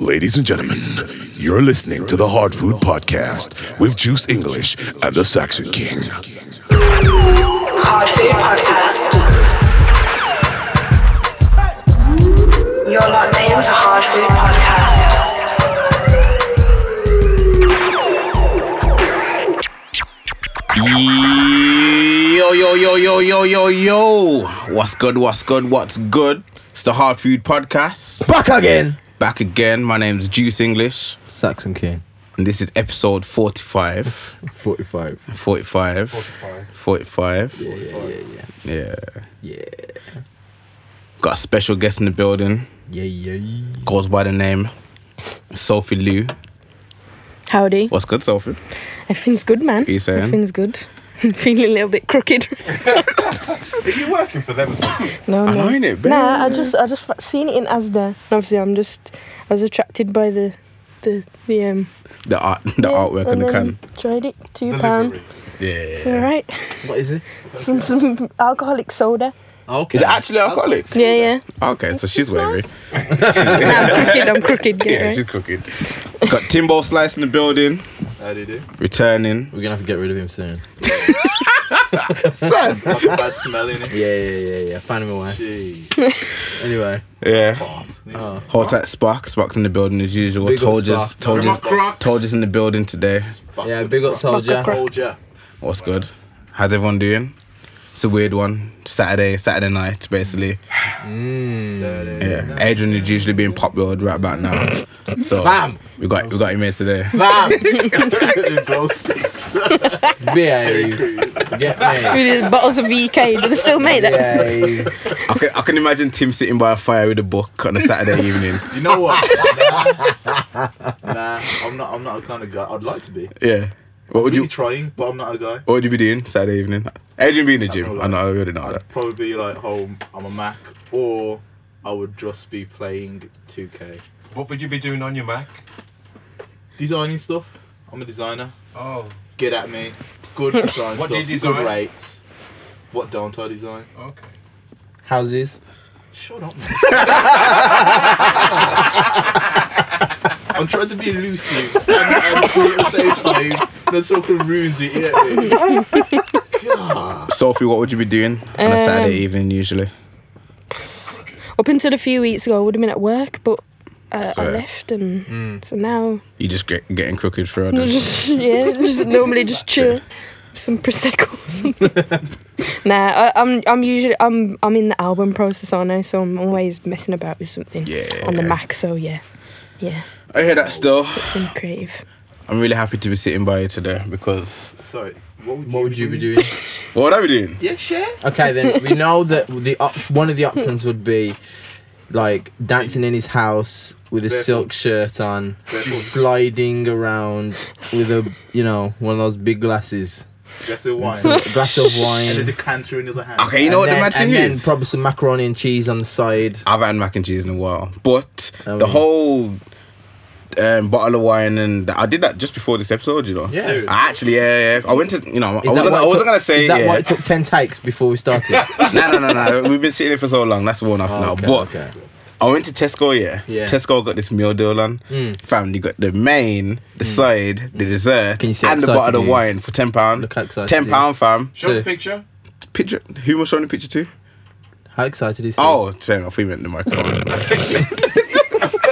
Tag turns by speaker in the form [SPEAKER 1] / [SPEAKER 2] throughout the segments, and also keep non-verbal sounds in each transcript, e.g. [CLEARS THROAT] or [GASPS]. [SPEAKER 1] Ladies and gentlemen, you're listening to the Hard Food Podcast with Juice English and the Saxon King.
[SPEAKER 2] Hard Food Podcast. You're locked into Hard Food Podcast.
[SPEAKER 3] Yo, yo, yo, yo, yo, yo, yo. What's good? What's good? What's good? It's the Hard Food Podcast.
[SPEAKER 4] Back again.
[SPEAKER 3] Back again. My name's Juice English,
[SPEAKER 4] Saxon King.
[SPEAKER 3] and this is episode 45.
[SPEAKER 4] 45.
[SPEAKER 3] 45. 45. Yeah,
[SPEAKER 4] Yeah, yeah, yeah. Yeah.
[SPEAKER 3] Got a special guest in the building.
[SPEAKER 4] Yeah, yeah.
[SPEAKER 3] Goes by the name Sophie Liu.
[SPEAKER 5] Howdy.
[SPEAKER 3] What's good, Sophie?
[SPEAKER 5] Everything's good, man.
[SPEAKER 3] you saying?
[SPEAKER 5] Everything's good. [LAUGHS] Feeling a little bit crooked. [LAUGHS]
[SPEAKER 6] you working for them or something?
[SPEAKER 5] no,
[SPEAKER 3] I
[SPEAKER 5] no.
[SPEAKER 3] know, innit, babe?
[SPEAKER 5] Nah, I just, I just fa- seen it in Asda. And obviously, I'm just, I was attracted by the, the, the um.
[SPEAKER 3] The art, the
[SPEAKER 5] yeah,
[SPEAKER 3] artwork in the
[SPEAKER 5] then
[SPEAKER 3] can.
[SPEAKER 5] Tried it, two pound.
[SPEAKER 6] Delivery.
[SPEAKER 3] Yeah.
[SPEAKER 5] It's all right.
[SPEAKER 4] What is it?
[SPEAKER 5] Some, some alcoholic soda.
[SPEAKER 4] Okay.
[SPEAKER 3] Is it actually alcoholic?
[SPEAKER 5] Yeah, yeah.
[SPEAKER 3] Okay, so she's
[SPEAKER 5] just
[SPEAKER 3] wavy.
[SPEAKER 5] nice. nah, I'm crooked. I'm crooked. Get it
[SPEAKER 3] Yeah,
[SPEAKER 5] right.
[SPEAKER 3] she's crooked. Got Timbo Slice in the building,
[SPEAKER 6] How do you do?
[SPEAKER 3] returning.
[SPEAKER 4] We're gonna have to get rid of him soon.
[SPEAKER 3] Sad.
[SPEAKER 6] Like a bad smell in it.
[SPEAKER 4] Yeah, yeah, yeah, yeah. Find him a wife.
[SPEAKER 6] Jeez.
[SPEAKER 4] Anyway.
[SPEAKER 3] Yeah.
[SPEAKER 4] Oh.
[SPEAKER 3] Hold tight, Spark. Spark's in the building as usual.
[SPEAKER 4] Big up
[SPEAKER 3] told us,
[SPEAKER 4] Spark.
[SPEAKER 3] told
[SPEAKER 6] Remember
[SPEAKER 3] us,
[SPEAKER 6] Crocs?
[SPEAKER 3] told us in the building today.
[SPEAKER 4] Yeah, big up soldier.
[SPEAKER 6] Told [LAUGHS] ya.
[SPEAKER 3] What's good? How's everyone doing? It's a weird one. Saturday, Saturday night, basically. Yeah. Adrian is usually being pop world right about now. So
[SPEAKER 4] Bam!
[SPEAKER 3] we got we got him here today.
[SPEAKER 4] Bam!
[SPEAKER 6] Those sticks.
[SPEAKER 4] Behave. Get me.
[SPEAKER 5] [LAUGHS] With his bottles of VK, do they still make that?
[SPEAKER 4] Behave.
[SPEAKER 3] I can, I can imagine Tim sitting by a fire with a book on a Saturday evening.
[SPEAKER 6] You know what? nah, I'm not. I'm not a kind of guy. I'd like to be.
[SPEAKER 3] Yeah. What would
[SPEAKER 6] Really
[SPEAKER 3] you
[SPEAKER 6] trying, but I'm not a guy.
[SPEAKER 3] What would you be doing Saturday evening? Adrian be in the gym.
[SPEAKER 6] probably-
[SPEAKER 3] I know. I already know that.
[SPEAKER 6] I'd probably be like home. I'm a Mac, or I would just be playing 2K,
[SPEAKER 7] What would you be doing on your Mac?
[SPEAKER 6] designing stuff. I'm a designer.
[SPEAKER 7] Oh,
[SPEAKER 6] Good at me.
[SPEAKER 7] [LAUGHS]
[SPEAKER 6] Good design stuff.
[SPEAKER 7] What do you design?
[SPEAKER 6] Good rates. What don't I design?
[SPEAKER 7] okay.
[SPEAKER 4] Houses.
[SPEAKER 6] Shut up, man. [LAUGHS] I'm trying to be elusive and, and cool at the same time. That sort of ruins it, you know what
[SPEAKER 3] Sophie, what would you be doing on a Saturday evening usually?
[SPEAKER 5] Up until a few weeks ago, I would have been at work, but uh, I
[SPEAKER 3] Sorry.
[SPEAKER 5] left, and
[SPEAKER 6] Hmm.
[SPEAKER 5] so now
[SPEAKER 3] You just get, getting crooked for others.
[SPEAKER 5] [LAUGHS] just yeah, just normally just chill, some prosecco
[SPEAKER 3] [LAUGHS]
[SPEAKER 5] or something. nah, I, I'm I'm usually I'm I'm in the album process, aren't I? So I'm always messing about with something
[SPEAKER 3] Yeah.
[SPEAKER 5] on the Mac. So yeah, yeah,
[SPEAKER 3] I hear that still.
[SPEAKER 5] been creative.
[SPEAKER 3] I'm really happy to be sitting by you today because
[SPEAKER 6] Sorry, what would
[SPEAKER 4] What
[SPEAKER 6] you,
[SPEAKER 4] would you be doing?
[SPEAKER 3] what would I be doing?
[SPEAKER 6] Yeah, share.
[SPEAKER 4] Okay,
[SPEAKER 3] [LAUGHS]
[SPEAKER 4] then we know that the op- one of the options would be like dancing in his house with a silk shirt on, sliding around with a you know one of those big glasses,
[SPEAKER 6] Glass of wine.
[SPEAKER 4] a glass of
[SPEAKER 6] and a
[SPEAKER 8] [LAUGHS]
[SPEAKER 4] wine.
[SPEAKER 6] decanter in the other hand.
[SPEAKER 3] Okay, you know
[SPEAKER 4] and
[SPEAKER 3] what
[SPEAKER 4] then,
[SPEAKER 3] the mad thing
[SPEAKER 4] and then
[SPEAKER 3] is?
[SPEAKER 4] probably some macaroni and cheese on the side.
[SPEAKER 3] I haven't had mac and cheese in a while, but the
[SPEAKER 4] mean-
[SPEAKER 3] whole um, bottle of wine and I did that just before this episode, you know.
[SPEAKER 4] Yeah.
[SPEAKER 3] I actually, yeah, yeah. I went to, you know, I
[SPEAKER 4] that
[SPEAKER 3] wasn't,
[SPEAKER 4] why
[SPEAKER 3] I
[SPEAKER 4] it
[SPEAKER 3] wasn't
[SPEAKER 4] took-
[SPEAKER 3] gonna say
[SPEAKER 4] Is that
[SPEAKER 3] yeah.
[SPEAKER 4] why it took ten takes before we started?
[SPEAKER 3] [LAUGHS] no, no, no, no. We've been sitting here for so long. That's worn off now.
[SPEAKER 4] Oh, okay,
[SPEAKER 3] but
[SPEAKER 4] okay.
[SPEAKER 3] I went to Tesco, yeah.
[SPEAKER 4] Yeah. Mm.
[SPEAKER 3] Tesco got this meal deal on. Fam, you got the main, the side, the dessert,
[SPEAKER 4] Can you see how
[SPEAKER 3] and the bottle
[SPEAKER 4] excited
[SPEAKER 3] of
[SPEAKER 4] he is?
[SPEAKER 3] wine for ten pound.
[SPEAKER 4] Look how excited
[SPEAKER 3] Ten
[SPEAKER 4] he
[SPEAKER 3] pound, fam.
[SPEAKER 7] Show the
[SPEAKER 4] So-
[SPEAKER 7] picture.
[SPEAKER 3] Picture. Who am I showing the picture to?
[SPEAKER 4] How excited is he?
[SPEAKER 3] Oh, damn! I thought you meant the microphone. [LAUGHS]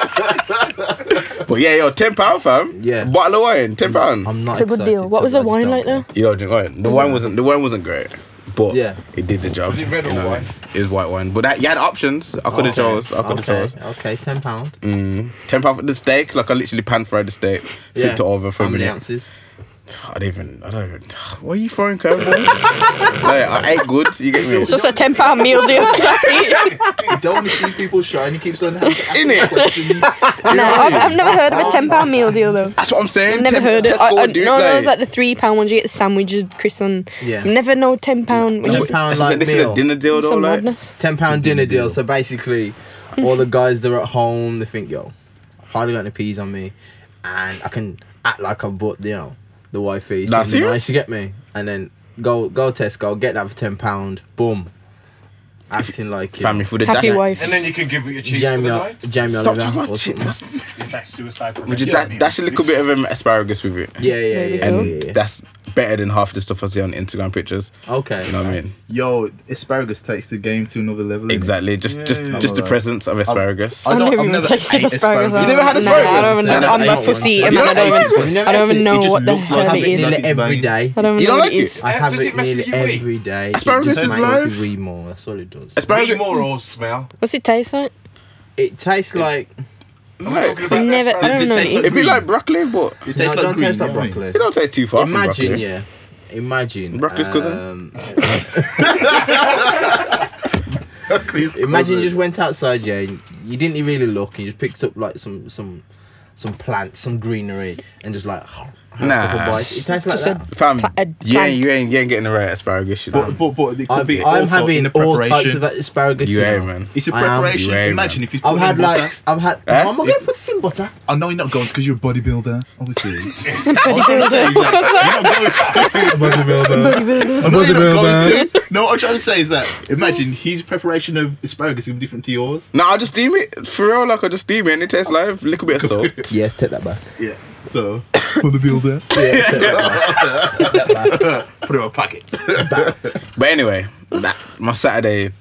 [SPEAKER 3] but yeah, yo, ten pound, fam.
[SPEAKER 4] Yeah. Mm.
[SPEAKER 3] Bottle of wine, ten pound.
[SPEAKER 4] I'm not.
[SPEAKER 5] It's a good
[SPEAKER 4] excited
[SPEAKER 5] deal. What was the
[SPEAKER 4] because I just
[SPEAKER 5] wine
[SPEAKER 4] don't
[SPEAKER 5] like now?
[SPEAKER 4] care.
[SPEAKER 3] You don't drink wine. The wine wasn't. The wine wasn't great, but
[SPEAKER 4] Yeah.
[SPEAKER 3] it did the job.
[SPEAKER 7] Was it red or
[SPEAKER 3] you know.
[SPEAKER 7] white?
[SPEAKER 3] It was white wine, but that, you had options. I could have chose. I could have
[SPEAKER 4] okay.
[SPEAKER 3] chose.
[SPEAKER 4] Okay, ten pound.
[SPEAKER 3] Ten pound for the steak. Like I literally pan fried the steak, flipped it over for
[SPEAKER 4] How
[SPEAKER 3] a
[SPEAKER 4] many
[SPEAKER 3] minute.
[SPEAKER 4] ounces?
[SPEAKER 3] I don't even. I don't even. [SIGHS] Why are you throwing curveballs?
[SPEAKER 4] [LAUGHS]
[SPEAKER 3] like, I ate good. You get me?
[SPEAKER 5] So it's a ten pound meal [LAUGHS] deal.
[SPEAKER 6] You don't want to see people shine. He keeps on
[SPEAKER 3] In it.
[SPEAKER 8] [LAUGHS]
[SPEAKER 6] it.
[SPEAKER 5] no, I've, I've never heard of a ten pound meal deal though.
[SPEAKER 3] That's what I'm saying.
[SPEAKER 5] I've never
[SPEAKER 3] Tem-
[SPEAKER 5] heard it. I,
[SPEAKER 3] Tesco,
[SPEAKER 5] I,
[SPEAKER 3] dude,
[SPEAKER 5] no,
[SPEAKER 3] like,
[SPEAKER 5] no, it was like the three pound ones. You get the sandwiches, Chris on.
[SPEAKER 4] Yeah.
[SPEAKER 5] Never know ten pound.
[SPEAKER 4] Ten
[SPEAKER 5] It's
[SPEAKER 4] pound
[SPEAKER 3] this, is a,
[SPEAKER 4] like
[SPEAKER 3] this is a
[SPEAKER 4] meal.
[SPEAKER 3] dinner deal though.
[SPEAKER 5] some
[SPEAKER 3] Like,
[SPEAKER 5] madness.
[SPEAKER 4] ten pound dinner deal. So basically, all the guys that are at home, they think, "Yo, hardly got any peas on me," and I can act like I bought, you know, the wifey.
[SPEAKER 3] Nah,
[SPEAKER 4] something
[SPEAKER 3] serious?
[SPEAKER 4] nice to get me, and then go go Tesco, get that for ten pound. Boom, acting like
[SPEAKER 3] Family
[SPEAKER 4] family.
[SPEAKER 3] food. the
[SPEAKER 5] Happy
[SPEAKER 3] dash-
[SPEAKER 5] wife.
[SPEAKER 7] And then you can give it your cheese for
[SPEAKER 4] Jamie,
[SPEAKER 7] the
[SPEAKER 4] O-
[SPEAKER 7] night.
[SPEAKER 4] Jamie
[SPEAKER 3] Stop
[SPEAKER 4] Oliver.
[SPEAKER 3] talking
[SPEAKER 4] or
[SPEAKER 3] about cheese.
[SPEAKER 4] something.
[SPEAKER 7] It's like suicide
[SPEAKER 3] Would you
[SPEAKER 7] prevention.
[SPEAKER 3] da- dash a little bit of um, asparagus with it?
[SPEAKER 4] Yeah, yeah,
[SPEAKER 5] There we
[SPEAKER 4] yeah.
[SPEAKER 5] go.
[SPEAKER 3] And
[SPEAKER 4] yeah, yeah.
[SPEAKER 3] that's better than half the stuff I see on Instagram pictures.
[SPEAKER 4] okay.
[SPEAKER 3] You know what I mean?
[SPEAKER 6] Yo, asparagus takes the game to another level. innit?
[SPEAKER 3] Exactly. Just, just,
[SPEAKER 6] Yeah.
[SPEAKER 3] just the presence of asparagus.
[SPEAKER 6] I
[SPEAKER 5] I've
[SPEAKER 6] don't-
[SPEAKER 5] never
[SPEAKER 6] I've
[SPEAKER 5] even
[SPEAKER 6] never
[SPEAKER 5] tasted
[SPEAKER 6] ate
[SPEAKER 5] asparagus.
[SPEAKER 6] asparagus. You
[SPEAKER 3] never had
[SPEAKER 5] Nah,
[SPEAKER 3] asparagus?
[SPEAKER 5] I don't,
[SPEAKER 4] Nah,
[SPEAKER 5] I'm
[SPEAKER 4] I
[SPEAKER 5] not
[SPEAKER 4] don't
[SPEAKER 5] fussy.
[SPEAKER 4] want
[SPEAKER 5] eating
[SPEAKER 4] to.
[SPEAKER 5] man, I
[SPEAKER 3] You don't
[SPEAKER 5] don't
[SPEAKER 3] like
[SPEAKER 5] even,
[SPEAKER 4] it?
[SPEAKER 5] I don't even
[SPEAKER 6] It
[SPEAKER 5] know
[SPEAKER 6] just
[SPEAKER 5] what the
[SPEAKER 6] looks like
[SPEAKER 5] hell
[SPEAKER 4] I
[SPEAKER 5] it
[SPEAKER 6] having
[SPEAKER 4] have
[SPEAKER 5] is.
[SPEAKER 4] it
[SPEAKER 6] nothing.
[SPEAKER 4] every day.
[SPEAKER 5] I don't
[SPEAKER 3] You
[SPEAKER 5] even
[SPEAKER 3] don't
[SPEAKER 5] know what
[SPEAKER 3] like
[SPEAKER 5] it
[SPEAKER 3] it?
[SPEAKER 5] is.
[SPEAKER 4] I have
[SPEAKER 7] Does
[SPEAKER 4] it,
[SPEAKER 7] it mess
[SPEAKER 4] nearly
[SPEAKER 7] with your wee?
[SPEAKER 4] every day.
[SPEAKER 3] Asparagus
[SPEAKER 4] it
[SPEAKER 6] is
[SPEAKER 4] just makes
[SPEAKER 3] life.
[SPEAKER 4] you wee more. That's all it does.
[SPEAKER 3] Asparagus.
[SPEAKER 7] Wee more or smell.
[SPEAKER 5] What's it taste like?
[SPEAKER 4] it tastes like
[SPEAKER 3] Like,
[SPEAKER 7] Talking about the
[SPEAKER 5] Never- I
[SPEAKER 7] asparagus.
[SPEAKER 5] don't know
[SPEAKER 6] taste
[SPEAKER 5] what it
[SPEAKER 6] like
[SPEAKER 5] is.
[SPEAKER 3] it'd be like broccoli, but
[SPEAKER 6] It
[SPEAKER 4] no,
[SPEAKER 6] tastes
[SPEAKER 4] it
[SPEAKER 6] like
[SPEAKER 4] don't
[SPEAKER 6] green,
[SPEAKER 4] taste like
[SPEAKER 6] don't it?
[SPEAKER 4] broccoli.
[SPEAKER 3] it don't taste too far from broccoli.
[SPEAKER 4] Imagine, yeah. Imagine. um,
[SPEAKER 3] Broccoli's cousin?
[SPEAKER 6] Broccoli's
[SPEAKER 4] Imagine you
[SPEAKER 6] covered.
[SPEAKER 4] just went outside, yeah, and you didn't really look, and you just picked up like some some some plants, some greenery, and just like [SNIFFS] had a couple
[SPEAKER 3] Nah.
[SPEAKER 4] bites. It tastes like
[SPEAKER 5] [LAUGHS] Just
[SPEAKER 4] that.
[SPEAKER 5] a-
[SPEAKER 3] Fam,
[SPEAKER 5] Pla- a
[SPEAKER 3] you ain't,
[SPEAKER 5] plant.
[SPEAKER 3] you ain't, you ain't getting the right asparagus. You know?
[SPEAKER 6] But, but, but it could
[SPEAKER 4] I've,
[SPEAKER 6] be
[SPEAKER 4] I'm
[SPEAKER 6] also in
[SPEAKER 4] having
[SPEAKER 6] the
[SPEAKER 4] all types
[SPEAKER 6] preparation.
[SPEAKER 4] of asparagus.
[SPEAKER 3] you
[SPEAKER 4] you
[SPEAKER 3] ain't,
[SPEAKER 4] know.
[SPEAKER 3] man.
[SPEAKER 6] it's a
[SPEAKER 4] I am-
[SPEAKER 6] preparation.
[SPEAKER 3] You ain't,
[SPEAKER 6] Imagine
[SPEAKER 3] man.
[SPEAKER 6] if he's
[SPEAKER 4] I've
[SPEAKER 6] putting
[SPEAKER 4] had
[SPEAKER 6] in butter.
[SPEAKER 4] like I've had.
[SPEAKER 3] Eh?
[SPEAKER 4] Mum, I'm gonna put some butter.
[SPEAKER 6] I know you're not going because you're a bodybuilder, obviously. bodybuilder. I'm not even going to. No, what I'm trying to say is that imagine his preparation of asparagus is different to yours.
[SPEAKER 3] No, I'll just steam it. For real, like, I'll just steam it and it tastes like a little bit of salt.
[SPEAKER 4] Yes, take that back.
[SPEAKER 6] Yeah. So bodybuilder. Put it in my pocket.
[SPEAKER 3] But anyway, that, my Saturday.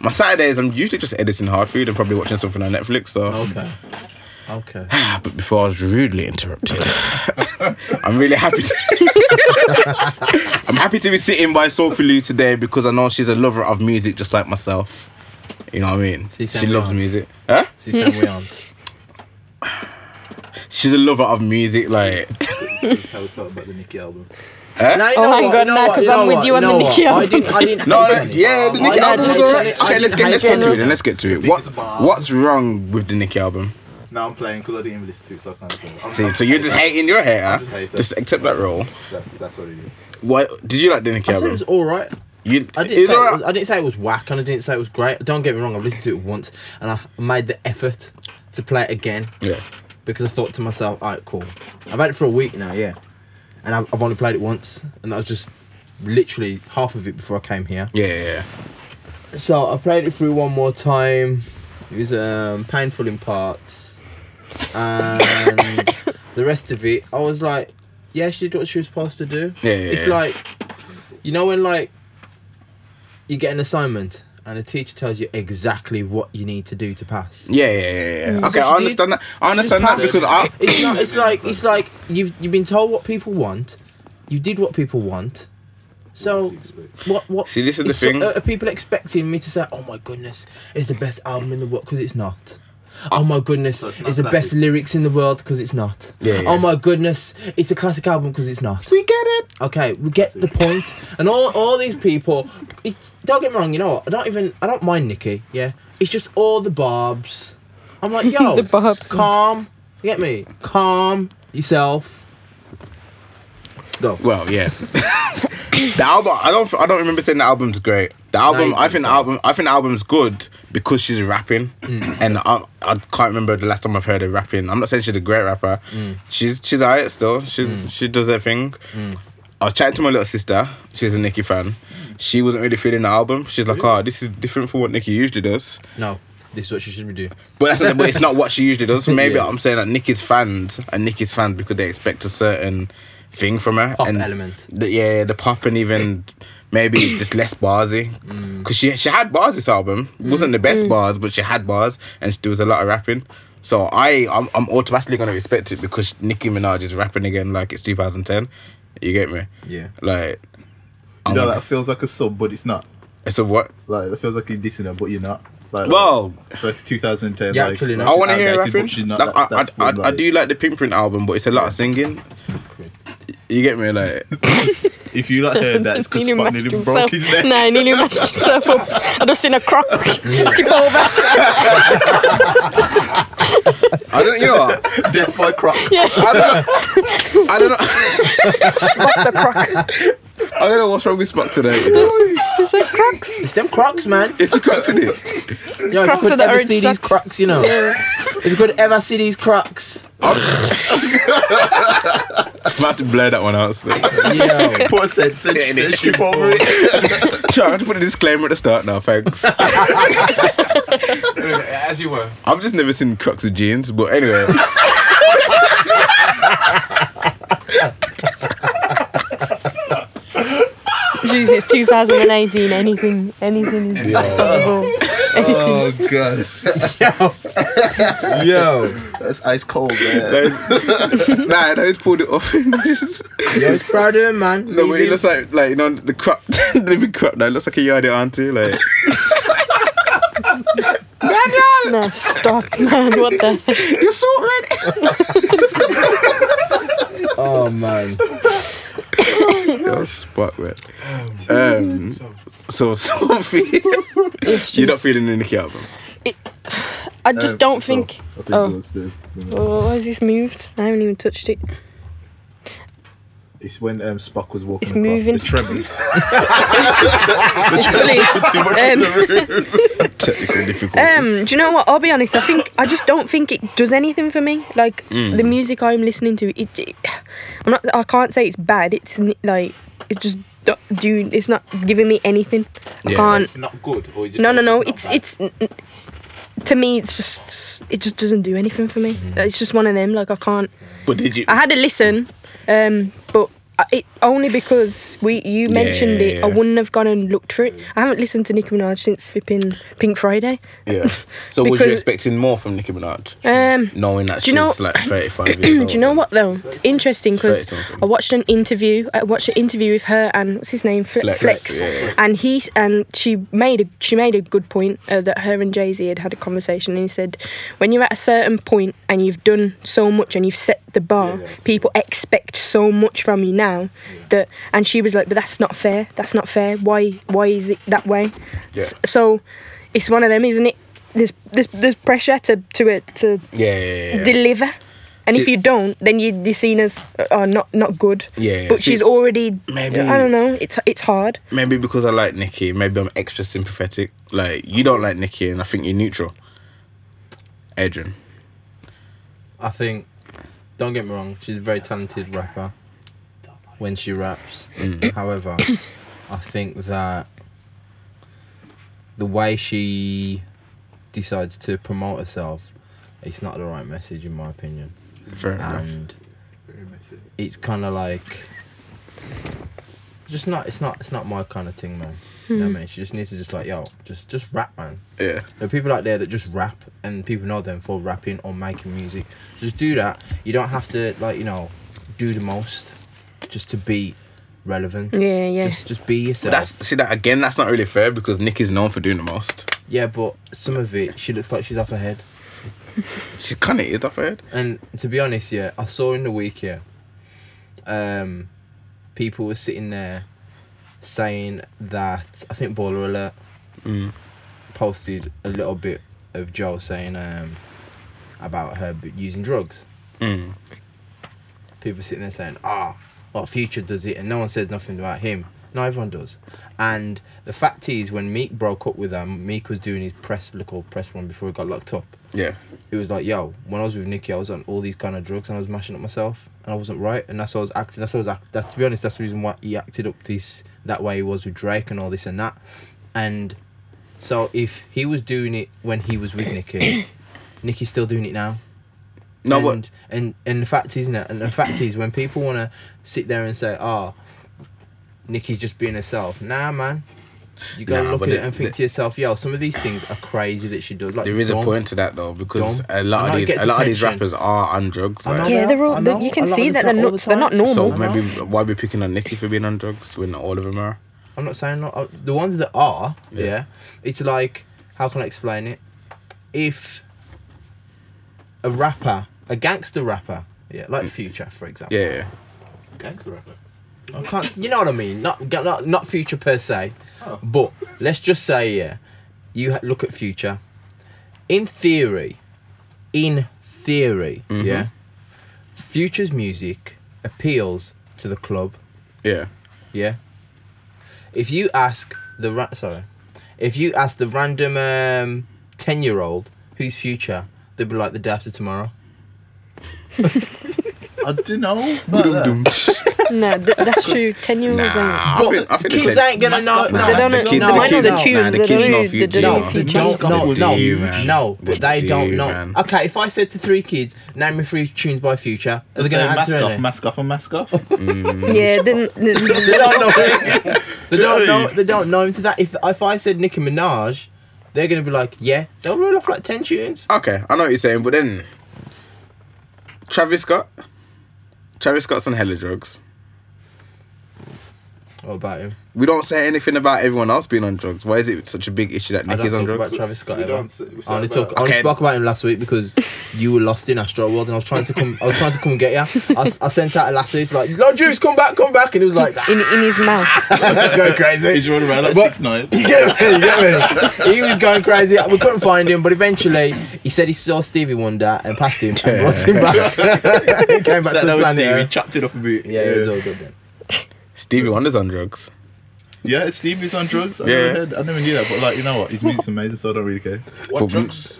[SPEAKER 3] My Saturdays, I'm usually just editing hard food and probably watching something on Netflix. So, Ah,
[SPEAKER 4] Okay. Okay.
[SPEAKER 5] [LAUGHS]
[SPEAKER 3] but before I was rudely interrupted, I'm really happy. To [LAUGHS] I'm happy to be sitting by Sophie Lou today because I know she's a lover of music, just like myself. You know what I mean?
[SPEAKER 4] See,
[SPEAKER 3] she
[SPEAKER 4] Sam,
[SPEAKER 3] loves
[SPEAKER 4] yeah.
[SPEAKER 3] music. Huh?
[SPEAKER 4] See, Sam, we aren't.
[SPEAKER 3] She's a lover of music. Like,
[SPEAKER 6] That's how we felt about the Nicki album.
[SPEAKER 4] No, you
[SPEAKER 5] Oh
[SPEAKER 4] know
[SPEAKER 5] my
[SPEAKER 4] what,
[SPEAKER 5] God,
[SPEAKER 4] you know
[SPEAKER 5] nah,
[SPEAKER 4] what,
[SPEAKER 5] 'cause
[SPEAKER 4] you
[SPEAKER 5] I'm
[SPEAKER 4] know
[SPEAKER 5] with
[SPEAKER 4] what,
[SPEAKER 5] you on the
[SPEAKER 4] know
[SPEAKER 5] Nicki
[SPEAKER 4] what? I
[SPEAKER 5] album.
[SPEAKER 4] didn't. I didn't.
[SPEAKER 3] No,
[SPEAKER 4] hate
[SPEAKER 3] that's-
[SPEAKER 4] it.
[SPEAKER 3] yeah, the
[SPEAKER 4] I
[SPEAKER 3] Nicki
[SPEAKER 4] didn't
[SPEAKER 3] album was
[SPEAKER 4] hate it.
[SPEAKER 3] alright.
[SPEAKER 4] I
[SPEAKER 3] Okay, let's
[SPEAKER 4] didn't
[SPEAKER 3] get let's
[SPEAKER 4] hate
[SPEAKER 3] get
[SPEAKER 4] it.
[SPEAKER 3] to it. Then let's get to it. What
[SPEAKER 6] It's a bar.
[SPEAKER 3] what's wrong with the Nicki album?
[SPEAKER 6] Now I'm playing because I didn't even listen to it, so I can't sing. I'm-
[SPEAKER 3] See,
[SPEAKER 6] I'm-
[SPEAKER 3] so you're just hating your hater.
[SPEAKER 6] just hating.
[SPEAKER 3] Just accept that role.
[SPEAKER 6] That's that's what it is.
[SPEAKER 3] What did you like the Nicki
[SPEAKER 4] I said it
[SPEAKER 3] album?
[SPEAKER 4] was all right.
[SPEAKER 3] You
[SPEAKER 4] I didn't,
[SPEAKER 3] it's
[SPEAKER 4] say it
[SPEAKER 3] alright.
[SPEAKER 4] was, I didn't say it was whack and I didn't say it was great. Don't get me wrong, I've listened to it once and I made the effort to play it again
[SPEAKER 3] Yeah.
[SPEAKER 4] because I thought to myself, alright, cool. I've had it for a week now, yeah. And I've, I've only played it once and that was just literally half of it before I came here.
[SPEAKER 3] Yeah, yeah, yeah.
[SPEAKER 4] So I played it through one more time. It was um, painful in parts.
[SPEAKER 3] [COUGHS]
[SPEAKER 4] And the rest of it, I was like, yeah, she did what she was supposed to do.
[SPEAKER 3] Yeah, yeah,
[SPEAKER 4] It's
[SPEAKER 3] yeah.
[SPEAKER 4] like, you know, when like you get an assignment and the teacher tells you exactly what you need to do to pass.
[SPEAKER 3] Yeah, yeah, yeah, yeah. Okay,
[SPEAKER 4] Mm, So she
[SPEAKER 3] I understand
[SPEAKER 4] did-
[SPEAKER 3] that. I understand that
[SPEAKER 4] passed.
[SPEAKER 3] because I [LAUGHS]
[SPEAKER 4] It's not. It's like it's like you've you've been told what people want. You did what people want. So what what?
[SPEAKER 3] See, this is the
[SPEAKER 4] it's so- uh,
[SPEAKER 3] thing.
[SPEAKER 4] Are, are people expecting me to say, "Oh my goodness, it's the best album in the world"? Because it's not. Oh my goodness,
[SPEAKER 6] it's
[SPEAKER 4] it's,
[SPEAKER 6] not
[SPEAKER 4] the best
[SPEAKER 6] classic.
[SPEAKER 4] lyrics in the world because it's not.
[SPEAKER 3] Yeah, yeah.
[SPEAKER 4] Oh my goodness, it's a classic album because it's not.
[SPEAKER 3] we get it.
[SPEAKER 4] Okay, we get the point. And all, all these people, it, don't get me wrong, you know what? I don't even, I don't mind Nikki, yeah? It's just all the barbs. I'm like, yo,
[SPEAKER 5] The barbs.
[SPEAKER 4] calm. You get me? Calm yourself. Go.
[SPEAKER 3] Well, yeah. [LAUGHS] the album, I don't, I don't remember saying the album's great. The album,
[SPEAKER 4] you
[SPEAKER 3] I
[SPEAKER 4] didn't
[SPEAKER 3] think the
[SPEAKER 4] say.
[SPEAKER 3] album, I think the album's good because she's rapping, and I, I can't remember the last time I've heard her rapping. I'm not saying she's a great rapper. She's, she's alright still. She's, she does her thing. I was chatting to my little sister. She's a Nicki fan. She wasn't really feeling the album. She's like, "Oh, this is different from what Nicki usually does."
[SPEAKER 4] No, this is what she should be doing.
[SPEAKER 3] But that's not, but it's not what she usually
[SPEAKER 4] [LAUGHS]
[SPEAKER 3] does. So maybe
[SPEAKER 4] Yeah.
[SPEAKER 3] I'm saying that Nicki's fans are Nicki's fans because they expect a certain thing from her.
[SPEAKER 4] Pop element.
[SPEAKER 3] The, yeah, the pop and even maybe
[SPEAKER 4] [COUGHS]
[SPEAKER 3] just less barsy.
[SPEAKER 4] Mm.
[SPEAKER 3] Because she she had bars this album. It wasn't the best bars, but she had bars and she, there was a lot of rapping. So I I'm, I'm automatically gonna respect it because Nicki Minaj is rapping again like it's 2010. You get me?
[SPEAKER 4] Yeah.
[SPEAKER 3] Like
[SPEAKER 6] You
[SPEAKER 3] I'm
[SPEAKER 6] know,
[SPEAKER 3] gonna-
[SPEAKER 6] that feels like a sub, but it's not.
[SPEAKER 3] it's a what?
[SPEAKER 6] Like it feels like you're dissing her, but you're not. Like,
[SPEAKER 3] Well,
[SPEAKER 6] like it's 2010.
[SPEAKER 4] Yeah,
[SPEAKER 6] like,
[SPEAKER 4] actually, no.
[SPEAKER 6] like,
[SPEAKER 3] I
[SPEAKER 6] she's
[SPEAKER 3] want to hear her
[SPEAKER 6] outdated, but
[SPEAKER 3] rapping.
[SPEAKER 6] she's
[SPEAKER 3] Like,
[SPEAKER 6] that-
[SPEAKER 3] I,
[SPEAKER 6] that's
[SPEAKER 3] I, I,
[SPEAKER 6] what,
[SPEAKER 3] I do like the Pink Print album, but it's a lot of singing. You get me, like
[SPEAKER 6] If you like
[SPEAKER 5] [LAUGHS]
[SPEAKER 6] heard that, it's because
[SPEAKER 5] Nearly
[SPEAKER 6] Spot
[SPEAKER 5] mashed
[SPEAKER 6] nearly broke
[SPEAKER 5] himself.
[SPEAKER 6] his
[SPEAKER 5] [LAUGHS]
[SPEAKER 6] neck.
[SPEAKER 5] No,
[SPEAKER 6] [LAUGHS]
[SPEAKER 5] he nearly mashed himself up. I just seen a croc [LAUGHS] tip over.
[SPEAKER 3] I don't, you know,
[SPEAKER 6] [LAUGHS]
[SPEAKER 3] what?
[SPEAKER 6] Death by Crocs.
[SPEAKER 3] I don't know, I don't know,
[SPEAKER 5] Spot the croc.
[SPEAKER 3] I don't know what's wrong with Spock today. you know.
[SPEAKER 5] It's like crocs.
[SPEAKER 4] It's them crocs, man.
[SPEAKER 3] It's a crux, isn't it?
[SPEAKER 4] You know, if
[SPEAKER 5] Crocs
[SPEAKER 4] you
[SPEAKER 5] are
[SPEAKER 4] could
[SPEAKER 5] the
[SPEAKER 4] ever
[SPEAKER 5] orange
[SPEAKER 4] see these
[SPEAKER 5] socks.
[SPEAKER 4] crocs, you know. if you could ever see these crocs.
[SPEAKER 3] might have to blur that one out. So.
[SPEAKER 4] Yo,
[SPEAKER 6] Poor said, said oh,
[SPEAKER 3] Yeah,
[SPEAKER 6] strip over
[SPEAKER 3] [LAUGHS]
[SPEAKER 6] it.
[SPEAKER 3] Sure, I have to put a disclaimer at the start now, thanks.
[SPEAKER 7] As you were.
[SPEAKER 3] I've just never seen Crocs with jeans, but anyway.
[SPEAKER 5] Jeez, it's 2018. Anything, anything
[SPEAKER 6] [LAUGHS]
[SPEAKER 5] is possible.
[SPEAKER 6] Oh god,
[SPEAKER 4] yo,
[SPEAKER 6] that's ice cold, man.
[SPEAKER 3] nah, I just pulled it off. [LAUGHS] Just-
[SPEAKER 4] yo, it's proud of him, man.
[SPEAKER 3] no, but
[SPEAKER 4] Leave
[SPEAKER 3] it
[SPEAKER 4] him.
[SPEAKER 3] looks like, like you know, the crop, [LAUGHS] the big crop that looks like a yardie auntie. Like,
[SPEAKER 5] No, stop, man. What the heck?
[SPEAKER 3] you're so red.
[SPEAKER 4] oh man,
[SPEAKER 3] You're spot red. [SIGHS] Um, so, [LAUGHS] Sophie, you're not feeling the Nicki album.
[SPEAKER 5] I just don't think.
[SPEAKER 6] Um, I think
[SPEAKER 5] Oh.
[SPEAKER 6] it was the-
[SPEAKER 5] Oh, why has this moved? I haven't even touched it.
[SPEAKER 6] It's when um, Spock was walking
[SPEAKER 5] It's
[SPEAKER 6] across
[SPEAKER 5] moving.
[SPEAKER 6] the tremors.
[SPEAKER 5] [LAUGHS] It's funny.
[SPEAKER 6] [LAUGHS] Too much
[SPEAKER 5] Um,
[SPEAKER 6] in the room.
[SPEAKER 3] Technical difficulties.
[SPEAKER 5] Um, do you know what? I'll be honest. I think I just don't think it does anything for me. Like
[SPEAKER 3] Mm.
[SPEAKER 5] the music I'm listening to, it, it, I'm not. I can't say it's bad. It's n- like it's just not doing. It's not giving me anything. I
[SPEAKER 3] Yeah.
[SPEAKER 5] can't.
[SPEAKER 7] It's not good. Or you just
[SPEAKER 5] No,
[SPEAKER 7] say
[SPEAKER 5] no, no. It's
[SPEAKER 7] just not
[SPEAKER 5] it's. n- n- To me, it's just it just doesn't do anything for me.
[SPEAKER 3] Mm.
[SPEAKER 5] It's just one of them. Like I can't.
[SPEAKER 3] but did you?
[SPEAKER 5] I had a listen, um, but I- it only because we you mentioned it.
[SPEAKER 3] yeah,
[SPEAKER 5] I
[SPEAKER 3] yeah.
[SPEAKER 5] wouldn't have gone and looked for it. I haven't listened to Nicki Minaj since flipping Pink Friday.
[SPEAKER 3] yeah.
[SPEAKER 5] [LAUGHS]
[SPEAKER 3] So, was you
[SPEAKER 5] because-
[SPEAKER 3] expecting more from Nicki Minaj?
[SPEAKER 5] Um,
[SPEAKER 3] knowing that
[SPEAKER 5] do
[SPEAKER 3] she's
[SPEAKER 5] you know- [CLEARS THROAT]
[SPEAKER 3] like 35 years
[SPEAKER 5] do
[SPEAKER 3] old.
[SPEAKER 5] you know what though? It's interesting because
[SPEAKER 3] Flex something.
[SPEAKER 5] I watched an interview. I watched an interview with her and what's his name, Fle-
[SPEAKER 3] Flex,
[SPEAKER 5] Flex,
[SPEAKER 3] yeah.
[SPEAKER 5] and he s- and she made a she made a good point uh, that her and Jay Z had had a conversation and he said when you're at a certain point and you've done so much and you've set the bar, people expect so much from you now that and she was like, but that's not fair. That's not fair. Why why is it that way?
[SPEAKER 3] Yeah.
[SPEAKER 5] S- so it's one of them, isn't it? There's there's, there's pressure to to it to
[SPEAKER 3] Yeah, yeah, yeah.
[SPEAKER 5] deliver. And if
[SPEAKER 3] See-
[SPEAKER 5] you don't, then you, you're seen as uh, uh, not not good.
[SPEAKER 3] Yeah, yeah.
[SPEAKER 5] But
[SPEAKER 3] See,
[SPEAKER 5] she's already.
[SPEAKER 3] maybe-
[SPEAKER 5] I don't know. It's it's hard.
[SPEAKER 3] maybe because I like Nicki, maybe I'm extra sympathetic. Like you don't like Nicki, and I think you're neutral. Adrian,
[SPEAKER 4] I think. Don't get me wrong. She's a very talented rapper. When she raps,
[SPEAKER 3] Mm.
[SPEAKER 4] however, [COUGHS] I think that the way she decides to promote herself, it's not the right message in my opinion,
[SPEAKER 3] fair
[SPEAKER 5] Um,
[SPEAKER 3] enough.
[SPEAKER 4] and it's kind of like just not it's not it's not my kind of thing man you know what
[SPEAKER 3] Hmm.
[SPEAKER 4] i mean she just needs to just like yo just just rap man
[SPEAKER 3] Yeah,
[SPEAKER 4] there are people out there that just rap and people know them for rapping or making music just do that you don't have to like you know do the most just to be relevant
[SPEAKER 5] Yeah, yeah.
[SPEAKER 4] just just be
[SPEAKER 3] but
[SPEAKER 4] yourself
[SPEAKER 3] that's see that again. That's not really fair because Nicki's known for doing the most.
[SPEAKER 4] yeah but some of it she looks like she's off her head
[SPEAKER 3] She kind of is off her head.
[SPEAKER 4] And to be honest, yeah, I saw in the week, yeah, um, people were sitting there saying that I think Baller Alert
[SPEAKER 3] Mm.
[SPEAKER 4] posted a little bit of Joel saying um, about her b- using drugs.
[SPEAKER 3] Mm.
[SPEAKER 4] People sitting there saying, ah, well, Future does it, and no one says nothing about him. No, everyone does. And the fact is, when Meek broke up with her, Meek was doing his press, little press run before he got locked up
[SPEAKER 3] Yeah,
[SPEAKER 4] it was like, yo, when I was with Nikki, I was on all these kind of drugs and I was mashing up myself and I wasn't right. And that's why I was acting. That's why I was act- that, to be honest, that's the reason why he acted up this that way he was with Drake and all this and that. And so if he was doing it when he was with [COUGHS] Nikki, Nikki's still doing it now.
[SPEAKER 3] no,
[SPEAKER 4] and,
[SPEAKER 3] what?
[SPEAKER 4] and and the fact is, not and the fact is, when people want to sit there and say, "Oh, Nikki's just being herself," nah, man, you gotta
[SPEAKER 3] Nah,
[SPEAKER 4] look
[SPEAKER 3] but
[SPEAKER 4] at it
[SPEAKER 3] the-
[SPEAKER 4] and think
[SPEAKER 3] the-
[SPEAKER 4] to yourself, "Yo, some of these things are crazy that she does." Like
[SPEAKER 3] There is a
[SPEAKER 4] don't-
[SPEAKER 3] point to that though because
[SPEAKER 4] Dumb.
[SPEAKER 3] a lot
[SPEAKER 4] I know
[SPEAKER 3] of
[SPEAKER 4] it
[SPEAKER 3] these,
[SPEAKER 4] gets
[SPEAKER 3] a lot of these
[SPEAKER 4] attention.
[SPEAKER 3] rappers are on drugs.
[SPEAKER 4] I know
[SPEAKER 3] Right?
[SPEAKER 4] they
[SPEAKER 5] yeah, they're all.
[SPEAKER 4] I
[SPEAKER 5] they-
[SPEAKER 4] know,
[SPEAKER 5] you
[SPEAKER 4] a
[SPEAKER 5] can
[SPEAKER 4] lot
[SPEAKER 5] see
[SPEAKER 4] of
[SPEAKER 5] that
[SPEAKER 4] the
[SPEAKER 5] they're
[SPEAKER 4] time- all
[SPEAKER 5] not.
[SPEAKER 4] the
[SPEAKER 5] They're not
[SPEAKER 4] time.
[SPEAKER 5] normal.
[SPEAKER 3] So
[SPEAKER 4] I know.
[SPEAKER 3] maybe why we picking on Nicki for being on drugs when all of them are?
[SPEAKER 4] I'm not saying not, uh, the ones that are.
[SPEAKER 3] Yeah.
[SPEAKER 4] Yeah. it's like how can I explain it? If a rapper, a gangster rapper, yeah, like Future for example.
[SPEAKER 3] Yeah, yeah.
[SPEAKER 6] Gangster rapper.
[SPEAKER 4] I can't. You know what I mean? Not ga- not not Future per se,
[SPEAKER 3] Oh.
[SPEAKER 4] but let's just say yeah, you ha- look at Future. In theory, in theory,
[SPEAKER 3] Mm-hmm.
[SPEAKER 4] yeah, Future's music appeals to the club.
[SPEAKER 3] yeah.
[SPEAKER 4] Yeah. If you ask the ra- sorry, if you ask the random um ten year old who's future, they'd be like the day after tomorrow.
[SPEAKER 8] I don't know.
[SPEAKER 3] [LAUGHS]
[SPEAKER 8] But, uh,
[SPEAKER 5] No, th- that's
[SPEAKER 8] [LAUGHS]
[SPEAKER 5] true. Ten year
[SPEAKER 3] Nah,
[SPEAKER 5] olds. ain't.
[SPEAKER 3] I think, I think
[SPEAKER 4] kids
[SPEAKER 3] the
[SPEAKER 4] ain't gonna know-
[SPEAKER 3] mascot-
[SPEAKER 4] no,
[SPEAKER 3] Nah,
[SPEAKER 4] they
[SPEAKER 3] it's
[SPEAKER 4] don't
[SPEAKER 3] the
[SPEAKER 4] know-
[SPEAKER 3] kid-
[SPEAKER 4] no,
[SPEAKER 3] the
[SPEAKER 4] they
[SPEAKER 3] kids-
[SPEAKER 4] don't know
[SPEAKER 3] nah, the
[SPEAKER 5] the
[SPEAKER 3] kids know
[SPEAKER 5] tune,
[SPEAKER 3] few
[SPEAKER 5] they
[SPEAKER 3] tunes.
[SPEAKER 5] don't know
[SPEAKER 3] Nah,
[SPEAKER 5] few
[SPEAKER 3] the
[SPEAKER 4] No,
[SPEAKER 5] tunes.
[SPEAKER 3] kids
[SPEAKER 4] no,
[SPEAKER 3] do,
[SPEAKER 4] no,
[SPEAKER 3] man.
[SPEAKER 4] no.
[SPEAKER 3] They
[SPEAKER 4] But they
[SPEAKER 3] do,
[SPEAKER 4] don't know.
[SPEAKER 3] man.
[SPEAKER 4] Okay, if I said to three kids, name me three tunes by Future, are they
[SPEAKER 8] so
[SPEAKER 4] gonna
[SPEAKER 8] mask
[SPEAKER 4] answer
[SPEAKER 8] off,
[SPEAKER 4] it?
[SPEAKER 8] mask off, and
[SPEAKER 3] [LAUGHS]
[SPEAKER 8] mask off. What
[SPEAKER 5] Yeah, then
[SPEAKER 4] [LAUGHS] They don't
[SPEAKER 8] [LAUGHS]
[SPEAKER 4] know. they don't know. They don't know him to that. If if I said Nicki Minaj, they're gonna be like, yeah, they'll roll off like ten tunes.
[SPEAKER 3] Okay, I know what you're saying, but then Travis Scott, Travis Scott's on hella drugs.
[SPEAKER 4] What about him?
[SPEAKER 3] We don't say anything about everyone else being on drugs. Why is it such a big issue that
[SPEAKER 4] I don't
[SPEAKER 3] Nicki's on
[SPEAKER 4] talk
[SPEAKER 3] drugs?
[SPEAKER 4] about Travis Scott.
[SPEAKER 8] We
[SPEAKER 4] ever.
[SPEAKER 8] don't say- we say
[SPEAKER 4] I only
[SPEAKER 8] about-
[SPEAKER 4] talk. I only
[SPEAKER 3] Okay.
[SPEAKER 4] spoke about him last
[SPEAKER 3] [LAUGHS]
[SPEAKER 4] week because you were lost in Astro World, and I was trying to come. I was trying to come and get you. I, s- I sent out a last week like, "No, Juice, come back, come back," and he was like, [LAUGHS]
[SPEAKER 5] in in his mouth.
[SPEAKER 4] "Go crazy."
[SPEAKER 8] He's running around like
[SPEAKER 4] What?
[SPEAKER 8] six
[SPEAKER 4] [LAUGHS]
[SPEAKER 8] nine.
[SPEAKER 4] You get me? You get me? He was going crazy. We couldn't find him, but eventually he said he saw Stevie Wonder and passed him and brought him back. [LAUGHS] he came back
[SPEAKER 8] Sat
[SPEAKER 4] to the
[SPEAKER 8] down with
[SPEAKER 4] planet.
[SPEAKER 8] Stevie,
[SPEAKER 4] Earth.
[SPEAKER 8] chopped it off a boot.
[SPEAKER 4] Yeah, it was all good then.
[SPEAKER 3] Stevie Wonder's on drugs.
[SPEAKER 8] Yeah, Stevie's on drugs. I,
[SPEAKER 3] Yeah.
[SPEAKER 8] never heard, I never knew that, but like, you know what? His
[SPEAKER 3] [LAUGHS]
[SPEAKER 8] music's amazing, so I don't really care.
[SPEAKER 3] But-
[SPEAKER 7] drugs?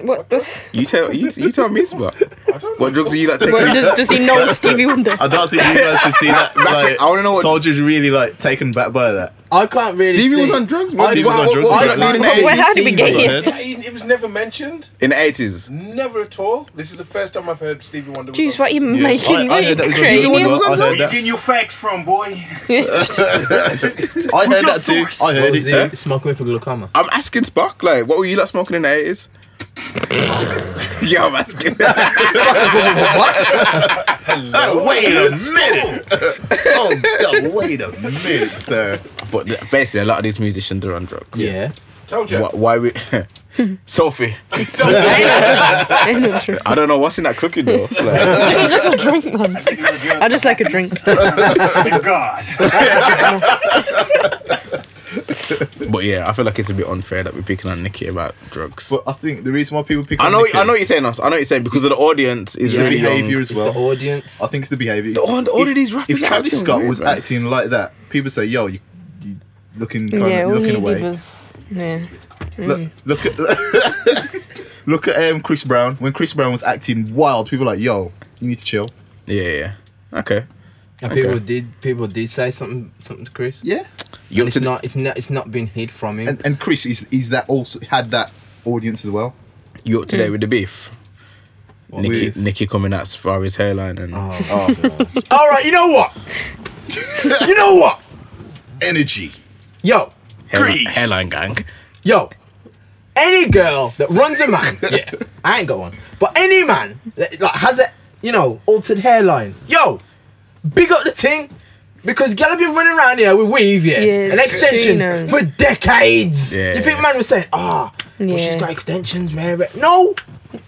[SPEAKER 5] What does?
[SPEAKER 3] You tell you, you tell me about
[SPEAKER 7] I don't
[SPEAKER 3] what
[SPEAKER 7] know.
[SPEAKER 3] drugs are you like taking?
[SPEAKER 5] What does? Does he
[SPEAKER 8] [LAUGHS]
[SPEAKER 5] know Stevie Wonder?
[SPEAKER 8] I don't think you guys
[SPEAKER 3] [LAUGHS]
[SPEAKER 8] can see that. Like,
[SPEAKER 3] I wanna know what-
[SPEAKER 8] Soldier's really like taken back by that.
[SPEAKER 4] I can't really.
[SPEAKER 3] Stevie
[SPEAKER 4] see.
[SPEAKER 3] was on drugs.
[SPEAKER 4] I
[SPEAKER 3] man.
[SPEAKER 8] Stevie
[SPEAKER 3] What-
[SPEAKER 8] was on
[SPEAKER 3] what-
[SPEAKER 8] drugs,
[SPEAKER 3] what- what-
[SPEAKER 8] like, like,
[SPEAKER 3] in the
[SPEAKER 8] like,
[SPEAKER 5] Where how did we
[SPEAKER 4] Stevie
[SPEAKER 5] get
[SPEAKER 4] was on
[SPEAKER 5] here?
[SPEAKER 3] [LAUGHS]
[SPEAKER 8] Heard?
[SPEAKER 7] Not even- It was never mentioned.
[SPEAKER 3] in the eighties.
[SPEAKER 7] Never at all. This is the first time I've heard Stevie Wonder. was
[SPEAKER 5] Juice,
[SPEAKER 7] on
[SPEAKER 5] what are you
[SPEAKER 8] Yeah.
[SPEAKER 5] making?
[SPEAKER 8] I- I
[SPEAKER 5] What are you
[SPEAKER 8] heard that was on
[SPEAKER 5] creating?
[SPEAKER 8] drugs as well. I
[SPEAKER 7] Where
[SPEAKER 8] heard
[SPEAKER 7] you getting
[SPEAKER 8] that.
[SPEAKER 7] your facts from, boy?
[SPEAKER 8] I heard
[SPEAKER 7] your
[SPEAKER 8] that too.
[SPEAKER 7] source?
[SPEAKER 8] I
[SPEAKER 4] What
[SPEAKER 8] heard
[SPEAKER 4] was
[SPEAKER 8] it too.
[SPEAKER 4] it? Smoking with a glaucoma.
[SPEAKER 3] I'm asking Spock, like, what were you like smoking in the eighties? [LAUGHS] yeah, I'm asking.
[SPEAKER 8] Oh, wait a minute. oh, God, wait a minute, sir.
[SPEAKER 3] but the- basically, a lot of these musicians are on drugs.
[SPEAKER 4] Yeah.
[SPEAKER 7] Told you.
[SPEAKER 3] Why, why we? [LAUGHS] Sophie,
[SPEAKER 5] [LAUGHS] I know it's true.
[SPEAKER 3] I don't know what's in that cooking though. Like,
[SPEAKER 5] This is just a drink,
[SPEAKER 8] [LAUGHS]
[SPEAKER 5] man. I just like a drink.
[SPEAKER 7] God.
[SPEAKER 3] [LAUGHS] but yeah, I feel like it's a bit unfair that we're picking on Nicki about drugs.
[SPEAKER 8] But I think the reason why people pick
[SPEAKER 3] I
[SPEAKER 8] on
[SPEAKER 3] know,
[SPEAKER 8] Nicki
[SPEAKER 3] I know what you're saying. Us, I know what you're saying because of the audience is
[SPEAKER 8] is the
[SPEAKER 3] really
[SPEAKER 8] behaviour
[SPEAKER 3] young.
[SPEAKER 8] as
[SPEAKER 4] It's the
[SPEAKER 8] well.
[SPEAKER 4] audience.
[SPEAKER 8] I think it's the behaviour.
[SPEAKER 3] all- all of these rappers
[SPEAKER 8] If
[SPEAKER 3] are
[SPEAKER 8] Travis
[SPEAKER 3] acting
[SPEAKER 8] Scott
[SPEAKER 3] weird,
[SPEAKER 8] was
[SPEAKER 3] man.
[SPEAKER 8] acting like that, people say, "Yo, you, you looking kind
[SPEAKER 5] Yeah,
[SPEAKER 8] of,
[SPEAKER 5] all he
[SPEAKER 8] looking
[SPEAKER 5] did
[SPEAKER 8] away."
[SPEAKER 5] was yeah.
[SPEAKER 8] Look, look at [LAUGHS] look at um, Chris Brown. When Chris Brown was acting wild, people were like, "Yo, you need to chill."
[SPEAKER 3] Yeah, yeah. Okay.
[SPEAKER 4] And
[SPEAKER 3] Okay.
[SPEAKER 4] people did. People did say something. Something to Chris.
[SPEAKER 8] Yeah,
[SPEAKER 3] You
[SPEAKER 4] And
[SPEAKER 3] up
[SPEAKER 4] it's
[SPEAKER 3] to
[SPEAKER 4] not. It's not. It's not been hid from him.
[SPEAKER 8] and and Chris is is that also had that audience as well.
[SPEAKER 3] you up to
[SPEAKER 5] Mm.
[SPEAKER 3] date with the beef? Nikki,
[SPEAKER 8] with?
[SPEAKER 3] Nikki coming out as far as hairline and
[SPEAKER 4] Oh, God. All right. You know what? you know what?
[SPEAKER 8] Energy.
[SPEAKER 4] Yo.
[SPEAKER 3] hairline,
[SPEAKER 8] Grease.
[SPEAKER 3] hairline gang.
[SPEAKER 4] Yo, any girl that runs a man, yeah, I ain't got one, but any man that like, has a, you know, altered hairline, yo, big up the thing. Because girl have been running around here with weave, yeah,
[SPEAKER 5] Yes,
[SPEAKER 4] and extensions
[SPEAKER 5] she knows.
[SPEAKER 4] for decades.
[SPEAKER 3] Yeah.
[SPEAKER 4] You think man was saying, ah, well, she's
[SPEAKER 5] Yeah.
[SPEAKER 4] got extensions, rare, rare. No.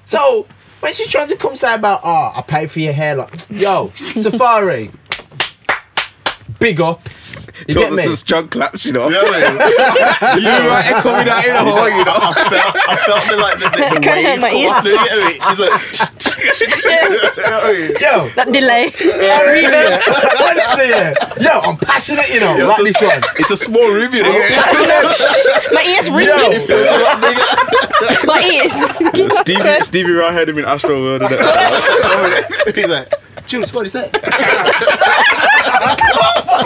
[SPEAKER 4] So when she's trying to come say about, ah, I paid for your hair, like,
[SPEAKER 5] [LAUGHS]
[SPEAKER 4] yo, Safari, big up. You
[SPEAKER 3] Told
[SPEAKER 4] get
[SPEAKER 3] us
[SPEAKER 4] me?
[SPEAKER 3] some strong claps, you know.
[SPEAKER 8] You know what I mean?
[SPEAKER 3] You right and coming out in a hole, you know.
[SPEAKER 8] I felt, I felt the, like the, the, the
[SPEAKER 5] Kinda hurt
[SPEAKER 8] wave
[SPEAKER 5] my
[SPEAKER 8] come
[SPEAKER 5] ears.
[SPEAKER 8] off, you know what I mean?
[SPEAKER 4] [LAUGHS]
[SPEAKER 8] It's like, you know what I mean?
[SPEAKER 4] Yo,
[SPEAKER 5] That delay. [LAUGHS]
[SPEAKER 4] Henry, man. [LAUGHS] Honestly, yeah. Yo, I'm passionate, you know,
[SPEAKER 8] Yo,
[SPEAKER 4] like
[SPEAKER 8] it's
[SPEAKER 4] this
[SPEAKER 8] a-
[SPEAKER 4] one.
[SPEAKER 8] It's a small room, you know. [LAUGHS]
[SPEAKER 5] My ears ringing.
[SPEAKER 4] Yo,
[SPEAKER 5] My
[SPEAKER 4] [LAUGHS]
[SPEAKER 5] ears. ringing.
[SPEAKER 3] [LAUGHS]
[SPEAKER 5] [LAUGHS]
[SPEAKER 3] Stevie, Stevie Ray had him in Astro World. And that.
[SPEAKER 8] He's like, Jules, what is that?
[SPEAKER 5] Nah,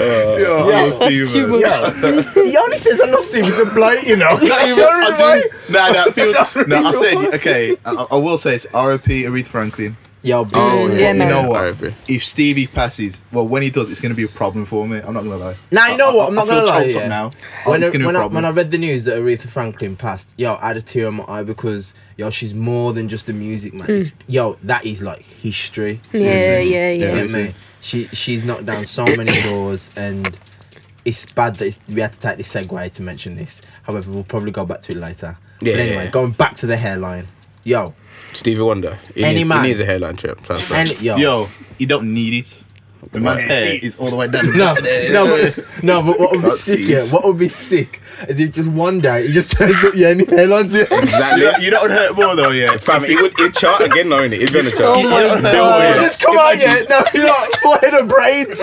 [SPEAKER 8] Yo,
[SPEAKER 4] that's
[SPEAKER 5] that's too much.
[SPEAKER 4] he only says I'm not Stevie the bloke, you know.
[SPEAKER 8] [LAUGHS] Not
[SPEAKER 4] Like,
[SPEAKER 8] even-
[SPEAKER 4] the only
[SPEAKER 8] I
[SPEAKER 4] way-
[SPEAKER 8] didn't- Nah, nah, people, nah, I said, okay, I, I will say it's ROP Aretha Franklin.
[SPEAKER 4] Yo, bro.
[SPEAKER 5] yeah,
[SPEAKER 8] You
[SPEAKER 5] man.
[SPEAKER 8] know what?
[SPEAKER 3] RIP.
[SPEAKER 8] If Stevie passes, well, when he does, it's going to be a problem for me. I'm not going to lie.
[SPEAKER 4] Now you know
[SPEAKER 8] I-
[SPEAKER 4] what? I'm not
[SPEAKER 8] I feel
[SPEAKER 4] gonna lie.
[SPEAKER 8] choked up
[SPEAKER 4] yeah.
[SPEAKER 8] now. Oh,
[SPEAKER 4] When,
[SPEAKER 8] it's
[SPEAKER 4] I,
[SPEAKER 8] gonna be a
[SPEAKER 4] when, I,
[SPEAKER 8] problem.
[SPEAKER 4] when I read the news that Aretha Franklin passed, yo, I had a tear in my eye because yo, she's more than just the music, man. It's, yo, that is like history.
[SPEAKER 5] Yeah,
[SPEAKER 8] Seriously.
[SPEAKER 5] yeah,
[SPEAKER 4] You
[SPEAKER 5] yeah.
[SPEAKER 4] get me? She she's knocked down so many doors, and it's bad that it's, we had to take this segue to mention this. However, we'll probably go back to it later.
[SPEAKER 3] Yeah,
[SPEAKER 4] but
[SPEAKER 3] yeah,
[SPEAKER 4] anyway,
[SPEAKER 3] yeah.
[SPEAKER 4] going back to the hairline, yo,
[SPEAKER 3] Stevie Wonder. He
[SPEAKER 4] Any
[SPEAKER 3] needs,
[SPEAKER 4] man.
[SPEAKER 3] He needs a hairline trip. transplant.
[SPEAKER 4] and yo.
[SPEAKER 8] Yo, you don't need it. The man's hair is all the way down.
[SPEAKER 4] [LAUGHS]
[SPEAKER 8] [LAUGHS]
[SPEAKER 4] No, no, but, no, but what would be
[SPEAKER 8] Can't
[SPEAKER 4] sick?
[SPEAKER 8] see.
[SPEAKER 4] Yeah, what would be sick is if just one day he just [LAUGHS] turns up, yeah, and his hairline's here. [LAUGHS]
[SPEAKER 8] Exactly. You, you don't hurt more though, yeah.
[SPEAKER 3] Fam, he would he'd chart again, though, innit? He'd be on a chart.
[SPEAKER 5] Oh my
[SPEAKER 8] Yeah,
[SPEAKER 5] god.
[SPEAKER 8] no way.
[SPEAKER 4] just come out, yeah. No, you're not. What head of braids?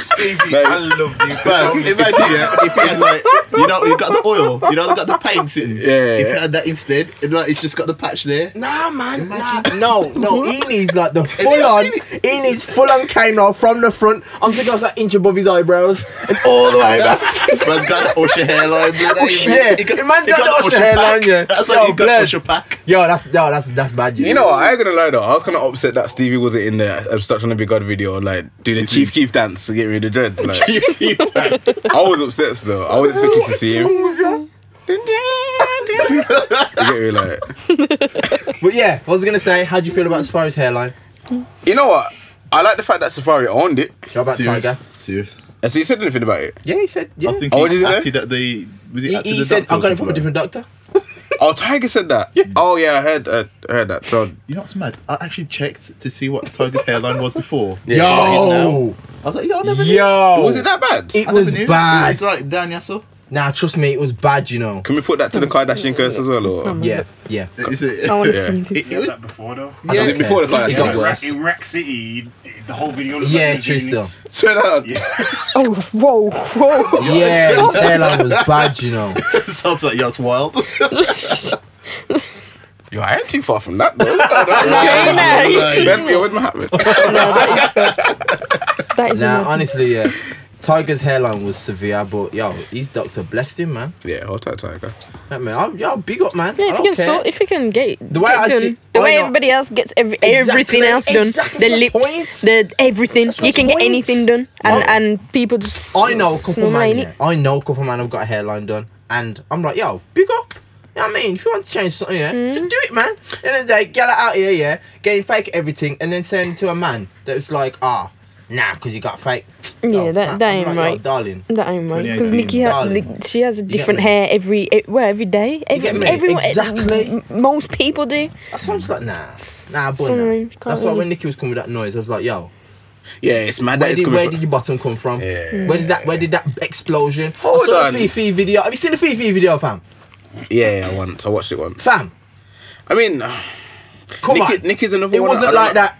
[SPEAKER 7] Stevie,
[SPEAKER 3] No.
[SPEAKER 7] I love you.
[SPEAKER 6] Bro, imagine yeah, if he had like you know you got the oil, you know you got the paint sitting.
[SPEAKER 3] yeah,
[SPEAKER 6] If
[SPEAKER 3] yeah.
[SPEAKER 6] he had that instead, and like it's just got the patch there.
[SPEAKER 4] Nah, man. Nah. No, no. He needs like the full on. He needs full on Kano from the front until he got that inch above his eyebrows and all the way back.
[SPEAKER 6] [LAUGHS] Man's got the Usher hairline. bro, that ain't
[SPEAKER 4] yeah.
[SPEAKER 6] it. He
[SPEAKER 4] The man's
[SPEAKER 6] he
[SPEAKER 4] got the Usher hairline,
[SPEAKER 6] pack.
[SPEAKER 4] yeah.
[SPEAKER 6] That's
[SPEAKER 4] Yo,
[SPEAKER 6] why you got
[SPEAKER 4] bless.
[SPEAKER 6] Usher pack.
[SPEAKER 4] Yo, that's no, that's that's bad.
[SPEAKER 3] You know what? I ain't gonna lie though. I was kind of upset that Stevie wasn't in uh, the obstruction of Big God video, like do the Chief Keef dance to get rid of dread. Like, I was upset still. I was expecting to see him. you get me, like,
[SPEAKER 4] But yeah, I was gonna say, how do you feel about Safari's hairline?
[SPEAKER 3] you know what? I like the fact that Safari owned it.
[SPEAKER 4] How about
[SPEAKER 6] Serious.
[SPEAKER 4] Tiger?
[SPEAKER 6] Serious.
[SPEAKER 3] Has he said anything about it?
[SPEAKER 4] Yeah, he said. Yeah.
[SPEAKER 6] I think
[SPEAKER 3] Oh,
[SPEAKER 6] he
[SPEAKER 3] what did he say?
[SPEAKER 6] acted at the. Was it
[SPEAKER 4] he,
[SPEAKER 6] at
[SPEAKER 4] he
[SPEAKER 6] the
[SPEAKER 4] said,
[SPEAKER 6] doctor or
[SPEAKER 4] "I got
[SPEAKER 6] something
[SPEAKER 4] it from a
[SPEAKER 6] like
[SPEAKER 4] different doctor."
[SPEAKER 3] Oh, Tiger said that. Oh yeah, I heard. Uh, I heard that. So
[SPEAKER 6] that? You know what's mad? I actually checked to see what Tiger's hairline was before.
[SPEAKER 4] Yo,
[SPEAKER 6] I was like, yo, I never knew.
[SPEAKER 4] yo,
[SPEAKER 3] was it that bad?
[SPEAKER 4] It
[SPEAKER 6] I never
[SPEAKER 4] was
[SPEAKER 6] knew.
[SPEAKER 4] bad.
[SPEAKER 6] It's like Dan Yasso.
[SPEAKER 4] Nah, trust me, it was bad. You know.
[SPEAKER 3] Can we put that to the Kardashian curse as well, or
[SPEAKER 4] Yeah, yeah.
[SPEAKER 6] Is it?
[SPEAKER 5] I want to
[SPEAKER 3] Yeah.
[SPEAKER 5] see
[SPEAKER 6] It-
[SPEAKER 5] this.
[SPEAKER 6] it was-
[SPEAKER 7] that before though.
[SPEAKER 3] yeah.
[SPEAKER 4] don't
[SPEAKER 3] before the
[SPEAKER 4] care. It
[SPEAKER 3] Kardashian
[SPEAKER 4] got
[SPEAKER 7] in,
[SPEAKER 3] curse?
[SPEAKER 7] Ra-
[SPEAKER 4] worse.
[SPEAKER 7] in Rack City, the whole video. looked
[SPEAKER 4] Yeah,
[SPEAKER 7] like
[SPEAKER 4] true
[SPEAKER 7] Houdini's.
[SPEAKER 4] still.
[SPEAKER 3] Swear that out.
[SPEAKER 5] Oh, whoa, whoa.
[SPEAKER 4] Yeah,
[SPEAKER 3] [LAUGHS]
[SPEAKER 4] his hairline was bad, you know.
[SPEAKER 6] [LAUGHS] Sounds like, yo, it's wild.
[SPEAKER 3] Yo, I ain't too far from that though.
[SPEAKER 4] [LAUGHS]
[SPEAKER 6] Like,
[SPEAKER 3] Let's be with Muhammad.
[SPEAKER 5] That is
[SPEAKER 4] Nah,
[SPEAKER 5] amazing.
[SPEAKER 4] honestly, yeah. Tiger's hairline was severe, but yo, his doctor blessed him, man.
[SPEAKER 3] Yeah, hold tight, Tiger.
[SPEAKER 4] That man, I'm, yo, big up, man.
[SPEAKER 5] Yeah,
[SPEAKER 4] I
[SPEAKER 5] if you
[SPEAKER 4] don't
[SPEAKER 5] can
[SPEAKER 4] care.
[SPEAKER 5] sort, if you can get
[SPEAKER 4] The way
[SPEAKER 5] get
[SPEAKER 4] I
[SPEAKER 5] done,
[SPEAKER 4] see-
[SPEAKER 5] the
[SPEAKER 4] why
[SPEAKER 5] way
[SPEAKER 4] not?
[SPEAKER 5] everybody else gets every,
[SPEAKER 4] Exactly,
[SPEAKER 5] everly everything else done,
[SPEAKER 4] exactly,
[SPEAKER 5] the
[SPEAKER 4] that's my
[SPEAKER 5] lips,
[SPEAKER 4] point.
[SPEAKER 5] the everything,
[SPEAKER 4] my
[SPEAKER 5] you can get
[SPEAKER 4] point.
[SPEAKER 5] anything done, and
[SPEAKER 4] Well,
[SPEAKER 5] and people just
[SPEAKER 4] I know a couple
[SPEAKER 5] smile
[SPEAKER 4] man.
[SPEAKER 5] in
[SPEAKER 4] Yeah. I know a couple man have got a hairline done, and I'm like, yo, big up. You know what I mean? If you want to change something, yeah,
[SPEAKER 5] Mm.
[SPEAKER 4] just do it, man. At the end of the day, get it out here, yeah, getting fake everything, and then send to a man that was like, ah, nah, because you got fake.
[SPEAKER 5] Yeah,
[SPEAKER 4] Yo,
[SPEAKER 5] that-
[SPEAKER 4] fam,
[SPEAKER 5] that
[SPEAKER 4] I'm
[SPEAKER 5] ain't
[SPEAKER 4] like, yo,
[SPEAKER 5] right.
[SPEAKER 4] darling.
[SPEAKER 5] That ain't right because
[SPEAKER 6] 2018,
[SPEAKER 5] Nikki ha-
[SPEAKER 4] darling.
[SPEAKER 5] Nick- she has a
[SPEAKER 4] get
[SPEAKER 5] different
[SPEAKER 4] me?
[SPEAKER 5] hair every e- well every day. Every,
[SPEAKER 4] get me?
[SPEAKER 5] everyone,
[SPEAKER 4] Exactly.
[SPEAKER 5] m- most people do.
[SPEAKER 4] That's why I'm just like, nah, nah, boy,
[SPEAKER 5] Sorry,
[SPEAKER 4] nah.
[SPEAKER 5] can't
[SPEAKER 4] That's why
[SPEAKER 5] really-
[SPEAKER 4] when Nikki was coming with that noise, I was like, yo,
[SPEAKER 3] Yeah, it's mad that
[SPEAKER 4] Where
[SPEAKER 3] it's
[SPEAKER 4] did,
[SPEAKER 3] coming
[SPEAKER 4] where
[SPEAKER 3] from.
[SPEAKER 4] did your bottom come from?
[SPEAKER 3] Yeah.
[SPEAKER 4] Where did that Where did that explosion?
[SPEAKER 3] Hold
[SPEAKER 4] I saw
[SPEAKER 3] on.
[SPEAKER 4] the Fifi video. Have you seen the Fifi video, fam?
[SPEAKER 3] Yeah, yeah, once. I watched it once.
[SPEAKER 4] Fam,
[SPEAKER 3] I mean,
[SPEAKER 4] come
[SPEAKER 3] Nick,
[SPEAKER 4] on.
[SPEAKER 3] Nick is another
[SPEAKER 4] it
[SPEAKER 3] one. I
[SPEAKER 4] wasn't
[SPEAKER 3] don't
[SPEAKER 4] like
[SPEAKER 3] know-
[SPEAKER 4] that.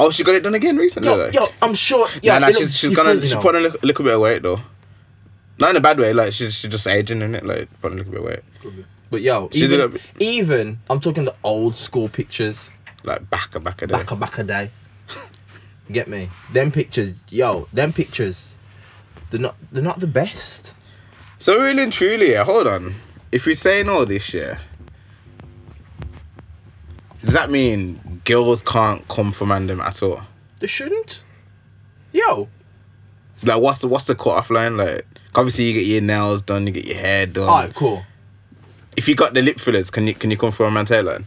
[SPEAKER 3] Oh, she got it done again recently.
[SPEAKER 4] Yo,
[SPEAKER 3] though.
[SPEAKER 4] yo, I'm sure.
[SPEAKER 3] yeah,
[SPEAKER 4] Yeah,
[SPEAKER 3] nah,
[SPEAKER 4] it
[SPEAKER 3] she's
[SPEAKER 4] looks
[SPEAKER 3] she's gonna
[SPEAKER 4] different,
[SPEAKER 3] she's
[SPEAKER 4] you know.
[SPEAKER 3] putting a little, little bit of weight though. Not in a bad way. Like she's she's just aging in it. Like putting a little bit of weight.
[SPEAKER 4] But yo,
[SPEAKER 3] She did
[SPEAKER 4] even,
[SPEAKER 3] a-
[SPEAKER 4] even I'm talking the old school pictures,
[SPEAKER 3] Like back a back a day.
[SPEAKER 4] back a back a day. You Get me? Them pictures, yo, them pictures. They're not. They're not the best.
[SPEAKER 3] So really and truly, yeah. Hold on. If we're saying all this, yeah. Does that mean girls can't come for mandem at all?
[SPEAKER 4] They shouldn't. Yo,
[SPEAKER 3] Like, what's the what's the cut off line? Like, obviously you get your nails done, you get your hair done.
[SPEAKER 4] all right, cool.
[SPEAKER 3] If you got the lip fillers, can you can you come for a man's hairline?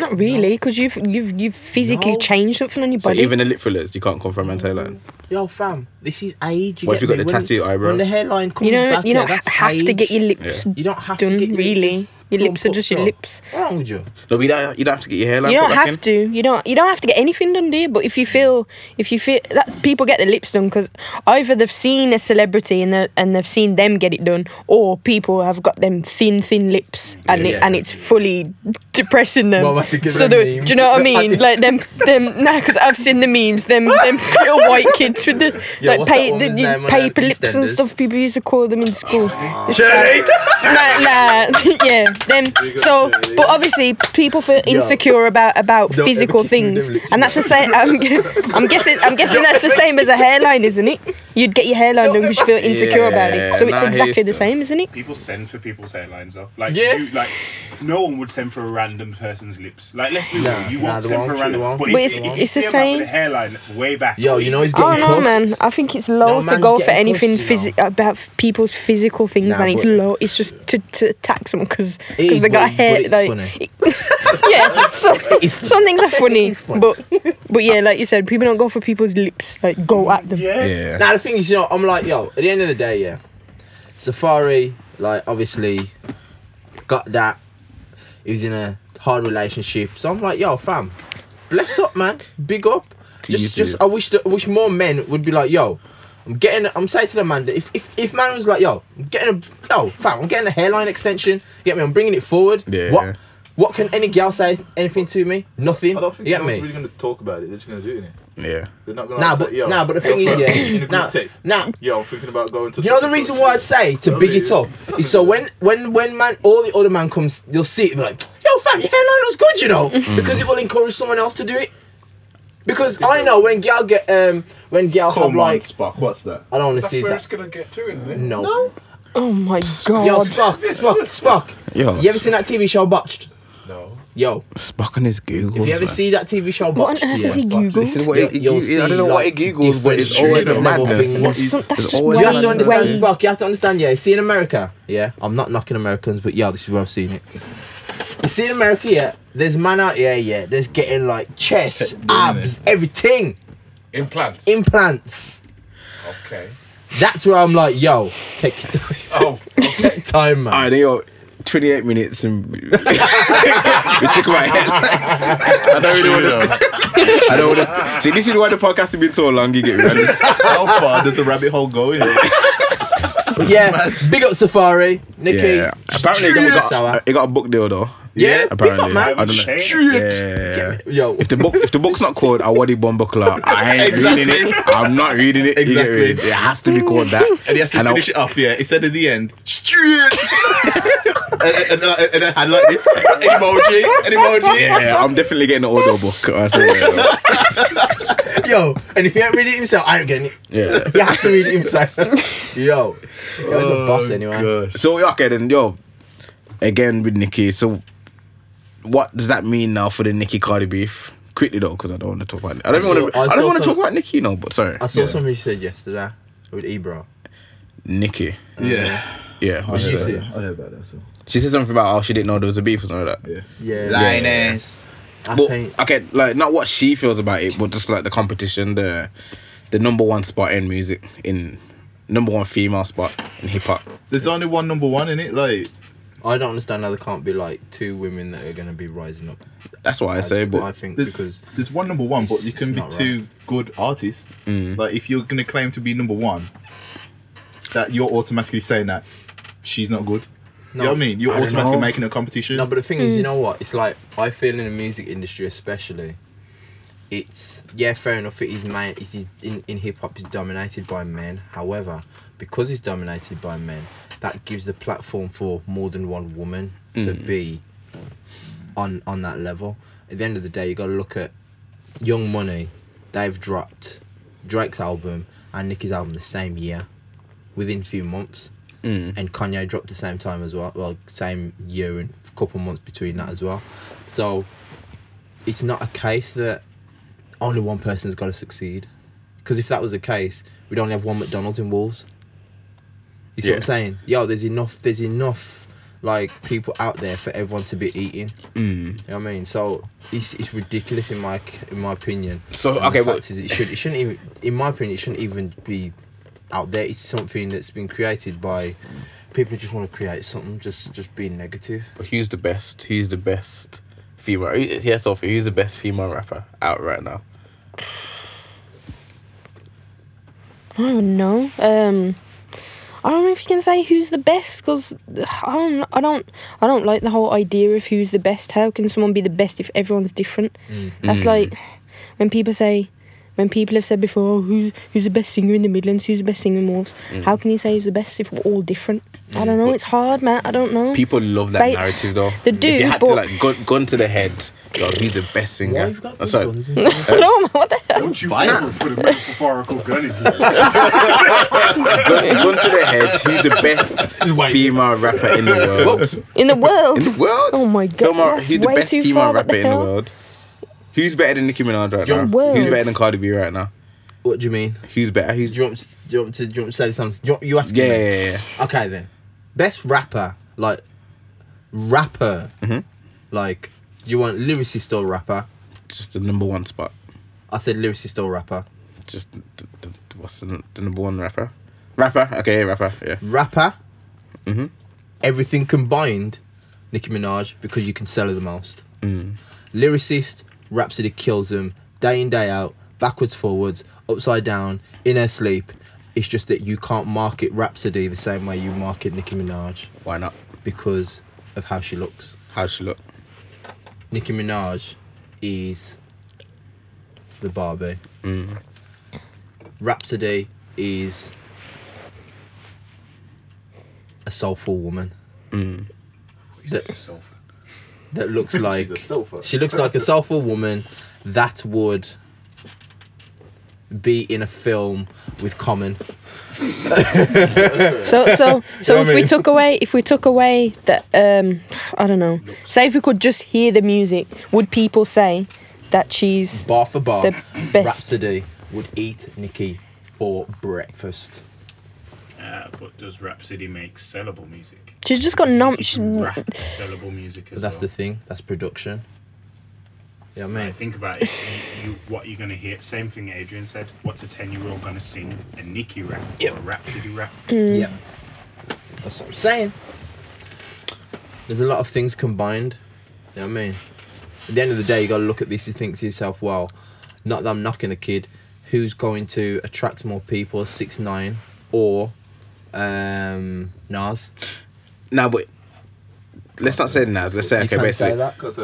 [SPEAKER 5] Not really, because you've you've you've physically
[SPEAKER 4] No.
[SPEAKER 5] changed something on your
[SPEAKER 3] So
[SPEAKER 5] body.
[SPEAKER 3] even the lip fillers, you can't come for a man's hairline.
[SPEAKER 4] Yo, fam, this is age. You
[SPEAKER 3] What if
[SPEAKER 4] get
[SPEAKER 3] you got
[SPEAKER 4] me?
[SPEAKER 3] the
[SPEAKER 4] When-
[SPEAKER 3] tattoo eyebrows?
[SPEAKER 4] When the hairline comes
[SPEAKER 5] you don't
[SPEAKER 4] back,
[SPEAKER 5] you
[SPEAKER 4] yeah,
[SPEAKER 5] don't
[SPEAKER 4] that's
[SPEAKER 5] have to
[SPEAKER 4] age.
[SPEAKER 5] get your lips
[SPEAKER 4] You don't have
[SPEAKER 5] done
[SPEAKER 4] to get
[SPEAKER 5] really. Your lips are just your lips.
[SPEAKER 4] What's wrong with you?
[SPEAKER 3] No, you don't. You don't have to get your hairline.
[SPEAKER 5] You
[SPEAKER 3] put
[SPEAKER 5] don't
[SPEAKER 3] back
[SPEAKER 5] have
[SPEAKER 3] in.
[SPEAKER 5] to. You don't. You don't have to get anything done, do you? But if you feel, if you feel that people get their lips done because either they've seen a celebrity and they and they've seen them get it done, or people have got them thin, thin lips and
[SPEAKER 3] Yeah.
[SPEAKER 5] it and it's fully depressing them.
[SPEAKER 4] Well, I think it's
[SPEAKER 5] so
[SPEAKER 4] the
[SPEAKER 5] the, do you
[SPEAKER 4] memes.
[SPEAKER 5] know what I
[SPEAKER 4] [LAUGHS]
[SPEAKER 5] mean? like them, them. [LAUGHS] Nah, because I've seen the memes. Them, them little white kids
[SPEAKER 4] [LAUGHS]
[SPEAKER 5] with the
[SPEAKER 4] Yeah,
[SPEAKER 5] like
[SPEAKER 4] what's that
[SPEAKER 5] pa- the,
[SPEAKER 4] woman's name
[SPEAKER 5] the
[SPEAKER 4] on
[SPEAKER 5] paper
[SPEAKER 4] um,
[SPEAKER 5] lips and
[SPEAKER 4] EastEnders?
[SPEAKER 5] stuff. People used to call them
[SPEAKER 3] [LAUGHS]
[SPEAKER 5] in school. It's like- [LAUGHS] nah, nah, yeah. Them. So, but obviously, people feel insecure about about
[SPEAKER 4] Don't ever
[SPEAKER 5] physical
[SPEAKER 4] kiss me with
[SPEAKER 5] things,
[SPEAKER 4] them lips,
[SPEAKER 5] and that's the
[SPEAKER 3] [LAUGHS]
[SPEAKER 5] same. I'm, guess, I'm guessing. I'm guessing that's the same as a hairline, isn't it? You'd get your hairline done because you feel insecure about
[SPEAKER 3] Yeah,
[SPEAKER 5] it. So it's
[SPEAKER 3] nah,
[SPEAKER 5] exactly
[SPEAKER 3] here's
[SPEAKER 5] the
[SPEAKER 3] the-
[SPEAKER 5] same, isn't it?
[SPEAKER 7] People send for people's hairlines though. Like
[SPEAKER 4] Yeah.
[SPEAKER 7] you, like no one would send for a random person's lips. Like let's be
[SPEAKER 4] Nah,
[SPEAKER 7] real, you
[SPEAKER 4] nah,
[SPEAKER 7] won't
[SPEAKER 4] they
[SPEAKER 7] send for
[SPEAKER 4] won't,
[SPEAKER 7] a
[SPEAKER 4] they
[SPEAKER 7] random.
[SPEAKER 4] won't.
[SPEAKER 7] if-
[SPEAKER 5] But it's-
[SPEAKER 7] if you
[SPEAKER 5] it's the
[SPEAKER 7] see a man with
[SPEAKER 5] same.
[SPEAKER 7] a hairline that's way back.
[SPEAKER 4] Yo, you know he's
[SPEAKER 5] Oh
[SPEAKER 4] getting
[SPEAKER 5] no,
[SPEAKER 4] cuffed.
[SPEAKER 5] man! I think it's low
[SPEAKER 4] No,
[SPEAKER 5] to
[SPEAKER 4] man's
[SPEAKER 5] go for
[SPEAKER 4] getting
[SPEAKER 5] anything
[SPEAKER 4] pushed, you
[SPEAKER 5] phys- about people's physical things,
[SPEAKER 4] Nah,
[SPEAKER 5] man. It's
[SPEAKER 4] but-
[SPEAKER 5] low. It's just to, to attack someone because
[SPEAKER 4] It is,
[SPEAKER 5] they got
[SPEAKER 4] but it's-
[SPEAKER 5] hair.
[SPEAKER 4] but it's
[SPEAKER 5] like, [LAUGHS] yeah, so,
[SPEAKER 4] [LAUGHS]
[SPEAKER 5] some things are funny,
[SPEAKER 4] is funny.
[SPEAKER 5] but but yeah, like you said, people don't go for people's lips. Like go at them.
[SPEAKER 7] yeah.
[SPEAKER 3] Yeah.
[SPEAKER 4] Now the thing is, you know, I'm like, yo, at the end of the day, yeah, Safari, like, obviously, got that. He was in a hard relationship, so I'm like, yo, fam, bless up, man, big up. Just,
[SPEAKER 3] you
[SPEAKER 4] just,
[SPEAKER 3] too.
[SPEAKER 4] I wish that, I wish more men would be like, yo, I'm getting, I'm saying to the man that if, if, if man was like, yo, I'm getting a, no, fam, I'm getting a hairline extension. You get me? I'm bringing it forward.
[SPEAKER 3] Yeah.
[SPEAKER 4] What? What can any gal say anything to me? Nothing.
[SPEAKER 6] I don't think
[SPEAKER 4] you get
[SPEAKER 6] anyone's
[SPEAKER 4] me?
[SPEAKER 6] really going to talk about it. They're just going to do it. innit?
[SPEAKER 3] Yeah.
[SPEAKER 6] They're not gonna
[SPEAKER 4] Nah,
[SPEAKER 6] ask
[SPEAKER 4] but-
[SPEAKER 6] that, yo,
[SPEAKER 4] nah, but the
[SPEAKER 6] yo,
[SPEAKER 4] thing is,
[SPEAKER 6] fam,
[SPEAKER 4] yeah,
[SPEAKER 6] in a group
[SPEAKER 4] nah,
[SPEAKER 6] text,
[SPEAKER 4] nah.
[SPEAKER 6] yo, I'm thinking about going to.
[SPEAKER 4] You know the
[SPEAKER 6] social
[SPEAKER 4] reason
[SPEAKER 6] service.
[SPEAKER 4] why I'd say to
[SPEAKER 6] Love
[SPEAKER 4] big
[SPEAKER 6] it.
[SPEAKER 4] it up is so when when when man all the other man comes, you'll see it be like, yo fam, your hairline looks good, you
[SPEAKER 3] Mm.
[SPEAKER 4] know, because it will encourage someone else to do it. Because I know when gal get um when gal have
[SPEAKER 8] Come on,
[SPEAKER 4] like
[SPEAKER 8] Spock, what's that?
[SPEAKER 4] I don't want to
[SPEAKER 9] That's
[SPEAKER 4] see
[SPEAKER 9] where
[SPEAKER 4] that.
[SPEAKER 9] it's gonna get to, isn't it?
[SPEAKER 4] No.
[SPEAKER 5] Oh my
[SPEAKER 4] Yo,
[SPEAKER 5] god.
[SPEAKER 4] Spock, Spock, Spock.
[SPEAKER 3] Yo,
[SPEAKER 4] You ever seen that TV show Botched?
[SPEAKER 9] No.
[SPEAKER 4] Yo,
[SPEAKER 3] Spock on his Google?
[SPEAKER 4] if you ever see that TV show Botched,
[SPEAKER 5] What on earth
[SPEAKER 4] yeah,
[SPEAKER 5] is he Google?
[SPEAKER 3] This is what
[SPEAKER 4] you'll-
[SPEAKER 3] it, it,
[SPEAKER 4] you'll
[SPEAKER 3] it- I
[SPEAKER 4] see,
[SPEAKER 3] don't know what
[SPEAKER 4] like,
[SPEAKER 3] it Googles, but it's
[SPEAKER 4] different
[SPEAKER 3] always
[SPEAKER 4] shades
[SPEAKER 3] a
[SPEAKER 4] of
[SPEAKER 3] madness. [LAUGHS]
[SPEAKER 4] things.
[SPEAKER 3] What
[SPEAKER 5] That's,
[SPEAKER 3] is-
[SPEAKER 5] some, that's
[SPEAKER 3] there's
[SPEAKER 5] just
[SPEAKER 3] always
[SPEAKER 4] You have
[SPEAKER 5] one
[SPEAKER 4] to
[SPEAKER 3] madness.
[SPEAKER 4] understand,
[SPEAKER 5] way.
[SPEAKER 4] Spock. You have to understand. Yeah, you see in America. Yeah, I'm not knocking Americans, but yeah, this is where I've seen it. You see in America, yeah. There's man out here, yeah. There's getting like chest, abs, everything,
[SPEAKER 9] Implants.
[SPEAKER 4] implants.
[SPEAKER 9] okay.
[SPEAKER 4] That's where I'm like, yo, take your time-
[SPEAKER 9] [LAUGHS] Oh, okay.
[SPEAKER 4] time, man.
[SPEAKER 3] All right, then, yo, 28 minutes and [LAUGHS] we took my head. I don't really want to. I don't want to. See, this is why the podcast has been so long. You get
[SPEAKER 5] [LAUGHS]
[SPEAKER 3] me? I just-
[SPEAKER 8] [LAUGHS] How far does a rabbit hole go here?
[SPEAKER 4] yeah, big up Safari, Nikki.
[SPEAKER 3] Yeah. Apparently, it got,
[SPEAKER 4] Sour.
[SPEAKER 3] it got a book deal though.
[SPEAKER 4] Yeah, big up,
[SPEAKER 3] apparently.
[SPEAKER 4] man.
[SPEAKER 3] I don't know. Yeah.
[SPEAKER 4] Yo,
[SPEAKER 3] If the book if the book's not called Awadi Bombakla, I ain't reading it. I'm not reading it. You get me?
[SPEAKER 8] Exactly.
[SPEAKER 3] It has to be called that.
[SPEAKER 8] [LAUGHS] And he has to
[SPEAKER 3] And I-
[SPEAKER 8] finish it off, yeah. He said at the end,
[SPEAKER 4] [LAUGHS]
[SPEAKER 8] straight! and, and, and, I- and I had like this an emoji, an emoji.
[SPEAKER 3] yeah, I'm definitely getting an audio book. I say, yeah,
[SPEAKER 4] [LAUGHS]
[SPEAKER 8] [LAUGHS]
[SPEAKER 4] yo, and if you ain't reading it himself, I ain't getting it.
[SPEAKER 3] [LAUGHS] yeah.
[SPEAKER 4] You have to read it himself. yo, yo, he's a boss anyway.
[SPEAKER 8] Oh, Gosh.
[SPEAKER 3] So yeah, okay then, yo. Again with Nikki. So, what does that mean now for the Nikki Cardi beef? Quickly though, because I don't want to talk about. I don't
[SPEAKER 4] saw-
[SPEAKER 3] want to.
[SPEAKER 4] I
[SPEAKER 3] I,
[SPEAKER 4] saw
[SPEAKER 3] don't want to
[SPEAKER 4] some-
[SPEAKER 3] talk about Nikki. No, but sorry,
[SPEAKER 4] I saw something you said yesterday with Ebro.
[SPEAKER 3] Nikki.
[SPEAKER 8] Yeah.
[SPEAKER 3] Yeah, I
[SPEAKER 4] You
[SPEAKER 3] heard
[SPEAKER 4] see?
[SPEAKER 3] that.
[SPEAKER 8] I heard about that, so.
[SPEAKER 3] she said something about how she didn't know there was a beef or something like that.
[SPEAKER 8] Yeah.
[SPEAKER 4] Yeah,
[SPEAKER 8] Linus.
[SPEAKER 4] I
[SPEAKER 3] But
[SPEAKER 4] think
[SPEAKER 3] okay, like not what she feels about it, but just like the competition, the the number one spot in music, in number one female spot in hip hop.
[SPEAKER 8] There's only one number one in it, like.
[SPEAKER 4] I don't understand how there can't be like two women that are going to be rising up.
[SPEAKER 3] That's what I say.
[SPEAKER 4] I
[SPEAKER 3] But
[SPEAKER 4] think
[SPEAKER 8] There's,
[SPEAKER 4] because
[SPEAKER 8] there's one number one, but
[SPEAKER 4] It's-
[SPEAKER 8] you can
[SPEAKER 4] it's
[SPEAKER 8] be
[SPEAKER 4] not
[SPEAKER 8] two good artists.
[SPEAKER 3] Mm.
[SPEAKER 8] Like if you're gonna claim to be number one, that you're automatically saying that she's not good. you know what I mean? You're
[SPEAKER 4] I don't
[SPEAKER 8] automatically
[SPEAKER 4] know.
[SPEAKER 8] making a competition.
[SPEAKER 4] no, but the thing is, you know what? It's like I feel in the music industry, especially, it's yeah, fair enough. It is man. It is in in hip hop is dominated by men. However, because it's dominated by men, that gives the platform for more than one woman to be on on that level. At the end of the day, you got to look at Young Money. They've dropped Drake's album and Nicki's album the same year, within few months, and Kanye dropped the same time as well. Well, same year and a couple months between that as well. So it's not a case that only one person's got to succeed. Because if that was the case, we'd only have one McDonald's in Wolves. You see what I'm
[SPEAKER 3] Yeah.
[SPEAKER 4] saying? Yo, there's enough. There's enough like people out there for everyone to be eating. You know what I mean? So it's, it's ridiculous in my in my opinion.
[SPEAKER 3] So,
[SPEAKER 4] And the
[SPEAKER 3] okay, but-
[SPEAKER 4] fact is it should it shouldn't even in my opinion it shouldn't even be out there. It's something that's been created by people who just want to create something, just just being negative.
[SPEAKER 3] who's the best? Who's the best female? Yeah, Sophie. Who's the best female rapper out right now?
[SPEAKER 5] I don't know. Um, I don't know if you can say who's the best because I don't, I don't, I don't like the whole idea of who's the best. How can someone be the best if everyone's different? That's like when people say, when people have said before, oh, who's who's the best singer in the Midlands? Who's the best singer in Wolves? How can you say who's the best if we're all different? I don't know. It's hard, man. I don't know. [LAUGHS]
[SPEAKER 3] People love that
[SPEAKER 5] They-
[SPEAKER 3] narrative though.
[SPEAKER 5] they
[SPEAKER 3] If
[SPEAKER 5] do,
[SPEAKER 3] you had to
[SPEAKER 5] but-
[SPEAKER 3] like gun, gun to the head, yo, who's the best singer?
[SPEAKER 4] Why you've got
[SPEAKER 3] I'm
[SPEAKER 4] big
[SPEAKER 3] sorry.
[SPEAKER 4] ones in [LAUGHS] there?
[SPEAKER 5] no, man, what the hell?
[SPEAKER 7] Don't you ever put a metaphorical gun in
[SPEAKER 4] [LAUGHS]
[SPEAKER 7] here.
[SPEAKER 3] Gun, gun to the head. Who's the
[SPEAKER 4] [LAUGHS]
[SPEAKER 3] best female rapper in the world?
[SPEAKER 5] in the world?
[SPEAKER 3] In the world?
[SPEAKER 5] Oh my God,
[SPEAKER 3] Female-
[SPEAKER 5] that's
[SPEAKER 3] who's the
[SPEAKER 5] way
[SPEAKER 3] best
[SPEAKER 5] too
[SPEAKER 3] female
[SPEAKER 5] far, what
[SPEAKER 3] rapper
[SPEAKER 5] the
[SPEAKER 3] in the
[SPEAKER 5] hell?
[SPEAKER 3] world? Who's better than Nicki Minaj right
[SPEAKER 4] Your
[SPEAKER 3] now?
[SPEAKER 5] words.
[SPEAKER 3] Who's better than Cardi B right now?
[SPEAKER 4] What do you mean?
[SPEAKER 3] Who's better?
[SPEAKER 4] Do
[SPEAKER 3] Who's
[SPEAKER 4] you want to, do you want to, do you want to say something? Do you, want- you asking
[SPEAKER 3] yeah,
[SPEAKER 4] me?
[SPEAKER 3] yeah, yeah, yeah.
[SPEAKER 4] Okay then. Best rapper, like rapper.
[SPEAKER 3] Mm-hmm.
[SPEAKER 4] Like do you want lyricist or rapper?
[SPEAKER 3] Just the number one spot.
[SPEAKER 4] I said lyricist or rapper.
[SPEAKER 3] Just the, the, the- what's the, the number one rapper? Rapper. Okay, yeah, rapper. Yeah.
[SPEAKER 4] Rapper. Everything combined, Nicki Minaj because you can sell her the most. Lyricist, Rhapsody kills them day in day out, backwards forwards, upside down, in her sleep. It's just that you can't market Rhapsody the same way you market Nicki Minaj
[SPEAKER 3] Why not?
[SPEAKER 4] because of how she looks.
[SPEAKER 3] How does she look?
[SPEAKER 4] Nicki Minaj is the Barbie. Rhapsody is a soulful woman that- that looks like
[SPEAKER 8] She's a sofa.
[SPEAKER 4] she looks like a soulful woman that would be in a film with Common.
[SPEAKER 5] So so so
[SPEAKER 4] know
[SPEAKER 5] if
[SPEAKER 4] what I
[SPEAKER 5] we
[SPEAKER 4] mean?
[SPEAKER 5] took away if we took away that um I don't know. Say if we could just hear the music, would people say that she's
[SPEAKER 4] Bar for bar,
[SPEAKER 5] the best?
[SPEAKER 4] Rhapsody would eat Nikki for breakfast.
[SPEAKER 7] Uh, but does Rhapsody make sellable music?
[SPEAKER 5] She's just got nom. She's,
[SPEAKER 7] Rap sellable music as
[SPEAKER 4] But that's
[SPEAKER 7] well.
[SPEAKER 4] the thing. That's production. Yeah, you know what I mean.
[SPEAKER 7] Like, think about it. You, you, what you're gonna hear? Same thing Adrian said. What's a ten-year-old gonna sing? A Nicki rap
[SPEAKER 4] Yep. Mm.
[SPEAKER 7] or a Rhapsody rap?
[SPEAKER 4] Yeah. That's what I'm saying. There's a lot of things combined. You know what I mean? At the end of the day, you got to look at this and think to yourself, well, not that I'm knocking the kid, who's going to attract more people, 6 9 or um, Nas?
[SPEAKER 3] Now, but let's not say Nas. Let's say
[SPEAKER 4] You
[SPEAKER 3] okay,
[SPEAKER 4] can't say
[SPEAKER 3] basically,
[SPEAKER 4] that.
[SPEAKER 8] Because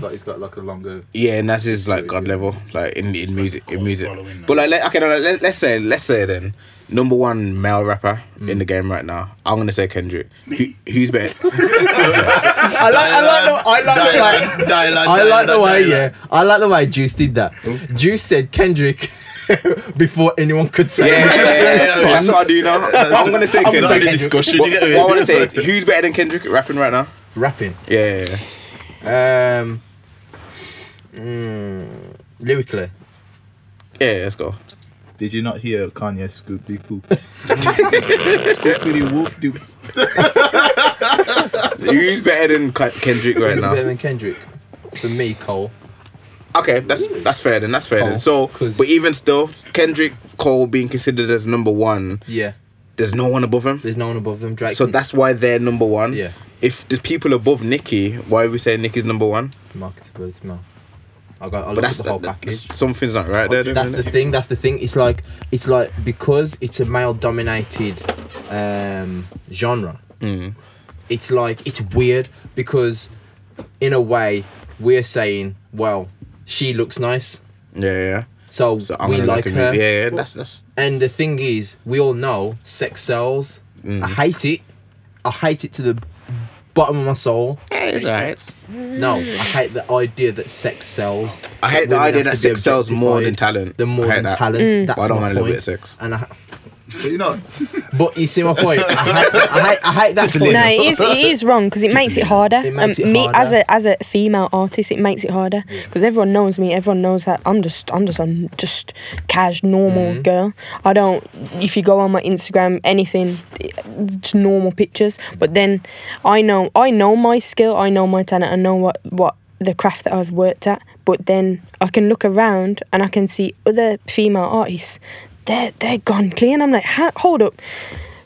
[SPEAKER 4] can.
[SPEAKER 8] he's got like a [LAUGHS] longer.
[SPEAKER 3] yeah, Nas is like god level, like in, in music, in music.
[SPEAKER 7] following
[SPEAKER 3] But like, let, okay, no, let, let's say, let's say then, number one male rapper in the game right now. I'm gonna say Kendrick. Who, who's better?
[SPEAKER 4] I like, I like, the, I like the way. I like the way, yeah. I like the way Juice did that. Juice said Kendrick [LAUGHS] before anyone could say
[SPEAKER 3] Yeah,
[SPEAKER 4] it.
[SPEAKER 3] yeah,
[SPEAKER 4] [LAUGHS]
[SPEAKER 3] yeah, yeah, that's what I do now. I'm gonna say
[SPEAKER 8] It's not a
[SPEAKER 3] Kendrick.
[SPEAKER 8] discussion.
[SPEAKER 3] What,
[SPEAKER 8] you get what I
[SPEAKER 3] what I
[SPEAKER 8] mean?
[SPEAKER 3] want
[SPEAKER 8] [LAUGHS]
[SPEAKER 3] to say is, who's better than Kendrick at rapping right now?
[SPEAKER 4] Rapping.
[SPEAKER 3] Yeah, yeah, yeah.
[SPEAKER 4] Um, mm, lyrically,
[SPEAKER 3] yeah let's go.
[SPEAKER 8] Did you not hear Kanye scoop de poop? scoop de whoop de
[SPEAKER 3] Who's better than Ke- Kendrick right
[SPEAKER 4] who's better
[SPEAKER 3] now?
[SPEAKER 4] than Kendrick? For me, Cole.
[SPEAKER 3] Okay, that's that's fair then. That's fair then.
[SPEAKER 4] Cole,
[SPEAKER 3] So,
[SPEAKER 4] Oh, 'cause-
[SPEAKER 3] but even still, Kendrick Cole being considered as number one,
[SPEAKER 4] Yeah,
[SPEAKER 3] there's no one above him.
[SPEAKER 4] there's no one above them. Drake.
[SPEAKER 3] So that's why they're number one.
[SPEAKER 4] Yeah.
[SPEAKER 3] If there's people above Nicki, why are we saying Nicki's number one?
[SPEAKER 4] marketable as well. I got. I
[SPEAKER 3] But
[SPEAKER 4] look at
[SPEAKER 3] that's
[SPEAKER 4] the whole
[SPEAKER 3] that- that-
[SPEAKER 4] package.
[SPEAKER 3] something's not right there.
[SPEAKER 4] That's the thing. That's the thing. It's like it's like because it's a male-dominated um, genre.
[SPEAKER 3] Mm-hmm.
[SPEAKER 4] It's like it's weird because, in a way, we're saying, well, she looks nice,
[SPEAKER 3] yeah, yeah.
[SPEAKER 4] so,
[SPEAKER 3] So I'm
[SPEAKER 4] we
[SPEAKER 3] gonna
[SPEAKER 4] like
[SPEAKER 3] look at
[SPEAKER 4] her.
[SPEAKER 3] me- Yeah, yeah. That's that's
[SPEAKER 4] And the thing is, we all know sex sells.
[SPEAKER 3] Mm-hmm.
[SPEAKER 4] I hate it. I hate it to the bottom of my soul.
[SPEAKER 3] it's alright.
[SPEAKER 4] No, I hate the idea that sex sells.
[SPEAKER 3] I hate the
[SPEAKER 4] women
[SPEAKER 3] idea
[SPEAKER 4] have
[SPEAKER 3] that
[SPEAKER 4] to be
[SPEAKER 3] sex sells more than
[SPEAKER 4] objectified,
[SPEAKER 3] talent.
[SPEAKER 4] Than more
[SPEAKER 3] I hate
[SPEAKER 4] than
[SPEAKER 3] that.
[SPEAKER 4] talent.
[SPEAKER 5] Mm.
[SPEAKER 4] That's
[SPEAKER 3] But I don't
[SPEAKER 4] my
[SPEAKER 3] mind a
[SPEAKER 4] point.
[SPEAKER 3] little bit of sex.
[SPEAKER 4] And I,
[SPEAKER 8] But you know,
[SPEAKER 4] but you see my
[SPEAKER 3] [LAUGHS]
[SPEAKER 4] point. I hate, I hate, I hate that.
[SPEAKER 8] Just a
[SPEAKER 4] point.
[SPEAKER 5] No, it is, it is wrong because it makes it harder.
[SPEAKER 4] It makes it
[SPEAKER 5] me as
[SPEAKER 4] harder.
[SPEAKER 5] a as a female artist, it makes it harder because everyone knows me. Everyone knows that I'm just I'm just a just cash normal
[SPEAKER 4] Mm-hmm.
[SPEAKER 5] girl. I don't. If you go on my Instagram, anything, it's normal pictures. But then I know I know my skill. I know my talent. I know what what the craft that I've worked at. But then I can look around and I can see other female artists. They're they're gone clean. I'm like, "Ha- hold up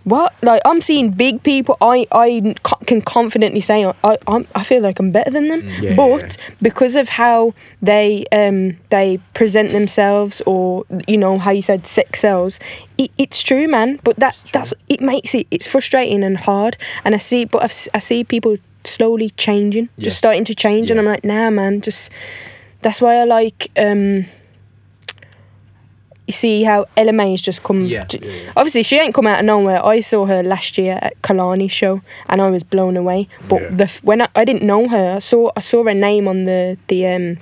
[SPEAKER 5] what like i'm seeing big people i i co- can confidently say i I'm, i feel like i'm better than them
[SPEAKER 3] Yeah.
[SPEAKER 5] but because of how they um they present themselves or you know how you said sex sells it, it's true man but that that's it makes it it's frustrating and hard and i see but I've, s- i see people slowly changing
[SPEAKER 4] Yeah.
[SPEAKER 5] just starting to change and
[SPEAKER 4] Yeah.
[SPEAKER 5] i'm like nah man just that's why i like um you see how Ella May's just come.
[SPEAKER 4] Yeah,
[SPEAKER 5] j-
[SPEAKER 4] yeah, yeah.
[SPEAKER 5] Obviously, she ain't come out of nowhere. I saw her last year at Kalani show, and I was blown away. But
[SPEAKER 3] Yeah.
[SPEAKER 5] the f- when I, I didn't know her, I saw I saw her name on the the um,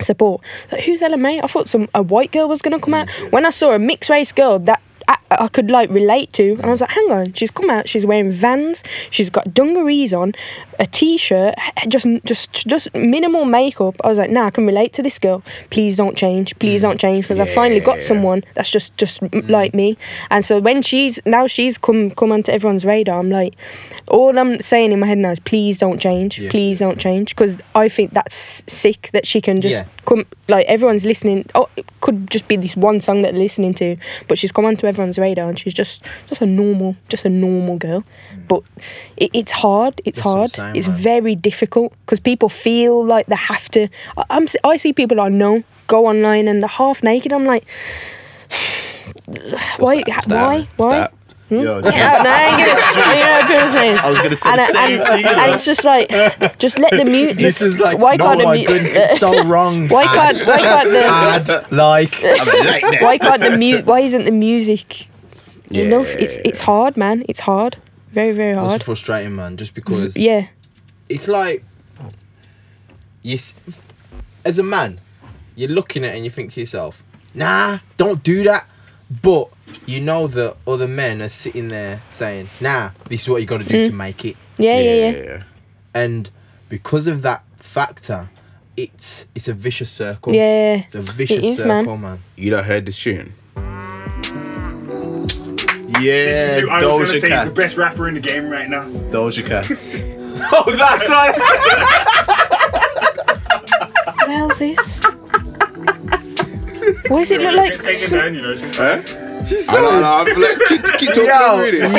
[SPEAKER 5] support. Like, who's Ella May? I thought some a white girl was gonna come out. When I saw a mixed race girl, that. I, I could like relate to, and I was like, "Hang on, she's come out. She's wearing Vans. She's got dungarees on, a t-shirt, h- just just just minimal makeup." I was like, "Nah, I can relate to this girl. Please don't change. Please don't change because I finally got someone that's just just m like me." And so when she's now she's come come onto everyone's radar, I'm like, all I'm saying in my head now is, "Please don't change.
[SPEAKER 4] Yeah.
[SPEAKER 5] Please don't change," because I think that's sick that she can just
[SPEAKER 4] Yeah.
[SPEAKER 5] come like everyone's listening oh it could just be this one song that they're listening to but she's come onto everyone's radar and she's just just a normal just a normal girl but it, it's hard it's
[SPEAKER 4] Mm. That's what I'm
[SPEAKER 5] hard
[SPEAKER 4] saying,
[SPEAKER 5] it's
[SPEAKER 4] man.
[SPEAKER 5] very difficult because people feel like they have to I, I'm, s- I see people I know go online and they're half naked I'm like why
[SPEAKER 3] What's that?
[SPEAKER 5] [SIGHS] why
[SPEAKER 3] What's
[SPEAKER 5] why
[SPEAKER 3] that?
[SPEAKER 8] Hmm? Yeah,
[SPEAKER 5] Yeah, no, I ain't gonna- you know, people say this.
[SPEAKER 8] I was gonna say
[SPEAKER 5] and,
[SPEAKER 8] the same
[SPEAKER 5] and-
[SPEAKER 8] thing, you
[SPEAKER 5] and
[SPEAKER 8] know.
[SPEAKER 5] it's just like, just let the mute.
[SPEAKER 4] This
[SPEAKER 5] just-
[SPEAKER 4] is like,
[SPEAKER 5] why
[SPEAKER 4] oh
[SPEAKER 5] can't
[SPEAKER 4] my
[SPEAKER 5] the mute?
[SPEAKER 4] goodness, it's
[SPEAKER 5] [LAUGHS]
[SPEAKER 4] so wrong.
[SPEAKER 5] why can't why
[SPEAKER 3] Ah.
[SPEAKER 5] can't the
[SPEAKER 4] Ad,
[SPEAKER 5] [LAUGHS]
[SPEAKER 4] like,
[SPEAKER 5] why can't the mute? Why isn't the music enough? It's it's hard, man. It's hard, very very
[SPEAKER 4] it's
[SPEAKER 5] hard.
[SPEAKER 4] frustrating, man. Just because
[SPEAKER 5] Yeah,
[SPEAKER 4] it's like, yes, as a man, you're looking at it and you think to yourself, nah, don't do that. But you know that other men are sitting there saying, nah, this is what you got to do
[SPEAKER 5] Hmm.
[SPEAKER 4] to make it.
[SPEAKER 5] yeah, yeah, yeah.
[SPEAKER 4] and because of that factor, it's it's a vicious circle.
[SPEAKER 5] Yeah.
[SPEAKER 4] it's a vicious
[SPEAKER 5] It is, man.
[SPEAKER 4] circle, man.
[SPEAKER 3] You don't heard this tune?
[SPEAKER 7] This
[SPEAKER 8] Yeah,
[SPEAKER 7] is who I was
[SPEAKER 8] Doja
[SPEAKER 7] gonna say is
[SPEAKER 8] Cat.
[SPEAKER 7] the best rapper in the game right now.
[SPEAKER 8] Doja [LAUGHS] Cat.
[SPEAKER 4] Oh, that's right.
[SPEAKER 5] What else is? Why does it look
[SPEAKER 7] Like,
[SPEAKER 5] like?
[SPEAKER 7] taken down, you know. She's like,
[SPEAKER 3] I don't know. I'm like, keep,
[SPEAKER 5] [LAUGHS]
[SPEAKER 3] keep talking.
[SPEAKER 4] yo,
[SPEAKER 3] I'm reading.
[SPEAKER 4] yo, yo! I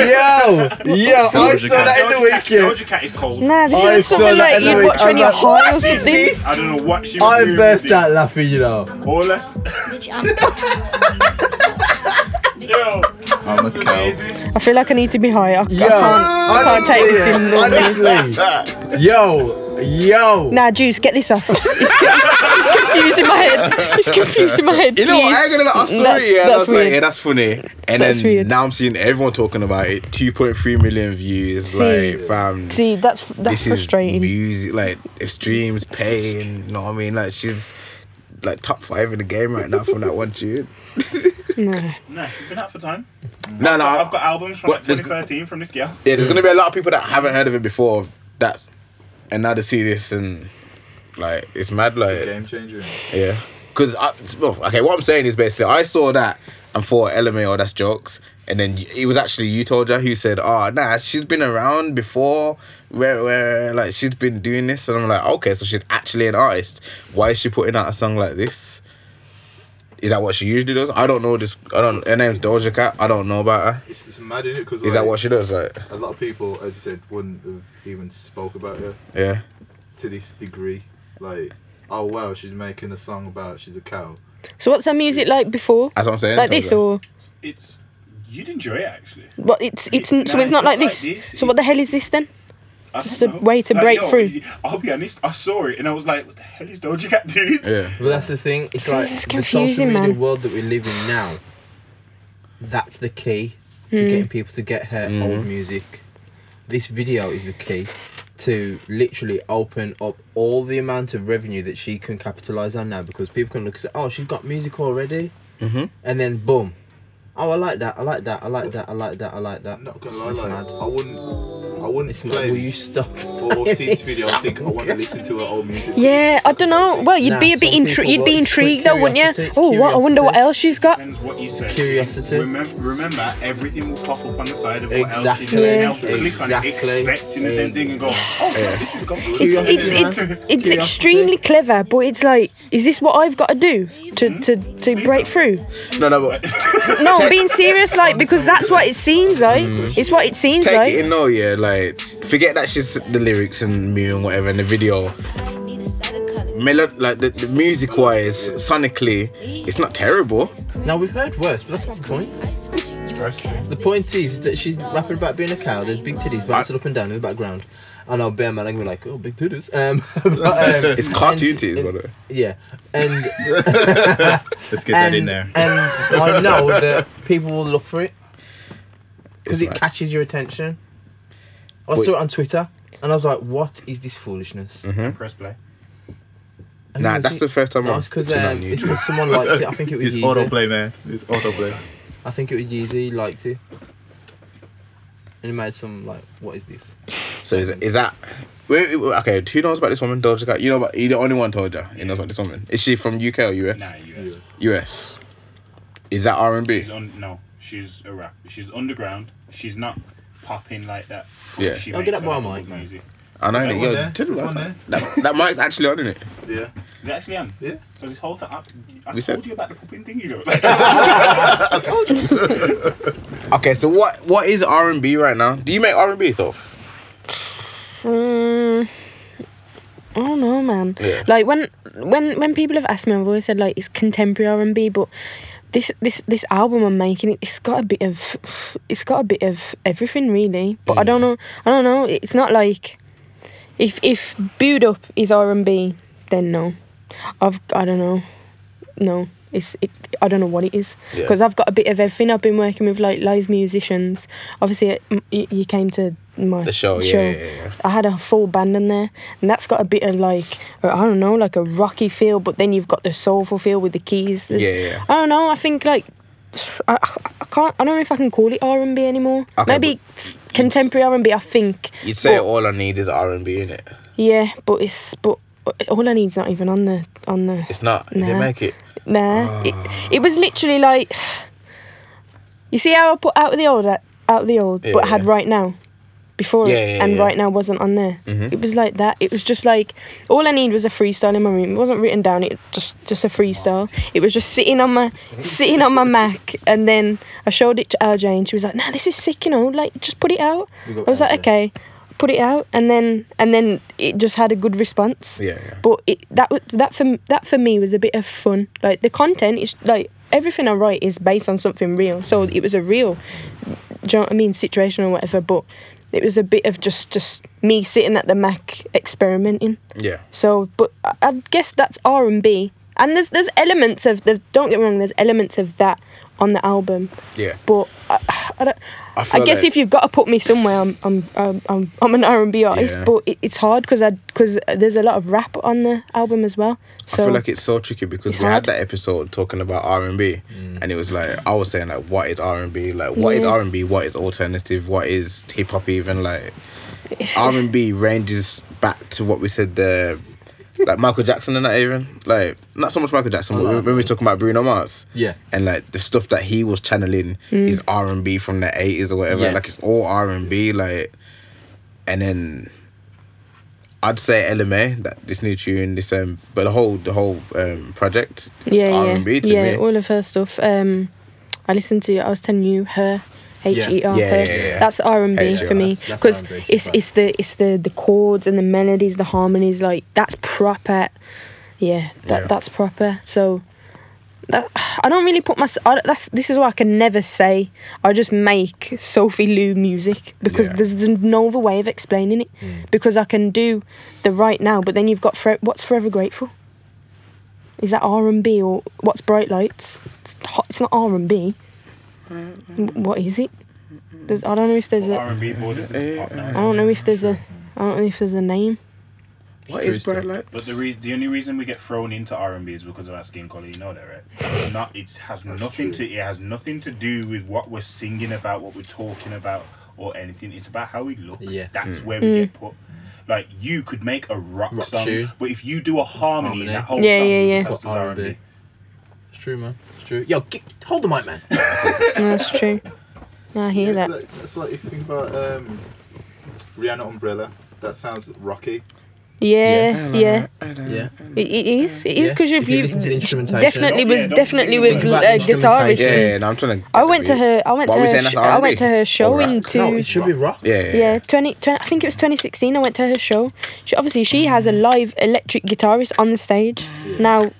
[SPEAKER 8] Doja
[SPEAKER 4] saw
[SPEAKER 8] Cat.
[SPEAKER 4] that in the
[SPEAKER 7] Doja Cat-
[SPEAKER 4] weekend.
[SPEAKER 7] Doja Cat is cold.
[SPEAKER 5] Nah, this
[SPEAKER 4] I
[SPEAKER 5] is
[SPEAKER 4] saw
[SPEAKER 5] something
[SPEAKER 4] that
[SPEAKER 5] like
[SPEAKER 4] and I
[SPEAKER 5] you'd
[SPEAKER 4] was- I
[SPEAKER 5] watch when
[SPEAKER 4] was
[SPEAKER 5] you're
[SPEAKER 4] like,
[SPEAKER 5] high
[SPEAKER 4] what
[SPEAKER 5] or
[SPEAKER 4] is
[SPEAKER 5] something.
[SPEAKER 4] this?
[SPEAKER 7] I don't know what she was
[SPEAKER 4] I
[SPEAKER 7] doing.
[SPEAKER 4] burst
[SPEAKER 7] with
[SPEAKER 4] out
[SPEAKER 7] it.
[SPEAKER 4] laughing, you know.
[SPEAKER 7] All us. [LAUGHS] Yo,
[SPEAKER 8] I'm a cow.
[SPEAKER 7] amazing.
[SPEAKER 5] I feel like I need to be high. I, I
[SPEAKER 4] Yo,
[SPEAKER 5] can't. I can't take this in. normally.
[SPEAKER 4] [LAUGHS] honestly. yo, yo.
[SPEAKER 5] Nah, Juice, get this
[SPEAKER 3] [LAUGHS]
[SPEAKER 5] off. It's, it's, it's confusing my head. It's confusing my head.
[SPEAKER 3] You know what? I
[SPEAKER 5] please.
[SPEAKER 3] ain't gonna lie. I saw
[SPEAKER 5] That's-
[SPEAKER 3] it, yeah. and I
[SPEAKER 5] that's
[SPEAKER 3] was like,
[SPEAKER 5] weird.
[SPEAKER 3] yeah, that's funny. And
[SPEAKER 5] That's
[SPEAKER 3] then
[SPEAKER 5] weird.
[SPEAKER 3] now I'm seeing everyone talking about it. 2.3 million views.
[SPEAKER 5] See.
[SPEAKER 3] like, fam.
[SPEAKER 5] See, that's that's
[SPEAKER 3] this is
[SPEAKER 5] frustrating.
[SPEAKER 3] music. Like, if streams paying, you know what I mean? Like, she's like top five in the game right now from that one tune.
[SPEAKER 5] Nah.
[SPEAKER 7] Nah, she's been out for time.
[SPEAKER 3] No, no.
[SPEAKER 7] I've got albums from like,
[SPEAKER 3] What, there's-
[SPEAKER 7] 2013 from this girl.
[SPEAKER 3] yeah, there's gonna be a lot of people that haven't heard of it before. That and now they see this and like it's mad. Like,
[SPEAKER 8] Game changer.
[SPEAKER 3] Yeah. Because, well, okay, what I'm saying is basically, I saw that and thought, LMAO, that's jokes. And then y- it was actually you, Toja, who said, oh, nah, she's been around before, where, where, like, she's been doing this. And I'm like, okay, so she's actually an artist. Why is she putting out a song like this? Is that what she usually does? I don't know this. I don't. Her name's Doja Cat. I don't know about her.
[SPEAKER 8] It's, it's mad, isn't it? Because
[SPEAKER 3] Is that what she does? Like,
[SPEAKER 8] a lot of people, as you said, wouldn't have even spoke about her
[SPEAKER 3] yeah.
[SPEAKER 8] to this degree. Like, oh wow, she's making a song about she's a cow.
[SPEAKER 5] So what's her music like before?
[SPEAKER 3] That's what I'm saying.
[SPEAKER 5] Like this
[SPEAKER 3] Toja.
[SPEAKER 5] or
[SPEAKER 7] It's you'd enjoy it actually.
[SPEAKER 5] what? It's it's n- so
[SPEAKER 7] Nah,
[SPEAKER 5] it's not like this. So what the hell is this then?
[SPEAKER 7] I
[SPEAKER 5] Just
[SPEAKER 7] don't
[SPEAKER 5] a
[SPEAKER 7] know.
[SPEAKER 5] way to break
[SPEAKER 7] yo,
[SPEAKER 5] through.
[SPEAKER 7] is- I'll be honest. I saw it and I was like, "What the hell is Doja Cat doing?"
[SPEAKER 3] Yeah.
[SPEAKER 4] Well, that's the thing. It's like
[SPEAKER 5] is
[SPEAKER 4] the social
[SPEAKER 5] confusing,
[SPEAKER 4] media
[SPEAKER 5] man.
[SPEAKER 4] world that we live in now. That's the key
[SPEAKER 5] Hmm.
[SPEAKER 4] to getting people to get her old music. This video is the key to literally open up all the amount of revenue that she can capitalize on now because people can look and say, "Oh, she's got music already," mm-hmm. and then boom. Oh, I like that. I like that. I like that. I like that. I like that.
[SPEAKER 8] I'm not gonna lie, like,
[SPEAKER 4] mad.
[SPEAKER 8] I wouldn't, I wouldn't
[SPEAKER 4] It's mad.
[SPEAKER 8] play
[SPEAKER 4] Will you stop?
[SPEAKER 8] [LAUGHS] or see this video and think I want to listen to her old music.
[SPEAKER 5] Yeah, I don't know. Well, you'd
[SPEAKER 4] Nah,
[SPEAKER 5] be a bit
[SPEAKER 4] some people
[SPEAKER 5] intri- you'd be
[SPEAKER 4] watch- it's
[SPEAKER 5] intrigued though, wouldn't
[SPEAKER 4] curiosity,
[SPEAKER 5] you?
[SPEAKER 4] it's
[SPEAKER 5] Oh, what? I wonder what
[SPEAKER 4] curiosity.
[SPEAKER 5] else she's got.
[SPEAKER 7] Depends what you said.
[SPEAKER 4] Curiosity.
[SPEAKER 7] Remember, remember, everything will pop up on the side of what else
[SPEAKER 4] Exactly.
[SPEAKER 7] she did. Now click on it,
[SPEAKER 4] Exactly.
[SPEAKER 7] expecting the same thing and go, "Oh, yeah, this is gone."
[SPEAKER 5] It's it's
[SPEAKER 4] Curiosity, man.
[SPEAKER 5] it's it's
[SPEAKER 4] Curiosity.
[SPEAKER 5] extremely clever, but it's like, is this what I've got to do to to to break through?
[SPEAKER 3] No, no, but
[SPEAKER 5] No, I'm being serious, like because that's what it seems like. It's what it seems
[SPEAKER 3] take
[SPEAKER 5] like.
[SPEAKER 3] it in no yeah like forget that shit's the lyrics and mu and whatever and the video Melo- like the, the music wise sonically it's not terrible
[SPEAKER 4] Now we've heard worse, but that's not the point. The point is that she's rapping about being a cow. There's big titties bouncing up and down in the background. And I'll bear man, I'm gonna be like, oh, big titties. Um, [LAUGHS] but, um,
[SPEAKER 3] [LAUGHS] it's cartoon
[SPEAKER 4] and-
[SPEAKER 3] titties by
[SPEAKER 4] and-
[SPEAKER 3] the way
[SPEAKER 4] Yeah, and
[SPEAKER 8] [LAUGHS] Let's get
[SPEAKER 4] and,
[SPEAKER 8] that in there.
[SPEAKER 4] and I know that people will look for it because
[SPEAKER 3] It's
[SPEAKER 4] it
[SPEAKER 3] mad.
[SPEAKER 4] catches your attention. I
[SPEAKER 3] But-
[SPEAKER 4] saw it on Twitter, and I was like, what is this foolishness?
[SPEAKER 3] Hmm?
[SPEAKER 7] Press play.
[SPEAKER 4] And
[SPEAKER 3] Mm-hmm. nah
[SPEAKER 4] was
[SPEAKER 3] that's
[SPEAKER 4] it-
[SPEAKER 3] the first time
[SPEAKER 4] No,
[SPEAKER 3] I've
[SPEAKER 4] it's because
[SPEAKER 3] seen that
[SPEAKER 4] um,
[SPEAKER 3] on
[SPEAKER 4] it's
[SPEAKER 3] YouTube.
[SPEAKER 4] 'cause someone liked it. I
[SPEAKER 8] [LAUGHS]
[SPEAKER 4] think it was
[SPEAKER 8] It's
[SPEAKER 4] Yeezy.
[SPEAKER 8] autoplay, man. It's autoplay.
[SPEAKER 4] I think it was Yeezy liked it. And he made some like, what is this?
[SPEAKER 3] so is, is that wait, wait, okay who knows about this woman Doja Cat you know about you're the only one Toja who knows about this woman is she from UK or US
[SPEAKER 7] Nah, you.
[SPEAKER 3] US is that R&B
[SPEAKER 7] She's on. No, she's a rap. She's underground. She's not popping like that.
[SPEAKER 3] Yeah.
[SPEAKER 7] She
[SPEAKER 4] Don't
[SPEAKER 7] makes
[SPEAKER 4] get that
[SPEAKER 7] a
[SPEAKER 4] boy
[SPEAKER 7] lot of
[SPEAKER 4] mic,
[SPEAKER 7] good
[SPEAKER 4] man.
[SPEAKER 7] music.
[SPEAKER 3] I know
[SPEAKER 8] That
[SPEAKER 3] it,
[SPEAKER 8] one
[SPEAKER 3] yo,
[SPEAKER 8] there?
[SPEAKER 3] tell me
[SPEAKER 8] That one
[SPEAKER 3] about that. that that mic's actually on it
[SPEAKER 8] Yeah.
[SPEAKER 7] Is it actually on?
[SPEAKER 8] Yeah.
[SPEAKER 7] So this whole time, I, I
[SPEAKER 3] We
[SPEAKER 7] told
[SPEAKER 3] said-
[SPEAKER 7] you about the popping thing, you know. Like,
[SPEAKER 3] okay so what what is R&B right now do you make R&B yourself
[SPEAKER 5] Mm, I don't know, man.
[SPEAKER 3] Yeah.
[SPEAKER 5] Like when when when people have asked me, I've always said like it's contemporary R and B, but this this this album I'm making, it's got a bit of, it's got a bit of everything really. But I
[SPEAKER 3] Mm.
[SPEAKER 5] don't know, I don't know. It's not like, if if Boot Up is R and B, then no, I've I don't know, no. It's it, I don't know what it is
[SPEAKER 3] Yeah.
[SPEAKER 5] because I've got a bit of everything. I've been working with like live musicians. Obviously, m- y- you came to my
[SPEAKER 3] The show, yeah, yeah, yeah, yeah.
[SPEAKER 5] I had a full band in there, and that's got a bit of like I don't know, like a rocky feel, but then you've got the soulful feel with the keys. There's-
[SPEAKER 3] Yeah, yeah, yeah.
[SPEAKER 5] I don't know. I think like I, I- I can't. I don't know if I can call it R and B anymore.
[SPEAKER 3] Okay,
[SPEAKER 5] Maybe s- contemporary R and B. I think.
[SPEAKER 3] You'd say
[SPEAKER 5] but,
[SPEAKER 3] all I need is R and B in it.
[SPEAKER 5] Yeah, but it's but all I need's not even on the on the.
[SPEAKER 3] It's not. You
[SPEAKER 5] Nah.
[SPEAKER 3] didn't make it.
[SPEAKER 5] Nah, it,
[SPEAKER 3] Ah.
[SPEAKER 5] it was literally like, you see how I put out of the old, out of the old,
[SPEAKER 3] Yeah,
[SPEAKER 5] but had
[SPEAKER 3] yeah.
[SPEAKER 5] right now, before
[SPEAKER 3] Yeah,
[SPEAKER 5] it,
[SPEAKER 3] yeah,
[SPEAKER 5] and
[SPEAKER 3] yeah. Mm-hmm.
[SPEAKER 5] right now wasn't on there. It was like that. It was just like all I need was a freestyle in my room. It wasn't written down. It just just a freestyle. It was just sitting on my sitting on my Mac, and then I showed it to RJ, and she was like, "Nah, this is sick, you know. Like, just put it out."
[SPEAKER 4] We
[SPEAKER 5] I
[SPEAKER 4] got
[SPEAKER 5] was like,
[SPEAKER 4] RJ.
[SPEAKER 5] "Okay." Put it out, and then and then it just had a good response.
[SPEAKER 3] Yeah, yeah.
[SPEAKER 5] But it, that was- that for that for me was a bit of fun. Like the content is like everything I write is based on something real, so it was a real, do you know what I mean, situation or whatever. But it was a bit of just just me sitting at the Mac experimenting.
[SPEAKER 3] Yeah.
[SPEAKER 5] So, but I, I guess that's R and B, and there's there's elements of the don't get me wrong, there's elements of that on the album.
[SPEAKER 3] Yeah.
[SPEAKER 5] But I, I, don't,
[SPEAKER 3] I
[SPEAKER 5] I,
[SPEAKER 3] feel
[SPEAKER 5] guess
[SPEAKER 3] like-
[SPEAKER 5] if you've got to put me somewhere, I'm I'm I'm, I'm, I'm an R and B artist,
[SPEAKER 3] Yeah.
[SPEAKER 5] but it, it's hard because I because there's a lot of rap on the album as well. So
[SPEAKER 3] I feel like it's so tricky because
[SPEAKER 5] It's
[SPEAKER 3] we
[SPEAKER 5] hard.
[SPEAKER 3] had that episode talking about R and B,
[SPEAKER 4] Mm.
[SPEAKER 3] and it was like I was saying like, what is R and B? Like, what is
[SPEAKER 5] Yeah.
[SPEAKER 3] R and B? What is alternative? What is hip hop? Even
[SPEAKER 5] [LAUGHS]
[SPEAKER 3] like
[SPEAKER 5] it's-
[SPEAKER 3] R and B ranges back to what we said there, like Michael Jackson and that even like not so much Michael Jackson, but when, when we were talking about Bruno Mars,
[SPEAKER 4] Yeah.
[SPEAKER 3] and like the stuff that he was channeling
[SPEAKER 5] Mm.
[SPEAKER 3] is R and B from the eighties or whatever.
[SPEAKER 4] Yeah.
[SPEAKER 3] Like it's all R and B, like, and then I'd say LMA that this new tune, this um, but the whole the whole um project, it's
[SPEAKER 5] yeah,
[SPEAKER 3] R and B
[SPEAKER 5] yeah,
[SPEAKER 3] to
[SPEAKER 5] yeah.
[SPEAKER 3] me.
[SPEAKER 5] All of her stuff. Um, I listened to. I was telling you her. H E R.
[SPEAKER 3] Yeah,
[SPEAKER 5] her.
[SPEAKER 3] yeah, yeah.
[SPEAKER 5] That's R and B
[SPEAKER 3] H E R,
[SPEAKER 5] for me
[SPEAKER 4] that's- that's
[SPEAKER 5] because
[SPEAKER 4] R&B, she's
[SPEAKER 5] it's
[SPEAKER 4] right.
[SPEAKER 5] it's the it's the the chords and the melodies, the harmonies. Like that's proper. Yeah, that
[SPEAKER 3] Yeah.
[SPEAKER 5] that's proper. So that [SIGHS] I don't really put my. I, don't- that's this is what I can never say. I just make Sophie Lou music because
[SPEAKER 3] Yeah.
[SPEAKER 5] there's no other way of explaining it. Because I can do the right now, but then you've got for, what's forever grateful. Is that R and B or what's bright lights? It's, hot, it's not R and B. What is it? There's, I don't know if there's a. I
[SPEAKER 7] R&B borders into pop now.
[SPEAKER 5] don't know if there's a. I don't know if there's a name.
[SPEAKER 3] What is bright lights?
[SPEAKER 7] But the re- the only reason we get thrown into R and B is because of our skin color. You know that, right? It's not. It has nothing to. It has nothing to do with what we're singing about, what we're talking about, or anything. It's about how we look.
[SPEAKER 4] Yeah.
[SPEAKER 3] Hmm.
[SPEAKER 7] That's where we
[SPEAKER 5] Mm.
[SPEAKER 7] get put. Like you could make a rock,
[SPEAKER 4] Rock
[SPEAKER 7] song,
[SPEAKER 4] tune.
[SPEAKER 7] but if you do a harmony, in
[SPEAKER 4] Harmony.
[SPEAKER 7] that whole
[SPEAKER 5] Yeah,
[SPEAKER 7] song
[SPEAKER 5] yeah,
[SPEAKER 7] would be
[SPEAKER 5] yeah.
[SPEAKER 7] classed as
[SPEAKER 4] Got
[SPEAKER 7] R and B.
[SPEAKER 4] R&B. It's true, man. It's true. Yo, g hold the mic, man.
[SPEAKER 5] No, that's true. No, I hear
[SPEAKER 8] Yeah,
[SPEAKER 5] that.
[SPEAKER 8] like- that's like if you think about um, Rihanna Umbrella. That sounds rocky.
[SPEAKER 5] Yes, yeah.
[SPEAKER 4] Yeah.
[SPEAKER 5] It, it is. It is
[SPEAKER 4] Yes,
[SPEAKER 5] because
[SPEAKER 4] if you
[SPEAKER 5] you
[SPEAKER 4] listen to the instrumentation.
[SPEAKER 5] definitely
[SPEAKER 7] Oh,
[SPEAKER 5] was
[SPEAKER 7] yeah, don't
[SPEAKER 5] definitely
[SPEAKER 7] sing
[SPEAKER 5] with
[SPEAKER 7] the
[SPEAKER 5] uh,
[SPEAKER 4] word. About the
[SPEAKER 5] guitarist.
[SPEAKER 4] instrumentation.
[SPEAKER 3] yeah, yeah, no, I'm trying to.
[SPEAKER 5] I went to her. I went
[SPEAKER 3] Why
[SPEAKER 5] to
[SPEAKER 3] are we
[SPEAKER 5] her.
[SPEAKER 3] saying that's
[SPEAKER 5] Sh- I
[SPEAKER 3] R&B?
[SPEAKER 5] went to her show
[SPEAKER 3] Or rap?
[SPEAKER 5] in
[SPEAKER 4] No,
[SPEAKER 5] two.
[SPEAKER 4] it should be rock.
[SPEAKER 3] Yeah, yeah,
[SPEAKER 5] Yeah, 20, 20 I think it was 2016 I went to her show. She obviously
[SPEAKER 3] Mm.
[SPEAKER 5] she has a live electric guitarist on the stage. Now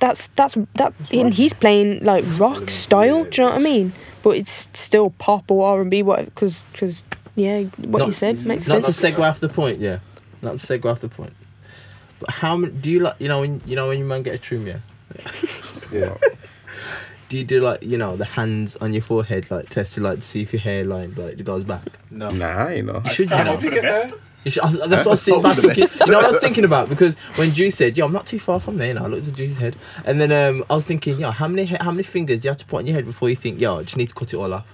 [SPEAKER 5] that's that's that and he's playing like rock style, do you know what I mean? But it's still pop or R&B what cuz cuz yeah, what
[SPEAKER 4] Not-
[SPEAKER 5] you said makes
[SPEAKER 4] Not to
[SPEAKER 5] sense.
[SPEAKER 4] segue off the point, yeah. Not to segue off the point. But how many do you like? You know when you know when you man get a trim, yeah.
[SPEAKER 8] Yeah.
[SPEAKER 4] Do you do like you know the hands on your forehead, like test to like see if your hairline like goes back?
[SPEAKER 8] No.
[SPEAKER 3] Nah, you know.
[SPEAKER 4] You should, you know.
[SPEAKER 7] For the best.
[SPEAKER 4] You should, I, that's what I [LAUGHS] was sitting back thinking. You know what I was thinking about because when Juice said, "Yo, I'm not too far from there," now I looked at Juice's head, and then um, I was thinking, "Yo, how many he- how many fingers do you have to put on your head before you think, yo, I just need to cut it all off?"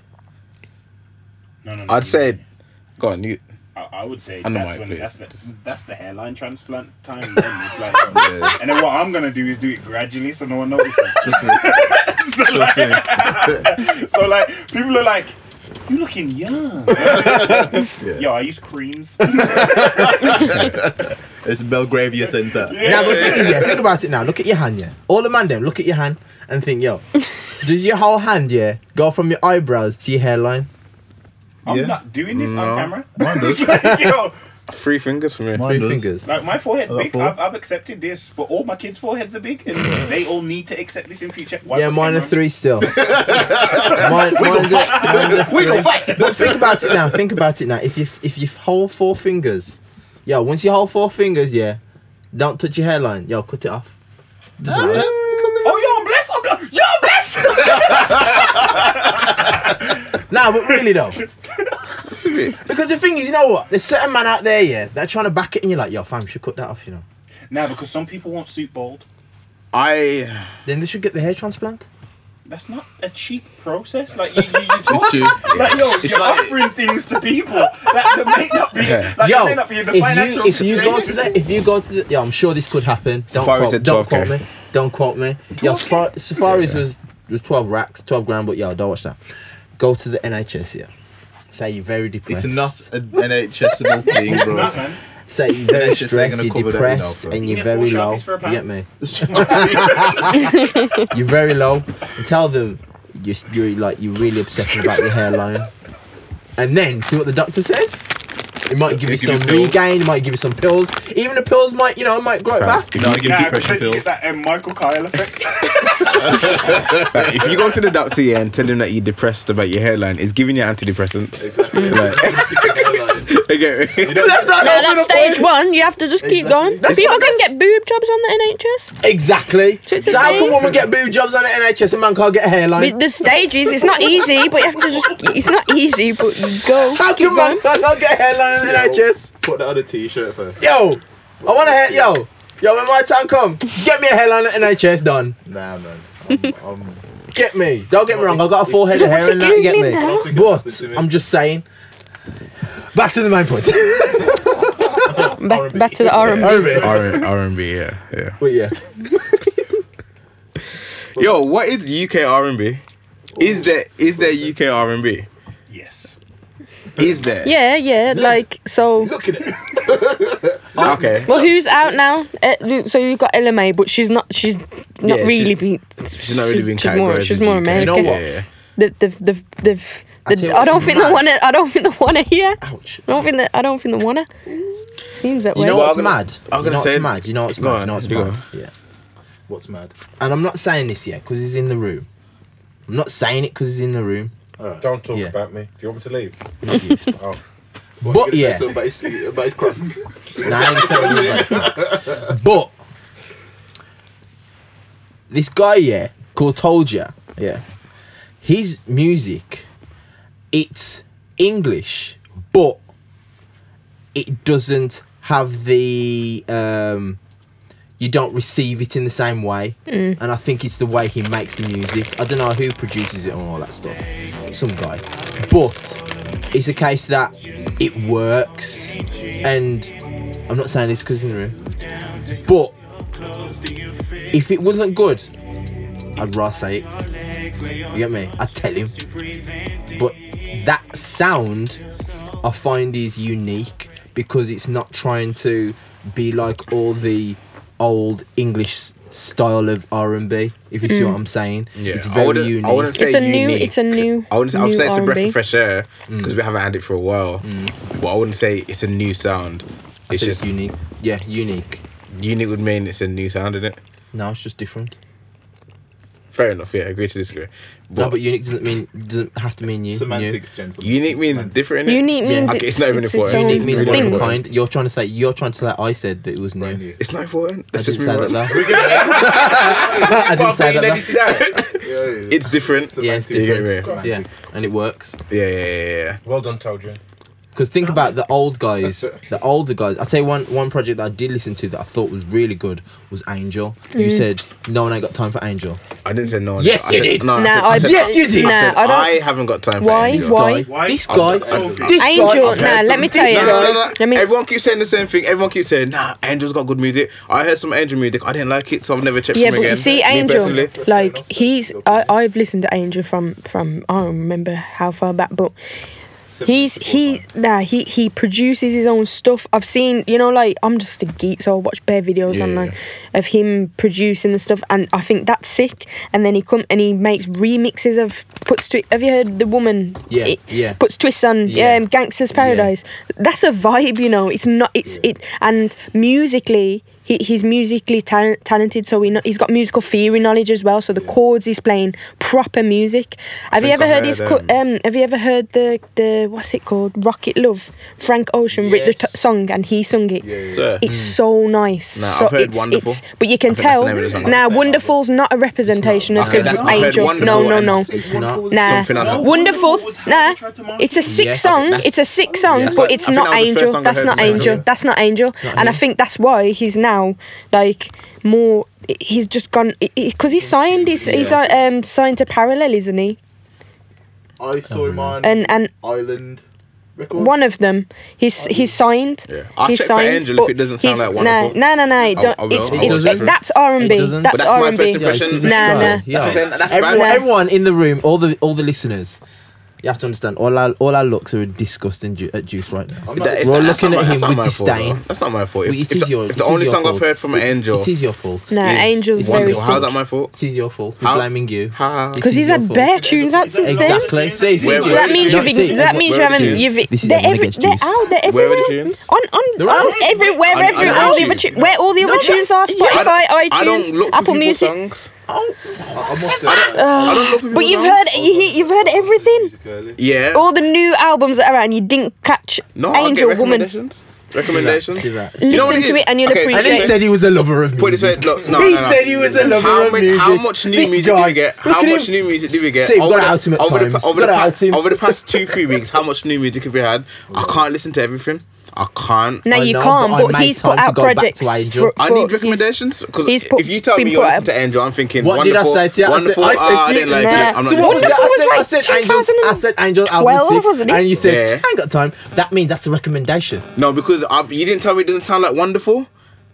[SPEAKER 7] No, no, no.
[SPEAKER 3] I'd say, go on, you.
[SPEAKER 7] I, I would say
[SPEAKER 3] And the
[SPEAKER 7] that's
[SPEAKER 3] mic,
[SPEAKER 7] when
[SPEAKER 3] please.
[SPEAKER 7] that's the,
[SPEAKER 3] Just-
[SPEAKER 7] that's the hairline transplant time. Then. It's like, and then what I'm gonna do is do it gradually so no one notices. [LAUGHS]
[SPEAKER 8] Just saying.
[SPEAKER 7] so like people are like, "You looking young?" Yo, I use creams. [LAUGHS]
[SPEAKER 8] It's
[SPEAKER 6] [LAUGHS]
[SPEAKER 8] Belgravia Centre.
[SPEAKER 4] Now, but think, yeah, think about it now. Look at your hand, yeah. All the man them, look at your hand and think, yo, does your whole hand, yeah, go from your eyebrows to your hairline?
[SPEAKER 7] I'm
[SPEAKER 8] Yeah.
[SPEAKER 7] [LAUGHS] not doing this on camera.
[SPEAKER 8] Mine does.
[SPEAKER 7] Like, yo,
[SPEAKER 3] Three fingers for me.
[SPEAKER 8] Mine
[SPEAKER 4] Three
[SPEAKER 8] does.
[SPEAKER 4] fingers.
[SPEAKER 7] Like my forehead
[SPEAKER 8] I got
[SPEAKER 7] big.
[SPEAKER 8] four.
[SPEAKER 7] I've, I've accepted this, but all my kids' foreheads are big, and they all need to accept this in future. Why
[SPEAKER 4] yeah,
[SPEAKER 7] would
[SPEAKER 4] mine are
[SPEAKER 7] everyone-
[SPEAKER 4] three still. mine, mine's a- mine's a
[SPEAKER 8] We
[SPEAKER 4] three.
[SPEAKER 8] gonna fight.
[SPEAKER 4] But think about it now. Think about it now. If you if you hold four fingers, yeah. Once you hold four fingers, yeah. Don't touch your hairline. Yo, cut it off. Just like that.
[SPEAKER 7] Oh, yo, I'm blessed. I'm blessed. Yo, I'm blessed. [LAUGHS]
[SPEAKER 4] Nah, but really though. Because the thing is, you know what? There's certain man out there, yeah, that are trying to back it, and you're like, yo, fam, you should cut that off, you know.
[SPEAKER 7] now, because some people want soup bald.
[SPEAKER 3] I
[SPEAKER 4] Then they should get the hair transplant.
[SPEAKER 7] That's not a cheap process. Like you,
[SPEAKER 8] [LAUGHS]
[SPEAKER 7] you, you talk
[SPEAKER 8] true.
[SPEAKER 7] like yo, you're
[SPEAKER 8] like-
[SPEAKER 7] offering things to people that that may not be,
[SPEAKER 3] Yeah.
[SPEAKER 7] like,
[SPEAKER 4] yo,
[SPEAKER 7] may not be in the
[SPEAKER 4] if you,
[SPEAKER 7] financial
[SPEAKER 4] if you go
[SPEAKER 7] situation.
[SPEAKER 4] to the, if you go to the, yeah, I'm sure this could happen. Don't
[SPEAKER 3] Safaris
[SPEAKER 4] quote,
[SPEAKER 3] said
[SPEAKER 4] don't
[SPEAKER 3] 12K.
[SPEAKER 4] quote me. Don't quote me. Yo, Safar- Safaris was was 12 racks, 12 grand, but yo, don't watch that. Go to the NHS, yeah. Say you're very depressed.
[SPEAKER 8] It's not an
[SPEAKER 6] [LAUGHS]
[SPEAKER 8] NHSable thing,
[SPEAKER 7] Nah,
[SPEAKER 8] bro.
[SPEAKER 7] man.
[SPEAKER 4] Say you're very
[SPEAKER 8] NHS ain't
[SPEAKER 4] stressed,
[SPEAKER 8] gonna
[SPEAKER 4] you're
[SPEAKER 8] cover that, you know,
[SPEAKER 4] depressed,
[SPEAKER 8] bro.
[SPEAKER 4] and
[SPEAKER 7] You
[SPEAKER 4] you're
[SPEAKER 7] get
[SPEAKER 4] very
[SPEAKER 7] four
[SPEAKER 4] low.
[SPEAKER 7] sharpies for a
[SPEAKER 4] You
[SPEAKER 7] pound.
[SPEAKER 4] get me? [LAUGHS] You're very low. And tell them you're, s- you're like you're really obsessed about your hairline, and then see what the doctor says. It might give you
[SPEAKER 8] He'll
[SPEAKER 4] some
[SPEAKER 8] give you pills.
[SPEAKER 4] regain. It might give you some pills. Even the pills might, you know, it might grow it back.
[SPEAKER 8] Not give
[SPEAKER 7] Nah,
[SPEAKER 8] depression
[SPEAKER 7] because then you
[SPEAKER 8] pills.
[SPEAKER 7] get that um, Michael
[SPEAKER 8] [LAUGHS]
[SPEAKER 7] Kyle effect.
[SPEAKER 3] Like, if you go to the doctor yeah, and tell him that you're depressed about your hairline, it's giving you antidepressants. [LAUGHS] Exactly.
[SPEAKER 5] [LAUGHS]
[SPEAKER 8] You
[SPEAKER 5] But
[SPEAKER 8] don't-
[SPEAKER 5] that's not
[SPEAKER 4] No,
[SPEAKER 5] no,
[SPEAKER 4] that's
[SPEAKER 5] that's stage one. You have to just keep going. People
[SPEAKER 4] not-
[SPEAKER 5] can get boob jobs on the NHS.
[SPEAKER 4] Exactly.
[SPEAKER 5] So
[SPEAKER 4] So,
[SPEAKER 5] it's the
[SPEAKER 4] how
[SPEAKER 5] same.
[SPEAKER 4] can a woman get boob jobs on the NHS? A man can't get a hairline.
[SPEAKER 5] With the stages, it's not easy, but you have to just. It's not easy, but you go.
[SPEAKER 4] How
[SPEAKER 5] keep
[SPEAKER 4] can a man
[SPEAKER 5] going.
[SPEAKER 4] can't get a hairline on the NHS?
[SPEAKER 6] Put that on a t-shirt first.
[SPEAKER 4] Yo, I want a hair. Yo, yo, when my time come, get me a hairline at NHS done.
[SPEAKER 6] Nah, man. I'm, I'm,
[SPEAKER 4] Get me. Don't get me wrong. I got a full head of hair and that. Get
[SPEAKER 5] doing
[SPEAKER 4] me.
[SPEAKER 5] now?
[SPEAKER 4] But I'm just saying. Back to the main point. [LAUGHS]
[SPEAKER 5] Back, back to the R&B.
[SPEAKER 4] Over it.
[SPEAKER 3] R and B, yeah, yeah.
[SPEAKER 4] But yeah,
[SPEAKER 3] Yo, what is UK R and B? Is there is there UK R and B?
[SPEAKER 7] yes.
[SPEAKER 3] Is there?
[SPEAKER 5] Yeah, yeah. Like so.
[SPEAKER 3] Okay.
[SPEAKER 5] Well, who's out now? Eh, So you've got LMA, but she's not. She's not
[SPEAKER 3] Yeah,
[SPEAKER 5] really
[SPEAKER 3] she's-
[SPEAKER 5] been.
[SPEAKER 3] She's not really been
[SPEAKER 5] she's more,
[SPEAKER 3] categorized.
[SPEAKER 5] she's
[SPEAKER 3] as
[SPEAKER 5] more
[SPEAKER 3] UK.
[SPEAKER 5] American.
[SPEAKER 4] You know what?
[SPEAKER 3] Yeah,
[SPEAKER 5] The, the, the, the,
[SPEAKER 4] I tell
[SPEAKER 5] the,
[SPEAKER 4] you
[SPEAKER 5] I, don't
[SPEAKER 4] what's
[SPEAKER 5] think the
[SPEAKER 4] mad.
[SPEAKER 5] wanna. I don't think the wanna [LAUGHS] here.
[SPEAKER 4] ouch.
[SPEAKER 5] I don't think the. I don't think the wanna. Seems that
[SPEAKER 4] You
[SPEAKER 5] way.
[SPEAKER 4] know
[SPEAKER 3] Well,
[SPEAKER 4] what's
[SPEAKER 3] I'm gonna-
[SPEAKER 4] mad?
[SPEAKER 3] I'm
[SPEAKER 4] you
[SPEAKER 3] gonna
[SPEAKER 4] know
[SPEAKER 3] say-
[SPEAKER 4] what's mad. You know what's
[SPEAKER 3] Go
[SPEAKER 4] mad.
[SPEAKER 3] on,
[SPEAKER 4] You know what's
[SPEAKER 3] you go
[SPEAKER 4] mad.
[SPEAKER 3] on.
[SPEAKER 4] Yeah.
[SPEAKER 6] what's mad?
[SPEAKER 4] And I'm not saying this yet because he's in the room. I'm not saying it because he's in the room.
[SPEAKER 9] Don't talk
[SPEAKER 4] Yeah.
[SPEAKER 9] about me. Do you want me to leave?
[SPEAKER 4] Not you, Spock.
[SPEAKER 9] Oh.
[SPEAKER 6] What,
[SPEAKER 4] But
[SPEAKER 6] you gonna
[SPEAKER 4] yeah.
[SPEAKER 6] say about his, about his
[SPEAKER 8] [LAUGHS]
[SPEAKER 6] crocs.
[SPEAKER 4] Nah, I ain't saying you guys, Max. But this guy, yeah, called Tolja, yeah, his music, it's English, but it doesn't have the um you don't receive it in the same way and i think it's the way he makes the music i don't know who produces it and all that stuff some guy but it's a case that it works and i'm not saying this because in the room but if it wasn't good i'd rather say it you get me i'd tell him but that sound I find is unique because it's not trying to be like all the old English s- style of R and B. If you see what I'm saying,
[SPEAKER 3] yeah.
[SPEAKER 4] it's
[SPEAKER 3] I
[SPEAKER 4] very
[SPEAKER 3] wouldn't- I
[SPEAKER 4] unique.
[SPEAKER 3] wouldn't say
[SPEAKER 5] It's a new-
[SPEAKER 3] unique.
[SPEAKER 5] it's a new-
[SPEAKER 3] I wouldn't. say- I would
[SPEAKER 5] new
[SPEAKER 3] say it's a breath
[SPEAKER 5] R&B.
[SPEAKER 3] of fresh air
[SPEAKER 4] Mm.
[SPEAKER 3] because we haven't had it for a while. But I wouldn't say it's a new sound.
[SPEAKER 4] I
[SPEAKER 3] It's
[SPEAKER 4] think
[SPEAKER 3] just
[SPEAKER 4] unique. Yeah, unique.
[SPEAKER 3] unique would mean it's a new sound, isn't it?
[SPEAKER 4] No, it's just different.
[SPEAKER 3] Fair enough. Yeah, agree to disagree.
[SPEAKER 4] no, but unique doesn't mean doesn't have to mean you.
[SPEAKER 8] Semantics, gentlemen.
[SPEAKER 3] unique means different. innit?
[SPEAKER 5] Unique means
[SPEAKER 3] Okay,
[SPEAKER 5] it's,
[SPEAKER 3] it's not even
[SPEAKER 5] it's,
[SPEAKER 3] important.
[SPEAKER 5] own
[SPEAKER 4] New. Unique means one of
[SPEAKER 5] thing.
[SPEAKER 4] a kind. You're trying to say you're trying to say I said that it was new.
[SPEAKER 8] new.
[SPEAKER 3] It's not important.
[SPEAKER 4] I
[SPEAKER 3] Let's just
[SPEAKER 4] didn't say that.
[SPEAKER 3] [LAUGHS] move on.
[SPEAKER 4] though. [LAUGHS] I didn't say that. though.
[SPEAKER 3] [LAUGHS] It's different.
[SPEAKER 4] [LAUGHS] Yeah, it's
[SPEAKER 3] You get me?
[SPEAKER 4] different. Yeah, and it works.
[SPEAKER 3] Yeah, yeah, yeah, yeah.
[SPEAKER 9] Well done, Toldrian.
[SPEAKER 4] Because think about the old guys, the older guys. I'll tell you one, one project that I did listen to that I thought was really good was Angel. You
[SPEAKER 5] Mm.
[SPEAKER 4] said, no one ain't got time for Angel.
[SPEAKER 3] I didn't say no. one-
[SPEAKER 4] Yes,
[SPEAKER 3] I
[SPEAKER 4] you
[SPEAKER 3] said-
[SPEAKER 4] did.
[SPEAKER 3] No,
[SPEAKER 5] Nah,
[SPEAKER 3] said-
[SPEAKER 5] I-
[SPEAKER 3] said-
[SPEAKER 4] Yes, you did.
[SPEAKER 3] I, said,
[SPEAKER 5] Nah, Uh, I don't-
[SPEAKER 3] I haven't got time.
[SPEAKER 5] Why?
[SPEAKER 3] for Angel.
[SPEAKER 5] Why?
[SPEAKER 4] Guy, This
[SPEAKER 3] I'm
[SPEAKER 4] guy,
[SPEAKER 3] sorry, I'm sorry.
[SPEAKER 4] this
[SPEAKER 5] Angel,
[SPEAKER 4] guy.
[SPEAKER 5] nah, let me tell you.
[SPEAKER 3] No, no, no,
[SPEAKER 5] Let
[SPEAKER 3] no.
[SPEAKER 5] me,
[SPEAKER 3] Everyone keeps saying the same thing. Everyone keeps saying, "Nah, Angel's got good music." I heard some Angel music. I didn't like it, so I've never checked
[SPEAKER 5] yeah,
[SPEAKER 3] him
[SPEAKER 5] but
[SPEAKER 3] again.
[SPEAKER 5] you see,
[SPEAKER 3] Me
[SPEAKER 5] Angel,
[SPEAKER 3] personally.
[SPEAKER 5] like he's, I, I've listened to Angel from from I don't remember how far back, but he's he nah he he produces his own stuff. I've seen you know like I'm just a geek, so I watch bare videos
[SPEAKER 3] Yeah.
[SPEAKER 5] online of him producing the stuff, and I think that's sick. And then he come and he makes remixes of puts twi- have you heard the woman
[SPEAKER 4] Yeah,
[SPEAKER 5] it
[SPEAKER 4] yeah.
[SPEAKER 5] puts twists on
[SPEAKER 4] Yeah.
[SPEAKER 5] um, Gangster's Paradise that's a vibe you know it's not it's it and musically he, he's musically ta- talented so we know he's got musical theory knowledge as well so the chords he's playing proper music have you
[SPEAKER 3] think
[SPEAKER 5] ever
[SPEAKER 3] I've
[SPEAKER 5] heard,
[SPEAKER 3] heard
[SPEAKER 5] his co-
[SPEAKER 3] them.
[SPEAKER 5] um have you ever heard the the what's it called Rocket Love Frank Ocean wrote the
[SPEAKER 6] Yes.
[SPEAKER 5] t- song and he sung it
[SPEAKER 3] So,
[SPEAKER 5] it's so nice.
[SPEAKER 3] No,
[SPEAKER 5] so
[SPEAKER 3] Mm. I've heard
[SPEAKER 5] it's,
[SPEAKER 3] Wonderful.
[SPEAKER 5] It's, but you can
[SPEAKER 3] I think that's
[SPEAKER 5] tell
[SPEAKER 3] the name of the song.
[SPEAKER 5] now, Wonderful's not a representation of
[SPEAKER 3] Okay,
[SPEAKER 5] good
[SPEAKER 3] that's- I've heard
[SPEAKER 5] angels. No,
[SPEAKER 3] Wonderful
[SPEAKER 5] no,
[SPEAKER 3] and
[SPEAKER 5] no.
[SPEAKER 6] It's,
[SPEAKER 4] not.
[SPEAKER 5] Nah,
[SPEAKER 3] something else.
[SPEAKER 5] Wonderful's
[SPEAKER 7] Wonderful was how
[SPEAKER 5] nah.
[SPEAKER 7] they tried to market
[SPEAKER 5] It's a
[SPEAKER 7] it.
[SPEAKER 5] sick
[SPEAKER 4] Yes.
[SPEAKER 5] song.
[SPEAKER 4] That's-
[SPEAKER 5] it's a sick song,
[SPEAKER 4] Yes.
[SPEAKER 5] but
[SPEAKER 3] I
[SPEAKER 5] it's
[SPEAKER 3] think
[SPEAKER 5] not
[SPEAKER 3] that was the first
[SPEAKER 5] angel.
[SPEAKER 3] song I
[SPEAKER 5] That's
[SPEAKER 3] heard
[SPEAKER 5] not
[SPEAKER 3] from him.
[SPEAKER 5] angel.
[SPEAKER 4] Yeah.
[SPEAKER 5] That's not angel. And I think that's why he's now like more. He's just gone because he signed. He's he's uh, um signed to Parallel, isn't he?
[SPEAKER 6] I saw him on
[SPEAKER 5] And and
[SPEAKER 6] Island Records.
[SPEAKER 5] one of them. He's he's signed.
[SPEAKER 3] Yeah. I'll
[SPEAKER 5] he's
[SPEAKER 3] check for Angel if
[SPEAKER 5] but
[SPEAKER 3] it doesn't sound
[SPEAKER 5] he's-
[SPEAKER 3] like Wonderful.
[SPEAKER 5] No, no, no, no. It
[SPEAKER 3] I-
[SPEAKER 5] don't-
[SPEAKER 3] I will.
[SPEAKER 5] it's,
[SPEAKER 3] I
[SPEAKER 4] will
[SPEAKER 5] it's,
[SPEAKER 4] check for it.
[SPEAKER 5] that's R and B.
[SPEAKER 4] It doesn't.
[SPEAKER 5] That's
[SPEAKER 3] But that's my
[SPEAKER 5] R and
[SPEAKER 3] first
[SPEAKER 5] B.
[SPEAKER 4] Yeah, it's
[SPEAKER 3] impression.
[SPEAKER 4] just
[SPEAKER 5] Nah,
[SPEAKER 4] this guy.
[SPEAKER 5] nah.
[SPEAKER 4] Yeah.
[SPEAKER 3] That's okay, that's
[SPEAKER 4] everyone,
[SPEAKER 5] bad.
[SPEAKER 4] everyone in the room, all the all the listeners, you have to understand. All our all our looks are disgust in ju- at Juice right now.
[SPEAKER 3] That- it's-
[SPEAKER 4] We're all
[SPEAKER 3] that's
[SPEAKER 4] looking
[SPEAKER 3] not
[SPEAKER 4] at
[SPEAKER 3] my- that's
[SPEAKER 4] him
[SPEAKER 3] not
[SPEAKER 4] with
[SPEAKER 3] my fault,
[SPEAKER 4] disdain.
[SPEAKER 3] though. That's not my fault. If,
[SPEAKER 4] Well,
[SPEAKER 3] if
[SPEAKER 4] it is
[SPEAKER 3] the,
[SPEAKER 4] your-
[SPEAKER 3] if
[SPEAKER 4] it
[SPEAKER 3] the
[SPEAKER 4] is
[SPEAKER 3] only
[SPEAKER 4] your
[SPEAKER 3] song I've
[SPEAKER 4] fault.
[SPEAKER 3] heard from Angel
[SPEAKER 4] It is your fault.
[SPEAKER 5] No,
[SPEAKER 3] is
[SPEAKER 5] Angel's very
[SPEAKER 3] Wonderful.
[SPEAKER 5] sick.
[SPEAKER 3] How's that my fault?
[SPEAKER 4] It is your fault. We're
[SPEAKER 3] How-
[SPEAKER 4] blaming you.
[SPEAKER 3] How?
[SPEAKER 4] It
[SPEAKER 5] Because
[SPEAKER 4] is
[SPEAKER 5] he's
[SPEAKER 4] your
[SPEAKER 5] had
[SPEAKER 4] fault.
[SPEAKER 5] bare tunes out since then.
[SPEAKER 4] Exactly. See, see,
[SPEAKER 3] Where-
[SPEAKER 5] So that means
[SPEAKER 4] no,
[SPEAKER 5] you've
[SPEAKER 4] see,
[SPEAKER 5] ign- that
[SPEAKER 4] everyone-
[SPEAKER 5] means you
[SPEAKER 3] where are the
[SPEAKER 5] haven't
[SPEAKER 3] tunes?
[SPEAKER 5] you've
[SPEAKER 4] This is
[SPEAKER 5] they're
[SPEAKER 4] everyone
[SPEAKER 5] every,
[SPEAKER 4] against
[SPEAKER 5] they're
[SPEAKER 4] Juice.
[SPEAKER 5] out they're
[SPEAKER 3] Where are the
[SPEAKER 5] everywhere
[SPEAKER 3] tunes?
[SPEAKER 5] on on,
[SPEAKER 4] They're
[SPEAKER 5] on
[SPEAKER 4] out.
[SPEAKER 5] everywhere where
[SPEAKER 3] I- I
[SPEAKER 5] every,
[SPEAKER 3] don't
[SPEAKER 5] all the
[SPEAKER 3] see
[SPEAKER 5] other
[SPEAKER 3] it.
[SPEAKER 5] tu- where all the other tunes are
[SPEAKER 3] I
[SPEAKER 5] Spotify
[SPEAKER 3] don't- I don't
[SPEAKER 5] iTunes
[SPEAKER 3] look for
[SPEAKER 5] Apple
[SPEAKER 3] people's
[SPEAKER 5] Music Ah,
[SPEAKER 3] songs.
[SPEAKER 6] I must say, I
[SPEAKER 3] I don't look for
[SPEAKER 5] but
[SPEAKER 3] people's
[SPEAKER 5] you've
[SPEAKER 3] songs.
[SPEAKER 5] heard you, you've heard everything
[SPEAKER 6] music early.
[SPEAKER 3] Yeah.
[SPEAKER 5] all the new albums that are out and you didn't catch
[SPEAKER 3] no, I'll get
[SPEAKER 5] Angel Woman
[SPEAKER 3] recommendations. Recommendations.
[SPEAKER 4] See that, see
[SPEAKER 3] You know what
[SPEAKER 5] Listen to
[SPEAKER 3] is?
[SPEAKER 5] it and you'll
[SPEAKER 3] Okay,
[SPEAKER 4] And he
[SPEAKER 5] appreciate
[SPEAKER 4] said he was a lover of music.
[SPEAKER 3] Put it this way, look, no,
[SPEAKER 4] [LAUGHS] he
[SPEAKER 3] no, no.
[SPEAKER 4] said he was a lover
[SPEAKER 3] how
[SPEAKER 4] of
[SPEAKER 3] many-
[SPEAKER 4] music.
[SPEAKER 3] How much new
[SPEAKER 4] This
[SPEAKER 3] music
[SPEAKER 4] guy,
[SPEAKER 3] do we get?
[SPEAKER 4] look
[SPEAKER 3] How
[SPEAKER 4] at him.
[SPEAKER 3] much new music do we get?
[SPEAKER 4] See, we've got
[SPEAKER 3] the-
[SPEAKER 4] our ultimate
[SPEAKER 3] over the,
[SPEAKER 4] times.
[SPEAKER 3] pa- over, the
[SPEAKER 4] Got our
[SPEAKER 3] past,
[SPEAKER 4] ultimate-
[SPEAKER 3] over the past two,
[SPEAKER 4] [LAUGHS]
[SPEAKER 3] three weeks, how much new music have we had? I can't listen to everything. I can't.
[SPEAKER 5] no
[SPEAKER 4] I
[SPEAKER 5] you
[SPEAKER 4] know,
[SPEAKER 5] can't
[SPEAKER 4] but I
[SPEAKER 5] but
[SPEAKER 4] made
[SPEAKER 5] he's
[SPEAKER 4] time
[SPEAKER 5] put
[SPEAKER 4] to
[SPEAKER 5] out
[SPEAKER 4] go back to
[SPEAKER 5] projects
[SPEAKER 4] Angel.
[SPEAKER 5] for-
[SPEAKER 3] I
[SPEAKER 5] for-
[SPEAKER 3] need recommendations because
[SPEAKER 5] he's put-
[SPEAKER 3] if you tell
[SPEAKER 5] been
[SPEAKER 3] me you're
[SPEAKER 5] put
[SPEAKER 3] listening
[SPEAKER 5] out-
[SPEAKER 3] to Angel, I'm thinking
[SPEAKER 4] What did I
[SPEAKER 3] wonderful,
[SPEAKER 4] say to you? I said,
[SPEAKER 3] Wonderful,
[SPEAKER 4] I said
[SPEAKER 3] ah,
[SPEAKER 4] to
[SPEAKER 3] I
[SPEAKER 4] you,
[SPEAKER 3] didn't like
[SPEAKER 5] nah.
[SPEAKER 3] it. I'm not
[SPEAKER 5] So
[SPEAKER 4] So
[SPEAKER 5] what
[SPEAKER 4] what was
[SPEAKER 3] listening.
[SPEAKER 5] Wonderful
[SPEAKER 4] that? I said, I
[SPEAKER 5] was
[SPEAKER 4] said
[SPEAKER 5] like
[SPEAKER 4] Angel, I said Angel album
[SPEAKER 5] 2012,
[SPEAKER 4] six,
[SPEAKER 5] wasn't it?
[SPEAKER 4] and you said
[SPEAKER 3] Yeah.
[SPEAKER 4] I ain't got time. That means that's a recommendation.
[SPEAKER 3] No, because I, you didn't tell me it doesn't sound like wonderful.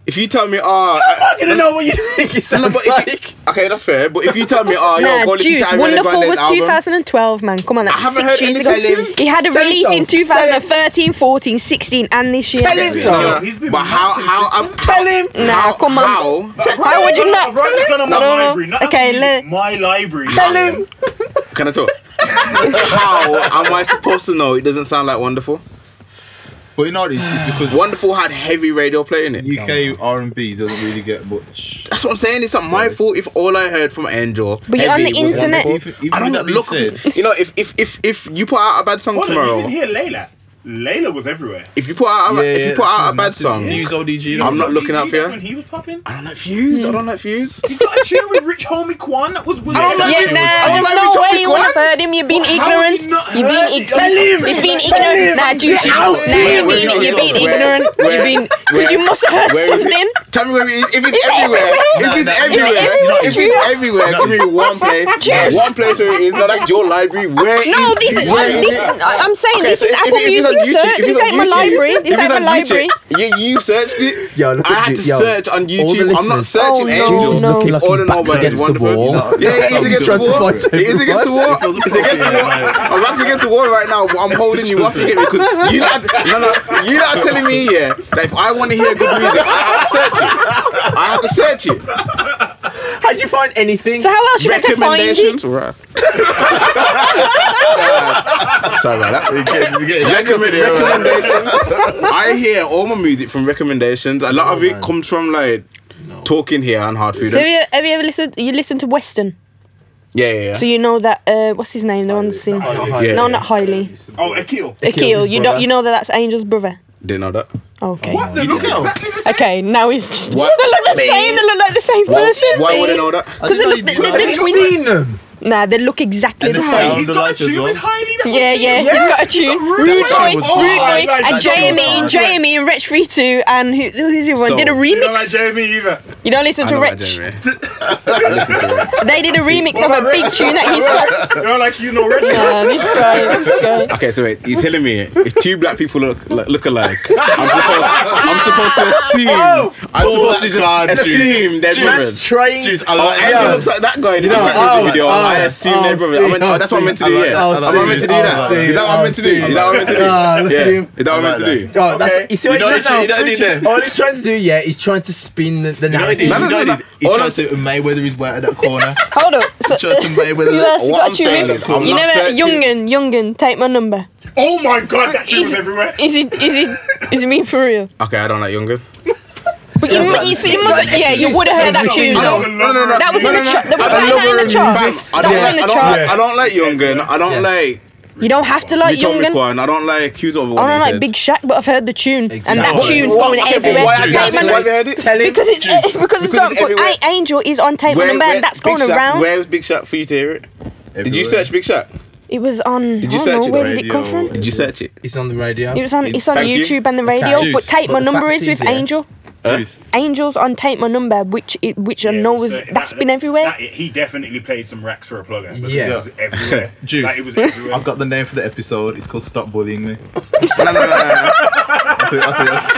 [SPEAKER 3] If you tell me, ah, I-
[SPEAKER 4] I'm not gonna know [LAUGHS] what you think it
[SPEAKER 3] No,
[SPEAKER 4] sounds
[SPEAKER 3] but if you-
[SPEAKER 4] like.
[SPEAKER 3] okay, that's fair. But if you tell me, oh, yo, go
[SPEAKER 5] Nah,
[SPEAKER 3] listen
[SPEAKER 5] Juice,
[SPEAKER 3] to Ariana
[SPEAKER 5] Wonderful
[SPEAKER 3] Grande's
[SPEAKER 5] was
[SPEAKER 3] album.
[SPEAKER 5] 2012, man. Come on, that's
[SPEAKER 3] I haven't
[SPEAKER 5] six
[SPEAKER 3] heard
[SPEAKER 5] years
[SPEAKER 3] anything
[SPEAKER 5] ago.
[SPEAKER 3] since.
[SPEAKER 5] He had a
[SPEAKER 4] Tell him
[SPEAKER 5] release
[SPEAKER 4] so.
[SPEAKER 5] in
[SPEAKER 4] Tell him.
[SPEAKER 5] 2013, 14, 16, and this year.
[SPEAKER 4] Tell him so.
[SPEAKER 3] Yeah,
[SPEAKER 7] He's been
[SPEAKER 3] but how?
[SPEAKER 7] mad
[SPEAKER 3] How?
[SPEAKER 7] since
[SPEAKER 3] I'm, [LAUGHS]
[SPEAKER 4] Tell him.
[SPEAKER 5] Nah,
[SPEAKER 3] how,
[SPEAKER 5] come on.
[SPEAKER 3] How?
[SPEAKER 5] Why Oh, would you not?
[SPEAKER 7] I've already gone on my
[SPEAKER 5] No, no, no.
[SPEAKER 7] library. Not
[SPEAKER 5] Okay,
[SPEAKER 7] Apple
[SPEAKER 5] let-
[SPEAKER 7] Music, my library.
[SPEAKER 3] Can I
[SPEAKER 5] [LAUGHS]
[SPEAKER 3] talk? how am I supposed to know it doesn't sound like Wonderful?
[SPEAKER 8] But you know what it is? It's because
[SPEAKER 3] Wonderful had heavy radio playing it.
[SPEAKER 8] UK R&B doesn't really get much.
[SPEAKER 3] That's what I'm saying. It's not my fault if all I heard from Angel.
[SPEAKER 5] But you're on
[SPEAKER 3] heavy
[SPEAKER 5] the
[SPEAKER 3] was
[SPEAKER 5] internet.
[SPEAKER 3] Wonderful.
[SPEAKER 8] Even- even
[SPEAKER 3] I
[SPEAKER 8] with
[SPEAKER 3] don't
[SPEAKER 8] that being
[SPEAKER 3] look.
[SPEAKER 8] said-
[SPEAKER 3] You know, if if if if you put out a bad song
[SPEAKER 7] Hold on,
[SPEAKER 3] tomorrow,
[SPEAKER 7] you didn't hear Layla. Layla was everywhere.
[SPEAKER 3] if you put out a,
[SPEAKER 8] Yeah,
[SPEAKER 3] if
[SPEAKER 8] yeah,
[SPEAKER 3] you put out
[SPEAKER 8] that's
[SPEAKER 3] a
[SPEAKER 8] fine.
[SPEAKER 3] bad
[SPEAKER 8] That's it.
[SPEAKER 3] song,
[SPEAKER 8] Use old EG.
[SPEAKER 3] I'm not
[SPEAKER 7] That's
[SPEAKER 3] looking out for
[SPEAKER 7] that's
[SPEAKER 3] you.
[SPEAKER 7] when he was popping.
[SPEAKER 3] I don't like views. I don't like views.
[SPEAKER 7] He's got a tune with Rich Homie Quan. That was was
[SPEAKER 3] don't like Tell
[SPEAKER 5] Yeah,
[SPEAKER 3] him.
[SPEAKER 5] nah,
[SPEAKER 3] Tell
[SPEAKER 5] there's
[SPEAKER 3] him.
[SPEAKER 5] no
[SPEAKER 3] Tell
[SPEAKER 5] way
[SPEAKER 3] him.
[SPEAKER 5] you would have heard him. You're being
[SPEAKER 7] How have
[SPEAKER 5] ignorant.
[SPEAKER 7] you not
[SPEAKER 5] You're
[SPEAKER 7] heard
[SPEAKER 5] being
[SPEAKER 7] it? Tell
[SPEAKER 5] ignorant. He's being ignorant. Nah, Juice, you-
[SPEAKER 4] Out.
[SPEAKER 5] nah,
[SPEAKER 3] Where-
[SPEAKER 5] you're being, you're being
[SPEAKER 3] where-
[SPEAKER 5] ignorant.
[SPEAKER 3] where-
[SPEAKER 5] You're being, because you
[SPEAKER 3] where-
[SPEAKER 5] must have heard
[SPEAKER 3] where-
[SPEAKER 5] something.
[SPEAKER 3] Tell me where it is. If it's everywhere, if it's
[SPEAKER 5] everywhere?
[SPEAKER 3] everywhere, if it's everywhere, give me one place.
[SPEAKER 5] Cheers.
[SPEAKER 3] One place where it is. No, that's your library. Where is
[SPEAKER 5] No, this is,
[SPEAKER 3] where
[SPEAKER 5] I'm, this, I'm saying
[SPEAKER 3] Okay,
[SPEAKER 5] this
[SPEAKER 3] so
[SPEAKER 5] is
[SPEAKER 3] if-
[SPEAKER 5] Apple
[SPEAKER 3] if it's on
[SPEAKER 5] Music
[SPEAKER 3] YouTube-
[SPEAKER 5] search.
[SPEAKER 3] if it's
[SPEAKER 5] This
[SPEAKER 3] on
[SPEAKER 5] ain't my
[SPEAKER 3] YouTube-
[SPEAKER 5] library. This
[SPEAKER 3] if
[SPEAKER 5] ain't
[SPEAKER 3] it's
[SPEAKER 5] my
[SPEAKER 3] on
[SPEAKER 5] library.
[SPEAKER 3] YouTube- Yeah, you searched it.
[SPEAKER 4] Yo, look
[SPEAKER 3] I
[SPEAKER 4] at
[SPEAKER 3] had
[SPEAKER 4] Ju-
[SPEAKER 3] to
[SPEAKER 4] yo,
[SPEAKER 3] search on
[SPEAKER 4] all the
[SPEAKER 3] YouTube. I'm not
[SPEAKER 4] listeners.
[SPEAKER 3] searching
[SPEAKER 5] Oh,
[SPEAKER 3] Angel.
[SPEAKER 4] Juice is
[SPEAKER 5] no.
[SPEAKER 4] looking like
[SPEAKER 3] All
[SPEAKER 4] his
[SPEAKER 3] in all,
[SPEAKER 4] back's
[SPEAKER 3] man,
[SPEAKER 4] against the
[SPEAKER 3] wonderful.
[SPEAKER 4] wall.
[SPEAKER 3] Yeah, it is against the
[SPEAKER 4] Trying to
[SPEAKER 3] wall.
[SPEAKER 4] fight
[SPEAKER 3] It is against the wall. It's against the wall. I'm back against the wall right now. but I'm holding you up again because you not, no, no, you not telling me yeah that if I want to hear good music, I have to search it. I have to search it.
[SPEAKER 4] How'd you find anything?
[SPEAKER 5] So how else should I define it?
[SPEAKER 3] Recommendations, right? [LAUGHS] Sorry about that. Recommend- recommendations. [LAUGHS] Oh, I hear all my music from recommendations. A lot of it comes from like talking here and hard food.
[SPEAKER 5] So have you, have you ever listened? You listened to Western,
[SPEAKER 3] yeah, yeah, yeah.
[SPEAKER 5] so you know that. Uh, what's his name? The one that's in.
[SPEAKER 3] yeah.
[SPEAKER 5] No, not Hailey.
[SPEAKER 7] Oh, Akil.
[SPEAKER 5] Akil.
[SPEAKER 4] his brother.
[SPEAKER 5] You don't. You know that that's Angel's brother.
[SPEAKER 3] Didn't know that.
[SPEAKER 5] Okay.
[SPEAKER 7] What? They look exactly the same.
[SPEAKER 5] Okay. Now he's. Just,
[SPEAKER 3] What?
[SPEAKER 5] They look the same. They look like the same person.
[SPEAKER 3] Why would I know that?
[SPEAKER 5] Because they look. They, they,
[SPEAKER 4] Have
[SPEAKER 5] they,
[SPEAKER 4] you seen them?
[SPEAKER 5] nah, they look exactly the same.
[SPEAKER 7] He's got a
[SPEAKER 8] Sounds alike as
[SPEAKER 7] tune
[SPEAKER 8] well.
[SPEAKER 7] with Hailey. that
[SPEAKER 5] Yeah,
[SPEAKER 7] was-
[SPEAKER 5] yeah, He's got a tune.
[SPEAKER 7] Rude
[SPEAKER 5] Rude
[SPEAKER 7] Boy.
[SPEAKER 5] Boy.
[SPEAKER 8] was
[SPEAKER 3] Oh,
[SPEAKER 5] Rude
[SPEAKER 8] hard.
[SPEAKER 5] Boy.
[SPEAKER 8] Like,
[SPEAKER 5] And
[SPEAKER 8] that song
[SPEAKER 5] Jamie.
[SPEAKER 8] was
[SPEAKER 5] And
[SPEAKER 8] hard.
[SPEAKER 5] Jamie and Rich Free too. And who, who's the other one?
[SPEAKER 3] So-
[SPEAKER 5] Did a
[SPEAKER 7] You don't like
[SPEAKER 5] remix.
[SPEAKER 7] Jamie either.
[SPEAKER 5] You don't listen
[SPEAKER 3] I
[SPEAKER 5] to
[SPEAKER 3] know that,
[SPEAKER 5] Rich.
[SPEAKER 3] Jamie. [LAUGHS]
[SPEAKER 5] They did a remix of a big tune that he's got. Um,
[SPEAKER 7] You don't like you know Rich.
[SPEAKER 5] Nah, this guy. This guy.
[SPEAKER 3] Okay, so wait, you're telling me if two black people look look, look alike, I'm supposed, I'm supposed [LAUGHS] to assume, I'm supposed to just assume they're
[SPEAKER 4] That's
[SPEAKER 3] brothers.
[SPEAKER 4] trained.
[SPEAKER 8] I
[SPEAKER 3] Oh,
[SPEAKER 8] like
[SPEAKER 3] Andrew
[SPEAKER 8] that.
[SPEAKER 3] looks like that guy in the
[SPEAKER 4] know,
[SPEAKER 3] music
[SPEAKER 4] oh,
[SPEAKER 3] video.
[SPEAKER 4] oh,
[SPEAKER 3] I assume
[SPEAKER 4] oh,
[SPEAKER 3] they're brothers. I meant,
[SPEAKER 4] see,
[SPEAKER 3] oh, that's what I'm meant to do.
[SPEAKER 8] I like
[SPEAKER 3] Yeah,
[SPEAKER 8] that, I like
[SPEAKER 3] am I meant to do
[SPEAKER 8] that.
[SPEAKER 3] that? Is that what I'm meant to do? Is that what I'm meant to do?
[SPEAKER 4] Oh, look
[SPEAKER 3] Yeah,
[SPEAKER 4] at him.
[SPEAKER 3] is that what I'm meant to do?
[SPEAKER 4] Oh, that's
[SPEAKER 7] Okay.
[SPEAKER 4] you see what
[SPEAKER 8] You know
[SPEAKER 4] he's
[SPEAKER 8] what
[SPEAKER 4] trying to
[SPEAKER 8] he- you know what he did
[SPEAKER 4] All he's trying to do, yeah, he's trying to spin the, the
[SPEAKER 8] You know what United,
[SPEAKER 3] No, no, no, no.
[SPEAKER 8] United. He
[SPEAKER 3] All I'm
[SPEAKER 8] tried to Mayweather his way out of that corner.
[SPEAKER 5] Hold up.
[SPEAKER 3] [LAUGHS]
[SPEAKER 5] So,
[SPEAKER 8] Tried to Mayweather.
[SPEAKER 5] you
[SPEAKER 8] that-
[SPEAKER 5] guys
[SPEAKER 3] What I'm
[SPEAKER 5] got to
[SPEAKER 3] saying
[SPEAKER 5] remember.
[SPEAKER 3] is I'm
[SPEAKER 5] You
[SPEAKER 3] not
[SPEAKER 5] know,
[SPEAKER 3] searching-
[SPEAKER 5] Youngin, Youngin, take my number.
[SPEAKER 7] Oh my god, that shit was
[SPEAKER 5] Is-
[SPEAKER 7] everywhere.
[SPEAKER 5] Is it? Is it? Is it me for real?
[SPEAKER 3] Okay, I don't like Younger.
[SPEAKER 5] But you, you, so you must. Yeah, you would have heard that tune
[SPEAKER 7] I
[SPEAKER 5] though.
[SPEAKER 7] don't love her.
[SPEAKER 5] That was in the chart. That was
[SPEAKER 3] I
[SPEAKER 5] that in the charts.
[SPEAKER 3] Fam, I
[SPEAKER 5] That was
[SPEAKER 3] don't,
[SPEAKER 5] in the
[SPEAKER 3] I, don't,
[SPEAKER 5] charts.
[SPEAKER 3] I don't like Youngin. I don't
[SPEAKER 4] Yeah.
[SPEAKER 3] like
[SPEAKER 5] You don't have to like
[SPEAKER 3] Utomic
[SPEAKER 5] Youngin.
[SPEAKER 3] one. I don't like Q's over one.
[SPEAKER 5] I don't
[SPEAKER 3] he
[SPEAKER 5] like
[SPEAKER 3] said.
[SPEAKER 5] Big Shaq, but I've heard the tune, and that
[SPEAKER 4] Exactly.
[SPEAKER 5] tune's
[SPEAKER 3] What?
[SPEAKER 5] going
[SPEAKER 3] Okay,
[SPEAKER 5] everywhere.
[SPEAKER 3] Why
[SPEAKER 5] Take
[SPEAKER 3] exactly? Why have you
[SPEAKER 5] my number.
[SPEAKER 3] heard it?
[SPEAKER 4] Tell him.
[SPEAKER 5] Because it's eh, because it's
[SPEAKER 3] Because
[SPEAKER 5] going.
[SPEAKER 3] it's everywhere.
[SPEAKER 5] I, Angel is on tape
[SPEAKER 3] Where-
[SPEAKER 5] number.
[SPEAKER 3] where-
[SPEAKER 5] and That's
[SPEAKER 3] Big
[SPEAKER 5] going
[SPEAKER 3] Shaq-
[SPEAKER 5] around.
[SPEAKER 3] Where was Big Shot for you to hear it? Did you
[SPEAKER 8] Everywhere.
[SPEAKER 3] search Big Shot?
[SPEAKER 5] It was on.
[SPEAKER 3] Did you
[SPEAKER 5] I
[SPEAKER 3] search it
[SPEAKER 5] don't know
[SPEAKER 3] on
[SPEAKER 5] where did it
[SPEAKER 8] radio
[SPEAKER 5] come from.
[SPEAKER 8] or-
[SPEAKER 3] Did you search it?
[SPEAKER 4] It's on the radio.
[SPEAKER 5] It's on. It's on
[SPEAKER 3] Thank you.
[SPEAKER 5] YouTube and the radio.
[SPEAKER 8] Juice.
[SPEAKER 5] But take my
[SPEAKER 4] But the
[SPEAKER 5] number
[SPEAKER 4] fact
[SPEAKER 5] is with
[SPEAKER 4] is, yeah.
[SPEAKER 5] Angel.
[SPEAKER 8] Jeez.
[SPEAKER 5] Angels on Take My Number, which it, which I
[SPEAKER 7] Yeah,
[SPEAKER 5] know
[SPEAKER 7] it
[SPEAKER 5] was
[SPEAKER 7] certain-
[SPEAKER 5] that's
[SPEAKER 7] that-
[SPEAKER 5] been everywhere.
[SPEAKER 7] that- he definitely played some racks for a plugger. because
[SPEAKER 4] Yeah.
[SPEAKER 7] it was everywhere.
[SPEAKER 8] Juice.
[SPEAKER 7] Like, it was everywhere.
[SPEAKER 8] I've got the name for the episode. It's called Stop Bullying Me.
[SPEAKER 3] No, no, no, no,
[SPEAKER 8] I think, I think that's, I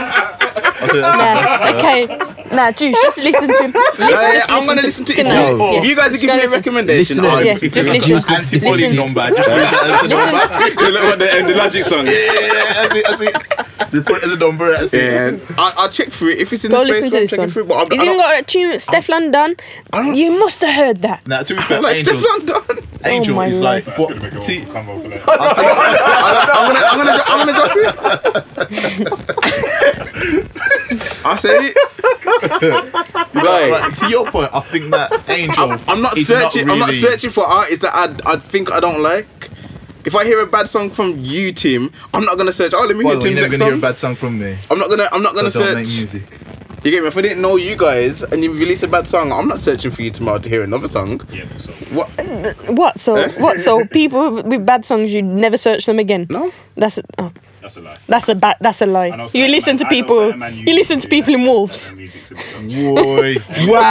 [SPEAKER 8] think that's
[SPEAKER 5] Nah, okay. Nah, Juice, just listen to him. Li-
[SPEAKER 3] no.
[SPEAKER 5] just
[SPEAKER 3] I'm gonna listen to it.
[SPEAKER 5] now.
[SPEAKER 4] No.
[SPEAKER 3] If you guys are
[SPEAKER 5] Just
[SPEAKER 3] giving me
[SPEAKER 5] go
[SPEAKER 3] a
[SPEAKER 5] listen.
[SPEAKER 3] recommendation,
[SPEAKER 4] Listen,
[SPEAKER 3] I'll-
[SPEAKER 5] Yeah,
[SPEAKER 8] if
[SPEAKER 5] just
[SPEAKER 8] you've got
[SPEAKER 5] listen.
[SPEAKER 8] an anti-bullying
[SPEAKER 5] Listen.
[SPEAKER 8] number, just put it
[SPEAKER 3] [LAUGHS]
[SPEAKER 8] as the [LAUGHS] number.
[SPEAKER 5] Listen,
[SPEAKER 3] You look at the, and the Logic song.
[SPEAKER 8] Yeah, yeah, yeah, that's it, that's it. We put it as a number. That's
[SPEAKER 3] Yeah,
[SPEAKER 8] it.
[SPEAKER 3] I, I'll check through it. If it's in
[SPEAKER 5] go
[SPEAKER 3] the space,
[SPEAKER 5] listen to
[SPEAKER 3] I'm
[SPEAKER 5] this
[SPEAKER 3] checking
[SPEAKER 5] one.
[SPEAKER 3] through it. But I'm,
[SPEAKER 5] He's
[SPEAKER 3] I'm
[SPEAKER 5] even
[SPEAKER 3] not,
[SPEAKER 5] got a tune with Stefan Dunn.
[SPEAKER 3] don't-
[SPEAKER 5] You must have heard that.
[SPEAKER 8] Now, to be fair,
[SPEAKER 3] like, Oh
[SPEAKER 8] Angel,
[SPEAKER 3] Steph's not done.
[SPEAKER 8] Angel
[SPEAKER 5] my
[SPEAKER 8] is
[SPEAKER 5] life.
[SPEAKER 8] like,
[SPEAKER 7] That's
[SPEAKER 8] what,
[SPEAKER 7] gonna make a
[SPEAKER 8] see,
[SPEAKER 7] whole combo for that.
[SPEAKER 3] I'm gonna, I'm gonna, dro- I'm gonna drop it. [LAUGHS] I said it. Like,
[SPEAKER 8] right, to your point, I think
[SPEAKER 3] [LAUGHS]
[SPEAKER 8] that Angel.
[SPEAKER 3] I'm not
[SPEAKER 8] is
[SPEAKER 3] searching. I'm not
[SPEAKER 8] really-
[SPEAKER 3] searching for artists that I'd, I'd think I don't like. If I hear a bad song from you, Tim, I'm not gonna search. Oh, let me
[SPEAKER 8] By
[SPEAKER 3] hear
[SPEAKER 8] the way, you're
[SPEAKER 3] Tim's
[SPEAKER 8] never
[SPEAKER 3] next
[SPEAKER 8] gonna hear a
[SPEAKER 3] song.
[SPEAKER 8] bad song from me.
[SPEAKER 3] I'm not gonna. I'm not
[SPEAKER 8] So
[SPEAKER 3] gonna
[SPEAKER 8] don't make
[SPEAKER 3] search. [LAUGHS]
[SPEAKER 8] music.
[SPEAKER 3] You get me? If I didn't know you guys and you release a bad song, I'm not searching for you tomorrow to hear another song.
[SPEAKER 7] Yeah, but so.
[SPEAKER 3] What?
[SPEAKER 5] What? So
[SPEAKER 3] Eh? [LAUGHS]
[SPEAKER 5] what? So people with- with bad songs, you never search them again.
[SPEAKER 3] No.
[SPEAKER 5] That's a, oh,
[SPEAKER 7] That's a lie.
[SPEAKER 5] that's a bad. That's a
[SPEAKER 7] I know
[SPEAKER 5] lie. You
[SPEAKER 7] certain
[SPEAKER 5] listen
[SPEAKER 7] man-
[SPEAKER 5] to
[SPEAKER 7] I know
[SPEAKER 5] people.
[SPEAKER 7] certain man
[SPEAKER 5] You listen to
[SPEAKER 7] do
[SPEAKER 5] people
[SPEAKER 7] that.
[SPEAKER 5] in wolves.
[SPEAKER 7] That music's a bit-
[SPEAKER 8] Boy,
[SPEAKER 4] [LAUGHS] Wow.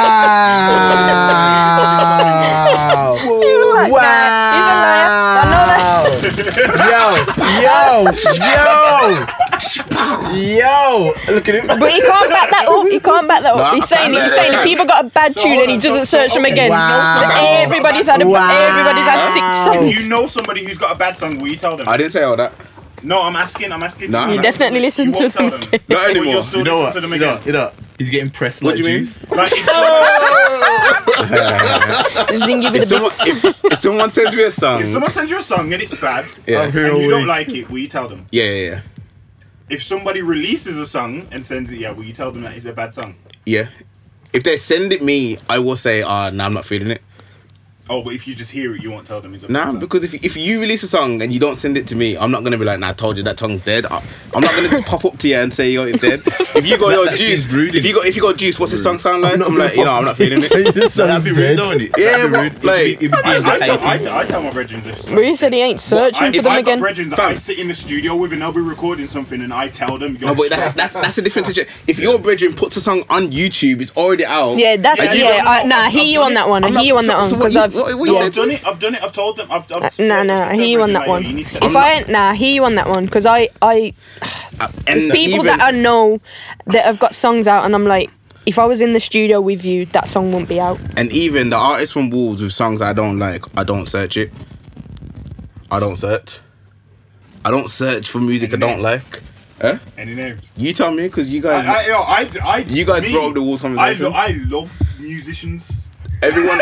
[SPEAKER 5] You like that.
[SPEAKER 4] Wow. Yo, yo, yo. Yo. Look at him.
[SPEAKER 5] [LAUGHS] But he can't back that up. He can't back that up.
[SPEAKER 3] Nah,
[SPEAKER 5] he's saying
[SPEAKER 3] I
[SPEAKER 5] he's saying if people got a bad tune and he
[SPEAKER 7] hold on,
[SPEAKER 5] doesn't
[SPEAKER 7] so-
[SPEAKER 5] search
[SPEAKER 7] so,
[SPEAKER 5] them
[SPEAKER 7] okay,
[SPEAKER 5] again.
[SPEAKER 4] Wow.
[SPEAKER 5] So everybody's had a
[SPEAKER 4] Wow.
[SPEAKER 5] everybody's had six songs. [LAUGHS]
[SPEAKER 7] [LAUGHS] You know somebody who's got a bad song, will you tell them?
[SPEAKER 3] I didn't say all that.
[SPEAKER 7] No, I'm asking. I'm asking.
[SPEAKER 3] Nah. You
[SPEAKER 7] I'm
[SPEAKER 5] definitely
[SPEAKER 7] asking.
[SPEAKER 5] listen
[SPEAKER 7] You
[SPEAKER 5] to
[SPEAKER 7] won't tell
[SPEAKER 5] them.
[SPEAKER 7] them.
[SPEAKER 5] [LAUGHS] Not
[SPEAKER 7] But
[SPEAKER 3] anymore.
[SPEAKER 7] You'll still
[SPEAKER 8] you know
[SPEAKER 7] listen
[SPEAKER 8] what?
[SPEAKER 7] to them
[SPEAKER 8] You know,
[SPEAKER 7] again.
[SPEAKER 8] you know, he's getting pressed
[SPEAKER 3] What
[SPEAKER 8] like
[SPEAKER 3] do you mean?
[SPEAKER 8] juice.
[SPEAKER 7] Like, if
[SPEAKER 3] [LAUGHS]
[SPEAKER 8] [LAUGHS]
[SPEAKER 5] Zingy with
[SPEAKER 3] If
[SPEAKER 5] the
[SPEAKER 3] someone, if, if someone sends me a song,
[SPEAKER 7] if someone sends you a song and it's bad,
[SPEAKER 3] Yeah.
[SPEAKER 7] and you don't like it, will you tell them?
[SPEAKER 3] yeah, yeah, yeah.
[SPEAKER 7] If somebody releases a song and sends it, yeah, will you tell them that it's a bad song?
[SPEAKER 3] Yeah. If they send it me, I will say, ah, nah, I'm not feeling it.
[SPEAKER 7] Oh, but if you just hear it, you won't tell them it's a bad
[SPEAKER 3] Nah,
[SPEAKER 7] song.
[SPEAKER 3] because if, if you release a song and you don't send it to me, I'm not gonna be like, nah, I told you that song's dead. I, I'm not gonna just pop up to you and say, yo, it's dead. If you go, yo,
[SPEAKER 8] That seems
[SPEAKER 3] juice,
[SPEAKER 8] rude,
[SPEAKER 3] if you go, if you go, juice, what's this song sound like? I'm,
[SPEAKER 4] not
[SPEAKER 3] like, you know, I'm
[SPEAKER 4] [LAUGHS]
[SPEAKER 3] not feeling it.
[SPEAKER 4] This
[SPEAKER 8] That'd
[SPEAKER 4] sounds
[SPEAKER 8] be
[SPEAKER 4] dead.
[SPEAKER 8] rude, though, wouldn't it?
[SPEAKER 3] Yeah,
[SPEAKER 8] That'd be
[SPEAKER 3] but,
[SPEAKER 8] rude.
[SPEAKER 3] like-
[SPEAKER 8] it'd be, it'd be
[SPEAKER 7] I, I, tell, I,
[SPEAKER 8] indicating.
[SPEAKER 7] tell, I tell my brethren if it's a
[SPEAKER 5] Bree said he ain't searching
[SPEAKER 7] I,
[SPEAKER 5] for
[SPEAKER 7] if
[SPEAKER 5] them
[SPEAKER 7] I got
[SPEAKER 5] again.
[SPEAKER 7] brethren that
[SPEAKER 3] Fam.
[SPEAKER 7] I sit in the studio with and they'll be recording something and I tell them, yo,
[SPEAKER 3] No, Oh, but that's that's that's a different situation. If your brethren puts a song on YouTube, it's already out.
[SPEAKER 5] Yeah, that's
[SPEAKER 3] and
[SPEAKER 5] yeah.
[SPEAKER 3] you don't-
[SPEAKER 5] I, nah, I hear you on that one. I
[SPEAKER 3] I'm
[SPEAKER 5] hear you
[SPEAKER 3] not-
[SPEAKER 5] on that
[SPEAKER 3] so-
[SPEAKER 5] one
[SPEAKER 3] so what
[SPEAKER 5] because
[SPEAKER 3] you-
[SPEAKER 5] I've.
[SPEAKER 3] what- what you
[SPEAKER 7] No,
[SPEAKER 3] said-
[SPEAKER 7] I've done it. I've done it. I've told them. I've. I've
[SPEAKER 5] Uh, Nah, nah, I hear you on that
[SPEAKER 7] Like,
[SPEAKER 5] one.
[SPEAKER 7] you need to-
[SPEAKER 5] If I ain't, nah, I hear you on that one because I, I,
[SPEAKER 3] and
[SPEAKER 5] there's
[SPEAKER 3] even-
[SPEAKER 5] people that I know that have got songs out, and I'm like, if I was in the studio with you, that song wouldn't be out.
[SPEAKER 3] And even the artists from Wolves with songs I don't like, I don't search it. I don't search. I don't search for music I don't like. Eh?
[SPEAKER 7] Any names?
[SPEAKER 3] You tell me, because you guys,
[SPEAKER 7] I, I, yo, I, I,
[SPEAKER 3] You guys broke the walls conversation.
[SPEAKER 7] I, lo- I love musicians.
[SPEAKER 3] everyone,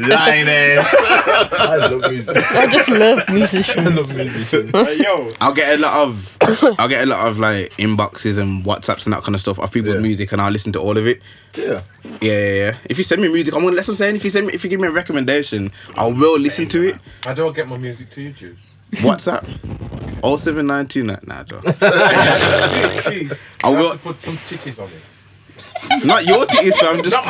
[SPEAKER 8] Lioness.
[SPEAKER 6] I love music.
[SPEAKER 5] I just love
[SPEAKER 6] I
[SPEAKER 5] musicians.
[SPEAKER 6] love music.
[SPEAKER 7] [LAUGHS] Like, yo,
[SPEAKER 3] I'll get a lot of, [COUGHS] I'll get a lot of like inboxes and WhatsApps and that kind of stuff of people's
[SPEAKER 8] Yeah.
[SPEAKER 3] music, and I'll listen to all of it.
[SPEAKER 8] Yeah.
[SPEAKER 3] Yeah, yeah, yeah. If you send me music, I'm gonna let them say. If you send me, if you give me a recommendation, I will listen to it.
[SPEAKER 9] I don't get my music to you, Juice.
[SPEAKER 3] WhatsApp, 07929. Nah, Joe. [LAUGHS] I
[SPEAKER 9] [LAUGHS] I
[SPEAKER 3] will.
[SPEAKER 9] have to put some titties on it.
[SPEAKER 3] Not your titties, fam. Just [LAUGHS]
[SPEAKER 7] oh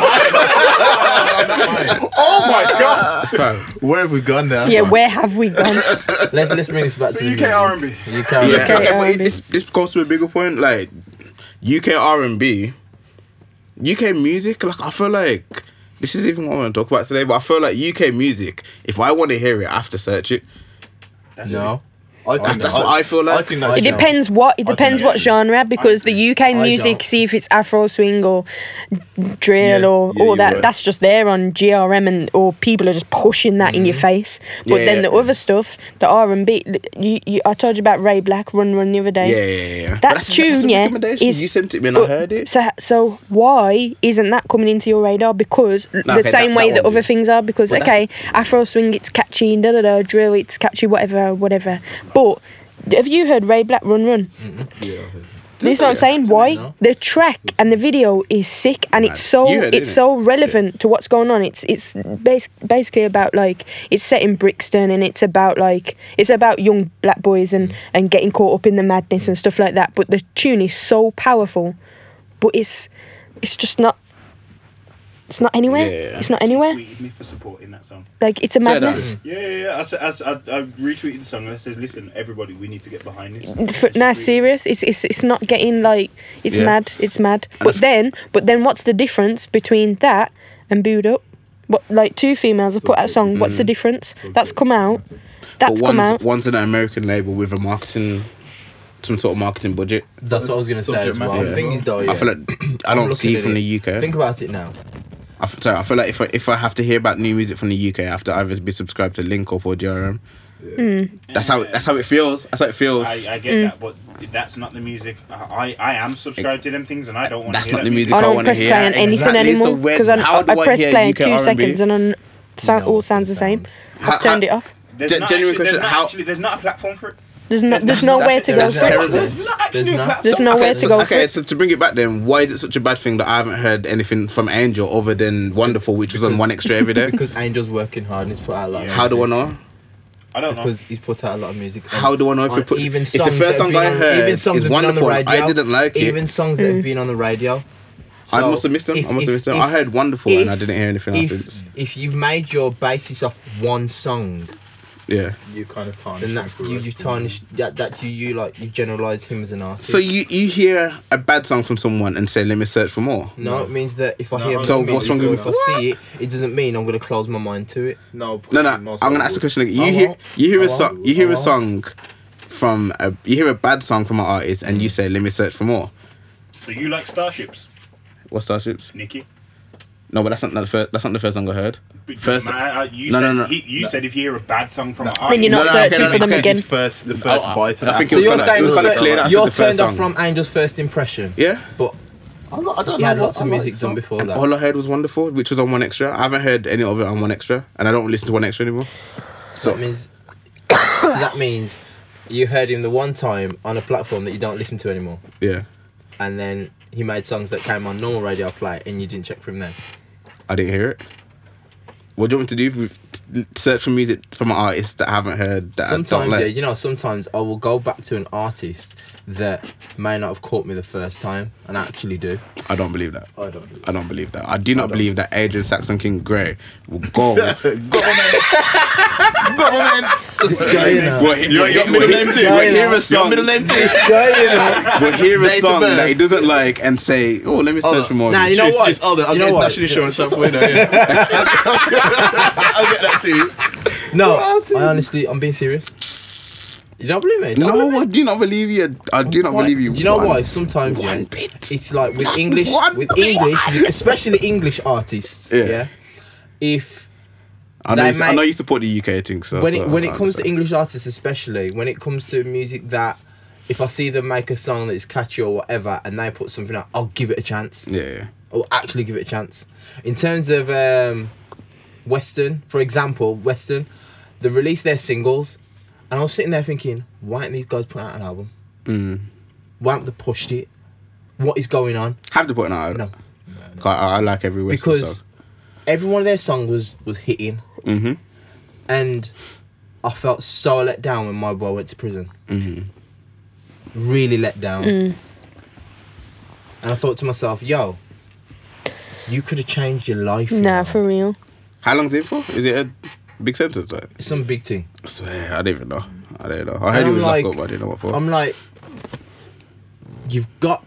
[SPEAKER 7] my god,
[SPEAKER 3] fam.
[SPEAKER 8] Where have we gone now?
[SPEAKER 5] Yeah, where have we
[SPEAKER 3] [LAUGHS]
[SPEAKER 5] gone?
[SPEAKER 4] Let's let's bring this back to
[SPEAKER 7] the
[SPEAKER 4] the
[SPEAKER 7] UK R&B.
[SPEAKER 4] You can't.
[SPEAKER 3] Yeah,
[SPEAKER 5] UK
[SPEAKER 3] okay, but it,
[SPEAKER 5] R&B.
[SPEAKER 3] this this goes to a bigger point. Like UK R and B, UK music. Like I feel like this is even what I want to talk about today. But I feel like UK music. If I want to hear it, I have to search it.
[SPEAKER 4] No.
[SPEAKER 8] I think
[SPEAKER 3] That's what I feel like.
[SPEAKER 8] I think that's
[SPEAKER 5] It
[SPEAKER 8] general.
[SPEAKER 5] depends what it
[SPEAKER 8] I think
[SPEAKER 5] depends
[SPEAKER 8] that's
[SPEAKER 5] what
[SPEAKER 8] true.
[SPEAKER 5] genre because the UK music,
[SPEAKER 4] don't.
[SPEAKER 5] see if it's Afro swing or drill
[SPEAKER 8] Yeah,
[SPEAKER 5] or
[SPEAKER 8] yeah,
[SPEAKER 5] all
[SPEAKER 8] you're
[SPEAKER 5] that.
[SPEAKER 8] right.
[SPEAKER 5] That's just there on GRM and or people are just pushing that in your face. But
[SPEAKER 3] Yeah,
[SPEAKER 5] then
[SPEAKER 3] yeah.
[SPEAKER 5] the other stuff, the R and B, you, you I told you about Ray Black, Run Run the other
[SPEAKER 3] Yeah,
[SPEAKER 5] day.
[SPEAKER 3] yeah, yeah, yeah. But
[SPEAKER 5] That
[SPEAKER 3] that's-
[SPEAKER 5] tune,
[SPEAKER 3] that's a
[SPEAKER 5] yeah,
[SPEAKER 3] recommendation.
[SPEAKER 5] is-
[SPEAKER 3] you sent it me and I
[SPEAKER 5] But-
[SPEAKER 3] heard it.
[SPEAKER 5] So, so why isn't that coming into your radar? Because
[SPEAKER 3] No,
[SPEAKER 5] the
[SPEAKER 3] okay,
[SPEAKER 5] same
[SPEAKER 3] that-
[SPEAKER 5] way
[SPEAKER 3] that
[SPEAKER 5] that,
[SPEAKER 3] one
[SPEAKER 5] other
[SPEAKER 3] is.
[SPEAKER 5] things are. Because
[SPEAKER 3] But that's-
[SPEAKER 5] okay, Afro swing it's catchy, da da da. Drill it's catchy, whatever, whatever. But have you heard Ray Black Run Run? This is what I'm saying. Why
[SPEAKER 4] no.
[SPEAKER 5] the track and the video is sick, and it's so
[SPEAKER 3] You heard it,
[SPEAKER 5] it's
[SPEAKER 3] innit?
[SPEAKER 5] so relevant to what's going on. It's it's bas- basically about like it's set in Brixton, and it's about like it's about young black boys
[SPEAKER 3] Mm.
[SPEAKER 5] and and getting caught up in the madness and stuff like that. But the tune is so powerful, but it's it's just not. It's not anywhere.
[SPEAKER 3] Yeah.
[SPEAKER 5] It's not anywhere.
[SPEAKER 7] She tweeted me for supporting that song.
[SPEAKER 5] Like it's a
[SPEAKER 3] Fair
[SPEAKER 5] madness.
[SPEAKER 7] Yeah, yeah, yeah. I, s- I s- I- I retweeted the song and it says, "Listen, everybody, we need to get behind this."
[SPEAKER 5] For,
[SPEAKER 7] She
[SPEAKER 5] nah,
[SPEAKER 7] tweeted-
[SPEAKER 5] serious. It's it's it's not getting like it's
[SPEAKER 3] Yeah.
[SPEAKER 5] mad. It's mad. But then, but then, what's the difference between that and booed up? What like two females have put out a song? What's the difference? that's come out. That's
[SPEAKER 3] Mm. but
[SPEAKER 5] come
[SPEAKER 3] one's,
[SPEAKER 5] out.
[SPEAKER 3] one's an American label with a marketing, some sort of marketing budget.
[SPEAKER 4] That's what I was gonna say
[SPEAKER 8] Subject
[SPEAKER 4] as well.
[SPEAKER 8] matter.
[SPEAKER 4] The thing is though, yeah,
[SPEAKER 3] I feel like I
[SPEAKER 4] I'm
[SPEAKER 3] don't see
[SPEAKER 4] looking
[SPEAKER 3] it
[SPEAKER 4] at
[SPEAKER 3] from the UK.
[SPEAKER 4] Think about it now.
[SPEAKER 3] I f- sorry, I feel like if I, if I have to hear about new music from the UK, I have to either be subscribed to Link Up or JRM.
[SPEAKER 5] Hmm.
[SPEAKER 3] That's how that's how it feels. That's how it feels.
[SPEAKER 7] I, I
[SPEAKER 5] Mm.
[SPEAKER 7] get that, but that's not the music. I, I I am subscribed to them things, and I don't want to
[SPEAKER 3] That's
[SPEAKER 7] hear
[SPEAKER 3] not
[SPEAKER 7] that
[SPEAKER 3] the music
[SPEAKER 5] I
[SPEAKER 3] I
[SPEAKER 5] don't
[SPEAKER 3] wanna
[SPEAKER 5] press
[SPEAKER 3] hear.
[SPEAKER 5] play on anything
[SPEAKER 3] Exactly, so
[SPEAKER 5] anymore
[SPEAKER 3] when-
[SPEAKER 5] because
[SPEAKER 3] how
[SPEAKER 5] I,
[SPEAKER 3] do I
[SPEAKER 5] press
[SPEAKER 3] hear
[SPEAKER 5] play on
[SPEAKER 3] UK
[SPEAKER 5] two
[SPEAKER 3] R&B?
[SPEAKER 5] seconds and on sound,
[SPEAKER 4] No,
[SPEAKER 5] all sounds the same.
[SPEAKER 3] How-
[SPEAKER 5] I've turned
[SPEAKER 3] how-
[SPEAKER 5] it off.
[SPEAKER 7] There's
[SPEAKER 3] Gen-
[SPEAKER 7] not
[SPEAKER 3] genuine
[SPEAKER 7] actually, there's
[SPEAKER 3] question,
[SPEAKER 7] not
[SPEAKER 3] how-
[SPEAKER 7] actually there's not a platform for it.
[SPEAKER 5] There's no there's
[SPEAKER 3] that's-
[SPEAKER 5] nowhere
[SPEAKER 3] that's-
[SPEAKER 5] to go
[SPEAKER 4] that's
[SPEAKER 5] for it.
[SPEAKER 4] terrible.
[SPEAKER 9] There's not actually
[SPEAKER 4] There's
[SPEAKER 9] a
[SPEAKER 4] not-
[SPEAKER 9] platform.
[SPEAKER 5] There's nowhere to
[SPEAKER 3] so,
[SPEAKER 5] go for
[SPEAKER 3] okay,
[SPEAKER 5] it.
[SPEAKER 3] so to bring it back then, why is it such a bad thing that I haven't heard anything from Angel other than Wonderful, which was on
[SPEAKER 4] because-
[SPEAKER 3] One Extra every day?
[SPEAKER 4] Because Angel's working hard and he's put out a lot. Of
[SPEAKER 3] [LAUGHS] How do I know?
[SPEAKER 7] I don't know.
[SPEAKER 4] Because he's put out a lot of music. and
[SPEAKER 3] How do I know if
[SPEAKER 4] on
[SPEAKER 3] it puts?
[SPEAKER 4] even
[SPEAKER 3] if the
[SPEAKER 4] songs
[SPEAKER 3] first
[SPEAKER 4] that have
[SPEAKER 3] song
[SPEAKER 4] been
[SPEAKER 3] I
[SPEAKER 4] on-
[SPEAKER 3] heard
[SPEAKER 4] even
[SPEAKER 3] is
[SPEAKER 4] songs that have been on the
[SPEAKER 3] Wonderful, I
[SPEAKER 4] radio,
[SPEAKER 3] didn't like it.
[SPEAKER 4] Even songs that
[SPEAKER 9] Mm.
[SPEAKER 4] have been on the radio.
[SPEAKER 3] I
[SPEAKER 4] So
[SPEAKER 3] must have missed them. I
[SPEAKER 4] if-
[SPEAKER 3] must have
[SPEAKER 4] if-
[SPEAKER 3] missed them.
[SPEAKER 4] if-
[SPEAKER 3] I heard Wonderful and I
[SPEAKER 4] if-
[SPEAKER 3] didn't hear anything else.
[SPEAKER 4] If,
[SPEAKER 3] It's-
[SPEAKER 4] if you've made your basis off one song,
[SPEAKER 3] Yeah.
[SPEAKER 9] You kind of tarnished.
[SPEAKER 4] then
[SPEAKER 9] him
[SPEAKER 4] that's
[SPEAKER 9] for the
[SPEAKER 4] you.
[SPEAKER 9] rest
[SPEAKER 4] You
[SPEAKER 9] of the-
[SPEAKER 4] tarnish. That, that's you. You like you generalize him as an artist.
[SPEAKER 3] So you you hear a bad song from someone and say, "Let me search for more."
[SPEAKER 4] No, it means that if I
[SPEAKER 9] No,
[SPEAKER 4] hear
[SPEAKER 9] I'm
[SPEAKER 3] So
[SPEAKER 4] music
[SPEAKER 3] what's wrong
[SPEAKER 4] or
[SPEAKER 3] with-
[SPEAKER 4] if I see it, it doesn't mean I'm gonna close my mind to it.
[SPEAKER 9] No,
[SPEAKER 3] No, no.
[SPEAKER 9] pussy,
[SPEAKER 3] I'm
[SPEAKER 9] most
[SPEAKER 3] gonna
[SPEAKER 9] of
[SPEAKER 3] ask a
[SPEAKER 9] would.
[SPEAKER 3] question. again.
[SPEAKER 4] I
[SPEAKER 3] You hear
[SPEAKER 4] won't.
[SPEAKER 3] you hear
[SPEAKER 4] I
[SPEAKER 3] a
[SPEAKER 4] won't.
[SPEAKER 3] song you
[SPEAKER 4] I
[SPEAKER 3] hear a
[SPEAKER 4] won't.
[SPEAKER 3] song from a you hear a bad song from an artist and you say, "Let me search for more."
[SPEAKER 7] So you like starships,
[SPEAKER 3] What starships?
[SPEAKER 7] Nikki?
[SPEAKER 3] No, but that's not the first. That's not the first song I heard.
[SPEAKER 7] Because
[SPEAKER 3] First,
[SPEAKER 7] my- I- you
[SPEAKER 3] No,
[SPEAKER 7] said,
[SPEAKER 3] no, no.
[SPEAKER 7] He, you said if you hear a bad song from an
[SPEAKER 5] Then you're not
[SPEAKER 7] artist,
[SPEAKER 3] No, no, okay,
[SPEAKER 5] searching
[SPEAKER 3] no, no,
[SPEAKER 5] for them
[SPEAKER 3] okay.
[SPEAKER 5] again.
[SPEAKER 8] His first, the first
[SPEAKER 3] I-
[SPEAKER 8] bite.
[SPEAKER 3] I think it
[SPEAKER 4] So
[SPEAKER 3] was
[SPEAKER 4] you're
[SPEAKER 3] kinda- it
[SPEAKER 4] saying
[SPEAKER 3] was kinda
[SPEAKER 4] that
[SPEAKER 3] clear that
[SPEAKER 4] you're
[SPEAKER 3] that's the first
[SPEAKER 4] turned off
[SPEAKER 3] song.
[SPEAKER 4] from Angel's first impression.
[SPEAKER 3] yeah.
[SPEAKER 4] But
[SPEAKER 8] I don't know.
[SPEAKER 4] he had
[SPEAKER 8] what-
[SPEAKER 4] lots
[SPEAKER 8] I
[SPEAKER 4] of
[SPEAKER 8] like
[SPEAKER 4] music done
[SPEAKER 8] some-
[SPEAKER 4] before that.
[SPEAKER 3] All I heard was wonderful, which was on one extra. I haven't heard any of it on one extra, and I don't listen to one extra anymore.
[SPEAKER 4] So that means, [COUGHS] so that means you heard him the one time on a platform that you don't listen to anymore,
[SPEAKER 3] Yeah,
[SPEAKER 4] and then he made songs that came on normal radio play, and you didn't check for him then.
[SPEAKER 3] I didn't hear it. What do you want me to do? With- Search for music from an artist that I haven't heard that I don't
[SPEAKER 4] Sometimes,
[SPEAKER 3] like.
[SPEAKER 4] yeah, you know, sometimes I will go back to an artist that may not have caught me the first time, and I actually do.
[SPEAKER 3] I don't believe that.
[SPEAKER 8] I don't do
[SPEAKER 3] I don't believe that. I do not believe that Adrian Saxon King Gray will [LAUGHS] go.
[SPEAKER 8] Governments! Governments!
[SPEAKER 4] This guy, you know,
[SPEAKER 3] We'll he-
[SPEAKER 8] Your, your
[SPEAKER 3] we'll
[SPEAKER 8] middle name too.
[SPEAKER 3] he- we'll hear a
[SPEAKER 8] Your
[SPEAKER 3] song.
[SPEAKER 8] middle name too.
[SPEAKER 3] We'll hear a
[SPEAKER 8] Date of
[SPEAKER 3] song
[SPEAKER 8] birth.
[SPEAKER 3] that he doesn't like and say, "Oh, let me search for more." of
[SPEAKER 4] Nah,
[SPEAKER 3] this."
[SPEAKER 4] you know
[SPEAKER 8] Just-
[SPEAKER 4] what?
[SPEAKER 8] just- oh, I'll
[SPEAKER 4] You know
[SPEAKER 8] get his
[SPEAKER 4] what?
[SPEAKER 8] national insurance up for you. know, yeah. I'll get that too.
[SPEAKER 4] no, I honestly, I'm being serious. You don't believe me? Don't believe me?
[SPEAKER 3] No, I do not believe you. I do not
[SPEAKER 4] Why-
[SPEAKER 3] believe you.
[SPEAKER 4] Do you know
[SPEAKER 3] One-
[SPEAKER 4] why? Sometimes yeah,
[SPEAKER 3] one bit.
[SPEAKER 4] it's like with English,
[SPEAKER 3] one
[SPEAKER 4] with
[SPEAKER 3] bit.
[SPEAKER 4] English, especially English artists.
[SPEAKER 3] Yeah.
[SPEAKER 4] Yeah. If
[SPEAKER 3] I know, you,
[SPEAKER 4] They
[SPEAKER 3] I
[SPEAKER 4] might-
[SPEAKER 3] know you support the UK thing, so
[SPEAKER 4] when
[SPEAKER 3] so
[SPEAKER 4] it when it
[SPEAKER 3] I
[SPEAKER 4] comes to
[SPEAKER 3] understand.
[SPEAKER 4] English artists, especially when it comes to music that, if I see them make a song that is catchy or whatever, and they put something out, I'll give it a chance.
[SPEAKER 3] yeah, yeah.
[SPEAKER 4] I'll actually give it a chance. In terms of um, Western, for example, Western, they release their singles, and I was sitting there thinking, why aren't these guys putting out an album? Why haven't they pushed it? What is going on?
[SPEAKER 3] have to put an eye.
[SPEAKER 4] No.
[SPEAKER 3] I, I like every Western
[SPEAKER 4] because
[SPEAKER 3] song.
[SPEAKER 4] every one of their songs was was hitting, mm-hmm. and I felt so let down when my boy went to prison. Mm-hmm. Really let down,
[SPEAKER 5] Mm.
[SPEAKER 4] and I thought to myself, "Yo, you could have changed your life." you
[SPEAKER 5] Nah,
[SPEAKER 4] know.
[SPEAKER 5] for real.
[SPEAKER 3] How long's it for? Is it a big sentence? Like,
[SPEAKER 4] it's some big thing.
[SPEAKER 3] I swear, I don't even know. I don't know. I heard
[SPEAKER 4] And
[SPEAKER 3] it
[SPEAKER 4] I'm
[SPEAKER 3] was like, locked
[SPEAKER 4] like-
[SPEAKER 3] up, but I didn't know what for.
[SPEAKER 4] I'm like, you've got,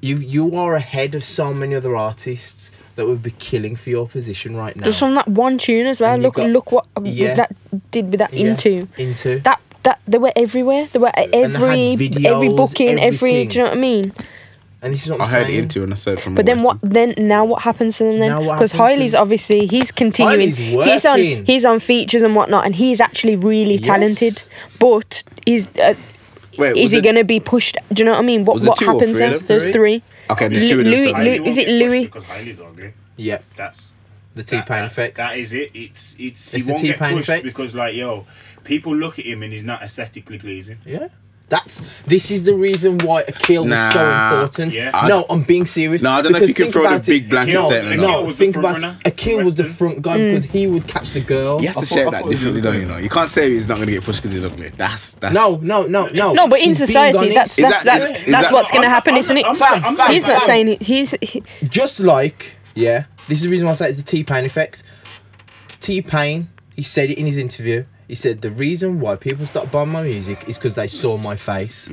[SPEAKER 4] you you are ahead of so many other artists that would be killing for your position right now.
[SPEAKER 5] Just from that one tune as well.
[SPEAKER 4] And you
[SPEAKER 5] Look,
[SPEAKER 4] got-
[SPEAKER 5] look what
[SPEAKER 4] Yeah.
[SPEAKER 5] that did with that
[SPEAKER 4] Yeah.
[SPEAKER 5] into
[SPEAKER 4] into
[SPEAKER 5] that that they were everywhere. They were at
[SPEAKER 4] And they had
[SPEAKER 5] every every
[SPEAKER 4] videos,
[SPEAKER 5] booking, every. Do
[SPEAKER 4] everything.
[SPEAKER 5] you know what I mean?
[SPEAKER 4] And this is what I'm
[SPEAKER 3] I heard
[SPEAKER 4] saying.
[SPEAKER 3] into and I said from.
[SPEAKER 5] But then
[SPEAKER 3] West
[SPEAKER 5] what?
[SPEAKER 3] Ham.
[SPEAKER 5] Then now what happens to them then?
[SPEAKER 4] Now what
[SPEAKER 5] Because
[SPEAKER 4] happens to
[SPEAKER 5] Hiley's
[SPEAKER 4] them?
[SPEAKER 5] obviously he's continuing.
[SPEAKER 4] Hiley's
[SPEAKER 5] he's on
[SPEAKER 4] working.
[SPEAKER 5] he's on features and whatnot, and he's actually really
[SPEAKER 4] Yes.
[SPEAKER 5] talented. But is uh,
[SPEAKER 3] Wait,
[SPEAKER 5] is
[SPEAKER 3] was
[SPEAKER 5] he
[SPEAKER 3] it-
[SPEAKER 5] gonna be pushed? Do you know what I mean? What
[SPEAKER 3] Was it
[SPEAKER 5] what
[SPEAKER 3] two or
[SPEAKER 5] happens?
[SPEAKER 3] three
[SPEAKER 5] There's,
[SPEAKER 3] of
[SPEAKER 5] there's
[SPEAKER 4] them?
[SPEAKER 5] three.
[SPEAKER 3] Okay,
[SPEAKER 5] Lu-
[SPEAKER 3] there's two of them.
[SPEAKER 5] Louis-
[SPEAKER 3] so-
[SPEAKER 5] Louis-
[SPEAKER 7] Hailey
[SPEAKER 5] is
[SPEAKER 7] won't
[SPEAKER 5] it
[SPEAKER 7] get pushed
[SPEAKER 5] Louis?
[SPEAKER 7] Because Hailey's ugly.
[SPEAKER 4] Yeah.
[SPEAKER 7] That's
[SPEAKER 4] The T Pain
[SPEAKER 7] that's-
[SPEAKER 4] effect.
[SPEAKER 7] That is it. It's it's he
[SPEAKER 4] It's the
[SPEAKER 7] won't get
[SPEAKER 4] T-Pain
[SPEAKER 7] pushed
[SPEAKER 4] effect.
[SPEAKER 7] because like yo, people look at him and he's not aesthetically pleasing.
[SPEAKER 4] Yeah. That's this is the reason why a kill is so
[SPEAKER 3] Nah.
[SPEAKER 4] important.
[SPEAKER 7] Yeah.
[SPEAKER 3] I-
[SPEAKER 4] No, I'm being serious.
[SPEAKER 3] No, I don't know if
[SPEAKER 4] because
[SPEAKER 3] you can
[SPEAKER 4] think
[SPEAKER 3] throw the
[SPEAKER 4] about
[SPEAKER 3] big blanket
[SPEAKER 4] no,
[SPEAKER 7] statement out.
[SPEAKER 4] No,
[SPEAKER 7] Akil was the
[SPEAKER 4] think
[SPEAKER 7] front
[SPEAKER 4] about
[SPEAKER 7] runner,
[SPEAKER 4] it. Akil was the
[SPEAKER 7] Western.
[SPEAKER 4] front guy because he would catch the girl.
[SPEAKER 3] You have to
[SPEAKER 8] I thought-
[SPEAKER 3] shape
[SPEAKER 8] I
[SPEAKER 4] [LAUGHS]
[SPEAKER 3] that
[SPEAKER 8] thought it was
[SPEAKER 3] differently,
[SPEAKER 8] the-
[SPEAKER 3] though. You know, you can't say he's not going to get pushed because he's ugly. That's that's
[SPEAKER 4] No, no, no, no.
[SPEAKER 5] No, but in
[SPEAKER 4] Oh, He's being
[SPEAKER 5] society,
[SPEAKER 4] honest.
[SPEAKER 5] that's
[SPEAKER 3] Is
[SPEAKER 5] that's
[SPEAKER 3] that-
[SPEAKER 5] that's,
[SPEAKER 3] is- is
[SPEAKER 5] that's
[SPEAKER 3] that-
[SPEAKER 5] what's gonna
[SPEAKER 7] I'm-
[SPEAKER 5] happen,
[SPEAKER 7] I'm-
[SPEAKER 5] isn't it?
[SPEAKER 7] I'm- I'm-
[SPEAKER 4] I'm-
[SPEAKER 5] he's not
[SPEAKER 4] I'm-
[SPEAKER 5] saying it. He's he,
[SPEAKER 4] just like yeah. This is the reason why I say it's the T Pain effect. T Pain, he said it in his interview. He said the reason why people stopped buying my music is because they saw my face.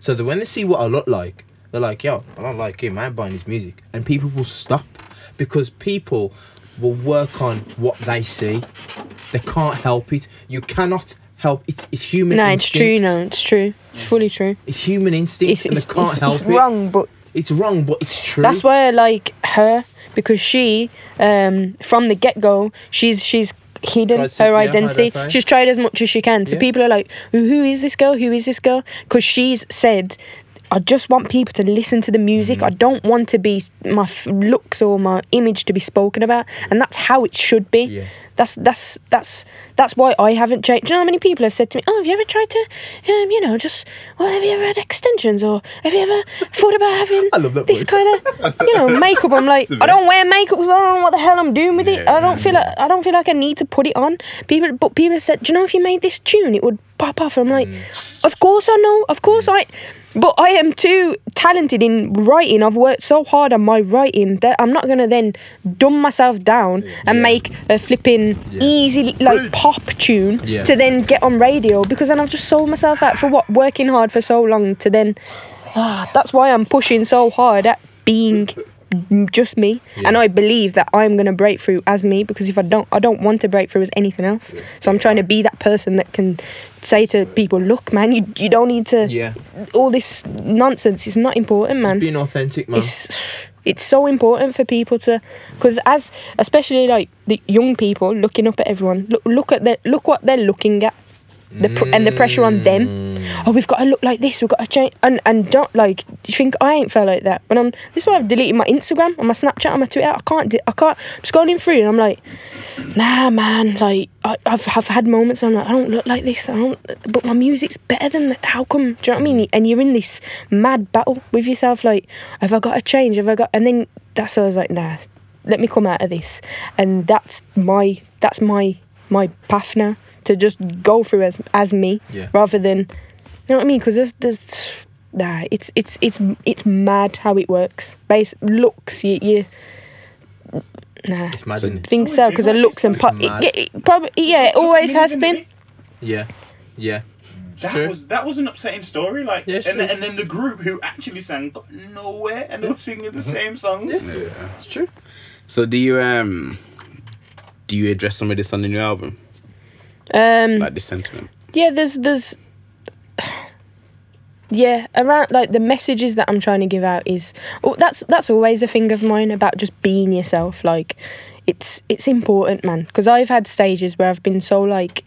[SPEAKER 4] So that when they see what I look like, they're like, yo, I don't like him, I ain't buying his music. And people will stop because people will work on what they see. They can't help it. You cannot help it. It's human
[SPEAKER 5] no, it's
[SPEAKER 4] instinct.
[SPEAKER 5] true. No, it's true. It's fully true.
[SPEAKER 4] It's human instinct
[SPEAKER 5] It's
[SPEAKER 4] and
[SPEAKER 5] it's,
[SPEAKER 4] they can't
[SPEAKER 5] it's,
[SPEAKER 4] help
[SPEAKER 5] it's
[SPEAKER 4] it.
[SPEAKER 5] wrong, but
[SPEAKER 4] It's wrong, but it's true.
[SPEAKER 5] That's why I like her because she, um, from the get go, she's she's hidden
[SPEAKER 4] Tries to-
[SPEAKER 5] her
[SPEAKER 4] yeah, hide her
[SPEAKER 5] identity.
[SPEAKER 4] face.
[SPEAKER 5] she's tried as much as she can. So
[SPEAKER 4] Yeah.
[SPEAKER 5] people are like, "Who who is this girl? Who is this girl?" Because she's said. I just want people to listen to the music.
[SPEAKER 4] Mm-hmm.
[SPEAKER 5] I don't want to be my f- looks or my image to be spoken about, and that's how it should be.
[SPEAKER 4] Yeah.
[SPEAKER 5] That's that's that's that's why I haven't changed. Do you know how many people have said to me, "Oh, have you ever tried to, um, you know, just, well, have you ever had extensions or have you ever thought about having
[SPEAKER 4] [LAUGHS] I love that
[SPEAKER 5] this
[SPEAKER 4] voice.
[SPEAKER 5] kind of, you know, makeup?" I'm like,
[SPEAKER 8] It's the
[SPEAKER 5] I don't
[SPEAKER 8] best.
[SPEAKER 5] wear makeup because I don't know what the hell I'm doing with it.
[SPEAKER 3] Yeah,
[SPEAKER 5] I don't feel like I don't feel like I need to put it on. People, but people said, "Do you know if you made this tune, it would pop off?" And I'm like, "Of course I know. Of course I." But I am too talented in writing. I've worked so hard on my writing that I'm not gonna then dumb myself down and make a flipping easy like pop tune
[SPEAKER 4] Yeah.
[SPEAKER 5] to then get on radio because then I've just sold myself out for what working hard for so long to then. Ah, that's why I'm pushing so hard at being just me and i believe that i'm going to break through as me because if i don't i don't want to break through as anything else so i'm trying to be that person that can say to people look man you, you don't need to
[SPEAKER 4] yeah.
[SPEAKER 5] all this nonsense it's not important man
[SPEAKER 4] Being authentic, man.
[SPEAKER 5] it's it's so important for people to because as especially like the young people looking up at everyone look look at their look what they're looking at the pr- and the pressure on them oh we've got to look like this we've got to change and and don't like you think i ain't felt like that when i'm this is why i've deleted my instagram and my snapchat and my twitter i can't de- i can't I'm scrolling through and i'm like nah man like I, I've, I've had moments i'm like i don't look like this i don't but my music's better than that how come do you know what i mean and you're in this mad battle with yourself like have i got to change have i got and then that's why i was like nah let me come out of this and that's my that's my my path now to just go through as as me
[SPEAKER 4] Yeah.
[SPEAKER 5] rather than you know what i mean because there's there's nah it's it's it's it's mad how it works base looks you, you nah
[SPEAKER 4] It's mad,
[SPEAKER 3] So-
[SPEAKER 4] isn't it?
[SPEAKER 5] think
[SPEAKER 7] It's
[SPEAKER 5] so
[SPEAKER 7] always
[SPEAKER 5] because
[SPEAKER 7] been
[SPEAKER 5] it
[SPEAKER 7] like
[SPEAKER 5] looks
[SPEAKER 7] this,
[SPEAKER 5] and
[SPEAKER 4] though,
[SPEAKER 5] pop.
[SPEAKER 4] it's
[SPEAKER 5] It,
[SPEAKER 4] mad.
[SPEAKER 5] get- it probably yeah, it always has been.
[SPEAKER 4] Yeah, yeah.
[SPEAKER 7] That
[SPEAKER 4] True.
[SPEAKER 7] was that was an upsetting story. Like,
[SPEAKER 4] Yeah, it's
[SPEAKER 7] and, then,
[SPEAKER 4] true.
[SPEAKER 7] and then the group who actually sang got nowhere, and they were singing the same songs.
[SPEAKER 4] It's true.
[SPEAKER 3] So do you um do you address some of this on the new album?
[SPEAKER 5] Um,
[SPEAKER 3] Like this sentiment.
[SPEAKER 5] yeah, there's there's yeah around like the messages that I'm trying to give out is oh, that's that's always a thing of mine about just being yourself. Like, it's it's important, man. Because I've had stages where I've been so like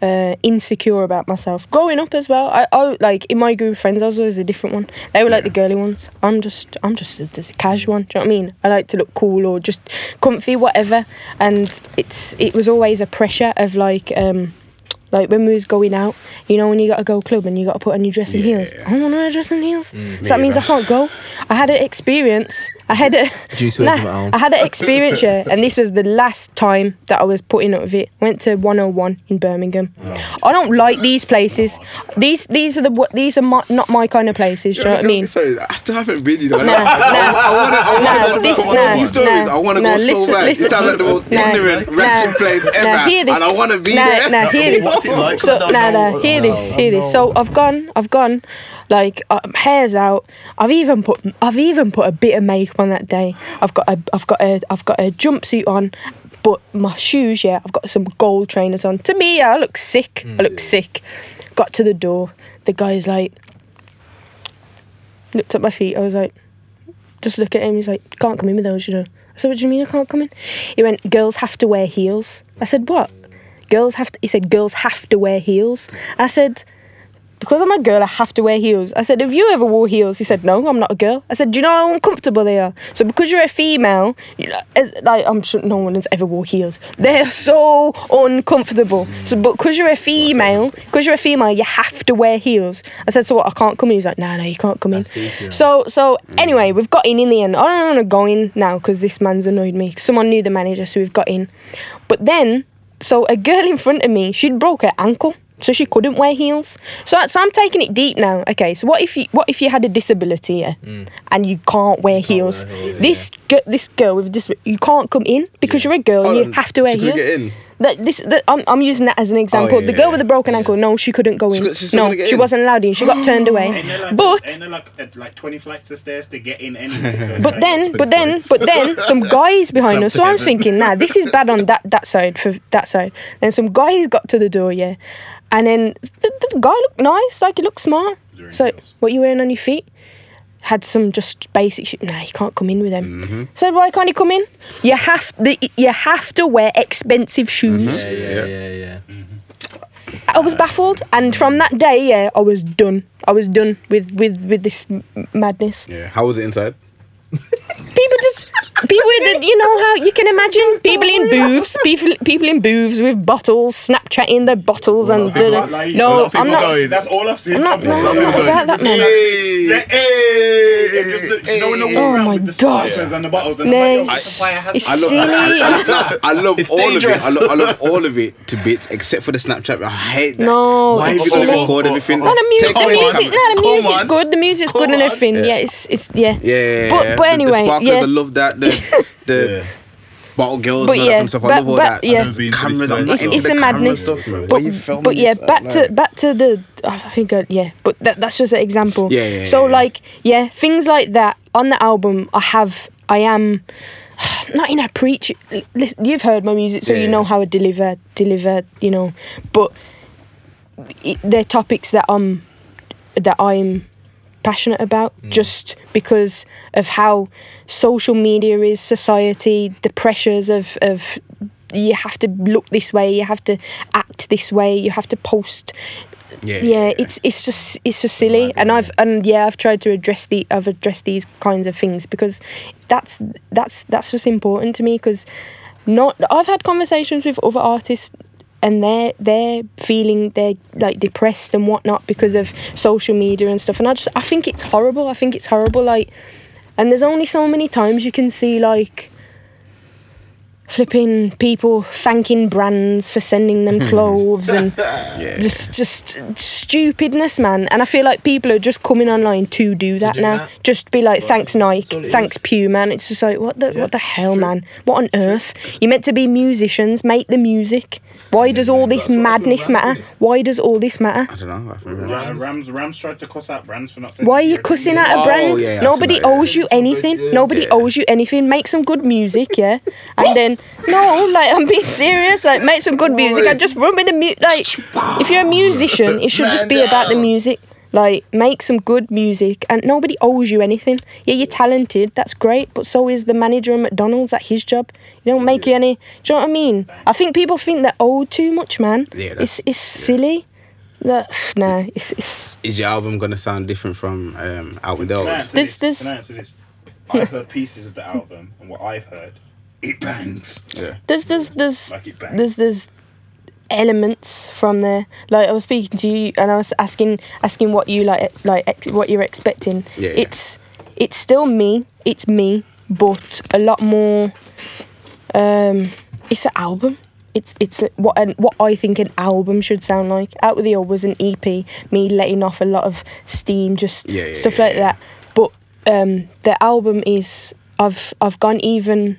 [SPEAKER 5] uh, insecure about myself. Growing up as well, I, I like in my group of friends, I was always a different one. They were like the girly ones. I'm just I'm just the, the casual one. Do you know what I mean? I like to look cool or just comfy, whatever. And it's it was always a pressure of like. Um, like when we was going out, you know, when you gotta go club and you gotta put on your dress and
[SPEAKER 3] Yeah. Mm,
[SPEAKER 5] heels. I don't want to wear dress and heels. so that
[SPEAKER 3] me
[SPEAKER 5] means
[SPEAKER 3] either.
[SPEAKER 5] I can't go. I had an experience. I had
[SPEAKER 3] [LAUGHS]
[SPEAKER 5] a
[SPEAKER 4] Juice wears them at home.
[SPEAKER 5] I had an experience, yeah, and this was the last time that I was putting up with it. Went to 101 in Birmingham.
[SPEAKER 3] Oh.
[SPEAKER 5] I don't like these places. These these are the what these are my, not my kind of places. Do you know what I mean?
[SPEAKER 3] Sorry, I still haven't really done
[SPEAKER 5] Nah,
[SPEAKER 3] it.
[SPEAKER 5] nah, nah, this,
[SPEAKER 3] From all
[SPEAKER 5] nah,
[SPEAKER 3] these stories,
[SPEAKER 5] nah,
[SPEAKER 3] I want to go
[SPEAKER 5] nah,
[SPEAKER 3] so
[SPEAKER 5] listen-
[SPEAKER 3] bad.
[SPEAKER 5] listen-
[SPEAKER 3] This sounds like the most
[SPEAKER 5] nah,
[SPEAKER 3] ignorant,
[SPEAKER 5] nah,
[SPEAKER 3] wretched place ever,
[SPEAKER 5] Nah, hear
[SPEAKER 3] and
[SPEAKER 5] this.
[SPEAKER 3] I want to be
[SPEAKER 5] nah,
[SPEAKER 3] there.
[SPEAKER 5] Nah, hear this.
[SPEAKER 8] What's it like? 'Cause I
[SPEAKER 5] So
[SPEAKER 8] don't
[SPEAKER 5] nah,
[SPEAKER 8] know
[SPEAKER 5] nah,
[SPEAKER 8] what-
[SPEAKER 5] hear this, hear this. So I've gone, I've gone, like uh, hairs out. I've even put, I've even put a bit of makeup on that day. I've got a, I've got a, I've got a jumpsuit on. But my shoes, yeah, I've got some gold trainers on. To me, yeah, I look sick. I
[SPEAKER 8] Mm.
[SPEAKER 5] look sick. Got to the door. The guy's like, looked at my feet. I was like, just look at him. He's like, can't come in with those, you know. I said, what do you mean I can't come in? He went, girls have to wear heels. I said, what? Girls have to, he said, girls have to wear heels. I said, because I'm a girl, I have to wear heels. I said, Have you ever wore heels? He said, No, I'm not a girl. I said, Do you know how uncomfortable they are? So, because you're a female, you know, as- like, I'm sure no one has ever wore heels. They're so uncomfortable. So, but because you're a female, because you're a female, you have to wear heels. I said, So what? I can't come in. He's like, No, no, you can't come
[SPEAKER 4] That's the
[SPEAKER 5] in.
[SPEAKER 4] issue.
[SPEAKER 5] So, so anyway, we've got in in the end. I don't want to go in now because this man's annoyed me. Someone knew the manager, so we've got in. But then, so a girl in front of me, she'd broke her ankle, so she couldn't wear heels. So, so I'm taking it deep now. Okay, so what if you what if you had a disability, yeah, and you can't wear heels?
[SPEAKER 4] heels,
[SPEAKER 5] this gi- this girl with dis you can't come in because you're a girl.
[SPEAKER 3] Oh,
[SPEAKER 5] you have to wear
[SPEAKER 3] she couldn't
[SPEAKER 5] heels.
[SPEAKER 3] get in?
[SPEAKER 5] That this that, I'm I'm using that as an example.
[SPEAKER 3] yeah,
[SPEAKER 5] the girl
[SPEAKER 3] yeah,
[SPEAKER 5] with the broken ankle, no, she couldn't go in.
[SPEAKER 3] cou- she's not
[SPEAKER 5] no,
[SPEAKER 3] gonna get
[SPEAKER 5] she
[SPEAKER 3] in.
[SPEAKER 5] wasn't allowed in. She
[SPEAKER 3] [GASPS]
[SPEAKER 5] got turned away.
[SPEAKER 7] Ain't there like,
[SPEAKER 5] but
[SPEAKER 7] ain't there like, uh, like 20 flights of stairs to get in anyway? so it's
[SPEAKER 5] but
[SPEAKER 7] like-
[SPEAKER 5] then, but then,
[SPEAKER 8] points.
[SPEAKER 5] but then, some guys behind us. So I'm thinking, nah, this is bad on that that side for that side. Then some guys got to the door, yeah, and then the, the guy looked nice, like he looked smart.
[SPEAKER 7] wearing
[SPEAKER 5] So
[SPEAKER 7] heels.
[SPEAKER 5] what you wearing on your feet? Had some just basic shit. Nah, you can't come in with them. Said why can't he come in? You have the you have to wear expensive shoes.
[SPEAKER 4] Yeah, yeah, yeah, yeah.
[SPEAKER 5] I was baffled, and from that day, yeah, I was done. I was done with with with this m- madness.
[SPEAKER 3] Yeah. How was it inside?
[SPEAKER 5] people just people with the, you know how you can imagine people in booths people people in booths with bottles snapchatting their bottles and
[SPEAKER 7] People
[SPEAKER 5] the,
[SPEAKER 7] are lying. A lot
[SPEAKER 5] no
[SPEAKER 7] of
[SPEAKER 5] I'm not
[SPEAKER 7] people going. That's all I've seen.
[SPEAKER 5] I'm not
[SPEAKER 7] I've seen
[SPEAKER 5] lying.
[SPEAKER 7] people
[SPEAKER 5] About
[SPEAKER 7] going.
[SPEAKER 5] that man.
[SPEAKER 7] Yeah, hey, and just the, you know when they walk
[SPEAKER 5] Oh
[SPEAKER 7] around
[SPEAKER 5] my
[SPEAKER 7] with the
[SPEAKER 5] God.
[SPEAKER 7] sparklers and the bottles and
[SPEAKER 5] Nay.
[SPEAKER 7] the supplier has
[SPEAKER 5] it's
[SPEAKER 7] that?
[SPEAKER 3] love-
[SPEAKER 5] silly
[SPEAKER 3] No, I love
[SPEAKER 8] It's
[SPEAKER 3] all
[SPEAKER 8] dangerous.
[SPEAKER 3] of it. I, lo- I love all of it to bits, except for the Snapchat. I hate that.
[SPEAKER 5] No,
[SPEAKER 3] Why have
[SPEAKER 5] it's
[SPEAKER 3] you got to
[SPEAKER 5] silly.
[SPEAKER 3] record everything?
[SPEAKER 5] no, the, mu-
[SPEAKER 3] Take
[SPEAKER 5] the
[SPEAKER 3] away
[SPEAKER 5] music,
[SPEAKER 3] camera.
[SPEAKER 5] no, the
[SPEAKER 8] Come
[SPEAKER 5] music's
[SPEAKER 8] on.
[SPEAKER 5] good. The music's good and
[SPEAKER 8] on.
[SPEAKER 5] everything. Yeah. it's it's yeah.
[SPEAKER 3] Yeah, yeah, yeah,
[SPEAKER 5] But-
[SPEAKER 3] yeah.
[SPEAKER 5] but
[SPEAKER 3] The-
[SPEAKER 5] anyway,
[SPEAKER 3] the sparklers.
[SPEAKER 5] yeah.
[SPEAKER 3] I love that. The [LAUGHS] the bottle girls
[SPEAKER 5] But
[SPEAKER 3] and all that
[SPEAKER 5] yeah,
[SPEAKER 3] kind of stuff. I
[SPEAKER 5] but-
[SPEAKER 3] love all
[SPEAKER 5] but
[SPEAKER 3] that.
[SPEAKER 5] yeah.
[SPEAKER 8] I've been to
[SPEAKER 3] cameras.
[SPEAKER 8] this
[SPEAKER 3] I'm not
[SPEAKER 8] place.
[SPEAKER 5] It's-
[SPEAKER 3] into
[SPEAKER 5] it's
[SPEAKER 3] the
[SPEAKER 5] a
[SPEAKER 3] camera
[SPEAKER 5] madness.
[SPEAKER 3] Stuff, man. Why
[SPEAKER 5] But,
[SPEAKER 3] are you filming
[SPEAKER 5] but yeah,
[SPEAKER 3] this?
[SPEAKER 5] back
[SPEAKER 3] Like-
[SPEAKER 5] to back to the oh, I think I, yeah, but that, that's just an example.
[SPEAKER 3] Yeah, yeah,
[SPEAKER 5] So
[SPEAKER 3] yeah, yeah.
[SPEAKER 5] like yeah, things like that on the album. I have I am not in a preach. Listen, you've heard my music, so
[SPEAKER 3] Yeah,
[SPEAKER 5] you
[SPEAKER 3] yeah.
[SPEAKER 5] know how I deliver deliver. You know, but it, they're topics that I'm that I'm passionate about just because of how social media is society the pressures of of you have to look this way you have to act this way you have to post
[SPEAKER 3] yeah,
[SPEAKER 5] yeah, it's it's just it's just silly, and I've and yeah, I've tried to address the I've addressed these kinds of things because that's that's that's just important to me because not I've had conversations with other artists and they're they're feeling they're like depressed and whatnot because of social media and stuff, and I just I think it's horrible. I think it's horrible. Like, and there's only so many times you can see like flipping people thanking brands for sending them clothes and just just stupidness man and i feel like people are just coming online to do that
[SPEAKER 4] do
[SPEAKER 5] now
[SPEAKER 4] that.
[SPEAKER 5] just be like thanks
[SPEAKER 4] that's all
[SPEAKER 5] nike
[SPEAKER 4] it
[SPEAKER 5] thanks
[SPEAKER 4] is.
[SPEAKER 5] puma and it's just like what the
[SPEAKER 4] Yeah,
[SPEAKER 5] what the hell
[SPEAKER 4] true.
[SPEAKER 5] man what on earth you're meant to be musicians make the music why does all this madness matter why does all this matter
[SPEAKER 3] I don't know. I remember.
[SPEAKER 7] Ra- Rams, Rams tried to cuss out brands for not saying.
[SPEAKER 5] why are you cussing at a
[SPEAKER 3] Oh,
[SPEAKER 5] brand?
[SPEAKER 3] yeah, I've
[SPEAKER 5] Nobody
[SPEAKER 3] seen that, yeah.
[SPEAKER 5] owes you anything.
[SPEAKER 4] yeah,
[SPEAKER 5] Nobody owes you anything. Make some good music,
[SPEAKER 3] [LAUGHS]
[SPEAKER 5] yeah. And then no, like I'm being serious. Like make some good music. I just rubbing the mu- like. If you're a musician, it should just be about the music. Like make some good music, and nobody owes you anything. Yeah, you're talented. That's great, but so is the manager at McDonald's at his job. You don't make any. Do you know what I mean? I think people think they're owed too much, man.
[SPEAKER 3] Yeah,
[SPEAKER 5] it's
[SPEAKER 3] that's-
[SPEAKER 5] it's silly. That [SIGHS] nah, it's it's
[SPEAKER 3] Is your album gonna sound different from um, Out with
[SPEAKER 7] Can I
[SPEAKER 3] Dogs?
[SPEAKER 7] answer
[SPEAKER 5] This-
[SPEAKER 7] this?
[SPEAKER 5] this-
[SPEAKER 7] Can I answer this?
[SPEAKER 3] [LAUGHS]
[SPEAKER 7] I've heard pieces of the album, and what I've heard, it bangs.
[SPEAKER 5] there's there's there's
[SPEAKER 7] Like it back.
[SPEAKER 5] there's there's elements from there. Like I was speaking to you and I was asking asking what you like like ex- what you're expecting.
[SPEAKER 3] Yeah, yeah.
[SPEAKER 5] It's it's still me. It's me, but a lot more. Um, it's an album. It's it's a- what an, what I think an album should sound like. Out with the old was an EP. Me letting off a lot of steam, just
[SPEAKER 3] Yeah, yeah,
[SPEAKER 5] stuff
[SPEAKER 3] yeah,
[SPEAKER 5] like
[SPEAKER 3] yeah.
[SPEAKER 5] that. But um, the album is I've I've gone even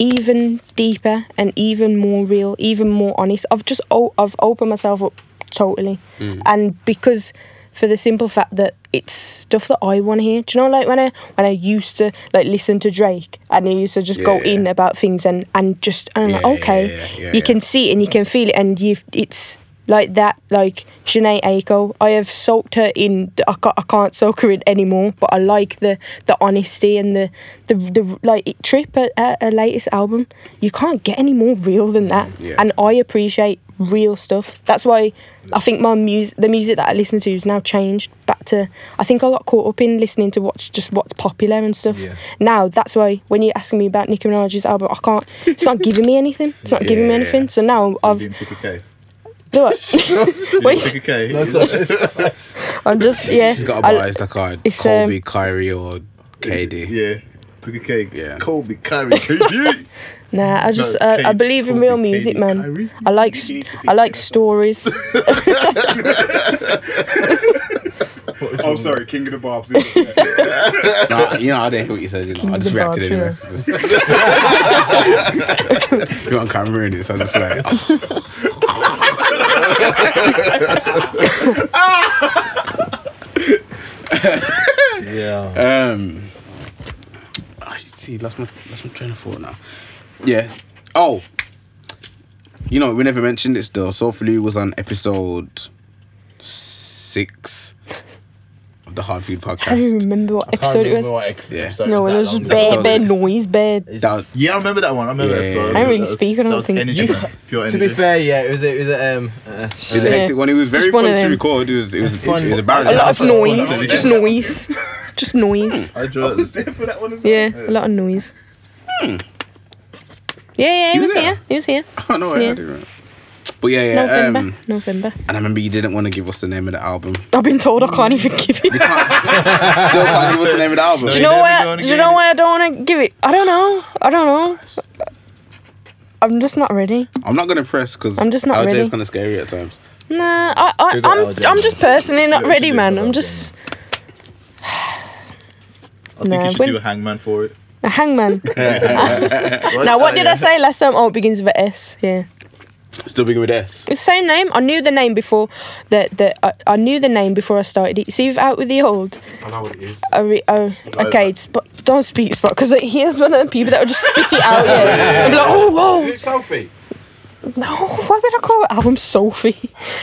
[SPEAKER 5] even deeper and even more real, even more honest. I've
[SPEAKER 3] Mm.
[SPEAKER 5] just oh, I've opened myself up totally, and because for the simple fact that it's stuff that I want to hear. Do you know, like when I when I used to like listen to Drake and he used to just go
[SPEAKER 3] Yeah.
[SPEAKER 5] in about things and and just and I'm
[SPEAKER 3] Yeah, yeah,
[SPEAKER 5] like okay,
[SPEAKER 3] yeah, yeah,
[SPEAKER 5] you
[SPEAKER 3] yeah.
[SPEAKER 5] can see it and you can feel it and you it's like that like Sinead Aiko. I have soaked her in. I can't, I can't soak her in anymore, but I like the the honesty and the the, the like it- trip at, at her latest album. You can't get any more real than that,
[SPEAKER 3] Mm, yeah.
[SPEAKER 5] and I appreciate real stuff. That's why I think my music, the music that I listen to, is now changed back to. I think I got caught up in listening to what's just what's popular and stuff.
[SPEAKER 4] Yeah.
[SPEAKER 5] Now that's why when you're asking me about Nicki Minaj's album, I can't. It's not giving me anything. It's not giving me
[SPEAKER 3] Yeah.
[SPEAKER 5] anything. So now
[SPEAKER 8] I've
[SPEAKER 5] I've
[SPEAKER 8] been pick a K.
[SPEAKER 5] do it.
[SPEAKER 8] Pick
[SPEAKER 5] [LAUGHS]
[SPEAKER 8] [LAUGHS]
[SPEAKER 5] Wait,
[SPEAKER 8] a K.
[SPEAKER 5] I'm just yeah.
[SPEAKER 3] She's got a
[SPEAKER 5] I-
[SPEAKER 3] bias like a
[SPEAKER 5] it's,
[SPEAKER 3] Colby,
[SPEAKER 5] um,
[SPEAKER 3] Kyrie, or KD.
[SPEAKER 8] Yeah. Pick a K.
[SPEAKER 3] Yeah.
[SPEAKER 8] Kobe Kyrie. KD.
[SPEAKER 5] Nah, I just
[SPEAKER 8] No,
[SPEAKER 5] uh, I
[SPEAKER 8] Kate-
[SPEAKER 5] believe in
[SPEAKER 8] Kobe,
[SPEAKER 5] real music,
[SPEAKER 8] Katie,
[SPEAKER 5] man.
[SPEAKER 8] Kyrie.
[SPEAKER 5] I like s-
[SPEAKER 7] needs to be
[SPEAKER 5] I like
[SPEAKER 7] careful.
[SPEAKER 5] stories.
[SPEAKER 7] Oh, sorry, King of the Barbs. isn't it?
[SPEAKER 3] No, you know, I didn't hear what you said. You know, I just
[SPEAKER 5] the
[SPEAKER 3] reacted
[SPEAKER 5] bar,
[SPEAKER 3] anyway. Just- You're on camera in it, so I'm just
[SPEAKER 5] [LAUGHS]
[SPEAKER 3] like.
[SPEAKER 4] Yeah.
[SPEAKER 3] Um, I [LAUGHS] see, lost my lost my train of thought now. Yeah. Oh, you know, we never mentioned it still. Soulfully was on episode six of the Hard Food
[SPEAKER 5] I don't
[SPEAKER 3] Podcast.
[SPEAKER 5] remember what
[SPEAKER 9] I can't
[SPEAKER 5] episode it
[SPEAKER 9] remember
[SPEAKER 5] was.
[SPEAKER 9] what ex-
[SPEAKER 3] Yeah.
[SPEAKER 9] episode
[SPEAKER 5] No, it
[SPEAKER 9] was that
[SPEAKER 5] was
[SPEAKER 9] long
[SPEAKER 5] just
[SPEAKER 9] ago.
[SPEAKER 3] that
[SPEAKER 5] bare
[SPEAKER 3] was-
[SPEAKER 5] bare noise, bare.
[SPEAKER 3] That was,
[SPEAKER 8] Yeah, I remember that one. I remember that
[SPEAKER 3] Yeah.
[SPEAKER 8] episode.
[SPEAKER 3] I
[SPEAKER 5] don't really
[SPEAKER 8] That was-
[SPEAKER 5] speak, I don't
[SPEAKER 8] that was
[SPEAKER 5] think.
[SPEAKER 8] Energy,
[SPEAKER 4] You-
[SPEAKER 8] man. Pure
[SPEAKER 4] To
[SPEAKER 8] energy.
[SPEAKER 4] be fair, yeah, it was a, it was a, um. Uh,
[SPEAKER 3] it was a
[SPEAKER 5] Yeah.
[SPEAKER 3] hectic one. It was very
[SPEAKER 5] Just one
[SPEAKER 3] fun
[SPEAKER 5] of
[SPEAKER 3] to
[SPEAKER 5] them.
[SPEAKER 3] record. It was it was,
[SPEAKER 4] Fun.
[SPEAKER 3] it was
[SPEAKER 5] A
[SPEAKER 3] embarrassing.
[SPEAKER 5] lot of noise,
[SPEAKER 8] was
[SPEAKER 5] just
[SPEAKER 8] there.
[SPEAKER 5] noise, just noise.
[SPEAKER 8] I drew it.
[SPEAKER 7] For that one as well.
[SPEAKER 5] Yeah, a lot of noise. Yeah, yeah, he
[SPEAKER 3] You were
[SPEAKER 5] was
[SPEAKER 3] there?
[SPEAKER 5] here. He was here.
[SPEAKER 3] oh no, [LAUGHS] I
[SPEAKER 5] Yeah.
[SPEAKER 3] I didn't. remember. But yeah, yeah.
[SPEAKER 5] November,
[SPEAKER 3] Um,
[SPEAKER 5] November.
[SPEAKER 3] and I remember you didn't want to give us the name of the
[SPEAKER 5] [LAUGHS]
[SPEAKER 3] album.
[SPEAKER 5] I've been told I can't even [LAUGHS] give it.
[SPEAKER 3] Still can't give us the name of the album.
[SPEAKER 5] Do
[SPEAKER 8] You
[SPEAKER 5] you know
[SPEAKER 8] never
[SPEAKER 5] why?
[SPEAKER 8] gonna
[SPEAKER 5] Do you
[SPEAKER 8] get
[SPEAKER 5] know
[SPEAKER 8] it.
[SPEAKER 5] why I don't want to give it? I don't know. I don't know. I'm just not ready.
[SPEAKER 3] I'm not gonna press because
[SPEAKER 5] I'm just not
[SPEAKER 3] LJ is
[SPEAKER 5] ready.
[SPEAKER 3] kind of scary at times.
[SPEAKER 5] Nah, I, I,
[SPEAKER 4] Big up
[SPEAKER 5] I'm,
[SPEAKER 4] LJ.
[SPEAKER 5] I'm just personally not
[SPEAKER 8] Yeah,
[SPEAKER 5] ready,
[SPEAKER 8] big up
[SPEAKER 5] man. I'm
[SPEAKER 8] LJ.
[SPEAKER 5] just
[SPEAKER 8] I
[SPEAKER 5] [SIGHS]
[SPEAKER 8] think
[SPEAKER 5] Nah,
[SPEAKER 8] you should
[SPEAKER 5] when-
[SPEAKER 8] do a hangman for it.
[SPEAKER 5] a [LAUGHS]
[SPEAKER 8] [LAUGHS]
[SPEAKER 5] hangman.
[SPEAKER 8] Right?
[SPEAKER 5] now, what
[SPEAKER 8] Oh,
[SPEAKER 5] did
[SPEAKER 8] yeah.
[SPEAKER 5] I say last time? Oh, it begins with a S. Yeah,
[SPEAKER 3] Still being with S.
[SPEAKER 5] it's the same name. I knew the name before. That that I, I knew the name before I started it. See, out with the old.
[SPEAKER 9] I know what it is.
[SPEAKER 5] I re- oh, okay, it's- but don't speak spot because here's one of the people that will just spit it out. Yeah, And be like, oh, whoa,
[SPEAKER 9] Is it Sophie?
[SPEAKER 5] no, why would I call it album Sophie?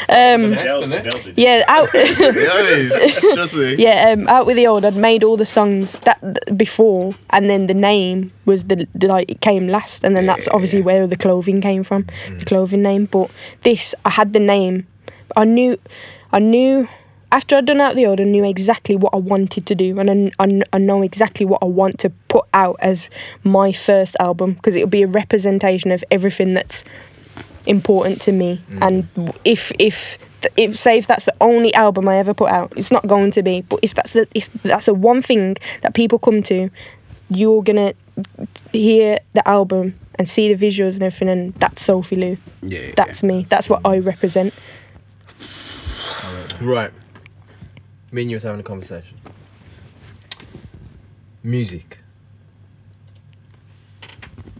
[SPEAKER 5] Um,
[SPEAKER 9] Yes,
[SPEAKER 7] Del-
[SPEAKER 9] isn't it?
[SPEAKER 7] Del did.
[SPEAKER 5] yeah, out.
[SPEAKER 8] [LAUGHS] Yeah, I
[SPEAKER 5] [LAUGHS]
[SPEAKER 8] mean, Trust me.
[SPEAKER 5] Yeah, um, out with the old. I'd made all the songs that th- before, and then the name was the, the like it came last, and then that's obviously where the clothing came from,
[SPEAKER 8] Mm.
[SPEAKER 5] the clothing name. But this, I had the name. I knew, I knew. After I'd done out the old, I knew exactly what I wanted to do, and I, kn- I, kn- I know exactly what I want to put out as my first album because it'll be a representation of everything that's important to me and if if th- if say if that's the only album I ever put out it's not going to be but if that's the if that's the one thing that people come to you're gonna hear the album and see the visuals and everything and that's Sophie Lou
[SPEAKER 3] Yeah, yeah,
[SPEAKER 5] that's me that's what I represent
[SPEAKER 4] Right. Me and you was having a conversation. Music.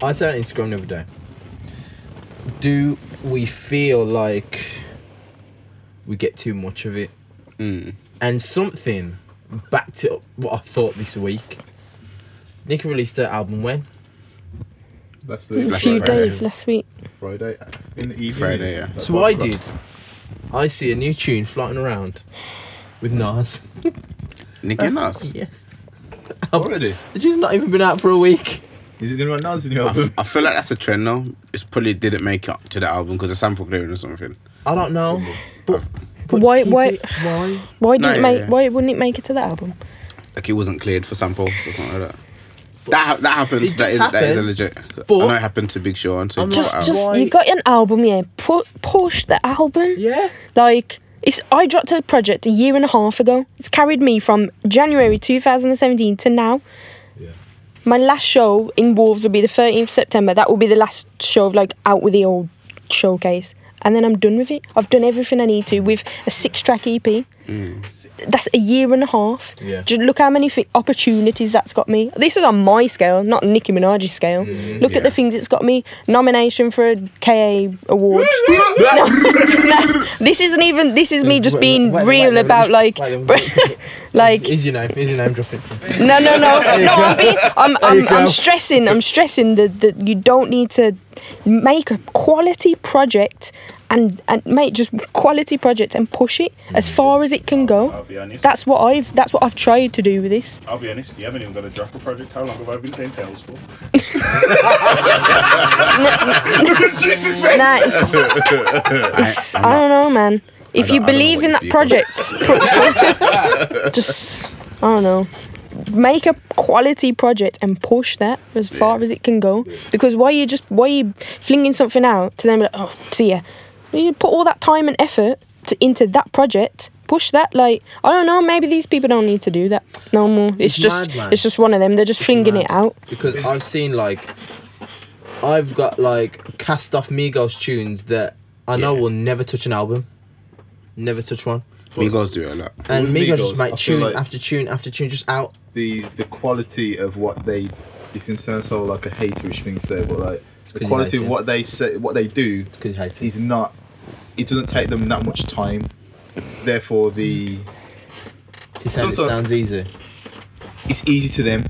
[SPEAKER 4] I said on Instagram the other day. Do we feel like we get too much of it? And something backed up what I thought this week. Nicki released her album when? [LAUGHS]
[SPEAKER 8] That's
[SPEAKER 5] a
[SPEAKER 8] it.
[SPEAKER 5] few
[SPEAKER 3] Friday.
[SPEAKER 5] days last week
[SPEAKER 8] Friday in the evening.
[SPEAKER 3] Friday, yeah.
[SPEAKER 8] Like
[SPEAKER 4] So
[SPEAKER 8] five
[SPEAKER 4] I
[SPEAKER 8] o'clock.
[SPEAKER 4] did. I see a new tune floating around with Nas.
[SPEAKER 3] Nicki and Nas.
[SPEAKER 4] Yes.
[SPEAKER 8] Already?
[SPEAKER 4] The tune's not even been out for a week.
[SPEAKER 8] Is it gonna run now? Is it new
[SPEAKER 3] I, f-
[SPEAKER 8] album?
[SPEAKER 3] I feel like that's a trend though. It's probably didn't make it up to the album because of sample clearing or something.
[SPEAKER 4] I don't know. But, but
[SPEAKER 5] Why-
[SPEAKER 4] keep
[SPEAKER 5] why-
[SPEAKER 4] it- why?
[SPEAKER 5] why
[SPEAKER 3] No,
[SPEAKER 5] didn't it
[SPEAKER 3] yeah,
[SPEAKER 5] make
[SPEAKER 3] yeah.
[SPEAKER 5] why wouldn't it make it to the album
[SPEAKER 3] Like it wasn't cleared for samples or something like that. That ha- that happens.
[SPEAKER 4] It
[SPEAKER 3] That
[SPEAKER 4] just
[SPEAKER 3] is that is a
[SPEAKER 4] happened,
[SPEAKER 3] legit. I
[SPEAKER 4] but-
[SPEAKER 3] know it happened to Big Sean. To
[SPEAKER 4] I'm
[SPEAKER 5] just
[SPEAKER 4] not-
[SPEAKER 5] just
[SPEAKER 4] Why-
[SPEAKER 5] you got an album yeah pu- push the album
[SPEAKER 4] Yeah.
[SPEAKER 5] Like it's I dropped a project a year and a half ago. It's carried me from January 2017 to now. My last show in Wolves will be the 13th September. That will be the last show of like out with the old showcase. and then I'm done with it. I've done everything I need to with a six track EP. That's a year and a half.
[SPEAKER 4] Yeah.
[SPEAKER 5] Just look how many thi- opportunities that's got me. This is on my scale, not Nicki Minaj's scale. Look at the things it's got me. Nomination for a KA award. No, no, this isn't even. This is me just
[SPEAKER 4] Wait,
[SPEAKER 5] being
[SPEAKER 4] wait, wait,
[SPEAKER 5] real
[SPEAKER 4] wait, let me
[SPEAKER 5] about
[SPEAKER 4] just-
[SPEAKER 5] like,
[SPEAKER 4] wait, let me-
[SPEAKER 5] like
[SPEAKER 4] Is your name? Is your name dropping?
[SPEAKER 5] no,
[SPEAKER 4] [LAUGHS]
[SPEAKER 5] no, no, no. I'm, being, I'm,
[SPEAKER 4] you
[SPEAKER 5] I'm,
[SPEAKER 4] go.
[SPEAKER 5] I'm stressing. I'm stressing that that you don't need to make a quality project and and make just quality projects and push it as far as it can
[SPEAKER 7] I'll
[SPEAKER 5] go.
[SPEAKER 7] be honest.
[SPEAKER 5] That's what I've that's what I've tried to do with this.
[SPEAKER 7] I'll be honest. You haven't even got a drop a project. How long have I been saying tails for? Jesus, man.
[SPEAKER 5] Nah,
[SPEAKER 3] [LAUGHS]
[SPEAKER 5] it's, it's-
[SPEAKER 3] I'm
[SPEAKER 5] I don't know, man. If
[SPEAKER 3] don't-
[SPEAKER 5] you
[SPEAKER 3] I don't know
[SPEAKER 5] believe
[SPEAKER 3] what
[SPEAKER 5] in
[SPEAKER 3] he's
[SPEAKER 5] that
[SPEAKER 3] speaking. [LAUGHS]
[SPEAKER 5] project, pro- just I don't know. Make a quality project and push that as far as it can go. Because why you just why you flinging something out to them like oh see ya. You put all that time and effort to, into that project. Push that like I don't know. Maybe these people don't need to do that no more. It's,
[SPEAKER 4] It's
[SPEAKER 5] just
[SPEAKER 4] mad, man.
[SPEAKER 5] it's just one of them. They're just flinging
[SPEAKER 4] mad.
[SPEAKER 5] it out.
[SPEAKER 4] because I've seen like I've got like cast off Migos tunes that I know will never touch an album, never touch one,
[SPEAKER 3] Migos do it a lot.
[SPEAKER 4] and
[SPEAKER 8] With
[SPEAKER 4] Migos,
[SPEAKER 8] Migos,
[SPEAKER 4] just
[SPEAKER 8] I
[SPEAKER 4] make
[SPEAKER 8] feel
[SPEAKER 4] tune
[SPEAKER 8] like-
[SPEAKER 4] after tune after tune just out.
[SPEAKER 8] the the quality of what they this can sound so like a haterish thing to say, but like the
[SPEAKER 4] 'cause you hate
[SPEAKER 8] quality of
[SPEAKER 4] it.
[SPEAKER 8] what they say, what they do,
[SPEAKER 4] 'cause you hate it.
[SPEAKER 8] is not. It doesn't take them that much time. It's therefore the
[SPEAKER 4] She said it
[SPEAKER 8] Sometimes-
[SPEAKER 4] sounds easy.
[SPEAKER 8] it's easy to them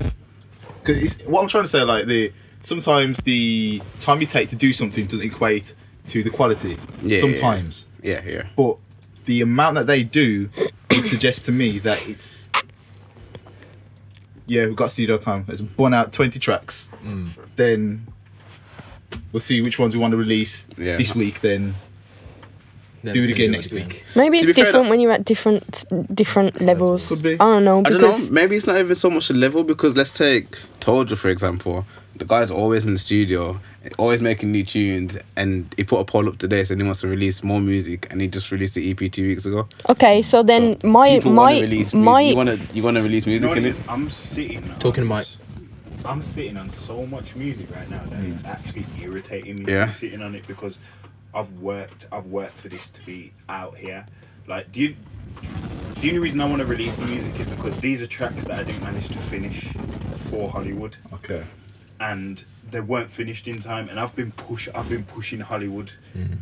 [SPEAKER 8] because it's what I'm trying to say. Like the sometimes the time you take to do something doesn't equate to the quality.
[SPEAKER 3] Yeah, yeah,
[SPEAKER 8] sometimes,
[SPEAKER 3] Yeah, yeah.
[SPEAKER 8] but the amount that they do would suggest to me that it's yeah we've got studio time let's bun out 20 tracks
[SPEAKER 3] Mm.
[SPEAKER 8] then we'll see which ones we want to release
[SPEAKER 3] Yeah.
[SPEAKER 8] this week then
[SPEAKER 4] Then
[SPEAKER 8] do it
[SPEAKER 4] we
[SPEAKER 8] again
[SPEAKER 4] do
[SPEAKER 8] next
[SPEAKER 4] it again.
[SPEAKER 8] week
[SPEAKER 5] Maybe
[SPEAKER 3] To
[SPEAKER 5] it's
[SPEAKER 3] be fair,
[SPEAKER 5] different
[SPEAKER 3] that-
[SPEAKER 5] when you're at different different levels.
[SPEAKER 8] Could be.
[SPEAKER 5] I don't know
[SPEAKER 3] I
[SPEAKER 5] because
[SPEAKER 3] don't know. Maybe it's not even so much a level because let's take Told You for example. The guy's always in the studio, always making new tunes, and he put a poll up today saying he wants to release more music, and he just released the EP two weeks ago.
[SPEAKER 5] Okay, so then
[SPEAKER 3] So
[SPEAKER 5] my
[SPEAKER 3] people wanna
[SPEAKER 5] my
[SPEAKER 3] release music.
[SPEAKER 5] my
[SPEAKER 3] you wanna you wanna release
[SPEAKER 7] You
[SPEAKER 3] music
[SPEAKER 7] know what
[SPEAKER 3] in
[SPEAKER 7] it
[SPEAKER 3] it?
[SPEAKER 7] is? I'm sitting.
[SPEAKER 4] Talking to
[SPEAKER 7] on-
[SPEAKER 4] Mike.
[SPEAKER 7] I'm sitting on so much music right now that it's actually irritating me
[SPEAKER 3] Mm. Yeah.
[SPEAKER 7] to be sitting on it because I've worked. I've worked for this to be out here. Like, do you? The only reason I want to release the music is because these are tracks that I didn't manage to finish for Hollywood,
[SPEAKER 8] okay
[SPEAKER 7] and they weren't finished in time. And I've been push. I've been pushing Hollywood,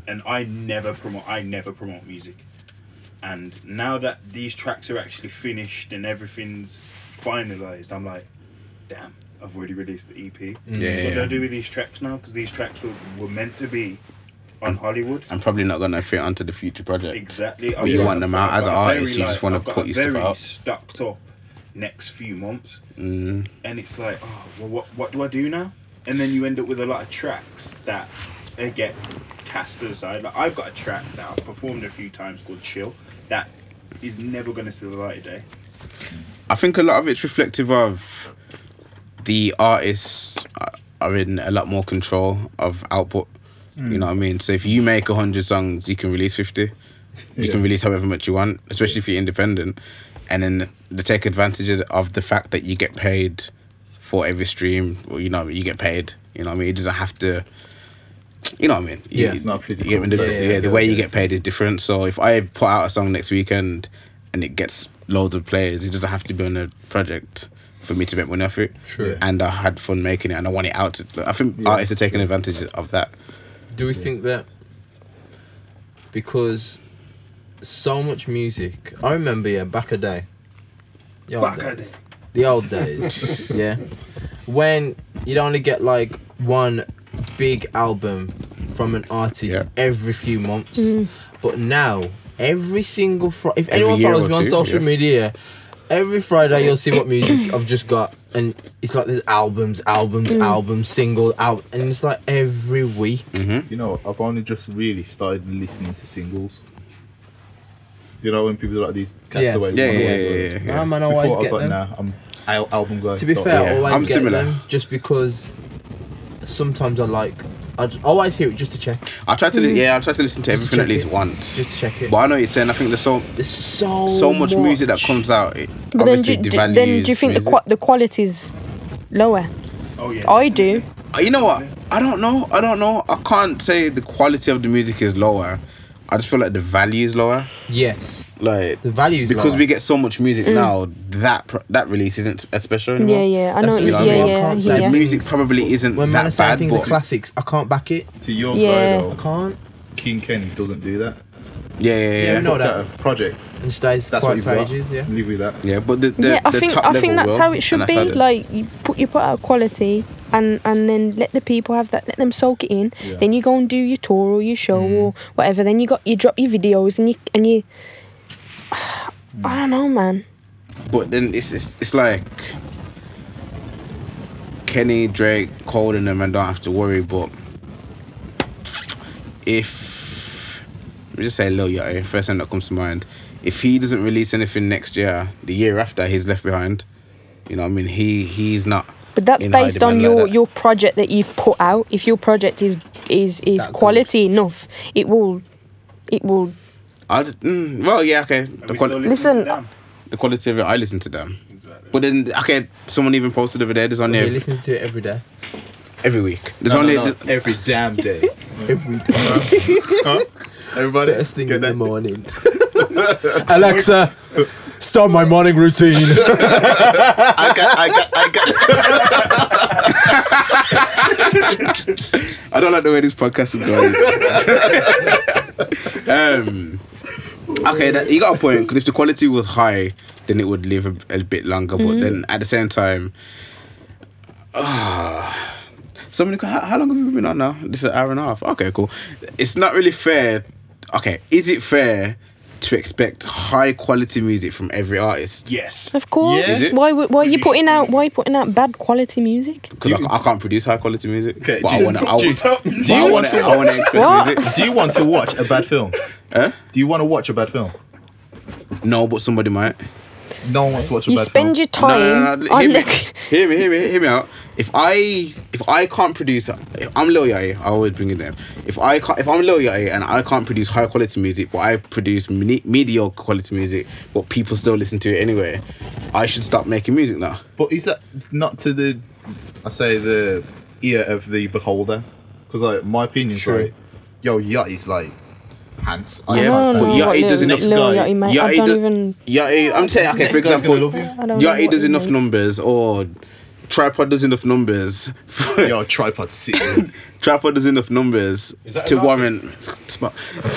[SPEAKER 7] and I never promote. I never promote music and now that these tracks are actually finished and everything's finalized, I'm like, damn, I've already released the EP.
[SPEAKER 3] Yeah,
[SPEAKER 7] so
[SPEAKER 3] yeah,
[SPEAKER 7] what do
[SPEAKER 3] yeah.
[SPEAKER 7] I do with these tracks now? Because these tracks were, were meant to be on Hollywood.
[SPEAKER 3] I'm probably not gonna fit onto the future project.
[SPEAKER 7] Exactly.
[SPEAKER 3] But you want them out as an artist, you just wanna put your stuff
[SPEAKER 7] very
[SPEAKER 3] out.
[SPEAKER 7] Stucked up next few months,
[SPEAKER 3] Mm.
[SPEAKER 7] and it's like, oh, well, what what do I do now? And then you end up with a lot of tracks that they get cast aside. Like I've got a track that I've performed a few times called Chill that is never going to see the light of day.
[SPEAKER 3] I think a lot of it's reflective of the artists are- are in a lot more control of output. You know what I mean? So if you make 100 songs, you can release 50. You can release however much you want, especially if you're independent. And then they take advantage of- of the fact that you get paid for every stream, or you know, you get paid. You know what I mean? It doesn't have to. You know what I mean?
[SPEAKER 4] Yeah,
[SPEAKER 3] You-
[SPEAKER 4] it's
[SPEAKER 8] not
[SPEAKER 3] you get-
[SPEAKER 8] physical,
[SPEAKER 3] the,
[SPEAKER 8] so-
[SPEAKER 3] yeah,
[SPEAKER 8] Yeah, yeah,
[SPEAKER 3] the
[SPEAKER 8] I
[SPEAKER 3] way you
[SPEAKER 8] get
[SPEAKER 3] get
[SPEAKER 8] it.
[SPEAKER 3] paid is different. So if I put out a song next weekend and it gets loads of plays, it doesn't have to be on a project for me to make money off it.
[SPEAKER 4] True.
[SPEAKER 3] And I had fun making it, and I want it out. To, I think artists are taking advantage of that.
[SPEAKER 4] Do we think that because so much music? I remember yeah, back a day. The old
[SPEAKER 7] Back a
[SPEAKER 4] days.
[SPEAKER 7] day.
[SPEAKER 4] The old
[SPEAKER 7] [LAUGHS]
[SPEAKER 4] days. yeah. When you'd only get like one big album from an artist
[SPEAKER 3] Yeah.
[SPEAKER 4] every few months, but now every single Friday, if anyone
[SPEAKER 3] year
[SPEAKER 4] follows
[SPEAKER 3] or
[SPEAKER 4] me on
[SPEAKER 3] two,
[SPEAKER 4] social
[SPEAKER 3] yeah.
[SPEAKER 4] media, every Friday you'll see what music I've just got, and it's like there's albums, albums, albums, single out, and it's like every week.
[SPEAKER 8] you know I've only just really started listening to singles you know when people are like these castaways
[SPEAKER 3] Yeah, yeah,
[SPEAKER 8] runaways,
[SPEAKER 3] yeah,
[SPEAKER 8] whatever.
[SPEAKER 3] yeah, yeah.
[SPEAKER 4] Nah, man, I
[SPEAKER 8] Before
[SPEAKER 4] always
[SPEAKER 8] I was
[SPEAKER 4] get
[SPEAKER 8] like
[SPEAKER 4] them.
[SPEAKER 8] nah I'm al- album guy
[SPEAKER 4] To be
[SPEAKER 8] not-
[SPEAKER 4] fair, I
[SPEAKER 3] Yeah,
[SPEAKER 4] always
[SPEAKER 3] I'm
[SPEAKER 4] get
[SPEAKER 3] similar.
[SPEAKER 4] them just because sometimes I like. I j- I always hear it just to check.
[SPEAKER 3] I try to, li- yeah, I try to listen to
[SPEAKER 4] Mm. Just
[SPEAKER 3] everything at
[SPEAKER 4] check
[SPEAKER 3] least
[SPEAKER 4] it.
[SPEAKER 3] once.
[SPEAKER 4] Just check it.
[SPEAKER 3] But I know what you're saying. I think there's so
[SPEAKER 4] There's so
[SPEAKER 3] so much music that comes out. It
[SPEAKER 5] Oh, But then do,
[SPEAKER 3] obviously
[SPEAKER 5] do-
[SPEAKER 3] devalues.
[SPEAKER 5] then do you think the
[SPEAKER 3] music.
[SPEAKER 5] qua- the quality's lower?
[SPEAKER 7] Oh yeah.
[SPEAKER 5] I do.
[SPEAKER 3] Uh, You know what? I don't know. I don't know. I can't say the quality of the music is lower. I just feel like the value is lower.
[SPEAKER 4] Yes.
[SPEAKER 3] Like
[SPEAKER 4] The value is
[SPEAKER 3] because
[SPEAKER 4] lower.
[SPEAKER 3] we get so much music now. That pr- that release isn't as special anymore.
[SPEAKER 5] Mm. Yeah, yeah. I
[SPEAKER 4] That's
[SPEAKER 5] know
[SPEAKER 4] the
[SPEAKER 5] what you
[SPEAKER 4] reason
[SPEAKER 5] mean. Yeah,
[SPEAKER 4] why I
[SPEAKER 5] yeah.
[SPEAKER 4] can't
[SPEAKER 5] yeah,
[SPEAKER 4] say
[SPEAKER 5] yeah.
[SPEAKER 3] The music probably isn't
[SPEAKER 4] When man
[SPEAKER 3] that
[SPEAKER 4] is saying
[SPEAKER 3] bad,
[SPEAKER 4] things are
[SPEAKER 3] but
[SPEAKER 4] classics, I can't back it.
[SPEAKER 8] To your
[SPEAKER 5] Yeah.
[SPEAKER 8] guy
[SPEAKER 4] I
[SPEAKER 8] though,
[SPEAKER 4] can't.
[SPEAKER 8] King Kenny doesn't do that.
[SPEAKER 3] yeah, yeah, yeah.
[SPEAKER 4] Yeah, we know
[SPEAKER 8] What's
[SPEAKER 4] that.
[SPEAKER 8] that? A project.
[SPEAKER 4] And stays
[SPEAKER 8] That's what
[SPEAKER 4] quiet
[SPEAKER 8] you've
[SPEAKER 4] for
[SPEAKER 8] got.
[SPEAKER 4] ages, yeah.
[SPEAKER 8] Leave with that.
[SPEAKER 3] Yeah, but the, the,
[SPEAKER 5] yeah, I
[SPEAKER 3] the
[SPEAKER 5] think
[SPEAKER 3] top
[SPEAKER 5] I think
[SPEAKER 3] level
[SPEAKER 5] that's
[SPEAKER 3] will,
[SPEAKER 5] how it should
[SPEAKER 3] and that's
[SPEAKER 5] be.
[SPEAKER 3] how the-
[SPEAKER 5] Like you put you put out quality, and and then let the people have that. Let them soak it in.
[SPEAKER 8] Yeah.
[SPEAKER 5] Then you go and do your tour or your show or whatever. Then you got you drop your videos and you and you. [SIGHS] I don't know, man.
[SPEAKER 3] But then it's it's, it's like Kenny, Drake, Cole, and them, and don't have to worry. But if we just say Lil Yachty, first thing that comes to mind, if he doesn't release anything next year, the year after, he's left behind. You know, what I mean, he he's not.
[SPEAKER 5] But that's
[SPEAKER 3] in high
[SPEAKER 5] based on
[SPEAKER 3] demand
[SPEAKER 5] your,
[SPEAKER 3] like that.
[SPEAKER 5] your project that you've put out. If your project is is is
[SPEAKER 4] That
[SPEAKER 5] quality enough, it will it will
[SPEAKER 3] I'd, mm, well, yeah, okay.
[SPEAKER 7] And
[SPEAKER 3] The,
[SPEAKER 7] we
[SPEAKER 3] quali-
[SPEAKER 7] still listen to
[SPEAKER 5] Listen,
[SPEAKER 7] them.
[SPEAKER 3] the quality of it, I listen to them. But then, okay, someone even posted the other day. There's
[SPEAKER 4] Yeah,
[SPEAKER 3] only
[SPEAKER 4] listening to it every day.
[SPEAKER 3] every week. There's only th-
[SPEAKER 8] every damn day. every damn huh? Everybody,
[SPEAKER 4] First thing
[SPEAKER 8] get
[SPEAKER 4] in the
[SPEAKER 3] [LAUGHS]
[SPEAKER 8] that-
[SPEAKER 4] morning. Alexa, start my
[SPEAKER 3] [LAUGHS]
[SPEAKER 4] morning routine.
[SPEAKER 8] I got, I got, I got.
[SPEAKER 3] I don't like the way this podcast is
[SPEAKER 8] [LAUGHS]
[SPEAKER 3] going. um, okay, that, you got a point. Because if the quality was high, then it would live a, a bit longer. But then at the same time, ah, so many. How, how long have you been on now? This is an hour and a half. Okay, cool. It's not really fair. Okay, is it fair to expect high quality music from every artist?
[SPEAKER 5] [LAUGHS]
[SPEAKER 7] Yes.
[SPEAKER 5] of course.
[SPEAKER 8] Is
[SPEAKER 3] it?
[SPEAKER 5] Why would- why are you
[SPEAKER 7] Produce
[SPEAKER 5] putting out why are you putting out bad quality music?
[SPEAKER 3] Because I, I can't produce high quality music.
[SPEAKER 8] Okay,
[SPEAKER 3] but I
[SPEAKER 8] do- [LAUGHS]
[SPEAKER 3] want to. I
[SPEAKER 8] do- do you
[SPEAKER 3] want
[SPEAKER 8] want
[SPEAKER 3] to.
[SPEAKER 8] to-
[SPEAKER 3] I want to express
[SPEAKER 5] What?
[SPEAKER 3] music.
[SPEAKER 8] [LAUGHS] Do you want to watch a bad film?
[SPEAKER 3] Huh?
[SPEAKER 8] Do you want to watch a bad film?
[SPEAKER 3] No, but somebody might.
[SPEAKER 8] No one wants to watch a
[SPEAKER 5] You
[SPEAKER 8] bad
[SPEAKER 5] spend
[SPEAKER 8] film.
[SPEAKER 5] your time
[SPEAKER 3] hear,
[SPEAKER 5] on
[SPEAKER 3] me,
[SPEAKER 5] [LAUGHS] the
[SPEAKER 3] hear me, hear me, hear me out. If I if I can't produce, if I'm Lil Yachty. I always bring it them. If I can't, if I'm Lil Yachty and I can't produce high quality music, but I produce mini, mediocre quality music, but people still listen to it anyway, I should stop making music now.
[SPEAKER 8] But is that not to the, I say the ear of the beholder? Because like my opinion's
[SPEAKER 3] True.
[SPEAKER 8] like, yo, Yachty's like pants.
[SPEAKER 5] I
[SPEAKER 3] Yeah, but
[SPEAKER 5] don't know
[SPEAKER 3] Yachty
[SPEAKER 5] what Lil,
[SPEAKER 3] does enough
[SPEAKER 5] Lil
[SPEAKER 8] guy.
[SPEAKER 5] Yachty mate. I
[SPEAKER 3] Yachty
[SPEAKER 5] don't
[SPEAKER 3] do-
[SPEAKER 5] even
[SPEAKER 3] Yachty, I'm saying okay. For
[SPEAKER 8] Next guy's
[SPEAKER 3] example,
[SPEAKER 8] gonna love you.
[SPEAKER 5] I don't know
[SPEAKER 3] Yachty
[SPEAKER 5] what
[SPEAKER 3] does
[SPEAKER 5] he
[SPEAKER 3] enough
[SPEAKER 5] makes.
[SPEAKER 3] numbers, or Tripod does enough numbers. [LAUGHS]
[SPEAKER 8] Yo, tripod sitting.
[SPEAKER 3] Tripod does enough numbers
[SPEAKER 9] Is that
[SPEAKER 3] to
[SPEAKER 9] an
[SPEAKER 3] warrant. Sp-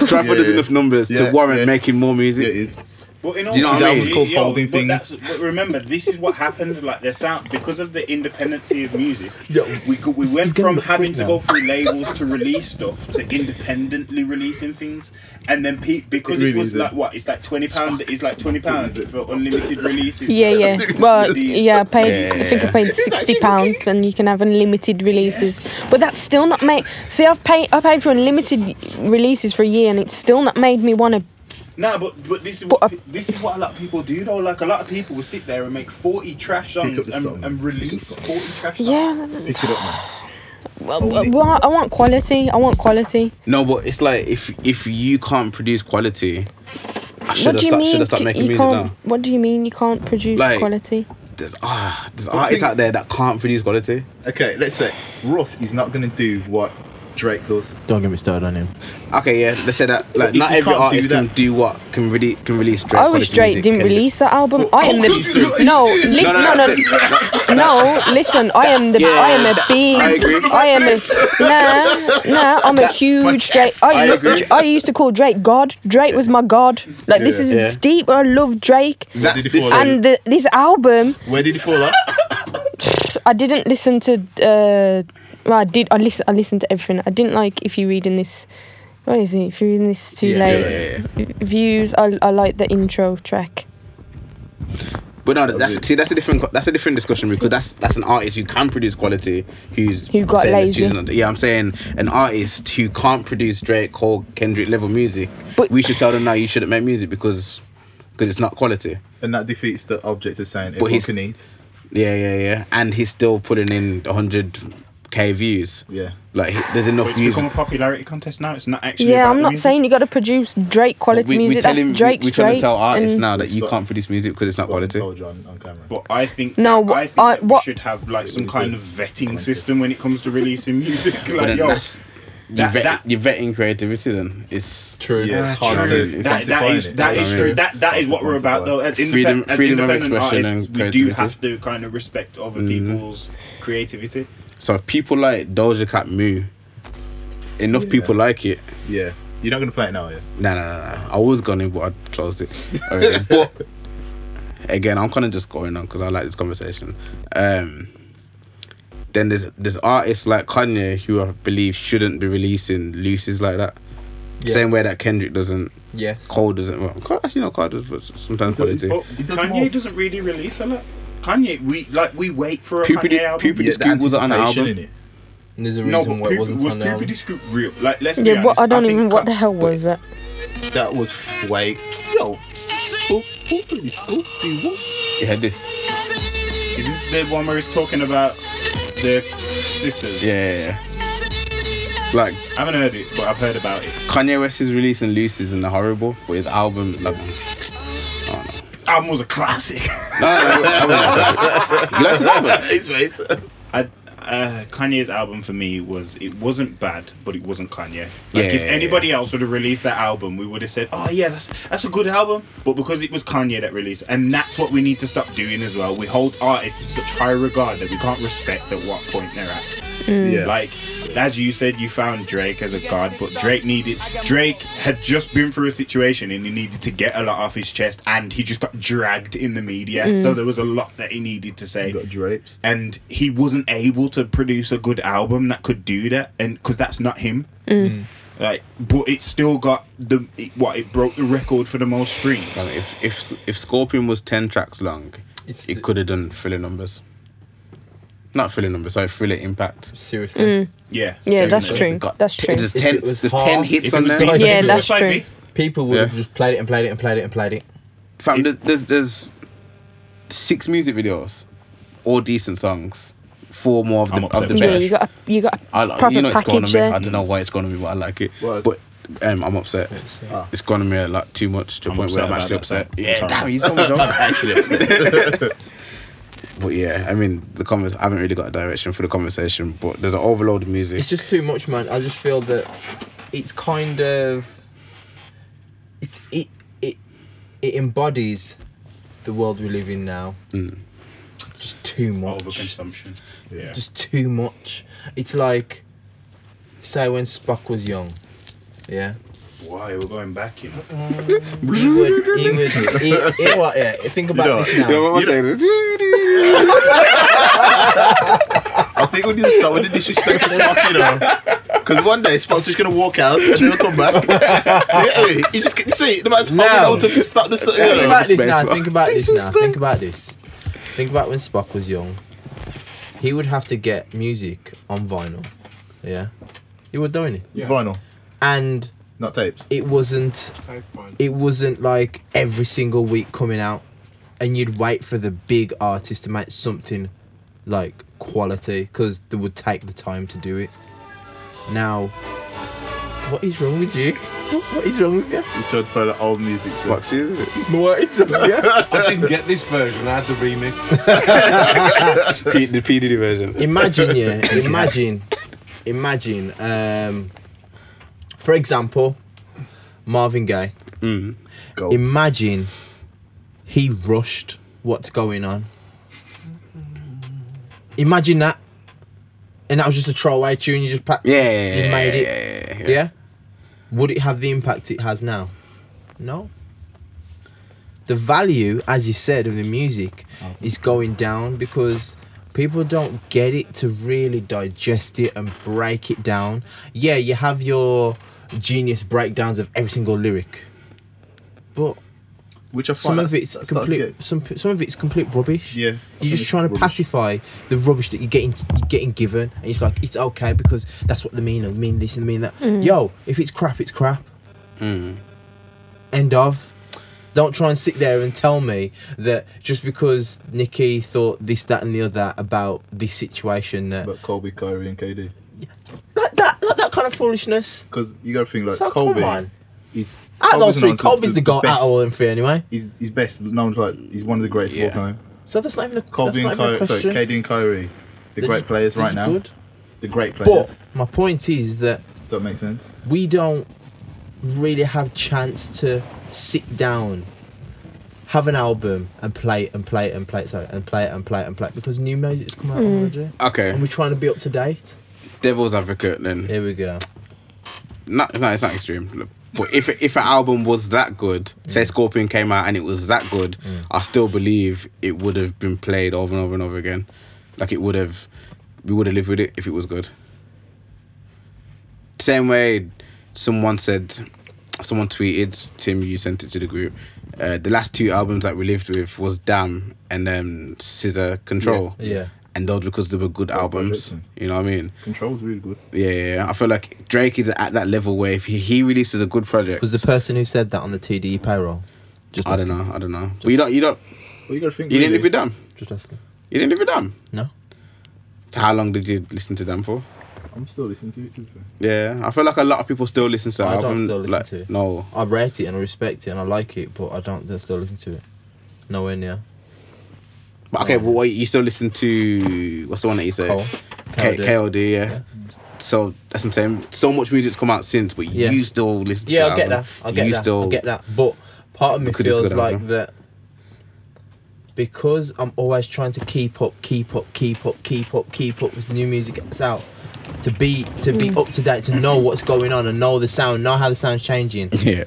[SPEAKER 3] Tripod
[SPEAKER 8] Yeah,
[SPEAKER 3] does
[SPEAKER 8] yeah.
[SPEAKER 3] enough numbers
[SPEAKER 8] Yeah,
[SPEAKER 3] to warrant
[SPEAKER 8] yeah.
[SPEAKER 3] making more
[SPEAKER 8] yeah,
[SPEAKER 3] music.
[SPEAKER 8] it is.
[SPEAKER 7] But in all
[SPEAKER 3] you know what I mean?
[SPEAKER 7] honesty,
[SPEAKER 3] It's
[SPEAKER 8] called
[SPEAKER 7] yo,
[SPEAKER 8] folding
[SPEAKER 7] but that's-
[SPEAKER 8] things.
[SPEAKER 7] but remember, this is what happened. Like their sound, because of the independency of music, we go- we went
[SPEAKER 4] getting
[SPEAKER 7] from
[SPEAKER 4] quick
[SPEAKER 7] having to
[SPEAKER 4] now.
[SPEAKER 7] go through labels to release stuff to independently releasing things, and then pe- because
[SPEAKER 8] It
[SPEAKER 7] it,
[SPEAKER 8] really
[SPEAKER 7] was
[SPEAKER 8] is, yeah.
[SPEAKER 7] like what it's like twenty pound. It's like twenty pounds for unlimited releases.
[SPEAKER 5] Yeah,
[SPEAKER 7] [LAUGHS] Like,
[SPEAKER 5] yeah.
[SPEAKER 7] these-
[SPEAKER 5] Well,
[SPEAKER 7] these-
[SPEAKER 5] yeah, I paid.
[SPEAKER 3] Yeah.
[SPEAKER 5] I think I paid sixty pounds, and you can have unlimited releases. But that's still not made. See, I've paid. I paid for unlimited releases for a year, and it's still not made me want to.
[SPEAKER 7] No, but but this is
[SPEAKER 5] But
[SPEAKER 7] what
[SPEAKER 5] I-
[SPEAKER 7] pe- this is what a lot of people do though. Like a lot of people will sit there and make forty trash
[SPEAKER 8] Pick up
[SPEAKER 7] songs
[SPEAKER 8] the
[SPEAKER 7] and,
[SPEAKER 8] song.
[SPEAKER 7] and release forty trash songs.
[SPEAKER 5] Yeah.
[SPEAKER 8] Pick it up, man.
[SPEAKER 5] Well, well, I want quality. I want quality.
[SPEAKER 3] No, but it's like if if you can't produce quality, I should have
[SPEAKER 5] what do you
[SPEAKER 3] stopped,
[SPEAKER 5] mean?
[SPEAKER 3] should have stopped
[SPEAKER 5] c-
[SPEAKER 3] making
[SPEAKER 5] you
[SPEAKER 3] music
[SPEAKER 5] can't.
[SPEAKER 3] now.
[SPEAKER 5] What do you mean you can't produce
[SPEAKER 3] Like-
[SPEAKER 5] quality?
[SPEAKER 3] There's ah, there's artists out there that can't produce quality.
[SPEAKER 8] Okay, let's say Ross is not gonna do what Drake does.
[SPEAKER 4] Don't get me started on him.
[SPEAKER 3] Okay, yeah, let's say that
[SPEAKER 8] But
[SPEAKER 3] like
[SPEAKER 8] if
[SPEAKER 3] not
[SPEAKER 8] you
[SPEAKER 3] every
[SPEAKER 8] can't do
[SPEAKER 3] artist can
[SPEAKER 8] that-
[SPEAKER 3] do what can really can release Drake.
[SPEAKER 5] I wish
[SPEAKER 3] quality
[SPEAKER 5] Drake
[SPEAKER 3] music,
[SPEAKER 5] didn't
[SPEAKER 3] can-
[SPEAKER 5] release that album. I
[SPEAKER 3] [LAUGHS]
[SPEAKER 5] am the [LAUGHS] no, li- no, no, no, Listen, I am the
[SPEAKER 3] Yeah,
[SPEAKER 5] I am a
[SPEAKER 3] that-
[SPEAKER 5] big
[SPEAKER 3] I agree.
[SPEAKER 5] I am a
[SPEAKER 3] [LAUGHS]
[SPEAKER 5] nah nah. I'm a huge Drake. I,
[SPEAKER 3] I
[SPEAKER 5] look-
[SPEAKER 3] agree.
[SPEAKER 5] I used to call Drake God. Drake was my God. Like this is
[SPEAKER 3] Yeah.
[SPEAKER 5] it's deep. I love Drake.
[SPEAKER 3] That's
[SPEAKER 8] Did he fall
[SPEAKER 3] different.
[SPEAKER 8] out?
[SPEAKER 5] And the, this album,
[SPEAKER 8] Where did he fall off?
[SPEAKER 5] I didn't listen to. Uh, well, I did. I listen. I listened to everything. I didn't like if you reading this. What is it? If you're reading this too
[SPEAKER 3] Yeah,
[SPEAKER 5] late.
[SPEAKER 3] yeah, yeah.
[SPEAKER 5] V- Views. I, I like the intro track.
[SPEAKER 3] But no, that's see, that's a different that's a different discussion because that's that's an artist who can produce quality who's
[SPEAKER 5] Who got
[SPEAKER 3] saying it's
[SPEAKER 5] lazy.
[SPEAKER 3] choosing not to- Yeah, I'm saying an artist who can't produce Drake or Kendrick level music.
[SPEAKER 5] But-
[SPEAKER 3] we should tell them now you shouldn't make music because because it's not quality.
[SPEAKER 8] And that defeats the object of saying everyone
[SPEAKER 3] he's-
[SPEAKER 8] can eat.
[SPEAKER 3] Yeah, yeah, yeah. And he's still putting in 100 k views.
[SPEAKER 8] Yeah.
[SPEAKER 3] Like he- there's enough
[SPEAKER 7] It's
[SPEAKER 3] views.
[SPEAKER 7] become a popularity contest now. It's not actually.
[SPEAKER 5] Yeah,
[SPEAKER 7] about
[SPEAKER 5] I'm
[SPEAKER 7] the
[SPEAKER 5] not
[SPEAKER 7] music.
[SPEAKER 5] saying you got to produce Drake quality
[SPEAKER 3] We- we
[SPEAKER 5] music.
[SPEAKER 3] tell
[SPEAKER 5] That's
[SPEAKER 3] him- we-
[SPEAKER 5] Drake's
[SPEAKER 3] we trying
[SPEAKER 5] Drake.
[SPEAKER 3] to tell artists
[SPEAKER 5] and-
[SPEAKER 3] now that you
[SPEAKER 8] Scott-
[SPEAKER 3] can't produce music because it's not
[SPEAKER 8] Well,
[SPEAKER 3] quality.
[SPEAKER 8] told you on, on camera.
[SPEAKER 7] But I think
[SPEAKER 5] No,
[SPEAKER 7] I think
[SPEAKER 5] I-
[SPEAKER 7] that we
[SPEAKER 5] what-
[SPEAKER 7] should have like some kind of vetting system when it comes to releasing [LAUGHS] music.
[SPEAKER 3] But
[SPEAKER 7] like,
[SPEAKER 3] then
[SPEAKER 7] yo,
[SPEAKER 3] that's you
[SPEAKER 7] that-
[SPEAKER 3] vet,
[SPEAKER 7] that-
[SPEAKER 3] you're vetting creativity. Then it's
[SPEAKER 4] True.
[SPEAKER 8] Yeah, it's
[SPEAKER 7] Ah,
[SPEAKER 8] hard
[SPEAKER 7] true.
[SPEAKER 8] to
[SPEAKER 7] That, that
[SPEAKER 8] quantify
[SPEAKER 7] is
[SPEAKER 8] it.
[SPEAKER 7] that
[SPEAKER 3] Yeah,
[SPEAKER 7] is
[SPEAKER 3] I
[SPEAKER 7] true.
[SPEAKER 3] mean,
[SPEAKER 7] That that is what we're about though. As, indepe-
[SPEAKER 3] Freedom-
[SPEAKER 7] as
[SPEAKER 3] freedom of
[SPEAKER 7] independent
[SPEAKER 3] expression
[SPEAKER 7] artists,
[SPEAKER 3] and
[SPEAKER 7] we do
[SPEAKER 3] creativity. Mm-hmm.
[SPEAKER 7] have to kind of respect other people's creativity.
[SPEAKER 3] so if people like Doja Cat Moo, enough people like it.
[SPEAKER 8] Yeah. You're not gonna play it now, yeah.
[SPEAKER 3] No, no, no, no. I was gonna, but I closed it. Already. [LAUGHS] but again, I'm kind of just going on because I like this conversation. Um, then there's there's artists like Kanye who I believe shouldn't be releasing looses like that.
[SPEAKER 4] Yes.
[SPEAKER 3] Same way that Kendrick doesn't,
[SPEAKER 4] Yes.
[SPEAKER 3] Cole doesn't. Well, Cole, actually, no, Cole does, but sometimes quality.
[SPEAKER 7] But
[SPEAKER 8] does
[SPEAKER 7] Kanye
[SPEAKER 8] more.
[SPEAKER 7] doesn't really release a lot. Kanye, we like we wait for a
[SPEAKER 3] Puberty-
[SPEAKER 7] Kanye album.
[SPEAKER 3] puberty-
[SPEAKER 8] Yeah,
[SPEAKER 3] Scoop was on the
[SPEAKER 8] anticipation,
[SPEAKER 3] album.
[SPEAKER 8] innit?
[SPEAKER 4] And there's a
[SPEAKER 7] No,
[SPEAKER 4] reason
[SPEAKER 7] but
[SPEAKER 4] why it
[SPEAKER 7] puberty,
[SPEAKER 4] wasn't
[SPEAKER 7] was
[SPEAKER 4] on the album.
[SPEAKER 7] Puberty Scoop real? Like, let's be
[SPEAKER 5] Yeah,
[SPEAKER 7] honest.
[SPEAKER 5] what I don't
[SPEAKER 7] think
[SPEAKER 5] even. What
[SPEAKER 7] Ka-
[SPEAKER 5] the hell was that?
[SPEAKER 8] That was way yo. Who who really school? Do what?
[SPEAKER 3] You heard this?
[SPEAKER 7] Is this the one where he's talking about the sisters?
[SPEAKER 3] Yeah, yeah, yeah. Like
[SPEAKER 7] I haven't heard it, but I've heard about it.
[SPEAKER 3] Kanye West is releasing looses and they're horrible, but his album, like,
[SPEAKER 7] Album was a classic. [LAUGHS]
[SPEAKER 3] no, no, no, I wasn't. you like his album?
[SPEAKER 8] His face.
[SPEAKER 7] I, uh, Kanye's album for me was it wasn't bad, but it wasn't Kanye. Like
[SPEAKER 3] Yeah,
[SPEAKER 7] if
[SPEAKER 3] yeah,
[SPEAKER 7] anybody else would have released that album, we would have said, "Oh yeah, that's that's a good album." But because it was Kanye that released, and that's what we need to stop doing as well. We hold artists in such high regard that we can't respect at what point they're at.
[SPEAKER 8] Yeah.
[SPEAKER 7] Like as you said, you found Drake as a god, but Drake needed Drake had just been through a situation and he needed to get a lot off his chest, and he just got dragged in the media.
[SPEAKER 5] Mm.
[SPEAKER 7] So there was a lot that he needed to say
[SPEAKER 8] You got drapes.
[SPEAKER 7] and he wasn't able to produce a good album that could do that and because that's not him
[SPEAKER 5] Mm.
[SPEAKER 7] like but it still got the it, what it broke the record for the most streams
[SPEAKER 3] Like, Uh, if if if Scorpion was ten tracks long,
[SPEAKER 4] It's
[SPEAKER 3] it
[SPEAKER 4] the-
[SPEAKER 3] could have done thriller numbers. Not thriller numbers, sorry, thriller impact.
[SPEAKER 4] Seriously.
[SPEAKER 7] yeah
[SPEAKER 5] Yeah, that's
[SPEAKER 7] definitely.
[SPEAKER 5] true.
[SPEAKER 3] Got-
[SPEAKER 5] That's true.
[SPEAKER 3] There's
[SPEAKER 4] If
[SPEAKER 3] ten,
[SPEAKER 4] it was
[SPEAKER 3] there's
[SPEAKER 4] hard-
[SPEAKER 3] ten
[SPEAKER 7] If
[SPEAKER 3] hits
[SPEAKER 7] it
[SPEAKER 3] on
[SPEAKER 7] was
[SPEAKER 3] there.
[SPEAKER 7] Beast,
[SPEAKER 5] Yeah,
[SPEAKER 7] if it
[SPEAKER 5] that's
[SPEAKER 7] was Side
[SPEAKER 5] true.
[SPEAKER 7] [LAUGHS] B,
[SPEAKER 4] People would have
[SPEAKER 3] Yeah.
[SPEAKER 4] just played it and played it and played it and played it.
[SPEAKER 3] Fam, there's, there's there's six music videos, all decent songs, four more of the
[SPEAKER 7] I'm
[SPEAKER 3] of the
[SPEAKER 7] upset.
[SPEAKER 5] Yeah,
[SPEAKER 3] best.
[SPEAKER 5] you got a you got
[SPEAKER 3] I
[SPEAKER 5] a
[SPEAKER 3] like,
[SPEAKER 5] proper
[SPEAKER 3] you know it's going on
[SPEAKER 5] package
[SPEAKER 3] me. I
[SPEAKER 5] there.
[SPEAKER 3] don't know why it's going on me, but I like it.
[SPEAKER 8] Well, it's-
[SPEAKER 3] But um, I'm upset. It's gone on me like too much to the
[SPEAKER 7] I'm
[SPEAKER 3] point where
[SPEAKER 7] upset
[SPEAKER 3] I'm actually
[SPEAKER 7] about that,
[SPEAKER 3] upset.
[SPEAKER 7] so-
[SPEAKER 3] Yeah,
[SPEAKER 7] Sorry.
[SPEAKER 3] damn, you so much.
[SPEAKER 8] Actually upset.
[SPEAKER 3] But yeah, I mean the convers- I haven't really got a direction for the conversation, but there's an overload of music.
[SPEAKER 4] It's just too much, man. I just feel that it's kind of it it it, it embodies the world we live in now.
[SPEAKER 3] Mm.
[SPEAKER 4] Just too much.
[SPEAKER 7] overconsumption yeah
[SPEAKER 4] just too much. It's like, say when Spock was young, yeah.
[SPEAKER 7] why we're going back you know
[SPEAKER 4] He would, he would, he, he, what, yeah. Think about this now.
[SPEAKER 3] You know what I'm saying?
[SPEAKER 8] I think we need to start with the disrespect to Spock, you know. Because one day Spock's just gonna walk out and never come [LAUGHS] back. yeah, hey, he just you see the man's
[SPEAKER 4] No.
[SPEAKER 8] popping out and start the you
[SPEAKER 4] Think
[SPEAKER 8] know.
[SPEAKER 4] about this
[SPEAKER 3] Space
[SPEAKER 4] now.
[SPEAKER 3] bar.
[SPEAKER 4] Think about this
[SPEAKER 8] This is
[SPEAKER 4] now. Think
[SPEAKER 8] space-
[SPEAKER 4] about this. Think about when Spock was young. He would have to get music on vinyl. Yeah, he was doing it,
[SPEAKER 8] It's vinyl,
[SPEAKER 4] and
[SPEAKER 8] not tapes.
[SPEAKER 4] it wasn't.
[SPEAKER 9] Type one.
[SPEAKER 4] It wasn't like every single week coming out, and you'd wait for the big artist to make something like quality because they would take the time to do it. Now, what is wrong with you? [LAUGHS] What is wrong with you?
[SPEAKER 8] You tried to play the old music.
[SPEAKER 3] Fuck, Jesus, is it?
[SPEAKER 4] What is wrong with you?
[SPEAKER 9] I didn't get this version. I had the remix.
[SPEAKER 3] P- the P Diddy version. [LAUGHS]
[SPEAKER 4] imagine yeah imagine imagine um for example marvin gaye
[SPEAKER 3] Mm.
[SPEAKER 8] Gold.
[SPEAKER 4] imagine he rushed what's going on imagine that and that was just a throwaway tune you just packed
[SPEAKER 3] Yeah, yeah, yeah,
[SPEAKER 4] you made
[SPEAKER 3] yeah,
[SPEAKER 4] it
[SPEAKER 3] yeah, yeah,
[SPEAKER 4] yeah.
[SPEAKER 3] yeah.
[SPEAKER 4] would it have the impact it has now no the value, as you said, of the music is going down because people don't get it to really digest it and break it down. Yeah, you have your genius breakdowns of every single lyric, but
[SPEAKER 8] Which I find
[SPEAKER 4] some of
[SPEAKER 8] that's-
[SPEAKER 4] it's
[SPEAKER 8] that starts to
[SPEAKER 4] complete.
[SPEAKER 8] get-
[SPEAKER 4] Some some of it's complete rubbish.
[SPEAKER 8] Yeah, I
[SPEAKER 4] you're
[SPEAKER 8] think
[SPEAKER 4] just
[SPEAKER 8] it's
[SPEAKER 4] trying to
[SPEAKER 8] rubbish.
[SPEAKER 4] pacify the rubbish that you're getting you're getting given, and it's like it's okay because that's what they mean. They mean this
[SPEAKER 8] Mm.
[SPEAKER 4] and they mean that. Yo, if it's crap, it's crap. End of. Don't try and sit there and tell me that just because Nikki thought this, that, and the other about this situation that
[SPEAKER 8] But Colby, Kyrie, and KD.
[SPEAKER 4] like that, like that kind of foolishness.
[SPEAKER 8] Because you got to think like
[SPEAKER 4] So, come
[SPEAKER 8] Colby.
[SPEAKER 4] on.
[SPEAKER 8] He's
[SPEAKER 4] Out of
[SPEAKER 8] Colby's
[SPEAKER 4] those
[SPEAKER 8] an
[SPEAKER 4] three,
[SPEAKER 8] answer
[SPEAKER 4] Colby's
[SPEAKER 8] to
[SPEAKER 4] the goat out
[SPEAKER 8] best-
[SPEAKER 4] of all them three anyway.
[SPEAKER 8] He's, he's best. No one's like he's one of the greatest of all time.
[SPEAKER 4] So that's not even a, that's
[SPEAKER 8] Colby
[SPEAKER 4] not
[SPEAKER 8] and
[SPEAKER 4] even a
[SPEAKER 8] Kyrie, sorry,
[SPEAKER 4] question.
[SPEAKER 8] KD and Kyrie, the
[SPEAKER 4] They're
[SPEAKER 8] great
[SPEAKER 4] just-
[SPEAKER 8] players
[SPEAKER 4] they're
[SPEAKER 8] right
[SPEAKER 4] just
[SPEAKER 8] now.
[SPEAKER 4] good.
[SPEAKER 8] The great players.
[SPEAKER 4] But my point is that
[SPEAKER 8] Does that make sense?
[SPEAKER 4] we don't really have chance to sit down have an album and play it and play it and play it sorry and play it and play it and play it because new music's come out already
[SPEAKER 3] Okay.
[SPEAKER 4] and we're trying to be up to date
[SPEAKER 3] Devil's advocate then.
[SPEAKER 4] here we go
[SPEAKER 3] Not, no, it's not extreme. look. But if if an album was that good, say Scorpion came out and it was that good, I still believe it would have been played over and over and over again. Like it would have, we would have lived with it if it was good. Same way, someone said, someone tweeted, Tim, you sent it to the group. Uh, the last two albums that we lived with was Damn and um, Scissor Control.
[SPEAKER 4] yeah
[SPEAKER 3] And those because they were good albums.
[SPEAKER 8] listen.
[SPEAKER 3] You know what I mean?
[SPEAKER 8] Control's really good.
[SPEAKER 3] Yeah, yeah, yeah. I feel like Drake is at that level where if he, he releases a good project,
[SPEAKER 4] was the person who said that on the TDE payroll just
[SPEAKER 3] I don't
[SPEAKER 4] asking,
[SPEAKER 3] know, I don't know. But you don't, you don't,
[SPEAKER 8] Well, you got to think.
[SPEAKER 3] you didn't live
[SPEAKER 8] really,
[SPEAKER 3] with them.
[SPEAKER 4] just asking
[SPEAKER 3] You didn't live with them.
[SPEAKER 4] no
[SPEAKER 3] So how long did you listen to them for?
[SPEAKER 8] I'm still listening to it. To be fair.
[SPEAKER 3] Yeah, I feel like a lot of people still listen to. the
[SPEAKER 4] I don't
[SPEAKER 3] album,
[SPEAKER 4] still listen
[SPEAKER 3] like,
[SPEAKER 4] to it.
[SPEAKER 3] No,
[SPEAKER 4] I rate it and I respect it and I like it but I don't I still listen to it nowhere near
[SPEAKER 3] but
[SPEAKER 4] Oh.
[SPEAKER 3] okay, but what you still listen to? What's the one that you say?
[SPEAKER 4] Cole.
[SPEAKER 3] K-
[SPEAKER 4] KLD.
[SPEAKER 3] KLD, yeah.
[SPEAKER 4] Yeah.
[SPEAKER 3] So that's what I'm saying. So much music's come out since, but
[SPEAKER 4] Yeah.
[SPEAKER 3] you still listen. to
[SPEAKER 4] Yeah, I
[SPEAKER 3] the
[SPEAKER 4] get that.
[SPEAKER 3] album.
[SPEAKER 4] I get
[SPEAKER 3] you
[SPEAKER 4] that.
[SPEAKER 3] Still
[SPEAKER 4] I get that. But part of me
[SPEAKER 3] Because it's
[SPEAKER 4] feels
[SPEAKER 3] good
[SPEAKER 4] like
[SPEAKER 3] album.
[SPEAKER 4] that because I'm always trying to keep up, keep up, keep up, keep up, keep up with new music that's out. To be to be up to date, to know what's going on and know the sound, know how the
[SPEAKER 3] [LAUGHS]
[SPEAKER 4] sound's changing,
[SPEAKER 3] Yeah,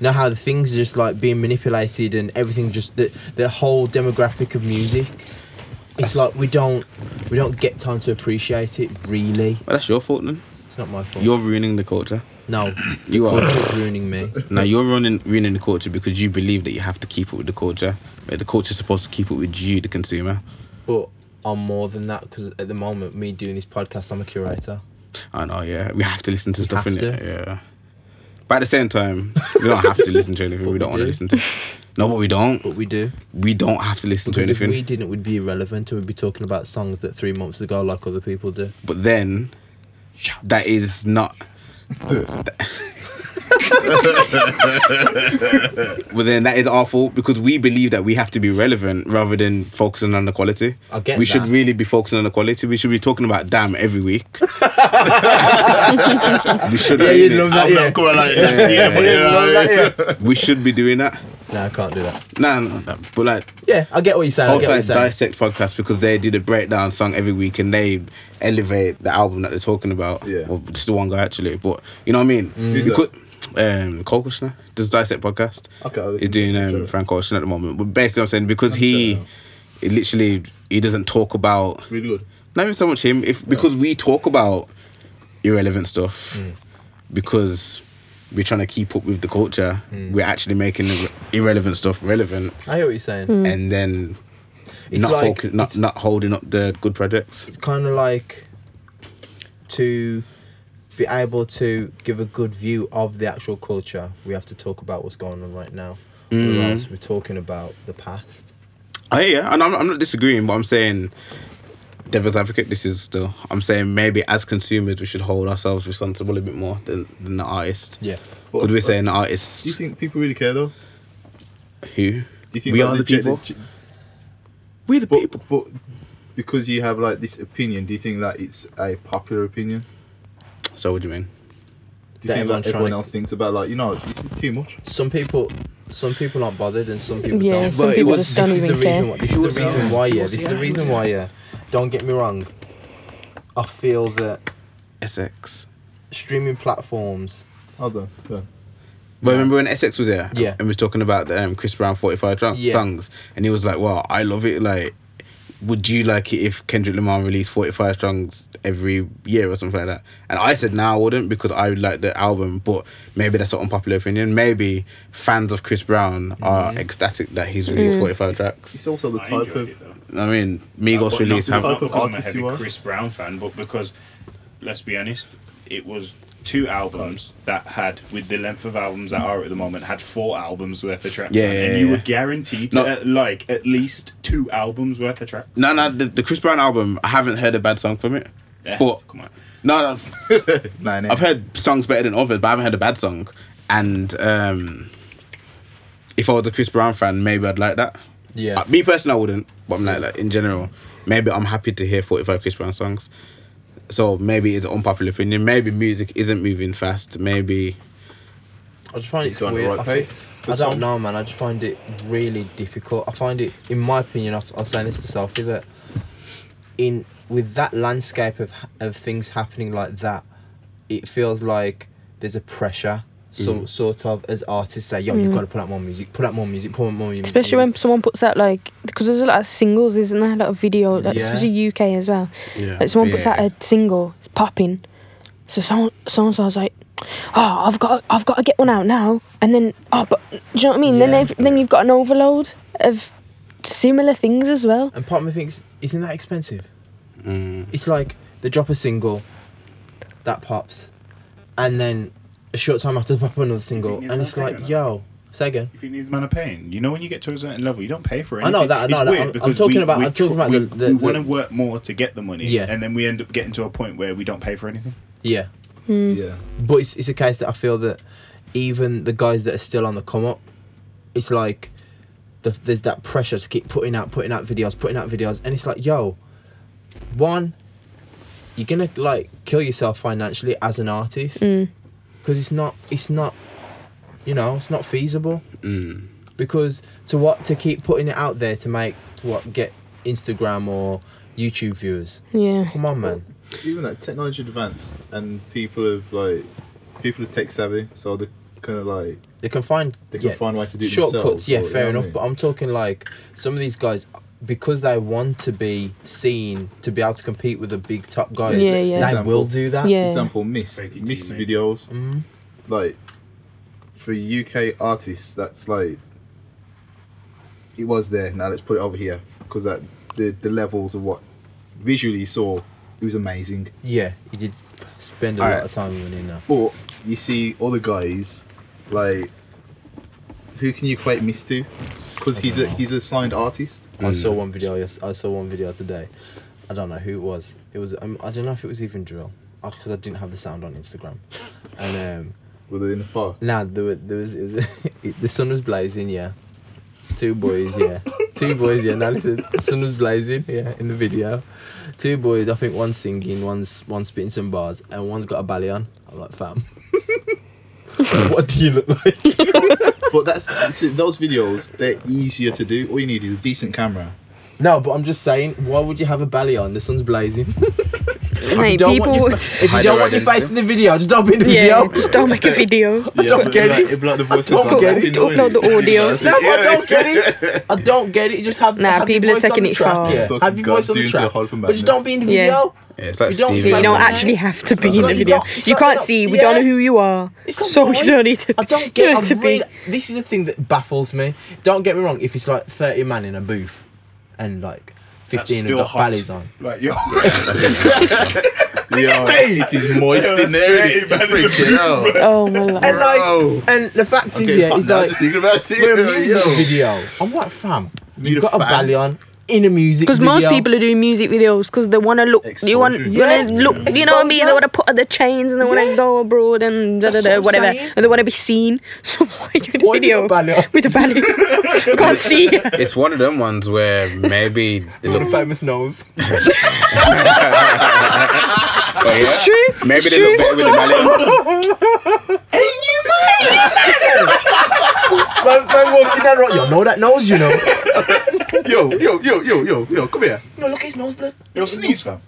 [SPEAKER 4] know how the things are just like being manipulated and everything just the the whole demographic of music. It's like we don't we don't get time to appreciate it really.
[SPEAKER 3] well, that's your fault then.
[SPEAKER 4] It's not my fault.
[SPEAKER 3] You're ruining the culture.
[SPEAKER 4] no,
[SPEAKER 3] [CLEARS THROAT] You are.
[SPEAKER 4] culture's ruining me.
[SPEAKER 3] Now you're ruining ruining the culture because you believe that you have to keep it with the culture. But the culture's supposed to keep it with you, the consumer.
[SPEAKER 4] but I'm more than that because at the moment, me doing this podcast, I'm a curator.
[SPEAKER 3] I know, yeah. We have to listen to stuff
[SPEAKER 4] have
[SPEAKER 3] in
[SPEAKER 4] to.
[SPEAKER 3] Yeah. But at the same time, we don't have to listen to anything. we
[SPEAKER 4] we [LAUGHS]
[SPEAKER 3] don't want to
[SPEAKER 4] do.
[SPEAKER 3] listen to. No, but we don't.
[SPEAKER 4] But we do
[SPEAKER 3] We don't have to listen to
[SPEAKER 4] because if
[SPEAKER 3] anything.
[SPEAKER 4] we didn't, we'd be irrelevant and we'd be talking about songs that three months ago, like other people do.
[SPEAKER 3] But then, that is
[SPEAKER 4] [LAUGHS]
[SPEAKER 3] not. but then that is our fault because we believe that we have to be relevant rather than focusing on the quality.
[SPEAKER 4] I get
[SPEAKER 3] we
[SPEAKER 4] that.
[SPEAKER 3] should really be focusing on the quality. We should be talking about damn every
[SPEAKER 4] [LAUGHS]
[SPEAKER 3] week. we should. really-
[SPEAKER 7] Oh,
[SPEAKER 8] I'm not going like Oh, yeah.
[SPEAKER 3] Yeah, yeah, yeah.
[SPEAKER 4] that, yeah.
[SPEAKER 3] We should be doing that.
[SPEAKER 4] [LAUGHS] No, I can't do that.
[SPEAKER 3] No, no, no. But like,
[SPEAKER 4] Yeah, I get what you're saying. I
[SPEAKER 3] whole
[SPEAKER 4] get what you're
[SPEAKER 3] like
[SPEAKER 4] saying.
[SPEAKER 3] dissect podcast because they did a breakdown song every week and they elevate the album that they're talking about.
[SPEAKER 8] Yeah. Mm.
[SPEAKER 3] Well, just the one guy actually, but you know what I mean.
[SPEAKER 8] Who's
[SPEAKER 3] You
[SPEAKER 8] that?
[SPEAKER 3] could, um, Cole Kushner does dissect podcast.
[SPEAKER 8] Okay, I'll listen
[SPEAKER 3] he's doing
[SPEAKER 8] to that.
[SPEAKER 3] um,
[SPEAKER 8] Sure.
[SPEAKER 3] Frank Ocean at the moment. But basically, I'm saying because he,
[SPEAKER 8] sure.
[SPEAKER 3] it literally, he doesn't talk about
[SPEAKER 8] really good.
[SPEAKER 3] not even so much him. If because we talk about irrelevant stuff,
[SPEAKER 8] Mm.
[SPEAKER 3] because we're trying to keep up with the culture,
[SPEAKER 8] Mm.
[SPEAKER 3] we're actually making the irrelevant stuff relevant
[SPEAKER 4] I hear what you're saying.
[SPEAKER 3] and then
[SPEAKER 4] It's
[SPEAKER 3] not
[SPEAKER 4] like-
[SPEAKER 3] focus, not
[SPEAKER 4] it's-
[SPEAKER 3] not holding up the good projects.
[SPEAKER 4] It's kind of like to be able to give a good view of the actual culture. We have to talk about what's going on right now,
[SPEAKER 3] Hmm.
[SPEAKER 4] or else we're talking about the past.
[SPEAKER 3] I hear, ya, and I'm, I'm not disagreeing, but I'm saying devil's advocate. This is still. I'm saying maybe as consumers we should hold ourselves responsible a bit more than, than the artist.
[SPEAKER 4] Yeah.
[SPEAKER 3] Could we say an artist
[SPEAKER 8] Do you think people really care though? Do
[SPEAKER 3] who? Do
[SPEAKER 8] you think
[SPEAKER 3] we
[SPEAKER 8] like,
[SPEAKER 3] are the
[SPEAKER 8] ge-
[SPEAKER 3] people?
[SPEAKER 8] ge-
[SPEAKER 3] We're the people.
[SPEAKER 8] But, but because you have like this opinion, do you think that it's a popular opinion?
[SPEAKER 3] So what do you mean?
[SPEAKER 8] Do you
[SPEAKER 4] That
[SPEAKER 8] think
[SPEAKER 4] everyone's
[SPEAKER 8] like,
[SPEAKER 4] trying
[SPEAKER 8] everyone
[SPEAKER 4] to-
[SPEAKER 8] else thinks about like you know this is too much?
[SPEAKER 4] Some people, some people aren't bothered, and some people
[SPEAKER 5] Yeah,
[SPEAKER 4] don't.
[SPEAKER 5] some
[SPEAKER 3] But it
[SPEAKER 5] people
[SPEAKER 3] was-
[SPEAKER 5] just
[SPEAKER 4] this
[SPEAKER 5] don't
[SPEAKER 4] is the
[SPEAKER 5] even care.
[SPEAKER 4] reason why. This is the reason why. Yeah, this is the reason why. Yeah, don't get me wrong. I feel that
[SPEAKER 3] Essex.
[SPEAKER 4] streaming platforms.
[SPEAKER 8] Hold on. go on.
[SPEAKER 3] But remember when Essex was there?
[SPEAKER 4] Yeah.
[SPEAKER 3] And we was talking about um, Chris Brown 45 drunk
[SPEAKER 4] Yeah.
[SPEAKER 3] songs. And he was like, wow, I love it. Like, would you like it if Kendrick Lamar released 45 songs every year or something like that? And I said, no, I wouldn't because I would like the album. But maybe that's an unpopular opinion. Maybe fans of Chris Brown are ecstatic that he's released 45 tracks.
[SPEAKER 8] It's also the
[SPEAKER 7] I
[SPEAKER 8] type
[SPEAKER 7] enjoyed
[SPEAKER 8] of
[SPEAKER 7] it though.
[SPEAKER 3] I mean, Migos
[SPEAKER 7] But
[SPEAKER 3] released.
[SPEAKER 7] not,
[SPEAKER 3] Have,
[SPEAKER 8] type of
[SPEAKER 7] not because I'm a
[SPEAKER 8] artist
[SPEAKER 7] heavy
[SPEAKER 8] you are.
[SPEAKER 7] Chris Brown fan, but because let's be honest, it was two albums that had, with the length of albums that are at the moment, had four albums worth of tracks.
[SPEAKER 3] Yeah,
[SPEAKER 7] on,
[SPEAKER 3] yeah,
[SPEAKER 7] and
[SPEAKER 3] yeah,
[SPEAKER 7] you
[SPEAKER 3] yeah.
[SPEAKER 7] were guaranteed to,
[SPEAKER 3] No.
[SPEAKER 7] uh, like at least two albums worth of tracks.
[SPEAKER 3] No, no, the, the Chris Brown album, I haven't heard a bad song from it.
[SPEAKER 7] Yeah,
[SPEAKER 3] But-
[SPEAKER 7] come on.
[SPEAKER 3] No, no,
[SPEAKER 8] Nah, nah.
[SPEAKER 3] I've heard songs better than others, but I haven't heard a bad song. And um, if I was a Chris Brown fan, maybe I'd like that.
[SPEAKER 4] Yeah.
[SPEAKER 3] Uh, me personally, I wouldn't, but I'm like, like in general, maybe I'm happy to hear 45 Chris Brown songs. So maybe it's an unpopular opinion. Maybe music isn't moving fast. Maybe
[SPEAKER 4] I just find
[SPEAKER 9] He's
[SPEAKER 4] it's
[SPEAKER 9] going
[SPEAKER 4] weird.
[SPEAKER 9] the right
[SPEAKER 4] I, think-
[SPEAKER 9] pace.
[SPEAKER 4] I don't know, man. I just find it really difficult. I find it, in my opinion, I I was saying this to Sophie that in with that landscape of ha- of things happening like that, it feels like there's a pressure. So,
[SPEAKER 9] Mm.
[SPEAKER 4] sort of as artists say, yo, you've got to put out more music, put out more music, put out more music.
[SPEAKER 5] Mm. Especially when someone puts out like because there's a lot of singles, isn't there? A lot of video, like
[SPEAKER 4] Yeah.
[SPEAKER 5] especially UK as well.
[SPEAKER 3] Yeah.
[SPEAKER 5] Like someone puts
[SPEAKER 3] Yeah.
[SPEAKER 5] out a single, it's popping. So someone, someone so I was like, oh, I've got, I've got to get one out now, and then oh, but do you know what I mean? Then
[SPEAKER 4] Yeah.
[SPEAKER 5] ev- then you've got an overload of similar things as well.
[SPEAKER 4] And part of me thinks, isn't that expensive?
[SPEAKER 9] Mm.
[SPEAKER 4] It's like they drop a single, that pops, and then a short time after they pop another single,
[SPEAKER 7] think
[SPEAKER 4] and
[SPEAKER 7] it's
[SPEAKER 4] it's
[SPEAKER 7] okay,
[SPEAKER 4] like,
[SPEAKER 7] man?
[SPEAKER 4] yo, say again.
[SPEAKER 7] If it needs man of pain, you know when you get to a certain level, you don't pay for
[SPEAKER 4] I
[SPEAKER 7] anything.
[SPEAKER 4] know that, I know
[SPEAKER 7] it's
[SPEAKER 4] that.
[SPEAKER 7] weird
[SPEAKER 4] I'm- I'm
[SPEAKER 7] because
[SPEAKER 4] talking
[SPEAKER 7] we,
[SPEAKER 4] about-
[SPEAKER 7] we
[SPEAKER 4] I'm talking about
[SPEAKER 7] we,
[SPEAKER 4] the- the-
[SPEAKER 7] we
[SPEAKER 4] the-
[SPEAKER 7] want to work more to get the money,
[SPEAKER 4] Yeah.
[SPEAKER 7] and then we end up getting to a point where we don't pay for anything.
[SPEAKER 4] Yeah.
[SPEAKER 9] Yeah.
[SPEAKER 4] But it's, it's a case that I feel that even the guys that are still on the come up, it's like the, there's that pressure to keep putting out, putting out videos, putting out videos, and it's like, yo, one, you're gonna like kill yourself financially as an artist because it's not, it's not, you know, it's not feasible. Because to what to keep putting it out there to make to what get Instagram or YouTube viewers.
[SPEAKER 5] Yeah.
[SPEAKER 4] Come on, man.
[SPEAKER 8] even that technology advanced and people have like people are tech savvy, so they kind of like
[SPEAKER 4] They can find
[SPEAKER 8] they can
[SPEAKER 4] yeah,
[SPEAKER 8] find ways to do it
[SPEAKER 4] shortcuts
[SPEAKER 8] themselves,
[SPEAKER 4] yeah
[SPEAKER 8] or- you
[SPEAKER 4] fair
[SPEAKER 8] know what I
[SPEAKER 4] enough
[SPEAKER 8] mean?
[SPEAKER 4] but i'm talking like some of these guys because they want to be seen to be able to compete with the big top guys
[SPEAKER 5] Yeah, yeah.
[SPEAKER 4] they
[SPEAKER 8] Example.
[SPEAKER 4] will do that
[SPEAKER 5] Yeah.
[SPEAKER 8] example missed
[SPEAKER 7] Break it to
[SPEAKER 8] missed
[SPEAKER 7] you, mate.
[SPEAKER 8] videos like for UK artists that's like it was there now let's put it over here because that the the levels of what visually you saw it was amazing
[SPEAKER 4] yeah you did spend a lot
[SPEAKER 8] Alright.
[SPEAKER 4] of time and money in that
[SPEAKER 8] but you see other guys like who can you equate Mist to because he's a he's a signed artist
[SPEAKER 4] i saw one video yes i saw one video today i don't know who it was it was um, i don't know if it was even drill because i didn't have the sound on instagram and um
[SPEAKER 8] within the park
[SPEAKER 4] Nah, there, were, there was, [LAUGHS] it was it, the sun was blazing, yeah. Two boys, yeah. Two boys, yeah. Now listen, the sun was blazing, yeah, in the video. Two boys, I think one's singing, one's one's spitting some bars, and one's got a belly on. I'm like, fam. [LAUGHS] what do you look like?
[SPEAKER 8] But that's see, those videos. They're easier to do. All you need is a decent camera.
[SPEAKER 4] No, but I'm just saying, why would you have a belly on? The sun's
[SPEAKER 5] [LAUGHS]
[SPEAKER 4] blazing.
[SPEAKER 5] Mate,
[SPEAKER 4] don't want
[SPEAKER 5] people
[SPEAKER 4] your
[SPEAKER 5] would. [LAUGHS]
[SPEAKER 4] fa- if you
[SPEAKER 3] Hide
[SPEAKER 4] don't
[SPEAKER 3] your
[SPEAKER 4] want your
[SPEAKER 3] identity.
[SPEAKER 4] face in the video, just don't be in the
[SPEAKER 5] yeah,
[SPEAKER 4] video.
[SPEAKER 5] just don't make a video.
[SPEAKER 8] Yeah,
[SPEAKER 4] don't get it.
[SPEAKER 8] Like, like the voice
[SPEAKER 4] don't
[SPEAKER 8] of
[SPEAKER 4] get
[SPEAKER 8] Bob
[SPEAKER 4] it.
[SPEAKER 8] Dylan.
[SPEAKER 5] Upload the audio.
[SPEAKER 4] [LAUGHS] No, I don't get it. I don't get it. Just have
[SPEAKER 5] Nah,
[SPEAKER 4] have your
[SPEAKER 5] people are
[SPEAKER 4] voice on
[SPEAKER 5] taking
[SPEAKER 4] the
[SPEAKER 5] it
[SPEAKER 4] track,
[SPEAKER 5] far.
[SPEAKER 4] Yeah.
[SPEAKER 8] Talking
[SPEAKER 4] Have your
[SPEAKER 8] God's
[SPEAKER 4] voice on the
[SPEAKER 8] doing to
[SPEAKER 4] track,
[SPEAKER 8] the Hulk
[SPEAKER 4] but just
[SPEAKER 8] madness.
[SPEAKER 4] don't be in the
[SPEAKER 5] Yeah.
[SPEAKER 4] video.
[SPEAKER 3] yeah, it's like
[SPEAKER 4] You don't
[SPEAKER 3] Stevie.
[SPEAKER 4] think
[SPEAKER 5] You don't
[SPEAKER 4] Yeah.
[SPEAKER 5] actually have to be
[SPEAKER 4] It's
[SPEAKER 5] in the
[SPEAKER 4] like you
[SPEAKER 5] video.
[SPEAKER 4] don't- it's
[SPEAKER 5] You
[SPEAKER 4] like
[SPEAKER 5] can't
[SPEAKER 4] not-
[SPEAKER 5] see. We
[SPEAKER 4] yeah.
[SPEAKER 5] don't know who you are,
[SPEAKER 4] It's not
[SPEAKER 5] so [LAUGHS] you
[SPEAKER 4] mine.
[SPEAKER 5] don't need to.
[SPEAKER 4] I don't
[SPEAKER 5] you
[SPEAKER 4] get.
[SPEAKER 5] don't
[SPEAKER 4] I
[SPEAKER 5] have to
[SPEAKER 4] really,
[SPEAKER 5] be.
[SPEAKER 4] this is the thing that baffles me. Don't get me wrong. If it's like thirty man in a booth, and like fifteen have
[SPEAKER 7] still
[SPEAKER 4] got
[SPEAKER 7] hot.
[SPEAKER 4] ballies on,
[SPEAKER 7] Like yo,
[SPEAKER 8] Yeah, it is moist in there. Isn't it? Freaking hell.
[SPEAKER 4] [LAUGHS]
[SPEAKER 5] Oh my lord.
[SPEAKER 4] and like,
[SPEAKER 8] Bro.
[SPEAKER 4] and the fact is,
[SPEAKER 8] Okay,
[SPEAKER 4] yeah,
[SPEAKER 8] fuck
[SPEAKER 4] it's
[SPEAKER 8] that,
[SPEAKER 4] like
[SPEAKER 8] just thinking about it.
[SPEAKER 4] we're a
[SPEAKER 8] [LAUGHS] Yo,
[SPEAKER 4] music
[SPEAKER 8] yo.
[SPEAKER 4] video. I'm like, fam,
[SPEAKER 8] Need
[SPEAKER 4] you've
[SPEAKER 8] a
[SPEAKER 4] got a
[SPEAKER 8] fan.
[SPEAKER 4] belly on in a music
[SPEAKER 5] Because
[SPEAKER 4] video.
[SPEAKER 5] most people are doing music videos because they want to look. You want,
[SPEAKER 8] Exposure.
[SPEAKER 5] you want to
[SPEAKER 4] Yeah.
[SPEAKER 5] look. You know what I mean? They
[SPEAKER 4] Exposure.
[SPEAKER 5] want to put on the chains and they want
[SPEAKER 4] Yeah.
[SPEAKER 5] to go abroad and da, da,
[SPEAKER 4] That's what
[SPEAKER 5] da,
[SPEAKER 4] I'm
[SPEAKER 5] whatever.
[SPEAKER 4] saying.
[SPEAKER 5] And they want to be seen. [LAUGHS] So why do the
[SPEAKER 4] Why do you
[SPEAKER 5] video
[SPEAKER 4] got a belly on?
[SPEAKER 5] with a ballet? I can't see. you.
[SPEAKER 3] It's one of them ones where maybe they
[SPEAKER 4] with a
[SPEAKER 3] look,
[SPEAKER 4] famous [LAUGHS] nose.
[SPEAKER 5] It's true.
[SPEAKER 3] maybe they look better with the belly on.
[SPEAKER 4] man, man walking down the road, yo, know that nose, you know.
[SPEAKER 8] Yo, yo, yo, yo, yo, yo, come here.
[SPEAKER 4] No, look at his nose, blood.
[SPEAKER 7] yo sneeze fam.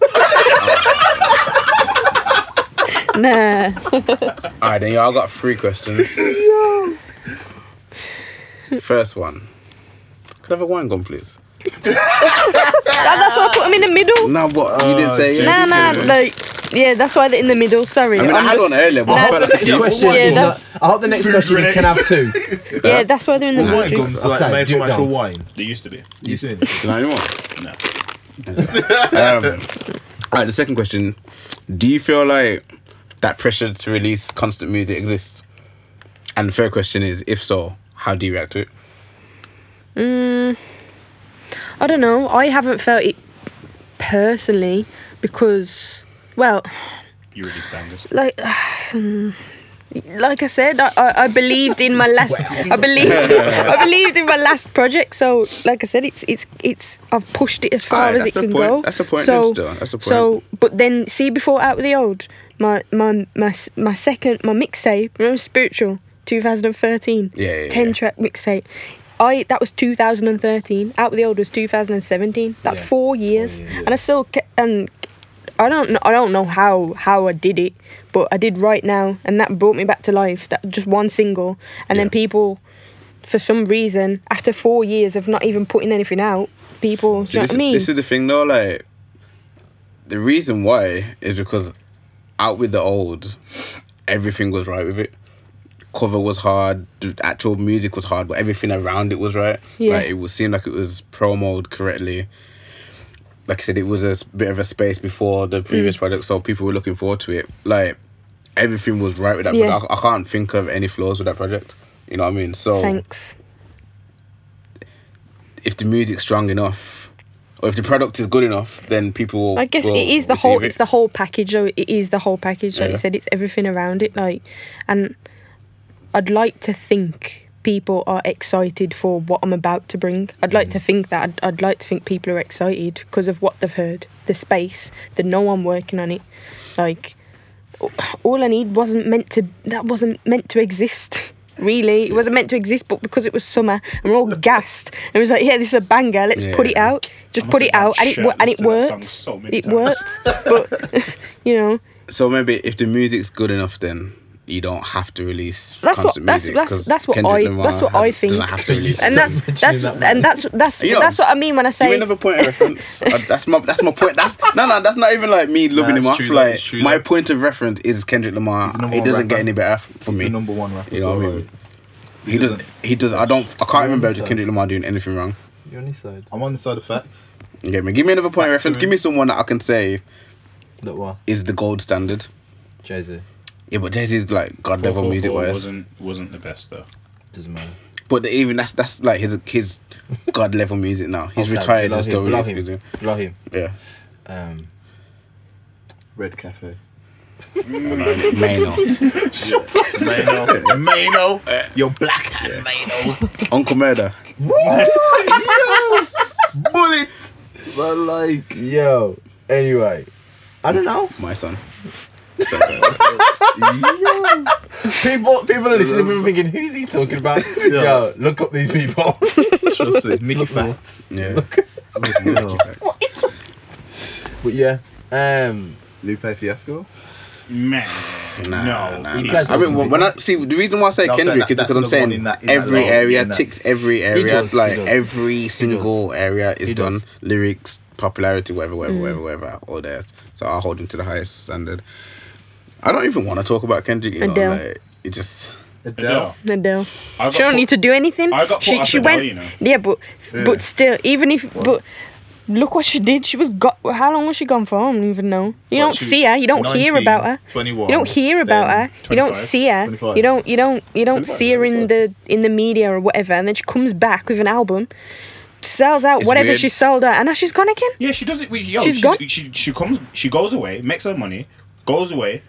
[SPEAKER 5] Nah.
[SPEAKER 3] All right, then y'all got three questions. [LAUGHS] First one. Could I have a wine gun, please?
[SPEAKER 5] That- that's why I put them in the middle.
[SPEAKER 3] No, but you didn't say
[SPEAKER 5] Nah, nah. Like, yeah, that's why they're in the middle. Sorry.
[SPEAKER 3] I mean, i
[SPEAKER 5] I'm
[SPEAKER 3] had
[SPEAKER 5] just-
[SPEAKER 3] one earlier, but
[SPEAKER 5] Nah,
[SPEAKER 3] I felt like
[SPEAKER 4] Next
[SPEAKER 3] teeth.
[SPEAKER 4] question
[SPEAKER 5] Yeah,
[SPEAKER 4] is
[SPEAKER 5] that's-
[SPEAKER 4] not- I hope the next question is can I have two.
[SPEAKER 5] Yeah, that's why they're in the
[SPEAKER 3] Nah,
[SPEAKER 8] Wine
[SPEAKER 5] middle.
[SPEAKER 8] gums are, like um,
[SPEAKER 4] Okay,
[SPEAKER 8] made
[SPEAKER 4] do
[SPEAKER 8] from
[SPEAKER 4] it
[SPEAKER 8] actual
[SPEAKER 4] now.
[SPEAKER 8] wine.
[SPEAKER 7] There used to be.
[SPEAKER 8] You seen?
[SPEAKER 3] Do you know anymore?
[SPEAKER 7] No.
[SPEAKER 3] Um, all right, the second question. Do you feel like that pressure to release constant music exists? And the fair question is, if so, how do you react to it?
[SPEAKER 5] I don't know. I haven't felt it personally because, well,
[SPEAKER 7] You release bangers.
[SPEAKER 5] like. [SIGHS] Like I said, I, I, I believed in my last. I believed. I believed in my last project. So, like I said, it's it's it's. I've pushed it as far
[SPEAKER 3] Aye,
[SPEAKER 5] as it
[SPEAKER 3] that's a
[SPEAKER 5] can
[SPEAKER 3] point.
[SPEAKER 5] go.
[SPEAKER 3] That's a point
[SPEAKER 5] So
[SPEAKER 3] then still. That's a
[SPEAKER 5] so, but then see before out with the old, my my my s- my second my mixtape. Remember spiritual 2013.
[SPEAKER 3] Yeah, yeah,
[SPEAKER 5] Ten
[SPEAKER 3] yeah.
[SPEAKER 5] track mixtape. I that was 2013. Out with the old was 2017. That's
[SPEAKER 4] Yeah.
[SPEAKER 5] four years, and I still ke- and I don't know, I don't know how how I did it, but I did right now, and that brought me back to life. That just one single, and then people, for some reason, after four years of not even putting anything out, people. do
[SPEAKER 3] See,
[SPEAKER 5] you know
[SPEAKER 3] this,
[SPEAKER 5] what I mean?
[SPEAKER 3] this is the thing though, like the reason why is because out with the old, everything was right with it. Cover was hard, the actual music was hard, but everything around it was right.
[SPEAKER 5] Yeah.
[SPEAKER 3] Like it would seem like it was promoted correctly. Like I said, it was a s- bit of a space before the previous
[SPEAKER 5] Mm.
[SPEAKER 3] product, so people were looking forward to it. Like everything was right with that
[SPEAKER 5] Yeah.
[SPEAKER 3] product. I, I can't think of any flaws with that project. You know what I mean? So
[SPEAKER 5] Thanks.
[SPEAKER 3] if the music's strong enough or if the product is good enough, then people will.
[SPEAKER 5] I guess
[SPEAKER 3] will
[SPEAKER 5] it is the
[SPEAKER 3] receive
[SPEAKER 5] whole.
[SPEAKER 3] it.
[SPEAKER 5] It's the whole package. Though it is the whole package. Like
[SPEAKER 3] Yeah.
[SPEAKER 5] you said, it's everything around it. Like, and I'd like to think people are excited for what I'm about to bring. I'd like
[SPEAKER 3] Mm.
[SPEAKER 5] to think that. I'd, I'd like to think people are excited because of what they've heard, the space, the no one working on it. Like, a- all I need wasn't meant to. That wasn't meant to exist. [LAUGHS] Really, it wasn't meant to exist, but because it was summer
[SPEAKER 3] [LAUGHS]
[SPEAKER 5] and we're all gassed, and it was like, yeah, this is a banger. Let's put it
[SPEAKER 3] Yeah.
[SPEAKER 5] out. Just
[SPEAKER 7] must
[SPEAKER 5] put
[SPEAKER 7] have
[SPEAKER 5] it
[SPEAKER 7] done
[SPEAKER 5] out, and it wo- and
[SPEAKER 7] shirtless
[SPEAKER 5] it
[SPEAKER 7] to that song
[SPEAKER 5] worked.
[SPEAKER 7] so many
[SPEAKER 5] it
[SPEAKER 7] times.
[SPEAKER 5] worked, [LAUGHS] but you know
[SPEAKER 3] So maybe if the music's good enough, then you don't have to release.
[SPEAKER 5] that's what
[SPEAKER 3] concert
[SPEAKER 5] that's
[SPEAKER 3] music,
[SPEAKER 5] that's
[SPEAKER 3] 'cause
[SPEAKER 5] that's what
[SPEAKER 3] Kendrick
[SPEAKER 5] I
[SPEAKER 3] Lamar
[SPEAKER 5] that's what
[SPEAKER 3] has-
[SPEAKER 5] I think,
[SPEAKER 3] Doesn't have to release.
[SPEAKER 5] and that's
[SPEAKER 4] Imagine
[SPEAKER 5] that's
[SPEAKER 4] that,
[SPEAKER 5] and that's that's
[SPEAKER 3] You know,
[SPEAKER 5] that's what I mean when I
[SPEAKER 3] Give me
[SPEAKER 5] say
[SPEAKER 3] another point of
[SPEAKER 5] [LAUGHS]
[SPEAKER 3] reference. Uh, that's my that's my point. That's no no. That's not even like me loving
[SPEAKER 8] Nah,
[SPEAKER 3] him
[SPEAKER 8] it's
[SPEAKER 3] off.
[SPEAKER 8] true, that
[SPEAKER 3] like
[SPEAKER 8] is true,
[SPEAKER 3] my
[SPEAKER 8] that.
[SPEAKER 3] point of reference is Kendrick Lamar.
[SPEAKER 8] the number
[SPEAKER 3] It
[SPEAKER 8] one
[SPEAKER 3] doesn't get
[SPEAKER 8] rapper.
[SPEAKER 3] any better f- for
[SPEAKER 8] He's
[SPEAKER 3] me.
[SPEAKER 8] the number one rapper.
[SPEAKER 3] You know what
[SPEAKER 8] so,
[SPEAKER 3] I mean?
[SPEAKER 8] like,
[SPEAKER 3] he doesn't. He does. I don't. I can't remember Kendrick Lamar doing anything wrong.
[SPEAKER 4] You're on his side.
[SPEAKER 8] I'm on the side of facts.
[SPEAKER 3] You get me? Give me another point of reference.
[SPEAKER 8] him.
[SPEAKER 3] Give me someone that I can say
[SPEAKER 4] That what?
[SPEAKER 3] is the gold standard.
[SPEAKER 4] Jay Z.
[SPEAKER 3] Yeah, but Jay Z's like god level music
[SPEAKER 7] 444
[SPEAKER 3] wise.
[SPEAKER 7] wasn't wasn't the best though.
[SPEAKER 4] Doesn't matter.
[SPEAKER 3] But the, even that's that's like his his god level music now. He's
[SPEAKER 4] Okay,
[SPEAKER 3] retired
[SPEAKER 4] below
[SPEAKER 3] and
[SPEAKER 4] him,
[SPEAKER 3] still
[SPEAKER 4] below
[SPEAKER 3] releasing
[SPEAKER 4] him.
[SPEAKER 3] music.
[SPEAKER 4] Below him.
[SPEAKER 3] Yeah,
[SPEAKER 4] Um,
[SPEAKER 8] Red Cafe.
[SPEAKER 3] [LAUGHS] Mano,
[SPEAKER 8] Mano. Mano. You're black.
[SPEAKER 3] Uncle Murder.
[SPEAKER 8] Bullet.
[SPEAKER 3] [LAUGHS]
[SPEAKER 8] But like,
[SPEAKER 4] yo. Anyway, I don't know.
[SPEAKER 3] My son.
[SPEAKER 4] People, people are listening. People are thinking, who's he talking [LAUGHS] about? Yo, look up these people. [LAUGHS]
[SPEAKER 8] trust me, Mickey Facts. [LAUGHS]
[SPEAKER 3] Yeah.
[SPEAKER 8] Yo,
[SPEAKER 4] but yeah. Um,
[SPEAKER 8] Lupe Fiasco.
[SPEAKER 7] Man,
[SPEAKER 3] Nah,
[SPEAKER 7] no,
[SPEAKER 3] nah,
[SPEAKER 7] he
[SPEAKER 3] nah.
[SPEAKER 7] doesn't.
[SPEAKER 3] I mean, when- when I see the reason why I say
[SPEAKER 8] No, I'm saying
[SPEAKER 3] Kendrick
[SPEAKER 8] that-
[SPEAKER 3] is because I'm
[SPEAKER 8] that's the one
[SPEAKER 3] saying
[SPEAKER 8] in that- in that
[SPEAKER 3] every
[SPEAKER 8] line,
[SPEAKER 3] area
[SPEAKER 8] in that-
[SPEAKER 3] ticks every area,
[SPEAKER 4] does, he
[SPEAKER 3] like
[SPEAKER 4] does.
[SPEAKER 3] every single area is
[SPEAKER 4] He
[SPEAKER 3] done.
[SPEAKER 4] does.
[SPEAKER 3] Lyrics, popularity, whatever, whatever,
[SPEAKER 8] Mm.
[SPEAKER 3] whatever, whatever, all that. So I hold him to the highest standard. I don't even want to talk about Kendrick. You know,
[SPEAKER 5] Adele.
[SPEAKER 3] like, it just
[SPEAKER 8] Adele.
[SPEAKER 5] Adele.
[SPEAKER 7] I got
[SPEAKER 5] She don't
[SPEAKER 7] put-
[SPEAKER 5] need to do anything.
[SPEAKER 7] I got
[SPEAKER 5] she
[SPEAKER 7] put up
[SPEAKER 5] she
[SPEAKER 7] Adele,
[SPEAKER 5] went.
[SPEAKER 7] you know.
[SPEAKER 5] Yeah, but
[SPEAKER 8] Yeah.
[SPEAKER 5] but still, even if but look what she did. She was got. How long was she gone for? I don't even know. You
[SPEAKER 8] Well,
[SPEAKER 5] don't
[SPEAKER 8] she
[SPEAKER 5] see her. You don't hear
[SPEAKER 8] 19,
[SPEAKER 5] about her.
[SPEAKER 8] 21,
[SPEAKER 5] You don't hear about
[SPEAKER 8] then
[SPEAKER 5] her. You don't
[SPEAKER 7] 25,
[SPEAKER 5] see her.
[SPEAKER 8] 25.
[SPEAKER 5] You don't. You don't. You don't
[SPEAKER 8] 25,
[SPEAKER 5] see her in the in the media or whatever. And then she comes back with an album, sells out
[SPEAKER 3] It's
[SPEAKER 5] whatever
[SPEAKER 3] weird.
[SPEAKER 5] she sold out, and now she's gone again.
[SPEAKER 7] Yeah, she does it. With, yo,
[SPEAKER 5] She's
[SPEAKER 7] she's
[SPEAKER 5] gone.
[SPEAKER 7] She she comes. She goes away, makes her money, goes away,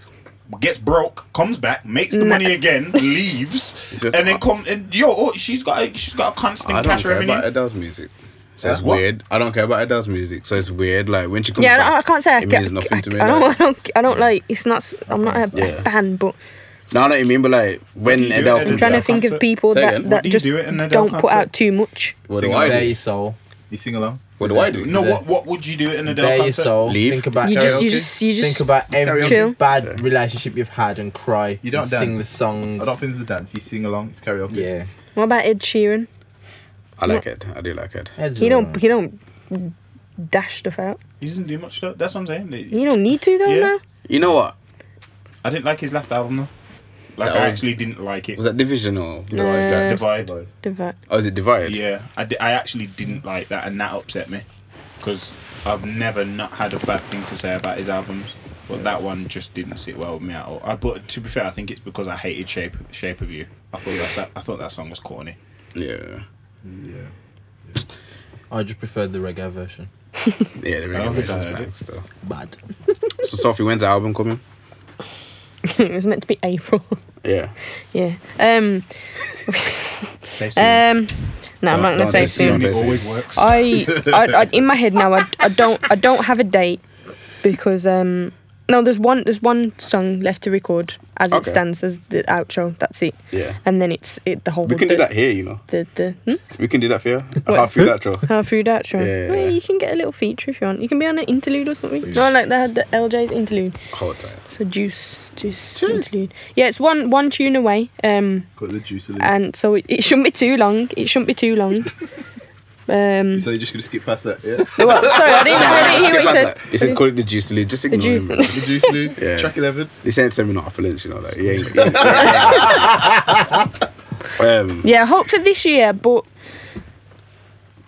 [SPEAKER 7] gets broke, comes back, makes the money again, leaves,
[SPEAKER 3] it-
[SPEAKER 7] and then come and yo. Oh, she's got a, she's got a constant
[SPEAKER 3] I don't
[SPEAKER 7] cash
[SPEAKER 3] care
[SPEAKER 7] revenue. Uh,
[SPEAKER 3] about Adele's music. So it's
[SPEAKER 8] Huh? What?
[SPEAKER 3] weird. I don't care about Adele's music. So it's weird. Like when she comes
[SPEAKER 5] Yeah, I,
[SPEAKER 3] back,
[SPEAKER 5] don't- I can't say I
[SPEAKER 3] it
[SPEAKER 5] get.
[SPEAKER 3] means nothing
[SPEAKER 5] I,
[SPEAKER 3] to me.
[SPEAKER 5] I don't. I
[SPEAKER 3] like.
[SPEAKER 5] don't. I don't like. It's not. s- I'm not a
[SPEAKER 3] Yeah.
[SPEAKER 5] fan, but
[SPEAKER 3] No, I know what you mean. But like when
[SPEAKER 7] do you do
[SPEAKER 3] Adele
[SPEAKER 7] at
[SPEAKER 3] comes
[SPEAKER 7] Adele?
[SPEAKER 5] trying to
[SPEAKER 3] back,
[SPEAKER 5] think of
[SPEAKER 7] concert.
[SPEAKER 5] people
[SPEAKER 3] Say
[SPEAKER 5] that
[SPEAKER 3] again.
[SPEAKER 5] that
[SPEAKER 7] do you
[SPEAKER 5] just
[SPEAKER 7] do at an Adele
[SPEAKER 5] don't put
[SPEAKER 7] concert?
[SPEAKER 5] out too much.
[SPEAKER 3] what do
[SPEAKER 8] Sing
[SPEAKER 3] I
[SPEAKER 4] bare your
[SPEAKER 3] do?
[SPEAKER 4] soul.
[SPEAKER 8] You sing along.
[SPEAKER 3] What do I do?
[SPEAKER 7] no, what what would you do at an Adele
[SPEAKER 4] Bare your
[SPEAKER 7] concert?
[SPEAKER 4] soul.
[SPEAKER 3] Leave.
[SPEAKER 4] Think about
[SPEAKER 5] You just, you
[SPEAKER 4] karaoke.
[SPEAKER 5] just, you just
[SPEAKER 4] think about every
[SPEAKER 5] Chill.
[SPEAKER 4] bad relationship you've had and cry.
[SPEAKER 8] You don't
[SPEAKER 4] and
[SPEAKER 8] dance.
[SPEAKER 4] sing the songs.
[SPEAKER 8] I don't think there's a dance. You sing along. It's karaoke.
[SPEAKER 4] Yeah.
[SPEAKER 5] What about Ed Sheeran?
[SPEAKER 3] I like it. I do like it.
[SPEAKER 5] He don't he don't dash stuff out.
[SPEAKER 7] He doesn't do much. Though. That's what I'm saying. They-
[SPEAKER 5] You don't need to though
[SPEAKER 7] Yeah.
[SPEAKER 5] now.
[SPEAKER 3] You know what?
[SPEAKER 7] I didn't like his last album though. Like
[SPEAKER 3] That
[SPEAKER 7] I
[SPEAKER 3] one?
[SPEAKER 7] actually didn't like it.
[SPEAKER 3] Was that Division or?
[SPEAKER 5] No.
[SPEAKER 7] Divide.
[SPEAKER 5] Divert.
[SPEAKER 3] Oh, is it Divide?
[SPEAKER 7] Yeah, I, di- I actually didn't
[SPEAKER 5] Mm.
[SPEAKER 7] like that, and that upset me because I've never not had a bad thing to say about his albums. But that one just didn't sit well with me at all. I, but to be fair, I think it's because I hated shape shape of you. I thought that I thought that song was corny.
[SPEAKER 3] Yeah.
[SPEAKER 4] I just preferred the reggae version.
[SPEAKER 3] Yeah, the
[SPEAKER 7] I
[SPEAKER 3] radio
[SPEAKER 7] don't think I
[SPEAKER 3] version's
[SPEAKER 7] heard
[SPEAKER 3] back
[SPEAKER 7] it.
[SPEAKER 3] still.
[SPEAKER 4] Bad.
[SPEAKER 3] So Sophie, when's the album coming?
[SPEAKER 5] [LAUGHS] it was meant to be April. [LAUGHS]
[SPEAKER 3] Yeah.
[SPEAKER 5] yeah.
[SPEAKER 3] [LAUGHS]
[SPEAKER 5] Um.
[SPEAKER 7] They seem-
[SPEAKER 5] Um. No, I'm not gonna
[SPEAKER 3] don't
[SPEAKER 5] say
[SPEAKER 3] say soon.
[SPEAKER 5] soon.
[SPEAKER 7] it always works.
[SPEAKER 5] [LAUGHS] I, I, I in my head now I, I don't I don't have a date because um no there's one there's one song left to record as it
[SPEAKER 3] Okay.
[SPEAKER 5] stands as the outro that's it
[SPEAKER 3] Yeah.
[SPEAKER 5] and then it's it the whole
[SPEAKER 3] We can
[SPEAKER 5] the,
[SPEAKER 3] do that here, you know.
[SPEAKER 5] the the hmm?
[SPEAKER 3] We can do that for you. Half through that,
[SPEAKER 7] [LAUGHS]
[SPEAKER 3] Joe.
[SPEAKER 5] half food outro
[SPEAKER 3] Yeah, yeah,
[SPEAKER 5] Well,
[SPEAKER 3] yeah.
[SPEAKER 5] you can get a little feature if you want you can be on an interlude or something no like they had the LJ's interlude
[SPEAKER 3] Hold tight.
[SPEAKER 5] so juice juice interlude yeah it's one one tune away um
[SPEAKER 8] Got the juice a little.
[SPEAKER 5] and so it, it shouldn't be too long it shouldn't be
[SPEAKER 3] [LAUGHS]
[SPEAKER 5] too long um
[SPEAKER 8] so you're just gonna skip past
[SPEAKER 5] [LAUGHS]
[SPEAKER 8] that, yeah?
[SPEAKER 5] well, sorry I didn't, I didn't hear
[SPEAKER 3] Skip
[SPEAKER 5] what you
[SPEAKER 3] past
[SPEAKER 5] said.
[SPEAKER 3] that. He said, call it the juice lead. Just ignore
[SPEAKER 5] juice
[SPEAKER 3] him, bro.
[SPEAKER 8] the juice dude,
[SPEAKER 3] Yeah.
[SPEAKER 8] track eleven.
[SPEAKER 3] This ain't semi not lynch, you know. Like, he ain't, he [LAUGHS] ain't- um,
[SPEAKER 5] Yeah, I hope for this year, but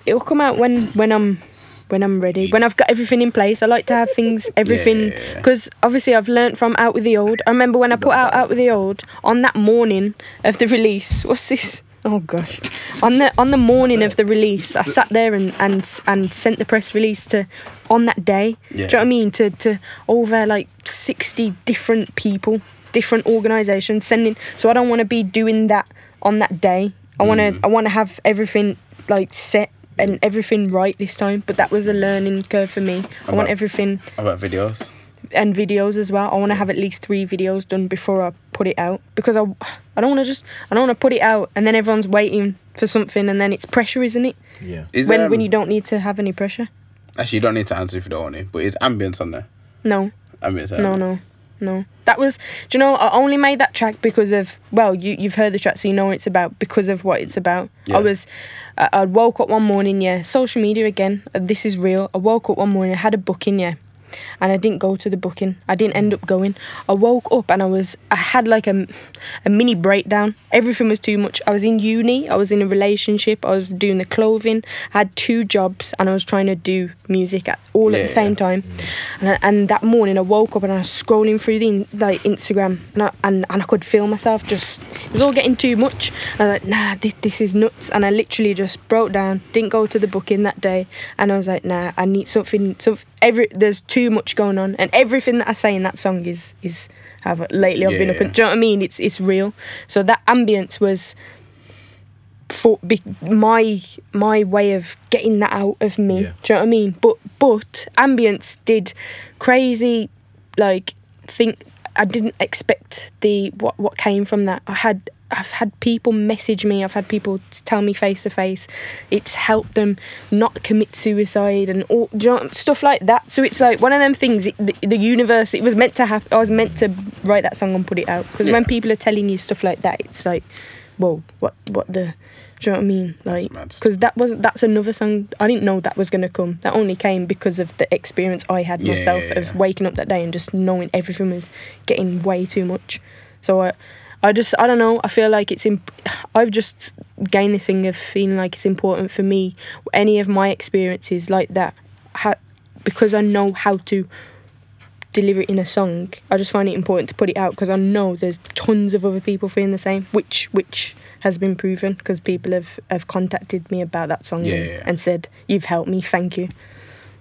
[SPEAKER 5] it'll come out when when I'm when I'm ready. When I've got everything in place. I like to have things everything
[SPEAKER 3] Yeah.
[SPEAKER 5] because obviously I've learnt from Out with the Old. I remember when I put out Out with the Old on that morning of the release. What's this? Oh gosh. On the on the morning of the release, I sat there and and and sent the press release to on that day. Do you know what I
[SPEAKER 3] Yeah.
[SPEAKER 5] mean? To to over like 60 different people, different organizations sending so I don't want to be doing that on that day. I want
[SPEAKER 3] Mm.
[SPEAKER 5] to I want to have everything like set and everything right this time, but that was a learning curve for me. I want
[SPEAKER 3] that-
[SPEAKER 5] everything
[SPEAKER 3] about videos.
[SPEAKER 5] and videos as well. I want to have at least three videos done before I put it out because I, I don't want to just I don't want to put it out and then everyone's waiting for something and then it's pressure, isn't it?
[SPEAKER 4] Yeah.
[SPEAKER 3] Is,
[SPEAKER 5] when
[SPEAKER 3] um,
[SPEAKER 5] when you don't need to have any pressure.
[SPEAKER 3] Actually, you don't need to answer if you don't want to, but is ambience on there?
[SPEAKER 5] No,
[SPEAKER 3] Ambience.
[SPEAKER 5] no, no, no. That was do you know I only made that track because of well you you've heard the track so you know what it's about because of what it's about.
[SPEAKER 3] Yeah.
[SPEAKER 5] I was I, I woke up one morning yeah social media again uh, this is real. I woke up one morning I had a booking yeah. and I didn't go to the booking. I didn't end up going. I woke up and I was I had like a, a mini breakdown. Everything was too much. I was in uni, I was in a relationship, I was doing the clothing, I had two jobs and I was trying to do music at all at
[SPEAKER 3] Yeah,
[SPEAKER 5] the same
[SPEAKER 3] yeah.
[SPEAKER 5] time. And, I- and that morning I woke up and I was scrolling through the in- like Instagram and I, and, and I could feel myself just it was all getting too much. I was like, nah, this, this is nuts. And I literally just broke down, didn't go to the booking that day. And I was like, nah, I need something, something every, there's too much going on. And everything that I say in that song is, is how I've- lately I've been up
[SPEAKER 3] Yeah.
[SPEAKER 5] and, do you know what I mean? It's, it's real. So that ambience was for be, my, my way of getting that out of me.
[SPEAKER 4] Yeah.
[SPEAKER 5] Do you know what I mean? But, but ambience did crazy, like, think, I didn't expect the what what came from that. I had I've had people message me. I've had people t- tell me face to face. It's helped them not commit suicide and all do you know, stuff like that. So it's like one of them things. It, the, the universe. It was meant to happen. I was meant to write that song and put it out because when
[SPEAKER 3] Yeah.
[SPEAKER 5] people are telling you stuff like that, it's like, whoa, what what the. Do you know what I mean? Like,
[SPEAKER 3] mad.
[SPEAKER 5] because that was that's another song. I didn't know that was gonna come. That only came because of the experience I had
[SPEAKER 3] Yeah,
[SPEAKER 5] myself
[SPEAKER 3] yeah,
[SPEAKER 5] of
[SPEAKER 3] yeah.
[SPEAKER 5] waking up that day and just knowing everything was getting way too much. So I, I just I don't know. I feel like it's imp- I've just gained this thing of feeling like it's important for me. Any of my experiences like that, ha- because I know how to deliver it in a song. I just find it important to put it out because I know there's tons of other people feeling the same, which which has been proven because people have, have contacted me about that song
[SPEAKER 3] Yeah,
[SPEAKER 5] and,
[SPEAKER 3] yeah, yeah.
[SPEAKER 5] and said you've helped me, thank you.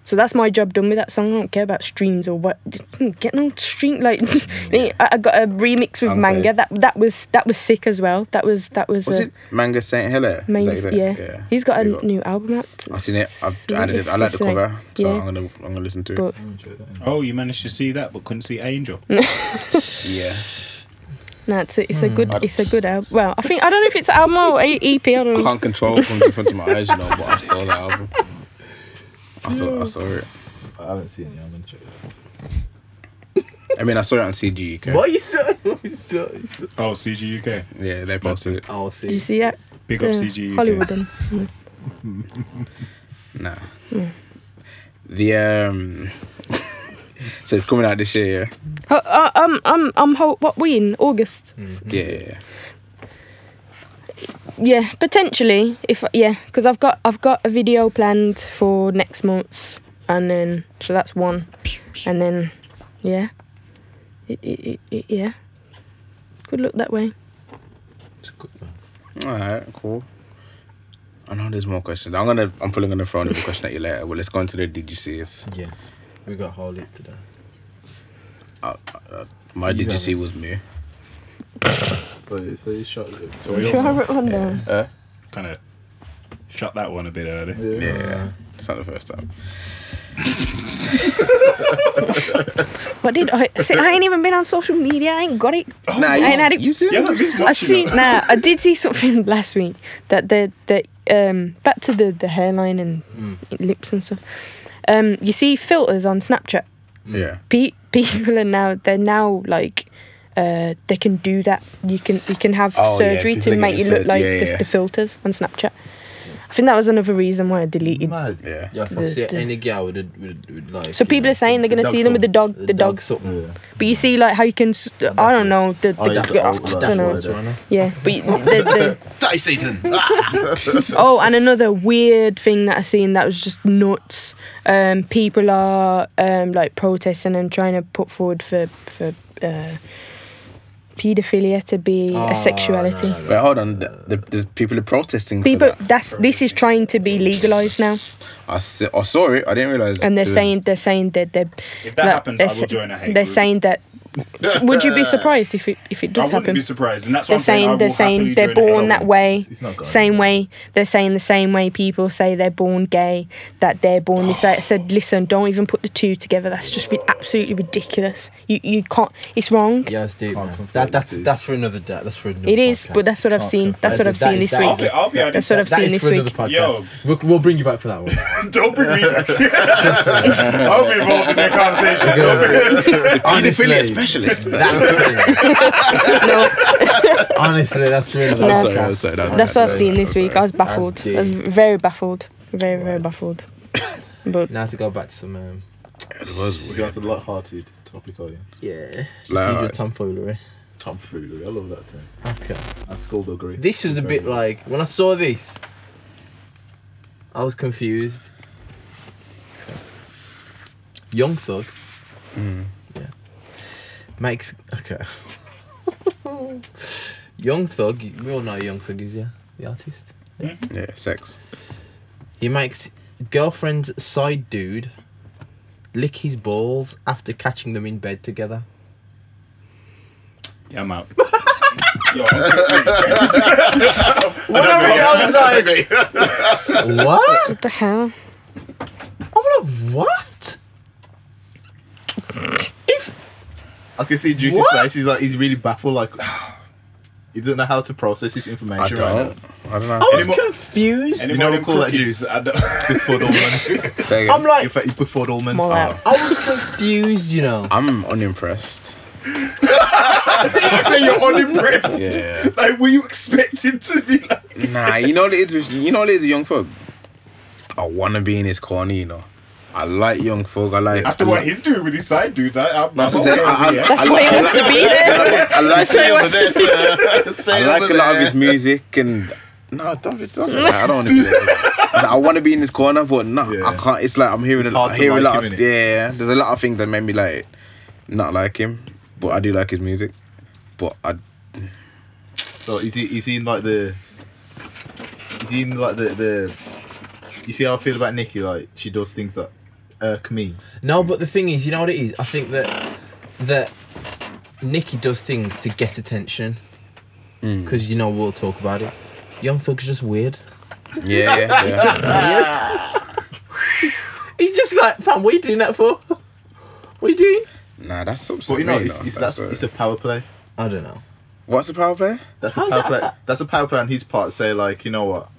[SPEAKER 5] So that's my job done with that song. I don't care about streams or what. [LAUGHS] Get no stream like. [LAUGHS] I, I got a remix with
[SPEAKER 3] I'll say.
[SPEAKER 5] Manga. That that was that was sick as well. That was that was,
[SPEAKER 3] Was
[SPEAKER 5] a
[SPEAKER 3] it Manga Saint Hilaire? Is that
[SPEAKER 5] main.
[SPEAKER 3] his name?
[SPEAKER 5] Yeah. he's got a
[SPEAKER 3] He
[SPEAKER 5] new album out.
[SPEAKER 3] I've seen it. I've
[SPEAKER 5] It's
[SPEAKER 3] added it. I like the
[SPEAKER 5] sick.
[SPEAKER 3] cover, so
[SPEAKER 5] yeah,
[SPEAKER 3] I'm gonna I'm gonna listen to it.
[SPEAKER 5] but Mm.
[SPEAKER 7] oh, you managed to see that, but couldn't see Angel.
[SPEAKER 3] yeah.
[SPEAKER 5] no, it's a, it's a good it's a good album. Well, I think I don't know if it's album or E- EP. I don't know.
[SPEAKER 3] Can't control what's in front of my eyes, you know. But I saw that album. I saw I saw it.
[SPEAKER 8] I haven't seen it. I'm gonna check it out.
[SPEAKER 3] I mean, I saw it on CGUK.
[SPEAKER 4] What you said? What [LAUGHS] you said?
[SPEAKER 7] Oh, CG UK.
[SPEAKER 3] Yeah, they posted it.
[SPEAKER 4] I'll
[SPEAKER 5] Did you
[SPEAKER 4] see.
[SPEAKER 5] see that?
[SPEAKER 7] Big up
[SPEAKER 5] The
[SPEAKER 7] CG UK.
[SPEAKER 5] Hollywood. one.
[SPEAKER 3] Nah.
[SPEAKER 5] Mm.
[SPEAKER 3] The um. [LAUGHS] so it's coming out this year.
[SPEAKER 5] Oh, uh, um, um, um, ho- what we in August?
[SPEAKER 3] Yeah. Yeah. yeah.
[SPEAKER 5] Yeah, potentially. If yeah, because I've got I've got a video planned for next month, and then so that's one, and then yeah, it, it, it, it, yeah, could look that way.
[SPEAKER 4] It's a good one.
[SPEAKER 3] All right, cool. I know there's more questions. I'm gonna, I'm probably gonna throw another question at you later. Well, let's go into the did you see it?
[SPEAKER 4] Yeah, we got whole heap today.
[SPEAKER 3] My
[SPEAKER 4] You
[SPEAKER 3] did you
[SPEAKER 4] have
[SPEAKER 3] see
[SPEAKER 4] it.
[SPEAKER 3] was me.
[SPEAKER 8] So, so you shut it.
[SPEAKER 6] So we
[SPEAKER 5] [LAUGHS] Sure, I
[SPEAKER 6] also
[SPEAKER 5] wrote one down.
[SPEAKER 6] kind of shut that one a bit early.
[SPEAKER 8] Yeah.
[SPEAKER 3] Yeah, it's not the first time.
[SPEAKER 5] What did I see? I ain't even been on social media. I ain't got it.
[SPEAKER 3] nah, you,
[SPEAKER 5] I ain't had it.
[SPEAKER 3] you see
[SPEAKER 7] Yeah,
[SPEAKER 3] it?
[SPEAKER 7] but [LAUGHS] this
[SPEAKER 5] I
[SPEAKER 7] much, you
[SPEAKER 5] see.
[SPEAKER 7] know.
[SPEAKER 5] Nah, I
[SPEAKER 3] [LAUGHS]
[SPEAKER 5] did see something last week that the the um back to the the hairline and
[SPEAKER 3] Hmm.
[SPEAKER 5] lips and stuff. Um, you see filters on Snapchat.
[SPEAKER 3] Yeah.
[SPEAKER 5] Pe- people are now they're now like. Uh, they can do that. You can you can have
[SPEAKER 3] Oh, yeah,
[SPEAKER 5] surgery
[SPEAKER 3] people
[SPEAKER 5] to
[SPEAKER 3] are
[SPEAKER 5] make you
[SPEAKER 3] getting sur-
[SPEAKER 5] look like
[SPEAKER 3] yeah,
[SPEAKER 5] the,
[SPEAKER 3] yeah.
[SPEAKER 5] the filters on Snapchat. I think that was another reason why I deleted.
[SPEAKER 8] Mad.
[SPEAKER 3] Yeah.
[SPEAKER 4] Yeah, I
[SPEAKER 5] The-
[SPEAKER 4] fancy
[SPEAKER 5] the-
[SPEAKER 4] any girl with, a, with, with like.
[SPEAKER 5] So
[SPEAKER 4] you
[SPEAKER 5] people
[SPEAKER 4] know,
[SPEAKER 5] are saying they're gonna see them with the dog- the dog.
[SPEAKER 4] something.
[SPEAKER 8] Yeah.
[SPEAKER 5] But you see, like how you can. s- I don't know. The, the,
[SPEAKER 8] Oh, yeah, it's
[SPEAKER 5] I
[SPEAKER 8] old blood.
[SPEAKER 5] don't know.
[SPEAKER 8] That's why
[SPEAKER 5] Yeah, but you- the, the,
[SPEAKER 8] Die
[SPEAKER 5] [LAUGHS]
[SPEAKER 8] Satan!
[SPEAKER 7] [LAUGHS]
[SPEAKER 5] Oh, and another weird thing that I seen that was just nuts. Um, people are um, like protesting and trying to put forward for for uh, paedophilia to be
[SPEAKER 7] Ah,
[SPEAKER 5] a sexuality.
[SPEAKER 3] Wait, hold on. The, the, the people are protesting.
[SPEAKER 5] People,
[SPEAKER 3] For that.
[SPEAKER 5] that's this is trying to be legalized now,
[SPEAKER 3] I, see, I saw it. I didn't realize.
[SPEAKER 5] and they're
[SPEAKER 3] it was-
[SPEAKER 5] saying they're saying that they're.
[SPEAKER 7] If that happens,
[SPEAKER 5] they're
[SPEAKER 7] I will
[SPEAKER 5] sa-
[SPEAKER 7] join a hate
[SPEAKER 5] They're
[SPEAKER 7] group.
[SPEAKER 5] saying
[SPEAKER 7] [LAUGHS]
[SPEAKER 5] that. Would you be surprised if it if it
[SPEAKER 7] I
[SPEAKER 5] does
[SPEAKER 7] wouldn't
[SPEAKER 5] happen?
[SPEAKER 7] be surprised, and that's what
[SPEAKER 5] They're
[SPEAKER 7] I'm saying. I
[SPEAKER 5] saying they're saying they're
[SPEAKER 7] will happily join a hate
[SPEAKER 5] born that
[SPEAKER 7] group.
[SPEAKER 5] way,
[SPEAKER 8] it's not going
[SPEAKER 5] same way. They're saying the same way people say they're born gay, that they're born this. way. I said, listen, don't even put the two together. That's just ri- absolutely ridiculous. You you can't. It's wrong.
[SPEAKER 4] Yeah, it's deep. Man.
[SPEAKER 8] confirm
[SPEAKER 4] That
[SPEAKER 8] it,
[SPEAKER 4] that's
[SPEAKER 8] dude.
[SPEAKER 4] that's for another day. That's for another.
[SPEAKER 5] It is, but
[SPEAKER 4] podcast.
[SPEAKER 5] that's what I've
[SPEAKER 4] Can't
[SPEAKER 5] seen.
[SPEAKER 4] confirm.
[SPEAKER 5] That's what I've
[SPEAKER 4] That
[SPEAKER 5] seen
[SPEAKER 4] is-
[SPEAKER 5] this
[SPEAKER 4] that
[SPEAKER 7] I'll
[SPEAKER 5] week.
[SPEAKER 7] be, I'll be
[SPEAKER 5] That's
[SPEAKER 7] honest.
[SPEAKER 5] what I've
[SPEAKER 4] That
[SPEAKER 5] seen
[SPEAKER 4] is
[SPEAKER 5] this
[SPEAKER 4] for another
[SPEAKER 5] week.
[SPEAKER 4] podcast.
[SPEAKER 7] Yo.
[SPEAKER 4] We'll, we'll bring you back for that one.
[SPEAKER 7] Don't
[SPEAKER 5] [LAUGHS]
[SPEAKER 7] bring me. [LAUGHS] I'll be involved in that conversation.
[SPEAKER 5] [LAUGHS]
[SPEAKER 3] Paedophilia
[SPEAKER 4] Honestly,
[SPEAKER 3] specialist.
[SPEAKER 4] that [LAUGHS] Honestly, that's for another
[SPEAKER 5] No.
[SPEAKER 4] podcast.
[SPEAKER 5] Sorry,
[SPEAKER 3] I'm sorry, I'm
[SPEAKER 5] That's what I've
[SPEAKER 3] sorry,
[SPEAKER 5] seen
[SPEAKER 3] I'm
[SPEAKER 5] this
[SPEAKER 3] sorry.
[SPEAKER 5] week. I was baffled. I was
[SPEAKER 4] deep.
[SPEAKER 5] very baffled. Very very baffled. But
[SPEAKER 4] Now to go back to some. Um,
[SPEAKER 3] It was weird.
[SPEAKER 8] You got a light-hearted topic, are you?
[SPEAKER 4] yeah, just
[SPEAKER 3] Like-
[SPEAKER 4] leave your tomfoolery.
[SPEAKER 8] Tomfoolery. I love that thing.
[SPEAKER 4] Okay.
[SPEAKER 8] At school degree.
[SPEAKER 4] This was a bit like when I saw this, I was confused. Young Thug, yeah, makes okay. Young Thug, we all know who Young Thug is, yeah, the artist.
[SPEAKER 3] Yeah, sex.
[SPEAKER 4] He makes girlfriend's side dude lick his balls after catching them in bed together.
[SPEAKER 7] Yeah, I'm out.
[SPEAKER 4] When I read, it,
[SPEAKER 8] [LAUGHS]
[SPEAKER 4] I was like, what?
[SPEAKER 5] what the hell?
[SPEAKER 4] I'm like, what? If
[SPEAKER 8] I can see Juicy's
[SPEAKER 4] What?
[SPEAKER 8] face. He's like, he's really baffled. Like, [SIGHS] he doesn't know how to process this
[SPEAKER 3] I
[SPEAKER 8] information right now.
[SPEAKER 3] don't. I don't know.
[SPEAKER 4] I was
[SPEAKER 7] Anymore-
[SPEAKER 4] confused.
[SPEAKER 7] Any
[SPEAKER 8] You know
[SPEAKER 7] more
[SPEAKER 8] we
[SPEAKER 7] them
[SPEAKER 8] call that [LAUGHS]
[SPEAKER 7] cookies?
[SPEAKER 8] juice.
[SPEAKER 7] I don't.
[SPEAKER 3] [LAUGHS]
[SPEAKER 7] [LAUGHS]
[SPEAKER 8] Befuddlement.
[SPEAKER 3] Say again.
[SPEAKER 4] I'm
[SPEAKER 8] In
[SPEAKER 4] like,
[SPEAKER 8] fact, he's befuddlement.
[SPEAKER 5] More out.
[SPEAKER 4] I was confused, you know.
[SPEAKER 3] I'm unimpressed.
[SPEAKER 7] you say you're unimpressed.
[SPEAKER 3] Yeah.
[SPEAKER 7] Like, were you expected to be like?
[SPEAKER 3] Nah, you know what it is. with- You know what it is, with young folk. I wanna be in his corner, you know. I like young folk. I like.
[SPEAKER 7] After what he's doing with his side dudes, I, I'm
[SPEAKER 3] That's
[SPEAKER 7] I'm
[SPEAKER 3] what I'm saying.
[SPEAKER 7] okay
[SPEAKER 3] I-
[SPEAKER 7] with it,
[SPEAKER 3] I-
[SPEAKER 5] That's the way he wants to be there.
[SPEAKER 3] I like.
[SPEAKER 5] Stay
[SPEAKER 8] Over
[SPEAKER 5] over
[SPEAKER 8] there, sir. [LAUGHS] Stay
[SPEAKER 3] I like
[SPEAKER 8] over
[SPEAKER 3] a lot of
[SPEAKER 8] there.
[SPEAKER 3] his music and no, don't, be- don't say that. I don't want to be
[SPEAKER 8] [LAUGHS]
[SPEAKER 3] there. Like, I want to be in this corner, but no,
[SPEAKER 8] Yeah.
[SPEAKER 3] I can't. It's like I'm hearing,
[SPEAKER 8] It's
[SPEAKER 3] a,
[SPEAKER 8] hard
[SPEAKER 3] I
[SPEAKER 8] to
[SPEAKER 3] hear a
[SPEAKER 8] like
[SPEAKER 3] lot
[SPEAKER 8] him,
[SPEAKER 3] of
[SPEAKER 8] innit?
[SPEAKER 3] yeah. There's a lot of things that made me like not like him, but I do like his music. But I
[SPEAKER 8] So is he? Is he in like the? Is he in like the the? You see how I feel about Nikki? Like she does things that irk me.
[SPEAKER 4] No, but the thing is, you know what it is. I think that that Nikki does things to get attention because you know we'll talk about it. Young Thug's just weird.
[SPEAKER 3] yeah
[SPEAKER 8] [LAUGHS]
[SPEAKER 3] yeah. yeah.
[SPEAKER 4] He's just like, fam, what are you doing that for? What are you doing?
[SPEAKER 3] nah, that's something.
[SPEAKER 8] But you know, it's, it's that's, it's a power play.
[SPEAKER 4] I don't know.
[SPEAKER 3] what's the power play?
[SPEAKER 8] That's
[SPEAKER 4] How's
[SPEAKER 8] a power
[SPEAKER 4] that
[SPEAKER 8] play.
[SPEAKER 4] bad?
[SPEAKER 8] That's a power play on his part. Say like, you know what?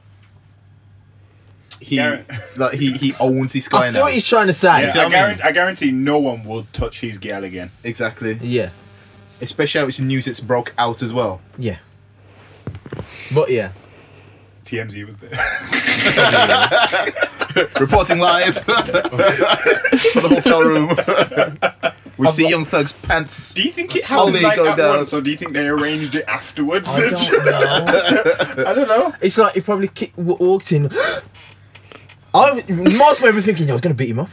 [SPEAKER 8] He
[SPEAKER 7] Garrett.
[SPEAKER 8] like he he owns his guy
[SPEAKER 4] I see
[SPEAKER 8] now.
[SPEAKER 4] what you're trying to say.
[SPEAKER 7] Yeah,
[SPEAKER 8] see
[SPEAKER 7] I,
[SPEAKER 8] what I mean?
[SPEAKER 7] guarantee, I guarantee no one will touch his girl again.
[SPEAKER 8] exactly.
[SPEAKER 4] yeah.
[SPEAKER 8] Especially how it's news that's broke out as well.
[SPEAKER 4] Yeah. But yeah.
[SPEAKER 7] TMZ was there.
[SPEAKER 8] Reporting
[SPEAKER 4] [LAUGHS]
[SPEAKER 8] live from the hotel room.
[SPEAKER 4] [LAUGHS]
[SPEAKER 8] we see Young Thug's pants.
[SPEAKER 7] [LAUGHS] Do you think it
[SPEAKER 8] Slowly
[SPEAKER 7] happened like
[SPEAKER 8] go
[SPEAKER 7] at
[SPEAKER 8] down.
[SPEAKER 7] once, or do you think they arranged it afterwards?
[SPEAKER 4] [LAUGHS] I don't know.
[SPEAKER 7] [LAUGHS] I don't know.
[SPEAKER 4] It's like he probably [GASPS] kicked, w- walked in. I was- Mark's way of thinking, I was going to beat him up.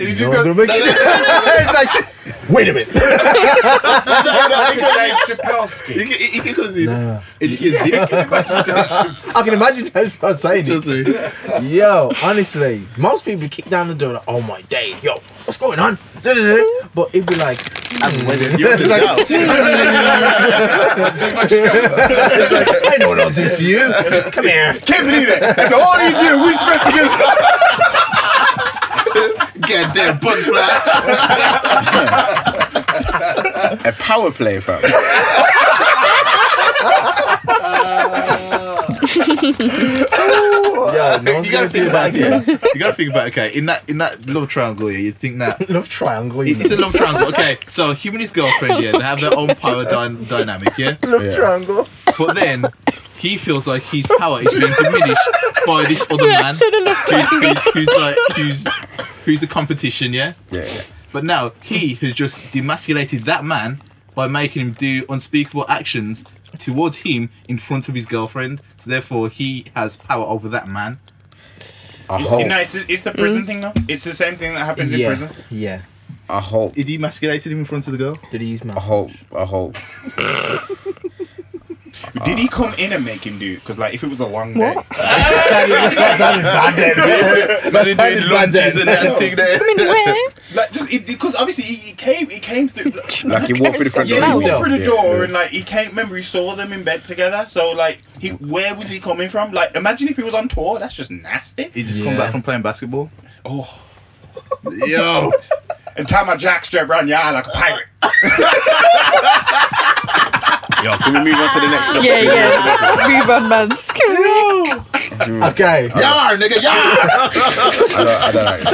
[SPEAKER 7] And he
[SPEAKER 4] No
[SPEAKER 7] just
[SPEAKER 4] one
[SPEAKER 7] goes,
[SPEAKER 4] gonna make [LAUGHS] it. It's like, wait a minute. [LAUGHS]
[SPEAKER 7] Chapelski.
[SPEAKER 8] You can, you can go see
[SPEAKER 4] Nah.
[SPEAKER 8] And you can see it. Can you imagine that?
[SPEAKER 4] I can imagine Tejpal saying
[SPEAKER 8] [LAUGHS] Just
[SPEAKER 4] it.
[SPEAKER 8] see.
[SPEAKER 4] Yo, honestly, most people kick down the door like, oh my day, yo, what's going on? Da-da-da. But it'd be like, [LAUGHS] I'm with it.
[SPEAKER 8] You're the
[SPEAKER 4] like, [LAUGHS] I know what I'll do to you. Come
[SPEAKER 8] [LAUGHS]
[SPEAKER 4] here.
[SPEAKER 8] Can't believe it. After all these years, we spent together. Get that butt flat.
[SPEAKER 3] A power play,
[SPEAKER 8] [LAUGHS]
[SPEAKER 3] fam.
[SPEAKER 4] [LAUGHS] Yeah, no one's
[SPEAKER 8] You
[SPEAKER 4] gonna do
[SPEAKER 8] gotta think
[SPEAKER 4] that
[SPEAKER 8] about
[SPEAKER 4] to you.
[SPEAKER 8] it. yeah. You gotta think about it, okay. In that in that love triangle, yeah, you think that
[SPEAKER 4] Love triangle. You
[SPEAKER 8] it's a
[SPEAKER 4] know.
[SPEAKER 8] love triangle. Okay, so him and his girlfriend, yeah, they have their own power dy- dynamic, yeah.
[SPEAKER 4] Love triangle.
[SPEAKER 8] But then he feels like his power is being diminished by
[SPEAKER 5] [LAUGHS]
[SPEAKER 8] this other man
[SPEAKER 5] So the love
[SPEAKER 8] who's, who's, who's like who's who's the competition, yeah.
[SPEAKER 3] Yeah, yeah.
[SPEAKER 8] But now he has just demasculated that man by making him do unspeakable actions towards him in front of his girlfriend. So therefore, he has power over that man.
[SPEAKER 3] I
[SPEAKER 7] It's,
[SPEAKER 3] hope.
[SPEAKER 7] no, it's, it's the prison thing though. It's the same thing that happens in
[SPEAKER 4] Yeah,
[SPEAKER 7] prison.
[SPEAKER 4] yeah.
[SPEAKER 3] I hope.
[SPEAKER 8] He demasculated him in front of the girl.
[SPEAKER 4] Did he use my?
[SPEAKER 8] Oh.
[SPEAKER 4] [LAUGHS]
[SPEAKER 3] I hope. I [LAUGHS] hope.
[SPEAKER 7] Did he come in and make him do? Because like, if it was a long
[SPEAKER 8] [LAUGHS]
[SPEAKER 7] day,
[SPEAKER 8] Imagine doing lunges and that thing there.
[SPEAKER 5] I mean, where?
[SPEAKER 7] like just it, because obviously he, he came, he came through.
[SPEAKER 3] Like he walked through the front
[SPEAKER 5] Yeah,
[SPEAKER 3] door.
[SPEAKER 5] he
[SPEAKER 7] Yeah, he
[SPEAKER 4] Still.
[SPEAKER 7] walked through the
[SPEAKER 3] Yeah,
[SPEAKER 7] door
[SPEAKER 3] yeah.
[SPEAKER 7] and like he came. Remember, he saw them in bed together. So like, he where was he coming from? Like, imagine if he was on tour. That's just
[SPEAKER 8] He
[SPEAKER 7] nasty.
[SPEAKER 8] just
[SPEAKER 4] Yeah.
[SPEAKER 8] come back from playing basketball.
[SPEAKER 7] Oh,
[SPEAKER 8] [LAUGHS] Yo,
[SPEAKER 7] and tie my jackstrap around your eye like a pirate.
[SPEAKER 3] Yo, can we move on to the [LAUGHS] next topic?
[SPEAKER 5] Yeah, [LAUGHS] yeah. Move on, man. Screw it.
[SPEAKER 4] Okay.
[SPEAKER 8] yar, nigga, yar.
[SPEAKER 3] I don't, I don't like that.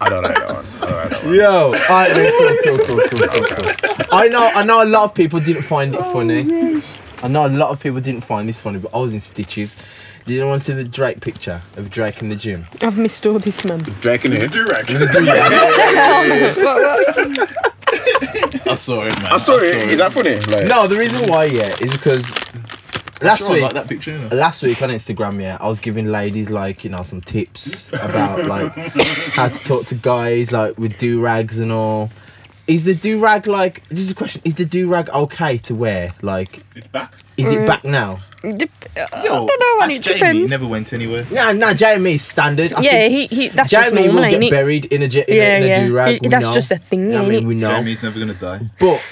[SPEAKER 3] I don't like that one. I don't like that one.
[SPEAKER 4] Yo, I, [LAUGHS] cool, cool, cool, cool, cool, cool. I know, I know. A lot of people didn't find it funny. I know a lot of people didn't find this funny, but I was in stitches. Did anyone see the Drake picture of Drake in the gym?
[SPEAKER 5] I've missed all this, man.
[SPEAKER 3] Drake in here.
[SPEAKER 7] Do rag.
[SPEAKER 8] I saw it, man.
[SPEAKER 3] I saw it. Is that funny? Like,
[SPEAKER 4] No, the reason why, yeah, is because last
[SPEAKER 8] Sure, I
[SPEAKER 4] week,
[SPEAKER 8] like that picture. you know.
[SPEAKER 4] last week on Instagram, yeah, I was giving ladies like you know some tips about like
[SPEAKER 8] [LAUGHS]
[SPEAKER 4] how to talk to guys like with do rags and all. Is the do rag like? This is a question. Is the do rag okay to wear? Like,
[SPEAKER 7] It's back.
[SPEAKER 4] is it back now?
[SPEAKER 5] Dep-
[SPEAKER 8] Yo,
[SPEAKER 5] dunno, and
[SPEAKER 8] that's
[SPEAKER 5] it
[SPEAKER 8] Jamie.
[SPEAKER 5] depends.
[SPEAKER 8] Never went anywhere.
[SPEAKER 4] Nah, nah, Jamie's standard. I
[SPEAKER 5] Yeah,
[SPEAKER 4] think
[SPEAKER 5] he, he that's just
[SPEAKER 4] Jamie
[SPEAKER 5] normal,
[SPEAKER 4] will
[SPEAKER 5] ain't
[SPEAKER 4] get
[SPEAKER 5] it?
[SPEAKER 4] buried in a j- in
[SPEAKER 5] Yeah,
[SPEAKER 4] a, in
[SPEAKER 5] yeah.
[SPEAKER 4] a do rag.
[SPEAKER 5] He- that's just a thing,
[SPEAKER 4] I
[SPEAKER 5] ain't
[SPEAKER 4] mean,
[SPEAKER 5] it?
[SPEAKER 4] we know.
[SPEAKER 8] Jamie's never gonna die.
[SPEAKER 4] But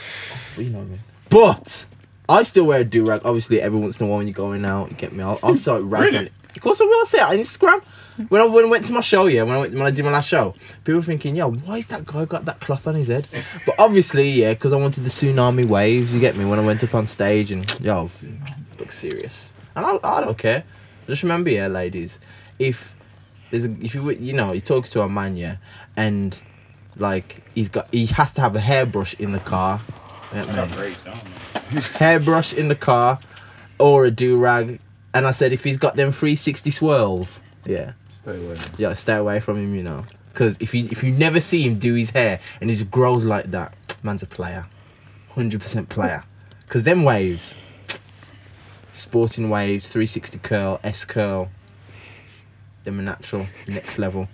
[SPEAKER 4] you know what I mean. But I still wear a do rag. Obviously, every once in a while when you're going out, you get me. I'll, I'll start ragging.
[SPEAKER 7] Really?
[SPEAKER 4] Of course, I will. I say it on Instagram. When I, when I went to my show, yeah, when I went when I did my last show, people were thinking, "Yo, why is that guy got that cloth on his head?" But obviously, yeah, because I wanted the tsunami waves. You get me? When I went up on stage and yo, look serious. And I, I don't care. Just remember, yeah, ladies, if there's a, if you would- you know you talk to a man yeah and like he's got he has to have a hairbrush in the car yeah,
[SPEAKER 7] I
[SPEAKER 4] man.
[SPEAKER 7] got braids. I don't know.
[SPEAKER 4] hairbrush in the car or a do-rag and i said if he's got them 360 swirls yeah
[SPEAKER 8] Stay away. man.
[SPEAKER 4] yeah stay away from him you know because if you if you never see him do his hair and he just grows like that man's a player 100% player because them waves sporting waves 360 curl s curl them are natural next level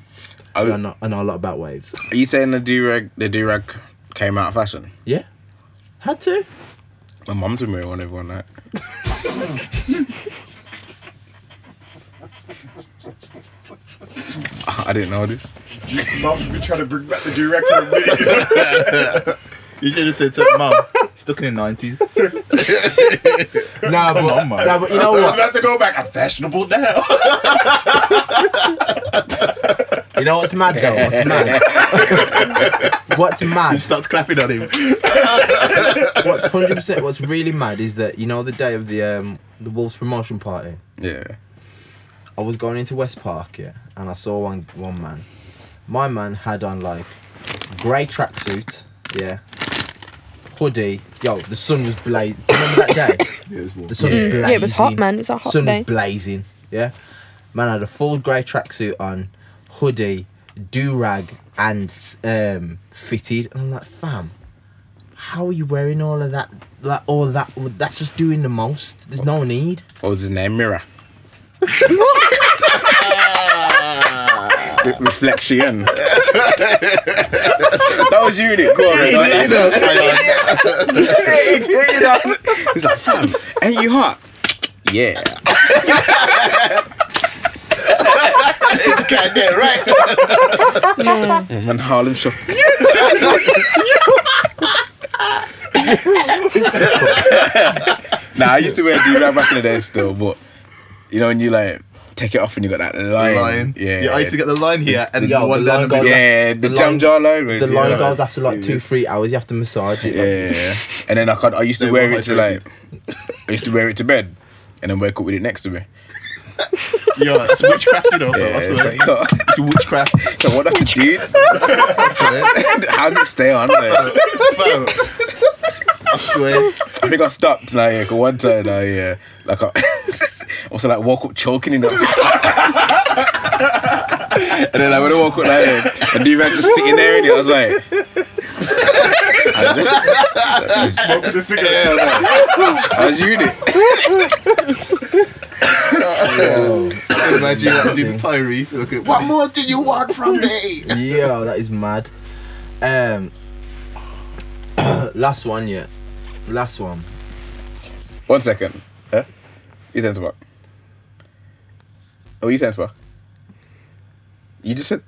[SPEAKER 3] I,
[SPEAKER 4] I
[SPEAKER 8] Oh.
[SPEAKER 3] was-
[SPEAKER 4] know, I know a lot about waves.
[SPEAKER 3] are you saying the do rag? The do rag came out of fashion.
[SPEAKER 4] Yeah. Had
[SPEAKER 8] [LAUGHS]
[SPEAKER 4] to.
[SPEAKER 3] My mum's been wearing one every one night. [LAUGHS] I didn't know this.
[SPEAKER 7] Just mum, we try to bring back the [LAUGHS] director of video.
[SPEAKER 8] [LAUGHS] You should have said to her, Mum, stuck in the 90s.
[SPEAKER 4] Nah, but,
[SPEAKER 8] on, man.
[SPEAKER 4] nah, but you know
[SPEAKER 7] I'm
[SPEAKER 4] what?
[SPEAKER 7] about to go back. I'm fashionable now. [LAUGHS]
[SPEAKER 4] You know what's mad though? What's mad? what's
[SPEAKER 8] [LAUGHS] He
[SPEAKER 4] mad?
[SPEAKER 8] starts clapping at him.
[SPEAKER 4] What's hundred percent? What's really mad is that you know the day of the um the Wolves promotion party.
[SPEAKER 3] Yeah.
[SPEAKER 4] I was going into West Park, yeah, and I saw one one man. My man had on like grey tracksuit, yeah, hoodie. Yo, the sun was blazing. Remember that day?
[SPEAKER 8] [COUGHS] Yeah, it was warm.
[SPEAKER 4] The sun was blazing.
[SPEAKER 5] Mm. Yeah, it was hot, man. It was a hot
[SPEAKER 4] sun
[SPEAKER 5] day.
[SPEAKER 4] was blazing. Yeah, man had a full grey tracksuit on, hoodie, do rag, and um, fitted. And I'm like, fam, how are you wearing all of that? Like all that? That's just doing the most. There's no need.
[SPEAKER 3] What was his name? Mira. Re- [LAUGHS] reflection. that was you, Nick. Go on, man. [LAUGHS] He's like, fam, ain't you hot? Yeah.
[SPEAKER 8] Goddamn right.
[SPEAKER 3] Man, Harlem Shook. nah, I used to wear a do back in the day still, but you know when you like take it off and you got that line.
[SPEAKER 8] Line.
[SPEAKER 3] Yeah.
[SPEAKER 8] I used to get the line here and
[SPEAKER 4] Yo,
[SPEAKER 8] then one
[SPEAKER 4] the
[SPEAKER 8] down
[SPEAKER 4] line
[SPEAKER 8] the
[SPEAKER 4] goes
[SPEAKER 8] middle.
[SPEAKER 3] yeah, the,
[SPEAKER 4] The
[SPEAKER 3] jam
[SPEAKER 4] line-
[SPEAKER 3] jar line.
[SPEAKER 4] The
[SPEAKER 3] yeah.
[SPEAKER 4] line goes after like two, three hours. You have to massage it.
[SPEAKER 3] Yeah,
[SPEAKER 4] like-
[SPEAKER 3] yeah, yeah. and then I could, I used to
[SPEAKER 8] They
[SPEAKER 3] wear
[SPEAKER 8] were
[SPEAKER 3] it to like,
[SPEAKER 8] hydrated.
[SPEAKER 3] I used to wear it to bed, and then wake up with it next to me.
[SPEAKER 8] Yo, it's witchcraft, you know. bro,
[SPEAKER 3] Yeah,
[SPEAKER 8] I
[SPEAKER 3] it's
[SPEAKER 8] swear.
[SPEAKER 3] like, [LAUGHS] oh.
[SPEAKER 8] It's witchcraft.
[SPEAKER 3] so what do I do?
[SPEAKER 8] That's
[SPEAKER 3] [LAUGHS]
[SPEAKER 8] it.
[SPEAKER 3] How does it stay on? Like,
[SPEAKER 8] [LAUGHS] Fam, I swear.
[SPEAKER 3] I think I stopped like yeah, 'cause one time I yeah, like I [LAUGHS] also like woke up choking in the [LAUGHS] And then like when I woke up like yeah, the dude just sitting there and I was like [LAUGHS]
[SPEAKER 7] Smoking the cigarette.
[SPEAKER 3] yeah, I was like I was unit.
[SPEAKER 8] Imagine that did Tyrese looking. What more do you want from me?
[SPEAKER 4] Yo, that is mad. Um, [COUGHS] last one, yeah. Last one.
[SPEAKER 3] One second. Huh? You sent back. Oh you sent back. You just said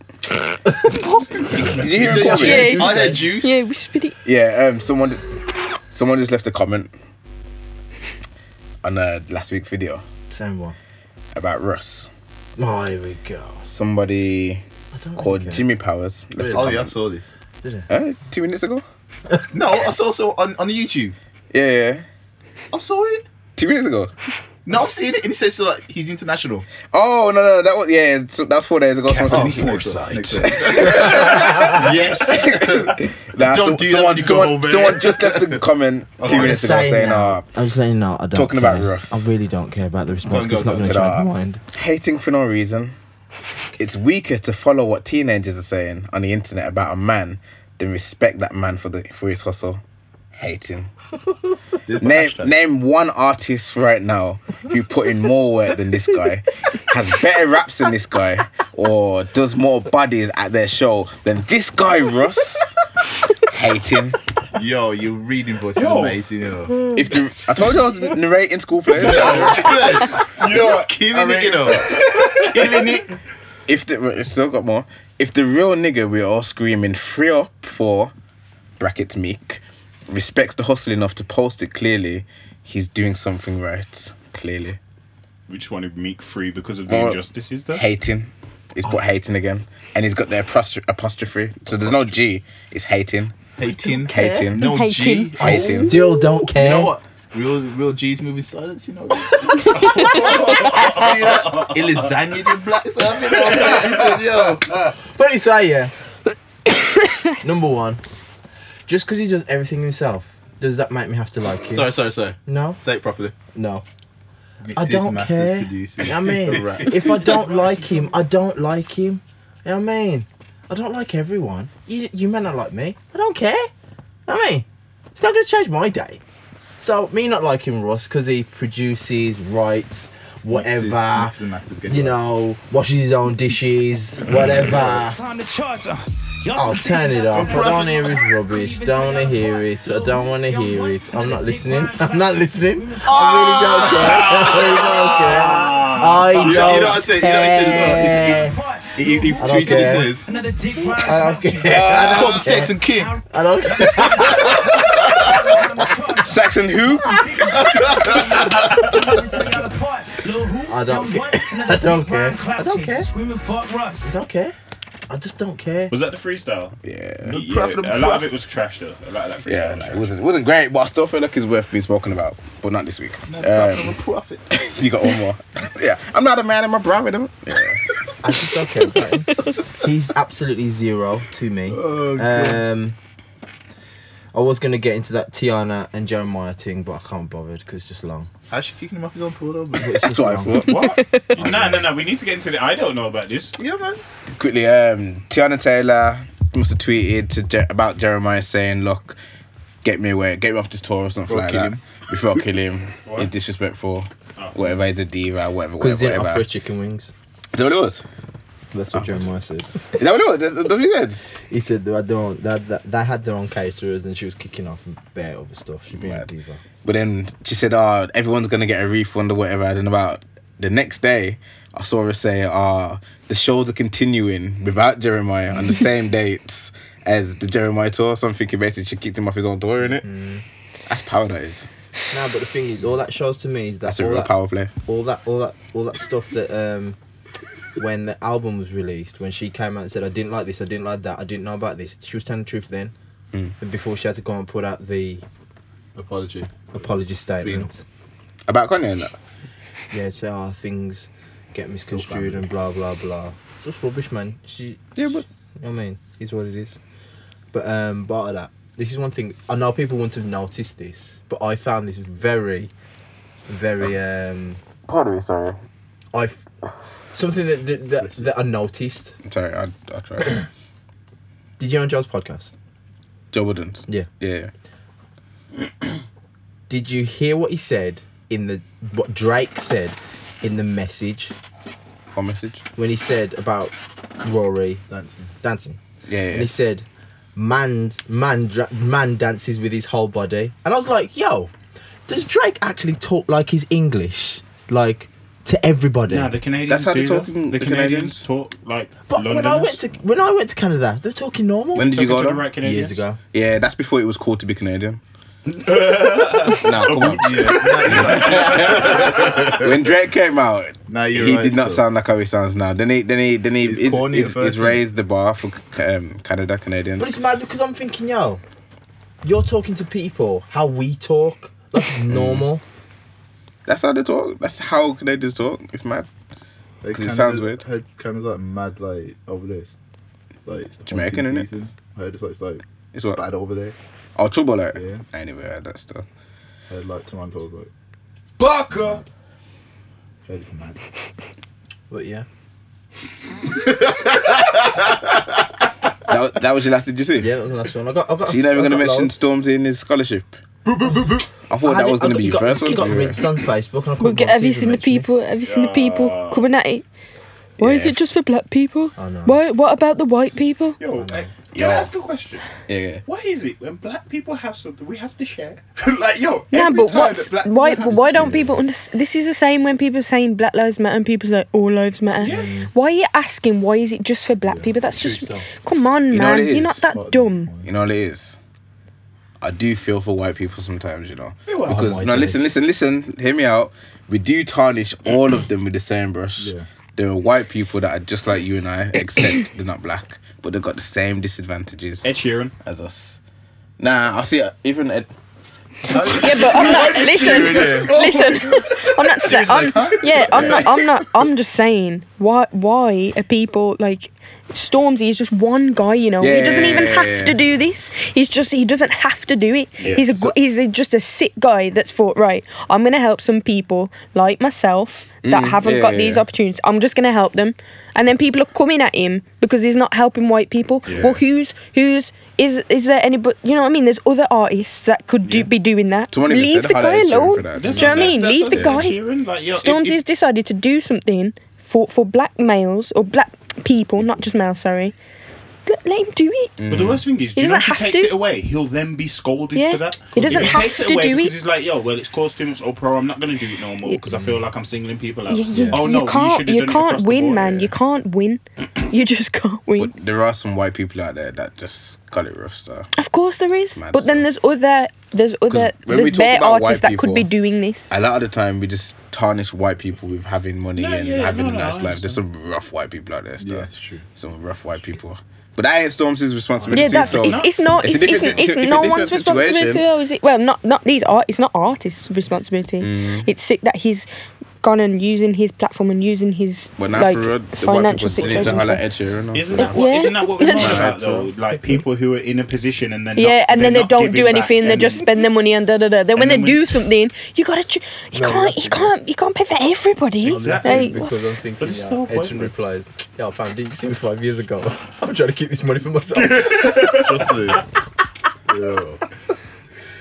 [SPEAKER 3] Did you hear him comment?
[SPEAKER 5] Yeah,
[SPEAKER 8] I had juice.
[SPEAKER 5] Yeah, we spit it.
[SPEAKER 3] Yeah, um, someone, someone just left a comment on uh, last week's video
[SPEAKER 4] Same one.
[SPEAKER 3] about Russ.
[SPEAKER 4] Oh, here we go.
[SPEAKER 3] Somebody
[SPEAKER 4] I don't
[SPEAKER 3] called
[SPEAKER 4] really care.
[SPEAKER 3] Jimmy Powers left
[SPEAKER 8] Oh
[SPEAKER 3] a
[SPEAKER 8] yeah, I
[SPEAKER 3] comment
[SPEAKER 8] saw this.
[SPEAKER 3] uh, two minutes ago.
[SPEAKER 8] No, I saw so on on YouTube.
[SPEAKER 3] Yeah, yeah,
[SPEAKER 8] I saw it.
[SPEAKER 3] two minutes ago.
[SPEAKER 8] No, I've seen it, and he says so, like
[SPEAKER 3] [LAUGHS]
[SPEAKER 8] he's international.
[SPEAKER 3] Oh no, no, that was yeah, so that was four days ago. Someone
[SPEAKER 8] Captain
[SPEAKER 3] said-
[SPEAKER 8] Foresight. yes.
[SPEAKER 3] Nah,
[SPEAKER 8] Don't
[SPEAKER 3] so-
[SPEAKER 8] do that
[SPEAKER 3] someone,
[SPEAKER 8] when you go
[SPEAKER 3] someone-
[SPEAKER 8] home, man.
[SPEAKER 3] someone just left a comment two
[SPEAKER 4] I'm
[SPEAKER 3] minutes
[SPEAKER 4] just
[SPEAKER 3] ago
[SPEAKER 4] saying,
[SPEAKER 3] saying,
[SPEAKER 4] no.
[SPEAKER 3] uh,
[SPEAKER 4] I'm just saying no. I don't.
[SPEAKER 3] Talking
[SPEAKER 4] care.
[SPEAKER 3] about Russ.
[SPEAKER 4] I really don't care about the response
[SPEAKER 8] Go,
[SPEAKER 4] because it's
[SPEAKER 8] go,
[SPEAKER 4] not going to
[SPEAKER 3] go.
[SPEAKER 4] change my mind.
[SPEAKER 3] hating for no reason. It's weaker to follow what teenagers are saying on the internet about a man than respect that man for the for his hustle. Hating. name name one artist right now who put in more work than this guy, has better raps than this guy, or does more bodies at their show than this guy, Russ. Hating.
[SPEAKER 8] Yo, your reading voice is
[SPEAKER 7] Yo.
[SPEAKER 8] amazing. Yo,
[SPEAKER 3] If the, I told you I was narrating school plays.
[SPEAKER 8] you're killing it. You know, killing it.
[SPEAKER 3] if the we've still got more, if the real nigga we're all screaming free up for brackets meek respects the hustle enough to post it clearly, he's doing something right. Clearly,
[SPEAKER 7] We just wanted Meek free because of the
[SPEAKER 3] Oh.
[SPEAKER 7] injustices there.
[SPEAKER 3] hating. He's put hating again, and he's got the apostro- apostrophe. So there's no G. It's hating,
[SPEAKER 8] Hating.
[SPEAKER 3] hating,
[SPEAKER 8] No G.
[SPEAKER 5] Hating.
[SPEAKER 3] hating.
[SPEAKER 4] Still don't care.
[SPEAKER 8] You know what? Real, real G's moving silence. You
[SPEAKER 4] [LAUGHS]
[SPEAKER 8] know. [LAUGHS] See that? Ilizania did black stuff. You know. He said, Yo.
[SPEAKER 4] But it's like,
[SPEAKER 3] [LAUGHS]
[SPEAKER 4] yeah. Number one, just because he does everything himself, does that make me have to like him?
[SPEAKER 8] Sorry, sorry, sorry.
[SPEAKER 4] No,
[SPEAKER 8] Say it properly.
[SPEAKER 4] no. I
[SPEAKER 8] Mixes,
[SPEAKER 4] don't
[SPEAKER 8] masters,
[SPEAKER 4] care.
[SPEAKER 8] Producers.
[SPEAKER 4] I mean,
[SPEAKER 8] [LAUGHS] Right.
[SPEAKER 4] if I don't like him, I don't like him. You know what I mean? I don't like everyone. You, you may not like me. I don't care. You know what I mean? It's not going to change my day. So, me not liking Russ because he produces, writes, whatever.
[SPEAKER 8] Mixes, mixes, masters, get it
[SPEAKER 4] you
[SPEAKER 8] right.
[SPEAKER 4] know, washes his own dishes, whatever.
[SPEAKER 8] [LAUGHS]
[SPEAKER 4] I'll turn it off. I don't hear his rubbish. Don't want to hear it. I don't want to hear it. I'm not listening. I'm not listening. I really don't care. I really don't care. I don't
[SPEAKER 8] Ah. You know- you know what I said- you know what I said
[SPEAKER 4] care.
[SPEAKER 8] as He, he, he
[SPEAKER 4] don't
[SPEAKER 8] tweeted
[SPEAKER 4] care.
[SPEAKER 8] it says,
[SPEAKER 4] I don't care.
[SPEAKER 8] "Come sex and king."
[SPEAKER 4] I don't care.
[SPEAKER 3] Saxon who?
[SPEAKER 4] I don't care. I don't care. I don't care. I don't care. I just don't care.
[SPEAKER 7] Was that the freestyle?
[SPEAKER 3] Yeah.
[SPEAKER 7] Yeah,
[SPEAKER 8] profit-
[SPEAKER 7] a lot of it was trash though. A lot of that freestyle.
[SPEAKER 3] Yeah, like,
[SPEAKER 7] was trash.
[SPEAKER 3] it wasn't it wasn't great, but I still feel like it's worth being spoken about, but not this week. Um,
[SPEAKER 8] Profit.
[SPEAKER 3] you got one more. yeah, I'm not a man in my private. Yeah.
[SPEAKER 4] I just don't care about him.
[SPEAKER 8] [LAUGHS]
[SPEAKER 4] He's absolutely zero to me.
[SPEAKER 8] Oh,
[SPEAKER 4] um, I was gonna get into that Tiana and Jeremiah thing, but I can't bother because it's just long.
[SPEAKER 8] How's she kicking him off his own tour though? man?
[SPEAKER 4] It's just
[SPEAKER 8] [LAUGHS]
[SPEAKER 3] That's what I
[SPEAKER 4] long.
[SPEAKER 3] thought.
[SPEAKER 7] No, no, no. We need to get into the. I don't know about this.
[SPEAKER 8] yeah, man.
[SPEAKER 3] quickly, um, Tiana Taylor must have tweeted to Je- about Jeremiah saying, "Look, get me away, get me off this tour or something
[SPEAKER 8] Or
[SPEAKER 3] like
[SPEAKER 8] kill
[SPEAKER 3] that
[SPEAKER 8] him." Oh.
[SPEAKER 3] before I kill
[SPEAKER 8] [LAUGHS]
[SPEAKER 3] him. He's disrespectful. Whatever, he's a diva. Whatever,
[SPEAKER 4] Because
[SPEAKER 3] whatever,
[SPEAKER 4] they didn't
[SPEAKER 3] whatever."
[SPEAKER 4] offer her chicken wings. Uh-huh.
[SPEAKER 3] Is that what it was?
[SPEAKER 4] That's what Jeremiah said.
[SPEAKER 3] Is that what it was? That's that's what he said?
[SPEAKER 4] He said that their own, that, that they had their own caterers and she was kicking off and bare over stuff. She being a diva.
[SPEAKER 3] But then she said, "Oh, everyone's gonna get a refund or whatever." And then about the next day, I saw her say, "Oh, the shows are continuing without Jeremiah on the same dates as the Jeremiah tour." So I'm thinking basically she kicked him off his own door, innit? That's power. That is.
[SPEAKER 4] No, but the thing is, all that shows to me is that
[SPEAKER 3] That's a
[SPEAKER 4] all
[SPEAKER 3] real
[SPEAKER 4] that,
[SPEAKER 3] power play.
[SPEAKER 4] all that all that all that stuff that um when the album was released when she came out and said i didn't like this i didn't like that i didn't know about this she was telling the truth then
[SPEAKER 3] Mm.
[SPEAKER 4] and before she had to go and put out the
[SPEAKER 6] Apology.
[SPEAKER 4] apology statement
[SPEAKER 3] About Kanye and that.
[SPEAKER 4] yeah say oh things get misconstrued and blah blah blah it's just rubbish man she
[SPEAKER 3] Yeah, but
[SPEAKER 4] you know what i mean is what it is but um part of that this is one thing i know people wouldn't have noticed this but i found this very very um
[SPEAKER 3] pardon me, sorry.
[SPEAKER 4] i f- something that that, that, that i noticed
[SPEAKER 3] I'm sorry, I I tried. [COUGHS]
[SPEAKER 4] Did you on Joe's podcast?
[SPEAKER 3] Joe Budden's.
[SPEAKER 4] Yeah.
[SPEAKER 3] Yeah.
[SPEAKER 4] Did you hear what he said in the what Drake said in the message
[SPEAKER 3] One message.
[SPEAKER 4] when he said about Rory
[SPEAKER 6] Dancing.
[SPEAKER 4] dancing?
[SPEAKER 3] Yeah.
[SPEAKER 4] And
[SPEAKER 3] yeah.
[SPEAKER 4] he said, "Man, man, dra- man dances with his whole body," and I was like, "Yo, does Drake actually talk like he's English, like to everybody?"
[SPEAKER 7] Nah, the
[SPEAKER 3] That's
[SPEAKER 7] Canadians
[SPEAKER 3] how
[SPEAKER 7] do
[SPEAKER 3] they're
[SPEAKER 7] that.
[SPEAKER 3] talking-
[SPEAKER 7] The
[SPEAKER 3] the Canadians.
[SPEAKER 7] Canadians talk like
[SPEAKER 4] but when I went to when I went to Canada, they're talking normal.
[SPEAKER 3] When did you go
[SPEAKER 7] to the
[SPEAKER 3] there?
[SPEAKER 7] right Canadians
[SPEAKER 4] years ago?
[SPEAKER 3] Yeah, that's before it was cool to be [LAUGHS] Canadian. nah, come on. [LAUGHS] when Drake came out,
[SPEAKER 8] Nah, you're
[SPEAKER 3] he
[SPEAKER 8] right
[SPEAKER 3] did not
[SPEAKER 8] still.
[SPEAKER 3] sound like how he sounds now. Then he, then he, then he,
[SPEAKER 8] He's
[SPEAKER 3] he's, he's,
[SPEAKER 8] corny at
[SPEAKER 3] he's,
[SPEAKER 8] first, isn't he?
[SPEAKER 3] raised the bar for um, Canada Canadians.
[SPEAKER 4] But it's mad because I'm thinking, yo, you're talking to people how we talk. Like it's
[SPEAKER 3] Mm.
[SPEAKER 4] normal.
[SPEAKER 3] that's how they talk. That's how Canadians talk. It's mad.
[SPEAKER 8] Like,
[SPEAKER 3] 'Cause it
[SPEAKER 8] Canada-
[SPEAKER 3] sounds weird.
[SPEAKER 8] Heard Canada's like mad, like over there. It's, Like it's
[SPEAKER 3] Jamaican,
[SPEAKER 8] hunting
[SPEAKER 3] innit?
[SPEAKER 8] season. Heard it's like, it's like
[SPEAKER 3] It's what.
[SPEAKER 8] bad over there.
[SPEAKER 3] Oh, trouble like.
[SPEAKER 8] Yeah.
[SPEAKER 3] Anyway, I- that's stuff.
[SPEAKER 8] Heard like Toronto's like
[SPEAKER 9] Barker!
[SPEAKER 8] heard it's mad.
[SPEAKER 4] But yeah.
[SPEAKER 3] That, wa- that was your last. Did you see?
[SPEAKER 4] Yeah, that was the last one. I got I got
[SPEAKER 3] So you never
[SPEAKER 4] I
[SPEAKER 3] gonna
[SPEAKER 4] got
[SPEAKER 3] mention
[SPEAKER 4] loads.
[SPEAKER 3] Stormzy in his scholarship. I
[SPEAKER 4] I
[SPEAKER 3] thought
[SPEAKER 4] had
[SPEAKER 3] that
[SPEAKER 4] it-
[SPEAKER 3] was
[SPEAKER 4] I
[SPEAKER 3] gonna
[SPEAKER 4] got-
[SPEAKER 3] be
[SPEAKER 4] you
[SPEAKER 3] your
[SPEAKER 4] got-
[SPEAKER 3] first
[SPEAKER 4] you
[SPEAKER 3] one. to
[SPEAKER 4] got
[SPEAKER 3] be fair.
[SPEAKER 4] rinsed on Facebook and I
[SPEAKER 5] We'll
[SPEAKER 4] couldn't
[SPEAKER 5] get,
[SPEAKER 4] bother
[SPEAKER 5] have
[SPEAKER 4] to
[SPEAKER 5] you
[SPEAKER 4] even
[SPEAKER 5] seen the
[SPEAKER 4] mention it.
[SPEAKER 5] people? Have you seen the people coming at it? Why is
[SPEAKER 3] Yeah.
[SPEAKER 5] it just for black people?
[SPEAKER 4] I know.
[SPEAKER 5] Why? What about the white people?
[SPEAKER 7] Yo, eh,
[SPEAKER 3] Yo.
[SPEAKER 7] can I ask a question?
[SPEAKER 3] Yeah, yeah.
[SPEAKER 7] Why is it when black people have something we have to share? [LAUGHS] like yo,
[SPEAKER 5] Nah,
[SPEAKER 7] every
[SPEAKER 5] but
[SPEAKER 7] time
[SPEAKER 5] what's
[SPEAKER 7] that black
[SPEAKER 5] why?
[SPEAKER 7] people have
[SPEAKER 5] Why
[SPEAKER 7] something-
[SPEAKER 5] don't people understand? This is the same when people are saying Black Lives Matter and people say all lives matter.
[SPEAKER 7] Yeah.
[SPEAKER 5] Why are you asking? Why is it just for black people? That's just come on,
[SPEAKER 3] You know
[SPEAKER 5] man.
[SPEAKER 3] what it
[SPEAKER 5] You're
[SPEAKER 3] is?
[SPEAKER 5] not that dumb.
[SPEAKER 3] You know what it is? I do feel for white people sometimes, you know.
[SPEAKER 7] are.
[SPEAKER 3] Because
[SPEAKER 4] Oh my
[SPEAKER 3] no, listen,
[SPEAKER 4] days.
[SPEAKER 3] listen, listen, hear me out. We do tarnish all of them with the same brush.
[SPEAKER 8] Yeah.
[SPEAKER 3] There are white people that are just like you and I, except [COUGHS] they're not black, but they've got the same disadvantages
[SPEAKER 7] Ed Sheeran.
[SPEAKER 3] as us. Nah, I see it. Even Ed,
[SPEAKER 5] Yeah, but I'm not. Listen, [LAUGHS] listen. I'm not. Sa- I'm, yeah,
[SPEAKER 3] [LAUGHS]
[SPEAKER 5] I'm not. I'm not. I'm just saying. Why? Why are people like Stormzy? Is just one guy. You know, he doesn't even
[SPEAKER 3] Yeah.
[SPEAKER 5] have to do this. He's just. He doesn't have to do it. He's a. gu- he's a, just a sick guy that's thought. Right, I'm gonna help some people like myself that haven't
[SPEAKER 3] Mm, yeah,
[SPEAKER 5] got
[SPEAKER 3] yeah,
[SPEAKER 5] these
[SPEAKER 3] yeah.
[SPEAKER 5] opportunities. I'm just gonna help them, and then people are coming at him because he's not helping white people. Well, who's who's is is there anybody? You know what I mean? There's other artists that could do, be doing that.
[SPEAKER 3] someone even
[SPEAKER 5] Leave
[SPEAKER 3] said
[SPEAKER 5] the
[SPEAKER 3] hi to
[SPEAKER 5] guy
[SPEAKER 3] Ed Sheeran for that.
[SPEAKER 5] alone. Do you
[SPEAKER 3] That's
[SPEAKER 5] know what I mean?
[SPEAKER 7] That's
[SPEAKER 5] Leave the
[SPEAKER 7] what
[SPEAKER 5] guy.
[SPEAKER 7] Ed Sheeran, like, yo, if-
[SPEAKER 5] Stormzy's
[SPEAKER 7] if-
[SPEAKER 5] decided to do something for for black males or black people, not just males. Sorry, let, let him do it.
[SPEAKER 7] But the
[SPEAKER 3] Mm.
[SPEAKER 7] worst thing is, do
[SPEAKER 5] He
[SPEAKER 7] you know if
[SPEAKER 5] doesn't
[SPEAKER 7] he
[SPEAKER 5] have
[SPEAKER 7] takes
[SPEAKER 5] to.
[SPEAKER 7] it away, he'll then be scolded
[SPEAKER 5] Yeah.
[SPEAKER 7] for that.
[SPEAKER 5] He doesn't
[SPEAKER 7] if he
[SPEAKER 5] have
[SPEAKER 7] takes it
[SPEAKER 5] to
[SPEAKER 7] away
[SPEAKER 5] do
[SPEAKER 7] because
[SPEAKER 5] it.
[SPEAKER 7] he's like, yo, well, it's caused too much uproar. I'm not going to do it no more because I feel like I'm singling people
[SPEAKER 3] Mm.
[SPEAKER 7] out.
[SPEAKER 5] You, you-
[SPEAKER 7] oh no,
[SPEAKER 5] you can't.
[SPEAKER 7] should've
[SPEAKER 5] You,
[SPEAKER 7] done it
[SPEAKER 5] can't
[SPEAKER 7] across the
[SPEAKER 5] win,
[SPEAKER 7] board.
[SPEAKER 5] man.
[SPEAKER 7] Yeah.
[SPEAKER 5] You can't
[SPEAKER 7] [COUGHS]
[SPEAKER 5] win. You just can't win.
[SPEAKER 3] but there are some white people out there that just got it rough stuff.
[SPEAKER 5] of course there is,
[SPEAKER 3] Mad
[SPEAKER 5] but then there's other there's other
[SPEAKER 3] when we
[SPEAKER 5] there's
[SPEAKER 3] talk
[SPEAKER 5] bare
[SPEAKER 3] about white
[SPEAKER 5] artists that could be
[SPEAKER 3] people-
[SPEAKER 5] doing this.
[SPEAKER 3] A lot of the time, we just tarnish white people with having money
[SPEAKER 7] No,
[SPEAKER 3] and
[SPEAKER 7] yeah,
[SPEAKER 3] having
[SPEAKER 7] no,
[SPEAKER 3] a
[SPEAKER 7] no,
[SPEAKER 3] nice
[SPEAKER 7] I
[SPEAKER 3] life. There's some rough white people out there. Still.
[SPEAKER 8] Yeah, it's true.
[SPEAKER 3] Some rough white people. But that ain't Stormzy's responsibility.
[SPEAKER 5] Yeah, that's
[SPEAKER 3] so
[SPEAKER 5] it's, it's not
[SPEAKER 3] It's
[SPEAKER 5] it's,
[SPEAKER 3] a
[SPEAKER 5] it's,
[SPEAKER 3] different
[SPEAKER 5] it's,
[SPEAKER 3] situ- it's a
[SPEAKER 5] no
[SPEAKER 3] different
[SPEAKER 5] one's
[SPEAKER 3] situation.
[SPEAKER 5] responsibility though, is it? Well, not not these art. It's not artists' responsibility.
[SPEAKER 3] Mm.
[SPEAKER 5] It's sick that he's gone and using his platform and using his
[SPEAKER 3] But now
[SPEAKER 5] like
[SPEAKER 3] for real, the white
[SPEAKER 5] financial
[SPEAKER 3] people need to
[SPEAKER 5] situation.
[SPEAKER 3] highlight
[SPEAKER 5] to-
[SPEAKER 3] Ed Sheeran.
[SPEAKER 7] Isn't
[SPEAKER 3] Isn't
[SPEAKER 7] that, what,
[SPEAKER 5] Yeah.
[SPEAKER 7] isn't
[SPEAKER 5] [LAUGHS]
[SPEAKER 7] that what we're
[SPEAKER 5] Let's-
[SPEAKER 7] talking about though? Like people who are in a position and then
[SPEAKER 5] Yeah, and then they don't do anything. They
[SPEAKER 7] They're
[SPEAKER 5] just spend their money and da da da. Then when
[SPEAKER 7] and
[SPEAKER 5] they
[SPEAKER 7] then when-
[SPEAKER 5] do something, you gotta. Ch- you
[SPEAKER 4] No,
[SPEAKER 5] can't.
[SPEAKER 4] you
[SPEAKER 5] You can't. You can't pay for everybody.
[SPEAKER 7] Exactly,
[SPEAKER 5] Like,
[SPEAKER 4] Because I'm
[SPEAKER 5] what's-
[SPEAKER 4] thinking,
[SPEAKER 7] But it's
[SPEAKER 4] yeah,
[SPEAKER 7] no
[SPEAKER 4] Edgen
[SPEAKER 7] point, man.
[SPEAKER 4] replies, yeah, I found it. You see me five years ago. [LAUGHS] I'm trying to keep this money for myself.
[SPEAKER 8] Trust me. Yo.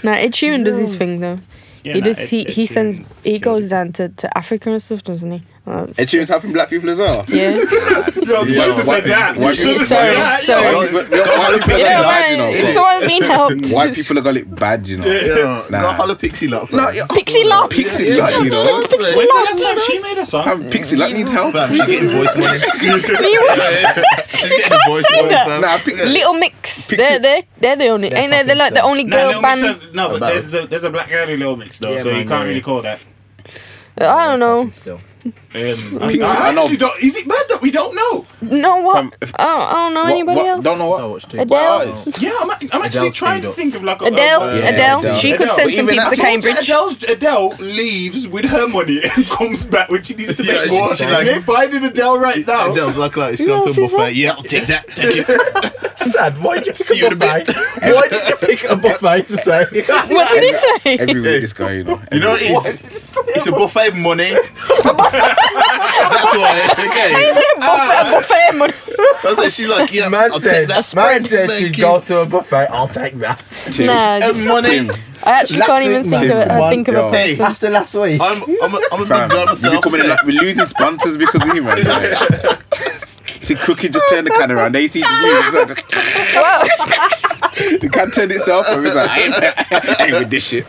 [SPEAKER 5] Nah, Ed Sheeran does his thing though.
[SPEAKER 7] Yeah,
[SPEAKER 5] he
[SPEAKER 7] nah,
[SPEAKER 5] does.
[SPEAKER 7] Ed-
[SPEAKER 5] he
[SPEAKER 7] Ed
[SPEAKER 5] he
[SPEAKER 7] Sheeran
[SPEAKER 5] sends. He
[SPEAKER 7] killed
[SPEAKER 5] goes
[SPEAKER 7] it.
[SPEAKER 5] down to, to Africa and stuff, doesn't he? Well,
[SPEAKER 3] Ed Sheeran's helping black people as
[SPEAKER 5] [LAUGHS]
[SPEAKER 3] well.
[SPEAKER 5] yeah.
[SPEAKER 7] Yo, you should've
[SPEAKER 3] white
[SPEAKER 7] said that.
[SPEAKER 3] people- white
[SPEAKER 7] You should've
[SPEAKER 3] people-
[SPEAKER 7] said
[SPEAKER 5] Sorry,
[SPEAKER 7] that.
[SPEAKER 5] sorry.
[SPEAKER 7] yo.
[SPEAKER 3] White people- white people are
[SPEAKER 5] yeah,
[SPEAKER 3] bad, you
[SPEAKER 5] man,
[SPEAKER 3] know.
[SPEAKER 5] it's all being
[SPEAKER 3] [LAUGHS]
[SPEAKER 5] helped.
[SPEAKER 3] White people are got it bad, you know.
[SPEAKER 8] Yeah,
[SPEAKER 3] Nah.
[SPEAKER 8] not holla pixie love.
[SPEAKER 3] No, yeah.
[SPEAKER 5] [LAUGHS] Pixie love.
[SPEAKER 3] Pixie Lott, you know.
[SPEAKER 5] [LAUGHS] Pixie
[SPEAKER 8] When's
[SPEAKER 7] When's the
[SPEAKER 5] love.
[SPEAKER 7] last time she made a song?
[SPEAKER 3] Fam, Pixie Lott needs help.
[SPEAKER 8] Fam,
[SPEAKER 5] [LAUGHS]
[SPEAKER 8] she's getting voice money. She's getting
[SPEAKER 5] can't
[SPEAKER 8] voice
[SPEAKER 5] say
[SPEAKER 8] money,
[SPEAKER 5] that.
[SPEAKER 8] fam.
[SPEAKER 3] Nah, Pixie.
[SPEAKER 5] Little Mix.
[SPEAKER 3] Pixie-
[SPEAKER 5] They're they they're the only ain't they? They're like the only
[SPEAKER 7] Nah,
[SPEAKER 5] girl
[SPEAKER 7] Lil Mix
[SPEAKER 5] band.
[SPEAKER 7] has, no, but
[SPEAKER 8] About-
[SPEAKER 7] there's, the, there's a black girl in Little Mix though,
[SPEAKER 4] Yeah,
[SPEAKER 7] so you
[SPEAKER 4] man,
[SPEAKER 7] can't
[SPEAKER 4] yeah.
[SPEAKER 7] really call that.
[SPEAKER 5] I don't know.
[SPEAKER 4] Still. [LAUGHS]
[SPEAKER 7] Um,
[SPEAKER 3] Pixie-
[SPEAKER 7] I,
[SPEAKER 3] I
[SPEAKER 7] I
[SPEAKER 3] know.
[SPEAKER 7] actually don't. Is it bad that we don't know?
[SPEAKER 5] No what?
[SPEAKER 3] Fam, if-
[SPEAKER 5] I, don't, I don't know
[SPEAKER 3] What-
[SPEAKER 5] anybody
[SPEAKER 3] what-
[SPEAKER 5] else.
[SPEAKER 3] Don't know
[SPEAKER 4] I
[SPEAKER 3] what.
[SPEAKER 4] watched it.
[SPEAKER 5] Adele.
[SPEAKER 3] What else?
[SPEAKER 7] Yeah, I'm, I'm actually
[SPEAKER 4] Adele's
[SPEAKER 7] trying to
[SPEAKER 4] peed up.
[SPEAKER 7] think of like a,
[SPEAKER 5] Adele,
[SPEAKER 7] a-
[SPEAKER 3] Yeah,
[SPEAKER 5] Adele,
[SPEAKER 3] Adele.
[SPEAKER 5] she could
[SPEAKER 3] Adele,
[SPEAKER 5] send
[SPEAKER 3] but
[SPEAKER 5] some
[SPEAKER 3] even
[SPEAKER 5] people to
[SPEAKER 3] that's-
[SPEAKER 5] Cambridge.
[SPEAKER 7] Adele, Adele leaves with her money [LAUGHS] and comes back when she needs to
[SPEAKER 8] Yeah,
[SPEAKER 7] make
[SPEAKER 8] she's
[SPEAKER 7] more.
[SPEAKER 8] like-
[SPEAKER 7] They're finding Adele right now.
[SPEAKER 8] Adele's like, like, she's
[SPEAKER 5] No,
[SPEAKER 8] gone to a
[SPEAKER 5] she's
[SPEAKER 8] buffet.
[SPEAKER 5] like-
[SPEAKER 8] Yeah, I'll take that. Thank
[SPEAKER 7] [LAUGHS]
[SPEAKER 8] you.
[SPEAKER 4] Sad. Why did you
[SPEAKER 8] See
[SPEAKER 4] pick
[SPEAKER 8] you
[SPEAKER 4] a
[SPEAKER 8] in a bit.
[SPEAKER 4] buffet? Why did you pick a buffet to say?
[SPEAKER 5] What did he say?
[SPEAKER 3] Every week, this guy, you know.
[SPEAKER 8] You know what it is? It's a buffet of money. That's why. Okay.
[SPEAKER 5] Buffet, buffet, money.
[SPEAKER 8] That's why she's like, yeah,
[SPEAKER 4] Man
[SPEAKER 8] I'll
[SPEAKER 4] said,
[SPEAKER 8] take that
[SPEAKER 4] man
[SPEAKER 8] spread.
[SPEAKER 4] said
[SPEAKER 8] Thank
[SPEAKER 4] she'd
[SPEAKER 8] you.
[SPEAKER 4] go to a buffet. I'll take that.
[SPEAKER 5] Nah,
[SPEAKER 8] And money.
[SPEAKER 3] Tim,
[SPEAKER 5] I actually
[SPEAKER 4] Last
[SPEAKER 5] can't
[SPEAKER 4] week,
[SPEAKER 5] even think
[SPEAKER 4] man.
[SPEAKER 5] of, uh,
[SPEAKER 4] One-
[SPEAKER 5] think of a
[SPEAKER 3] Yo.
[SPEAKER 5] person.
[SPEAKER 3] Hey.
[SPEAKER 4] [LAUGHS] After last week.
[SPEAKER 8] I'm, I'm, a, I'm a big girl
[SPEAKER 3] fam, we're
[SPEAKER 8] myself.
[SPEAKER 3] becoming like we're losing sponsors because of you, man. Like, see, Crookie just turned the can around. They see just me. It's like,
[SPEAKER 5] Wow.
[SPEAKER 3] [LAUGHS] the can turned itself, and it's like, I ain't, I ain't with this shit.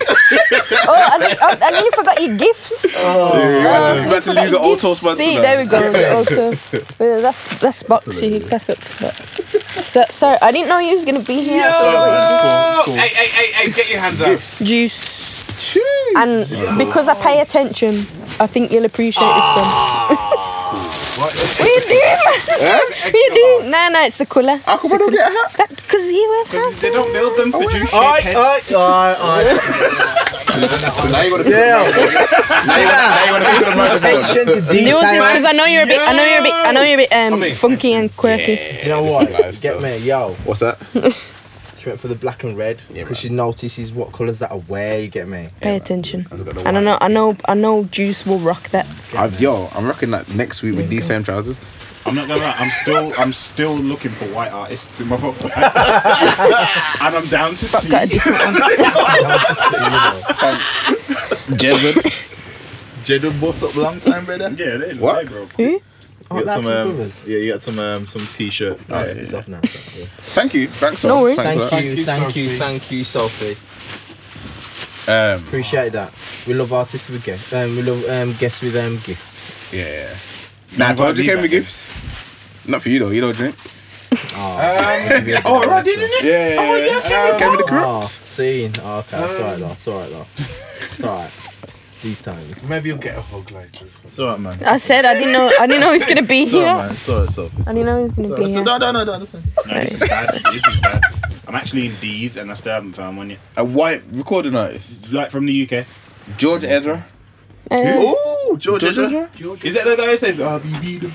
[SPEAKER 5] Oh, I, ne- I, I nearly forgot your gifts.
[SPEAKER 3] We're about to, we're about to lose the
[SPEAKER 5] Forgot your
[SPEAKER 3] auto
[SPEAKER 5] gifts.
[SPEAKER 3] sponsor.
[SPEAKER 5] See,
[SPEAKER 3] now.
[SPEAKER 5] there we go. the auto.
[SPEAKER 3] [LAUGHS]
[SPEAKER 5] Yeah, that's that's boxy. That's it's. But. So, sorry, I didn't know you was gonna be here. I thought
[SPEAKER 9] Hey, hey, hey, hey, get your hands up.
[SPEAKER 5] it was Juice. And because I pay attention, I think you'll appreciate
[SPEAKER 3] Ah.
[SPEAKER 5] [LAUGHS] this one. we do, man. we do. No, no, it's the colour.
[SPEAKER 3] Eh? How come I don't get a hat?
[SPEAKER 5] Because he wears hats.
[SPEAKER 7] They don't build them for juice.
[SPEAKER 4] Aye, aye, aye,
[SPEAKER 3] Now you gotta
[SPEAKER 4] aye.
[SPEAKER 3] pick
[SPEAKER 4] Yeah.
[SPEAKER 3] the
[SPEAKER 4] Attention to
[SPEAKER 5] Yours is
[SPEAKER 4] detail.
[SPEAKER 5] because I know you're a bit, I know you're a bit, I know you're a bit um, funky and quirky.
[SPEAKER 4] Do you know what? Get me, yo.
[SPEAKER 3] What's that?
[SPEAKER 4] She went for the black and red because she notices what colours that I wear. You get me?
[SPEAKER 5] Pay attention. I don't know. I know. I know. Juice will rock that.
[SPEAKER 3] I've, yo, I'm rocking that next week with these same trousers.
[SPEAKER 7] I'm not gonna lie. I'm still, I'm still looking for white artists in my [LAUGHS] book, and I'm down to see.
[SPEAKER 5] Got a different one.
[SPEAKER 3] Jedward.
[SPEAKER 8] Jedward boss up long time, brother.
[SPEAKER 7] Yeah, they look
[SPEAKER 3] What?
[SPEAKER 7] white, bro.
[SPEAKER 8] You got
[SPEAKER 4] that's
[SPEAKER 8] some,
[SPEAKER 4] my
[SPEAKER 8] um,
[SPEAKER 4] brothers.
[SPEAKER 8] yeah, you got some, um, some t-shirt.
[SPEAKER 4] Oh, it's off now.
[SPEAKER 3] [LAUGHS] Thank you. Thanks.
[SPEAKER 5] No
[SPEAKER 3] all.
[SPEAKER 5] worries.
[SPEAKER 3] Thanks for
[SPEAKER 4] Thank you, thank you, thank you, Sophie.
[SPEAKER 3] that. Um,
[SPEAKER 4] Appreciate that. We love artists with gifts. Um, we love um, guests with um, gifts.
[SPEAKER 3] Yeah. Nah,
[SPEAKER 7] but
[SPEAKER 3] but you gave
[SPEAKER 7] leave
[SPEAKER 3] me
[SPEAKER 7] that then.
[SPEAKER 3] gifts. Not for you though. You don't drink.
[SPEAKER 4] Ah,
[SPEAKER 7] Oh, right, didn't it?
[SPEAKER 3] Yeah.
[SPEAKER 7] Oh, yeah, okay.
[SPEAKER 3] Gave me the
[SPEAKER 4] Oh,
[SPEAKER 3] corrupt.
[SPEAKER 4] seeing. Oh, okay, it's alright though. It's alright though. It's alright. These times.
[SPEAKER 9] Maybe you'll get a hug later.
[SPEAKER 8] It's alright, man.
[SPEAKER 5] I said I didn't know. I didn't know he's gonna be
[SPEAKER 8] It's alright,
[SPEAKER 5] here.
[SPEAKER 8] man. It's alright,
[SPEAKER 5] I
[SPEAKER 8] Sophie.
[SPEAKER 5] didn't know he's gonna be
[SPEAKER 8] It's
[SPEAKER 5] here.
[SPEAKER 8] alright. No, no, no, no. listen.
[SPEAKER 7] No, this is bad. This is bad. I'm actually in D's, and I still haven't found one yet.
[SPEAKER 3] A white recording artist.
[SPEAKER 7] Like from the UK.
[SPEAKER 3] George Ezra.
[SPEAKER 5] Uh,
[SPEAKER 8] Ooh, George
[SPEAKER 3] George
[SPEAKER 8] Ezra.
[SPEAKER 3] Ezra.
[SPEAKER 7] Is that the guy who says, "I'll be beat up"?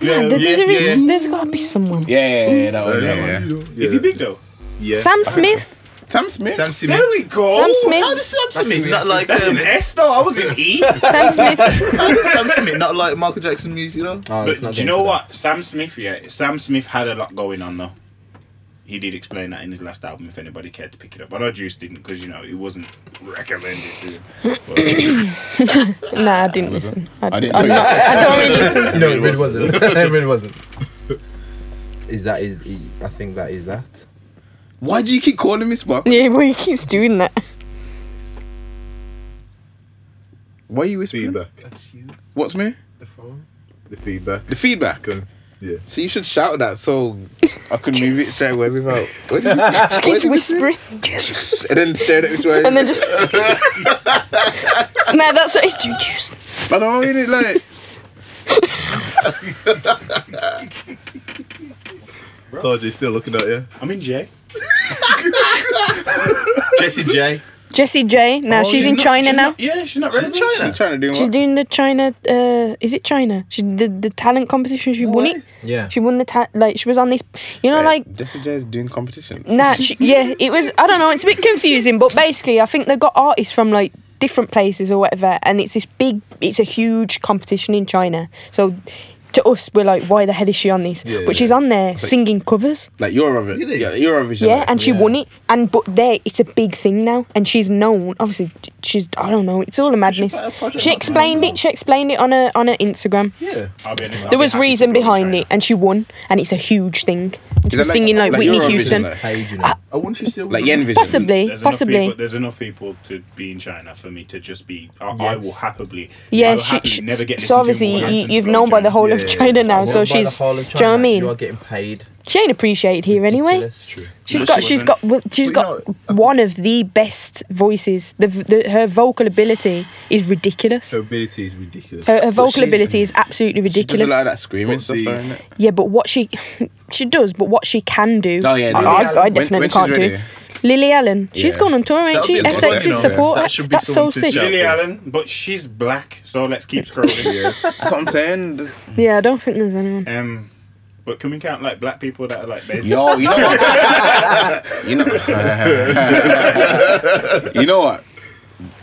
[SPEAKER 5] yeah, there-
[SPEAKER 8] yeah,
[SPEAKER 5] there is-
[SPEAKER 8] yeah.
[SPEAKER 5] there's gotta be someone.
[SPEAKER 3] Yeah, yeah, yeah, that one. Yeah, yeah.
[SPEAKER 8] Yeah.
[SPEAKER 7] Is he big though?
[SPEAKER 8] Yeah.
[SPEAKER 5] Sam Smith.
[SPEAKER 3] Sam Smith.
[SPEAKER 8] Sam Smith.
[SPEAKER 7] There we go.
[SPEAKER 5] Sam Smith.
[SPEAKER 7] [LAUGHS]
[SPEAKER 8] Oh, this is Sam Smith. Not like
[SPEAKER 7] That's an
[SPEAKER 8] um,
[SPEAKER 7] S though. I was in E.
[SPEAKER 5] Sam Smith.
[SPEAKER 8] oh, this is [LAUGHS] Sam Smith. Not like Michael Jackson music, though.
[SPEAKER 4] Oh, it's not
[SPEAKER 7] But do you
[SPEAKER 4] getting
[SPEAKER 7] know
[SPEAKER 4] to that.
[SPEAKER 7] what? Sam Smith, yeah. Sam Smith had a lot going on though. He did explain that in his last album if anybody cared to pick it up. I know Juice didn't because, you know, it wasn't recommended to him.
[SPEAKER 5] Nah, I didn't listen. I,
[SPEAKER 3] I didn't
[SPEAKER 5] I'm
[SPEAKER 3] know
[SPEAKER 5] not-
[SPEAKER 3] that.
[SPEAKER 5] I don't really listen.
[SPEAKER 4] No, it really wasn't. [LAUGHS] it really wasn't. Is that is, is I think that is that.
[SPEAKER 3] Why do you keep calling me Spock?
[SPEAKER 5] Yeah, well, he keeps doing that.
[SPEAKER 3] Why are you whispering?
[SPEAKER 8] Feedback.
[SPEAKER 9] That's you,
[SPEAKER 3] What's me?
[SPEAKER 9] the phone.
[SPEAKER 8] [COUGHS] The feedback.
[SPEAKER 3] The feedback.
[SPEAKER 8] Good. Yeah.
[SPEAKER 3] So you should shout that so I
[SPEAKER 7] [LAUGHS]
[SPEAKER 3] can move it straight away without. Where's the whisper?
[SPEAKER 5] Just keeps whispering. Juice.
[SPEAKER 7] [LAUGHS]
[SPEAKER 3] and then stare at this way.
[SPEAKER 5] And then just. nah, that's what he's doing. Juice.
[SPEAKER 3] I don't mean it like.
[SPEAKER 8] Told you, he's still looking at you.
[SPEAKER 7] I'm in J.
[SPEAKER 8] [LAUGHS] Jesse J.
[SPEAKER 5] Jessie J. Now she's, in
[SPEAKER 7] not-
[SPEAKER 5] China
[SPEAKER 7] she's
[SPEAKER 5] now.
[SPEAKER 7] not- yeah, she's not relevant.
[SPEAKER 3] She's trying to do
[SPEAKER 5] She's
[SPEAKER 3] what?
[SPEAKER 5] doing the China. Uh, is it China? She did the talent competition. She won it.
[SPEAKER 4] Yeah.
[SPEAKER 5] She won the ta- like. She was on this. You know, like
[SPEAKER 3] Jesse J is doing competition.
[SPEAKER 5] nah. She, yeah, it was. I don't know. It's a bit confusing, but basically, I think they got artists from like different places or whatever, and it's this big. It's a huge competition in China. So. To us, we're like, why the hell is she on this?
[SPEAKER 8] Yeah,
[SPEAKER 5] but she's
[SPEAKER 8] yeah.
[SPEAKER 5] on there singing covers,
[SPEAKER 3] Like Eurovision.
[SPEAKER 8] Really?
[SPEAKER 3] Yeah, Eurovision.
[SPEAKER 5] yeah,
[SPEAKER 3] like.
[SPEAKER 5] and she
[SPEAKER 4] Yeah.
[SPEAKER 5] won it. And but there, it's a big thing now, and she's known. Obviously, she's I don't know. It's all a madness.
[SPEAKER 8] better project
[SPEAKER 5] She
[SPEAKER 8] like
[SPEAKER 5] explained it. She explained it on her on her Instagram.
[SPEAKER 8] Yeah.
[SPEAKER 7] I'll be honest. I'd
[SPEAKER 5] There
[SPEAKER 7] be
[SPEAKER 5] was
[SPEAKER 7] happy to
[SPEAKER 5] reason
[SPEAKER 7] go and
[SPEAKER 5] behind
[SPEAKER 7] China.
[SPEAKER 5] it, and she won, and it's a huge thing. And she was
[SPEAKER 3] that
[SPEAKER 5] singing like, Whitney
[SPEAKER 3] Eurovision,
[SPEAKER 5] Houston.
[SPEAKER 3] like-
[SPEAKER 4] Page, you
[SPEAKER 5] Ah,
[SPEAKER 4] know.
[SPEAKER 8] I wonder if you still
[SPEAKER 3] Like Yen Vision.
[SPEAKER 5] Possibly,
[SPEAKER 7] There's
[SPEAKER 5] possibly.
[SPEAKER 7] Enough people, there's enough people to be in China for me to just be. I, I
[SPEAKER 4] Yes.
[SPEAKER 7] will happily. I
[SPEAKER 5] Yeah,
[SPEAKER 7] will
[SPEAKER 5] she,
[SPEAKER 7] happily
[SPEAKER 5] she-
[SPEAKER 7] never get
[SPEAKER 5] so
[SPEAKER 7] listened to
[SPEAKER 5] obviously
[SPEAKER 7] in
[SPEAKER 5] you,
[SPEAKER 7] Wolverhampton
[SPEAKER 5] you've
[SPEAKER 7] for
[SPEAKER 5] known by the
[SPEAKER 7] China.
[SPEAKER 5] whole
[SPEAKER 8] Yeah,
[SPEAKER 5] of
[SPEAKER 8] yeah,
[SPEAKER 5] China now,
[SPEAKER 4] Well,
[SPEAKER 5] so
[SPEAKER 4] by the
[SPEAKER 5] she's. Do
[SPEAKER 4] whole
[SPEAKER 5] you know
[SPEAKER 4] of
[SPEAKER 5] what I
[SPEAKER 4] China,
[SPEAKER 5] mean?
[SPEAKER 4] You are getting paid.
[SPEAKER 5] She ain't appreciated here anyway.
[SPEAKER 4] Ridiculous.
[SPEAKER 5] She's
[SPEAKER 7] No,
[SPEAKER 5] got,
[SPEAKER 7] she
[SPEAKER 5] she's
[SPEAKER 7] wasn't.
[SPEAKER 5] got, well, she's
[SPEAKER 8] But you
[SPEAKER 5] got
[SPEAKER 8] know,
[SPEAKER 5] one of the best voices. The, v- the her vocal ability is ridiculous.
[SPEAKER 8] Her ability is ridiculous.
[SPEAKER 5] Her, her
[SPEAKER 8] But
[SPEAKER 5] vocal
[SPEAKER 8] she-
[SPEAKER 5] ability is absolutely
[SPEAKER 3] She does a lot of
[SPEAKER 5] ridiculous.
[SPEAKER 3] that screaming
[SPEAKER 8] But
[SPEAKER 3] stuff,
[SPEAKER 8] the-
[SPEAKER 3] though, innit?
[SPEAKER 5] Yeah, but what she [LAUGHS] she does, but what she can do,
[SPEAKER 3] Oh, yeah,
[SPEAKER 5] I,
[SPEAKER 3] Lily
[SPEAKER 5] I- I
[SPEAKER 8] Allen. When-
[SPEAKER 5] definitely
[SPEAKER 3] when she's
[SPEAKER 5] can't
[SPEAKER 3] ready.
[SPEAKER 5] do. Lily Allen, she's
[SPEAKER 3] Yeah.
[SPEAKER 5] gone on tour, ain't
[SPEAKER 8] That'll
[SPEAKER 5] she?
[SPEAKER 8] be a good
[SPEAKER 5] SX's
[SPEAKER 7] one, yeah.
[SPEAKER 5] support.
[SPEAKER 8] That
[SPEAKER 5] act.
[SPEAKER 8] should be
[SPEAKER 5] That's so
[SPEAKER 8] someone to
[SPEAKER 5] sick.
[SPEAKER 8] shout.
[SPEAKER 7] Lily Allen, but she's black, so let's keep scrolling.
[SPEAKER 3] That's what I'm
[SPEAKER 7] [LAUGHS]
[SPEAKER 3] saying.
[SPEAKER 5] Yeah, I don't think there's anyone.
[SPEAKER 7] um, but can we count like black people that are like based?
[SPEAKER 3] Yo, you know what? [LAUGHS] you know. you know what?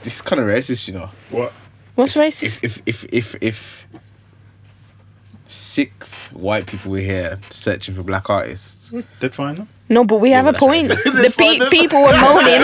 [SPEAKER 3] This is kind of racist, you know.
[SPEAKER 7] What?
[SPEAKER 5] What's racist?
[SPEAKER 3] If if if if, if six white people were here searching for black
[SPEAKER 5] [LAUGHS]
[SPEAKER 3] artists,
[SPEAKER 7] Did find them?
[SPEAKER 5] No, but we have a
[SPEAKER 3] that's
[SPEAKER 7] [LAUGHS]
[SPEAKER 5] point.
[SPEAKER 3] racist.
[SPEAKER 5] The pe- people were moaning.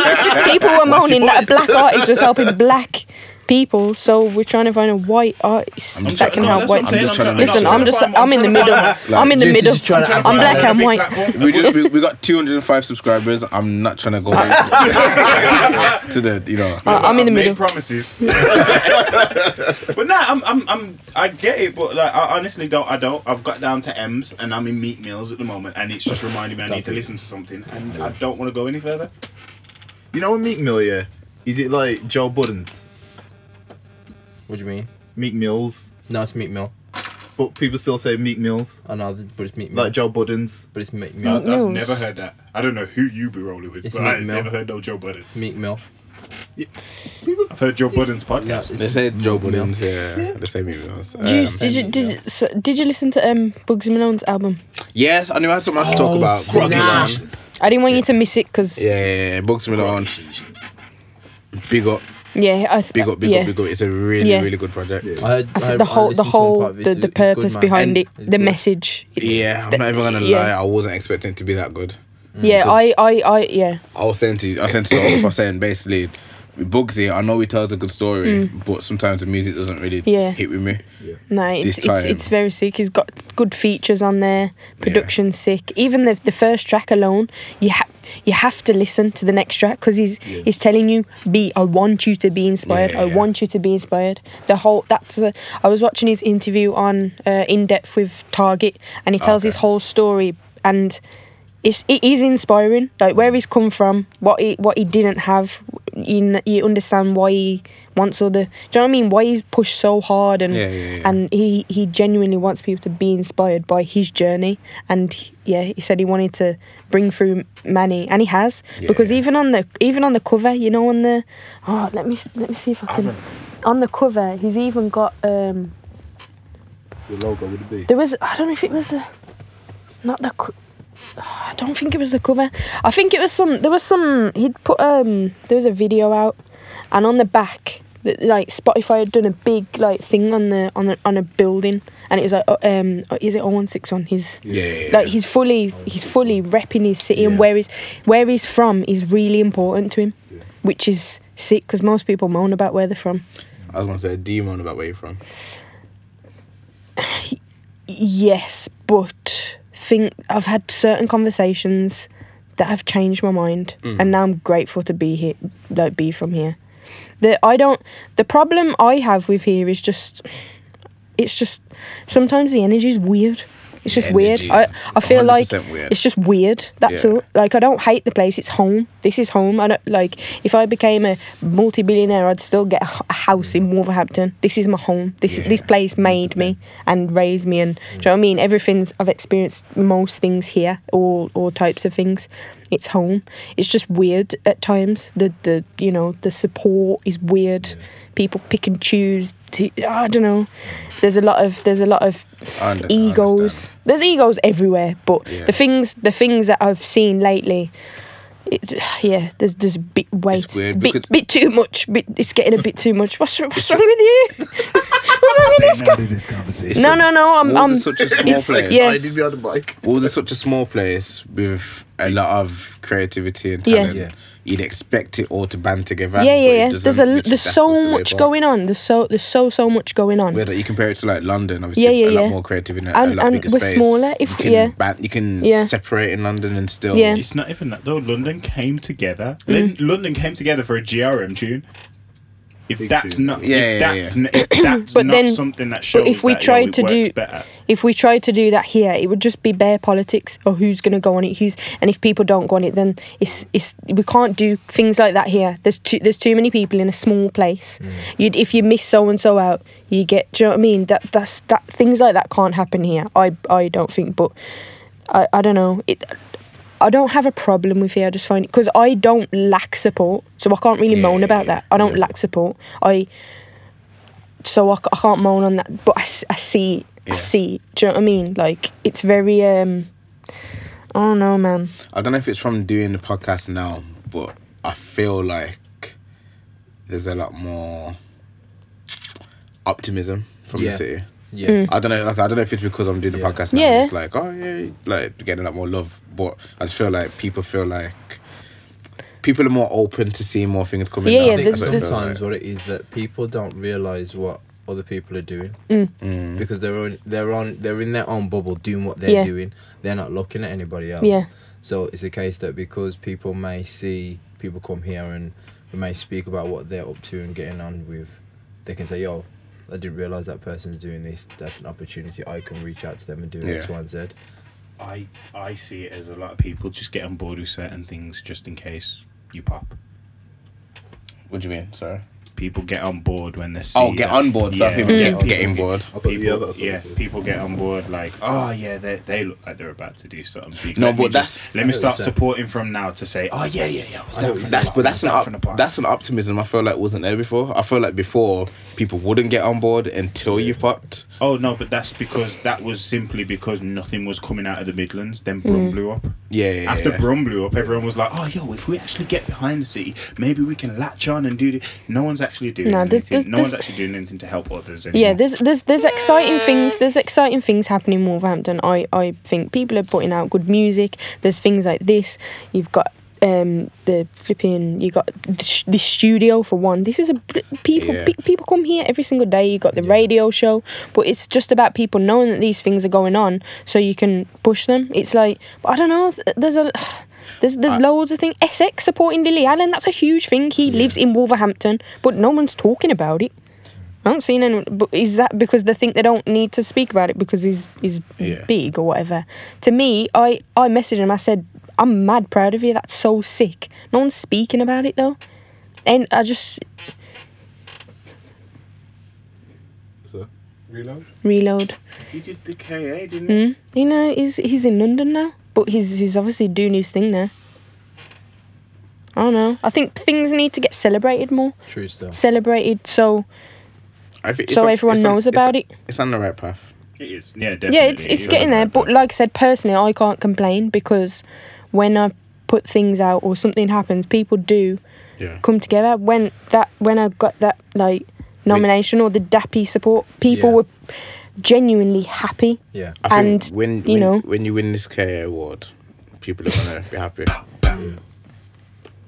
[SPEAKER 5] People were moaning that a black artist was helping black people, so we're trying to find a white artist
[SPEAKER 3] just
[SPEAKER 5] that can
[SPEAKER 3] trying-
[SPEAKER 5] help
[SPEAKER 7] that's
[SPEAKER 5] white.
[SPEAKER 7] what I'm
[SPEAKER 5] people.
[SPEAKER 7] saying, I'm
[SPEAKER 5] Listen,
[SPEAKER 7] trying-
[SPEAKER 5] I'm just
[SPEAKER 7] I'm
[SPEAKER 5] I'm in the
[SPEAKER 7] trying to
[SPEAKER 5] middle.
[SPEAKER 7] find-
[SPEAKER 5] I'm in the
[SPEAKER 4] Jess is
[SPEAKER 5] middle.
[SPEAKER 4] just trying to-
[SPEAKER 5] I'm black
[SPEAKER 7] Find
[SPEAKER 5] and
[SPEAKER 7] a big
[SPEAKER 5] white.
[SPEAKER 7] black woman.
[SPEAKER 3] we just we, we got 205 subscribers. I'm not trying to [LAUGHS] go to the you know.
[SPEAKER 5] Uh, I'm in the
[SPEAKER 7] Make
[SPEAKER 5] middle.
[SPEAKER 7] promises. [LAUGHS] but nah, I'm, I'm, I'm, I get it, but like, I honestly don't. I don't. I've got down to M's, and I'm in meat meals at the moment, and it's just reminding me I need to listen to something, and I don't want to go any further.
[SPEAKER 8] You know what Meek Mill, yeah? Is it like Joe Budden's?
[SPEAKER 4] What do you mean?
[SPEAKER 8] Meek Mills?
[SPEAKER 4] No, it's meat meal.
[SPEAKER 8] But people still say Meek Mills.
[SPEAKER 4] I know, but it's meat meal.
[SPEAKER 8] Like Joe Budden's.
[SPEAKER 4] but it's meat
[SPEAKER 7] I,
[SPEAKER 4] meal.
[SPEAKER 7] have
[SPEAKER 5] Mills.
[SPEAKER 7] never heard that. I don't know who you be rolling with,
[SPEAKER 4] It's
[SPEAKER 7] but
[SPEAKER 4] Meek
[SPEAKER 7] I've
[SPEAKER 4] Mill.
[SPEAKER 7] never heard no Joe Buddens.
[SPEAKER 4] Meat meal.
[SPEAKER 7] I've heard Joe Budden's
[SPEAKER 4] No,
[SPEAKER 7] podcast.
[SPEAKER 4] it's
[SPEAKER 3] They say Joe
[SPEAKER 4] meat meal.
[SPEAKER 3] Williams. Yeah, they say me. Williams.
[SPEAKER 5] Did you,
[SPEAKER 3] Um,
[SPEAKER 5] did you, did you, so, did you listen to um, Bugsy Malone's album?
[SPEAKER 3] Yes, I knew I had something else to talk
[SPEAKER 4] Oh,
[SPEAKER 3] about.
[SPEAKER 4] snap.
[SPEAKER 3] Bugsy Malone.
[SPEAKER 5] I didn't want you to miss it because yeah,
[SPEAKER 3] Yeah, yeah, yeah. Bugsy Malone. Big up,
[SPEAKER 5] I th-
[SPEAKER 3] big up, big
[SPEAKER 5] yeah.
[SPEAKER 3] up, big up. It's a really,
[SPEAKER 5] Yeah.
[SPEAKER 3] really good project.
[SPEAKER 8] Yeah.
[SPEAKER 4] I heard,
[SPEAKER 5] I think
[SPEAKER 4] heard-
[SPEAKER 5] the whole, the
[SPEAKER 4] listened to part
[SPEAKER 5] whole,
[SPEAKER 4] of it.
[SPEAKER 5] the,
[SPEAKER 4] It's-
[SPEAKER 5] the
[SPEAKER 4] it's good,
[SPEAKER 5] purpose
[SPEAKER 4] man.
[SPEAKER 5] behind
[SPEAKER 3] And
[SPEAKER 5] it,
[SPEAKER 4] it's
[SPEAKER 5] the
[SPEAKER 4] good.
[SPEAKER 5] message. It's
[SPEAKER 3] Yeah,
[SPEAKER 5] the-
[SPEAKER 3] I'm not even gonna
[SPEAKER 5] yeah.
[SPEAKER 3] lie. I wasn't expecting it to be that good.
[SPEAKER 5] Yeah, I, I, I, yeah,
[SPEAKER 3] I was saying to I was saying to Soul for saying basically, with Bugsy, I know he tells a good story, but sometimes the music doesn't really
[SPEAKER 5] Mm. Yeah.
[SPEAKER 3] hit with me.
[SPEAKER 5] no, it's,
[SPEAKER 3] This
[SPEAKER 5] it's
[SPEAKER 3] time-
[SPEAKER 5] it's very sick. He's got good features on there. Production sick. Even the the first track alone, you ha- you have to listen to the next track because he's he's telling you, "Be I want you to be inspired.
[SPEAKER 3] Yeah,
[SPEAKER 5] I
[SPEAKER 3] yeah.
[SPEAKER 5] want you to be inspired." The whole that's the I was watching his interview on uh, in depth with Target, and he tells his
[SPEAKER 3] Okay.
[SPEAKER 5] whole story and. it's it is inspiring. Like where he's come from, what he what he didn't have, you, kn- you understand why he wants all the. Do you know what I mean? Why he's pushed so hard and
[SPEAKER 3] Yeah, yeah, yeah.
[SPEAKER 5] and he he genuinely wants people to be inspired by his journey. And he- yeah, he said he wanted to bring through Manny, and he has because
[SPEAKER 3] Yeah.
[SPEAKER 5] even on the even on the cover, you know, on the oh let me let me see if I can. On the cover, he's even got um
[SPEAKER 8] The logo would it be?
[SPEAKER 5] there was I don't know if it was the, not the co- I don't think it was the cover. I think it was some there was some he'd put um there was a video out and on the back th- like Spotify had done a big like thing on the on the, on a building and it was like uh, um is it 0161 his
[SPEAKER 3] Yeah, yeah, yeah.
[SPEAKER 5] like he's fully he's fully repping his city and where he's where he's from is really important to him which is sick because most people moan about where they're from
[SPEAKER 3] I was gonna say a demon about where you're from.
[SPEAKER 5] Yes, but think I've had certain conversations that have changed my mind,
[SPEAKER 3] Mm.
[SPEAKER 5] and now I'm grateful to be here, like be from here. The I don't. The problem I have with here is just, it's just sometimes the energy is weird. It's just
[SPEAKER 3] The
[SPEAKER 5] weird.
[SPEAKER 3] energy
[SPEAKER 5] I
[SPEAKER 3] is
[SPEAKER 5] I feel like
[SPEAKER 3] 100% weird.
[SPEAKER 5] it's just weird. That's
[SPEAKER 3] Yeah.
[SPEAKER 5] all. Like I don't hate the place. It's home. This is home. I don't like. If I became a multi-billionaire, I'd still get a, h- a house in Wolverhampton. This is my home. This
[SPEAKER 3] Yeah.
[SPEAKER 5] this place made me and raised me. And do you know what I mean? Everything's I've experienced most things here. All all types of things. It's home. It's just weird at times. The the you know the support is weird. People pick and choose. To, I don't know. There's a lot of there's a lot of
[SPEAKER 3] I under- I
[SPEAKER 5] egos.
[SPEAKER 3] understand.
[SPEAKER 5] There's egos everywhere, but
[SPEAKER 3] Yeah.
[SPEAKER 5] the things the things that I've seen lately, it, yeah, there's there's a bit weight,
[SPEAKER 3] weird because-
[SPEAKER 5] bit, bit too much. Bit, it's getting a bit too
[SPEAKER 3] [LAUGHS]
[SPEAKER 5] much. What's wr- what's wrong with you? [LAUGHS] what's wrong with this guy?
[SPEAKER 7] this conversation.
[SPEAKER 5] No, no, no. I'm
[SPEAKER 3] Why
[SPEAKER 5] I'm.
[SPEAKER 3] was it such a small
[SPEAKER 5] Um, it's-
[SPEAKER 3] place?
[SPEAKER 5] Yes.
[SPEAKER 8] behind the bike.
[SPEAKER 3] Well, there's such a small place with a a lot of creativity and
[SPEAKER 5] Yeah.
[SPEAKER 3] talent.
[SPEAKER 4] Yeah.
[SPEAKER 3] You'd expect it all to band together.
[SPEAKER 5] yeah,
[SPEAKER 3] but it
[SPEAKER 5] yeah, yeah. There's a
[SPEAKER 3] doesn't,
[SPEAKER 5] l-
[SPEAKER 3] which-
[SPEAKER 5] there's
[SPEAKER 3] that's
[SPEAKER 5] so
[SPEAKER 3] just the way
[SPEAKER 5] much
[SPEAKER 3] it
[SPEAKER 5] going on. There's so there's so so much going on.
[SPEAKER 3] Whether you compare it to like London, obviously
[SPEAKER 5] Yeah, yeah,
[SPEAKER 3] a lot
[SPEAKER 5] yeah.
[SPEAKER 3] more creative in a, a
[SPEAKER 5] And-
[SPEAKER 3] lot
[SPEAKER 5] and
[SPEAKER 3] bigger
[SPEAKER 5] we're
[SPEAKER 3] space.
[SPEAKER 5] smaller, if-
[SPEAKER 3] you can
[SPEAKER 5] yeah.
[SPEAKER 3] ban- you can
[SPEAKER 5] Yeah.
[SPEAKER 3] separate in London and still
[SPEAKER 5] Yeah.
[SPEAKER 7] It's not even that though. London came together. Lon-
[SPEAKER 5] Mm.
[SPEAKER 7] London came together for a GRM tune. If that's
[SPEAKER 8] tune.
[SPEAKER 7] not,
[SPEAKER 3] Yeah,
[SPEAKER 7] if
[SPEAKER 3] yeah,
[SPEAKER 7] that's, n-
[SPEAKER 5] [COUGHS]
[SPEAKER 7] if that's
[SPEAKER 5] But
[SPEAKER 7] not
[SPEAKER 5] then-
[SPEAKER 7] something that shows
[SPEAKER 5] if we
[SPEAKER 7] that, you know,
[SPEAKER 5] tried
[SPEAKER 7] it
[SPEAKER 5] to
[SPEAKER 7] works
[SPEAKER 5] do-
[SPEAKER 7] better,
[SPEAKER 5] If we tried to do that here, it would just be bare politics or who's going to go on it, who's and if people don't go on it, then it's it's we can't do things like that here. There's too there's too many people in a small place.
[SPEAKER 3] Mm.
[SPEAKER 5] You'd if you miss so and so out, you get. Do you know what I mean? That that's that things like that can't happen here. I I don't think, but I I don't know it. I don't have a problem with here. I just find because I don't lack support, so I can't really
[SPEAKER 3] Yeah,
[SPEAKER 5] moan
[SPEAKER 3] yeah,
[SPEAKER 5] about
[SPEAKER 3] yeah.
[SPEAKER 5] that. I don't
[SPEAKER 3] Yeah.
[SPEAKER 5] lack support. I so I, c- I can't moan on that, but I, s- I see it. I
[SPEAKER 3] Yeah.
[SPEAKER 5] see it. Do you know what I mean? Like it's very um. I don't know, man.
[SPEAKER 3] I don't know if it's from doing the podcast now, but I feel like there's a lot more optimism from
[SPEAKER 4] Yeah.
[SPEAKER 3] the city.
[SPEAKER 4] Yeah.
[SPEAKER 3] I don't know. Like I don't know if it's because I'm doing the
[SPEAKER 4] Yeah.
[SPEAKER 3] podcast now.
[SPEAKER 5] Yeah.
[SPEAKER 3] It's like oh yeah, like getting a lot more love. But I just feel like people feel like people are more open to seeing more things coming.
[SPEAKER 5] Yeah,
[SPEAKER 3] out.
[SPEAKER 5] yeah,
[SPEAKER 4] I think
[SPEAKER 5] there's-
[SPEAKER 3] That's what it
[SPEAKER 5] there's-
[SPEAKER 3] feels
[SPEAKER 4] sometimes
[SPEAKER 3] like.
[SPEAKER 4] what it is that people don't realize what other people are doing
[SPEAKER 3] Mm.
[SPEAKER 4] because they're on, they're on they're in their own bubble doing what they're
[SPEAKER 5] Yeah.
[SPEAKER 4] doing. They're not looking at anybody else.
[SPEAKER 5] Yeah.
[SPEAKER 4] So it's a case that because people may see people come here and they may speak about what they're up to and getting on with, they can say, "Yo, I didn't realize that person's doing this. That's an opportunity. I can reach out to them and do X,
[SPEAKER 3] Yeah.
[SPEAKER 4] Y, and Z."
[SPEAKER 7] I I see it as a lot of people just get on board with certain things just in case you pop.
[SPEAKER 3] What do you mean? Sorry.
[SPEAKER 7] People get on board when they see.
[SPEAKER 3] Oh, get
[SPEAKER 7] that-
[SPEAKER 3] on board. So I
[SPEAKER 7] Yeah, Mm.
[SPEAKER 3] think we get
[SPEAKER 7] people-
[SPEAKER 3] getting board.
[SPEAKER 8] I thought
[SPEAKER 7] People,
[SPEAKER 8] yeah, that's what
[SPEAKER 7] yeah,
[SPEAKER 8] it is.
[SPEAKER 7] people get on board like, oh yeah, they, they look like they're about to do something. big.
[SPEAKER 3] No,
[SPEAKER 7] Let me
[SPEAKER 3] but
[SPEAKER 7] just-
[SPEAKER 3] that's-
[SPEAKER 7] let me
[SPEAKER 4] I
[SPEAKER 7] start
[SPEAKER 4] understand.
[SPEAKER 7] supporting from now to say, oh yeah, yeah, yeah, I was
[SPEAKER 4] I
[SPEAKER 7] down
[SPEAKER 4] know
[SPEAKER 7] for
[SPEAKER 3] That's
[SPEAKER 7] that,
[SPEAKER 3] but
[SPEAKER 7] I
[SPEAKER 3] that's
[SPEAKER 7] was
[SPEAKER 3] an
[SPEAKER 7] down
[SPEAKER 3] op-
[SPEAKER 7] for the party.
[SPEAKER 3] that's an optimism. I feel like wasn't there before. I feel like before people wouldn't get on board until you popped.
[SPEAKER 7] Oh no, but that's because that was simply because nothing was coming out of the Midlands. Then
[SPEAKER 5] Mm.
[SPEAKER 7] Brum blew up.
[SPEAKER 3] Yeah, yeah,
[SPEAKER 7] After
[SPEAKER 3] yeah.
[SPEAKER 7] Brum blew up, everyone was like, "Oh, yo, if we actually get behind the city, maybe we can latch on and do this." No one's actually doing
[SPEAKER 5] No,
[SPEAKER 7] anything.
[SPEAKER 5] there's- there's-
[SPEAKER 7] no one's
[SPEAKER 5] there's-
[SPEAKER 7] actually doing anything to help others. Anymore.
[SPEAKER 5] Yeah, there's there's there's exciting things. There's exciting things happening in Wolverhampton. I I think people are putting out good music. There's things like this. You've got um the flipping. You got the, sh- the studio for one. This is a bl- people
[SPEAKER 3] Yeah.
[SPEAKER 5] pe- people come here every single day. You got the radio show, but it's just about people knowing that these things are going on, so you can push them. It's like I don't know. th- There's a [SIGHS] there's there's loads of things. Essex supporting Lily Allen. That's a huge thing. He lives in Wolverhampton, but no one's talking about it. I haven't seen anyone. But is that because they think they don't need to speak about it because he's he's
[SPEAKER 3] Yeah.
[SPEAKER 5] big or whatever? To me, I I messaged him. I said, "I'm mad proud of you. That's so sick. No one's speaking about it though." And I just
[SPEAKER 8] So,
[SPEAKER 9] Reload?
[SPEAKER 5] reload.
[SPEAKER 7] You did the KA, didn't you?
[SPEAKER 5] Mm. You know, he's he's in London now, but he's he's obviously doing his thing there. I don't know. I think things need to get celebrated more.
[SPEAKER 4] True stuff.
[SPEAKER 5] Celebrated so
[SPEAKER 3] I think
[SPEAKER 5] so everyone knows about it.
[SPEAKER 3] It's on the right path.
[SPEAKER 7] It is. Yeah, definitely.
[SPEAKER 5] yeah, it's
[SPEAKER 7] it
[SPEAKER 5] it's
[SPEAKER 7] is.
[SPEAKER 5] getting there. But like I said, personally, I can't complain because when I put things out or something happens, people do
[SPEAKER 3] Yeah.
[SPEAKER 5] come together. When that when I got that like nomination or the Dappy support, people
[SPEAKER 4] Yeah.
[SPEAKER 5] were genuinely happy.
[SPEAKER 4] Yeah.
[SPEAKER 3] I think
[SPEAKER 5] And,
[SPEAKER 3] when,
[SPEAKER 5] you
[SPEAKER 3] when
[SPEAKER 5] know-
[SPEAKER 3] when you win this KA award, people are gonna be happy,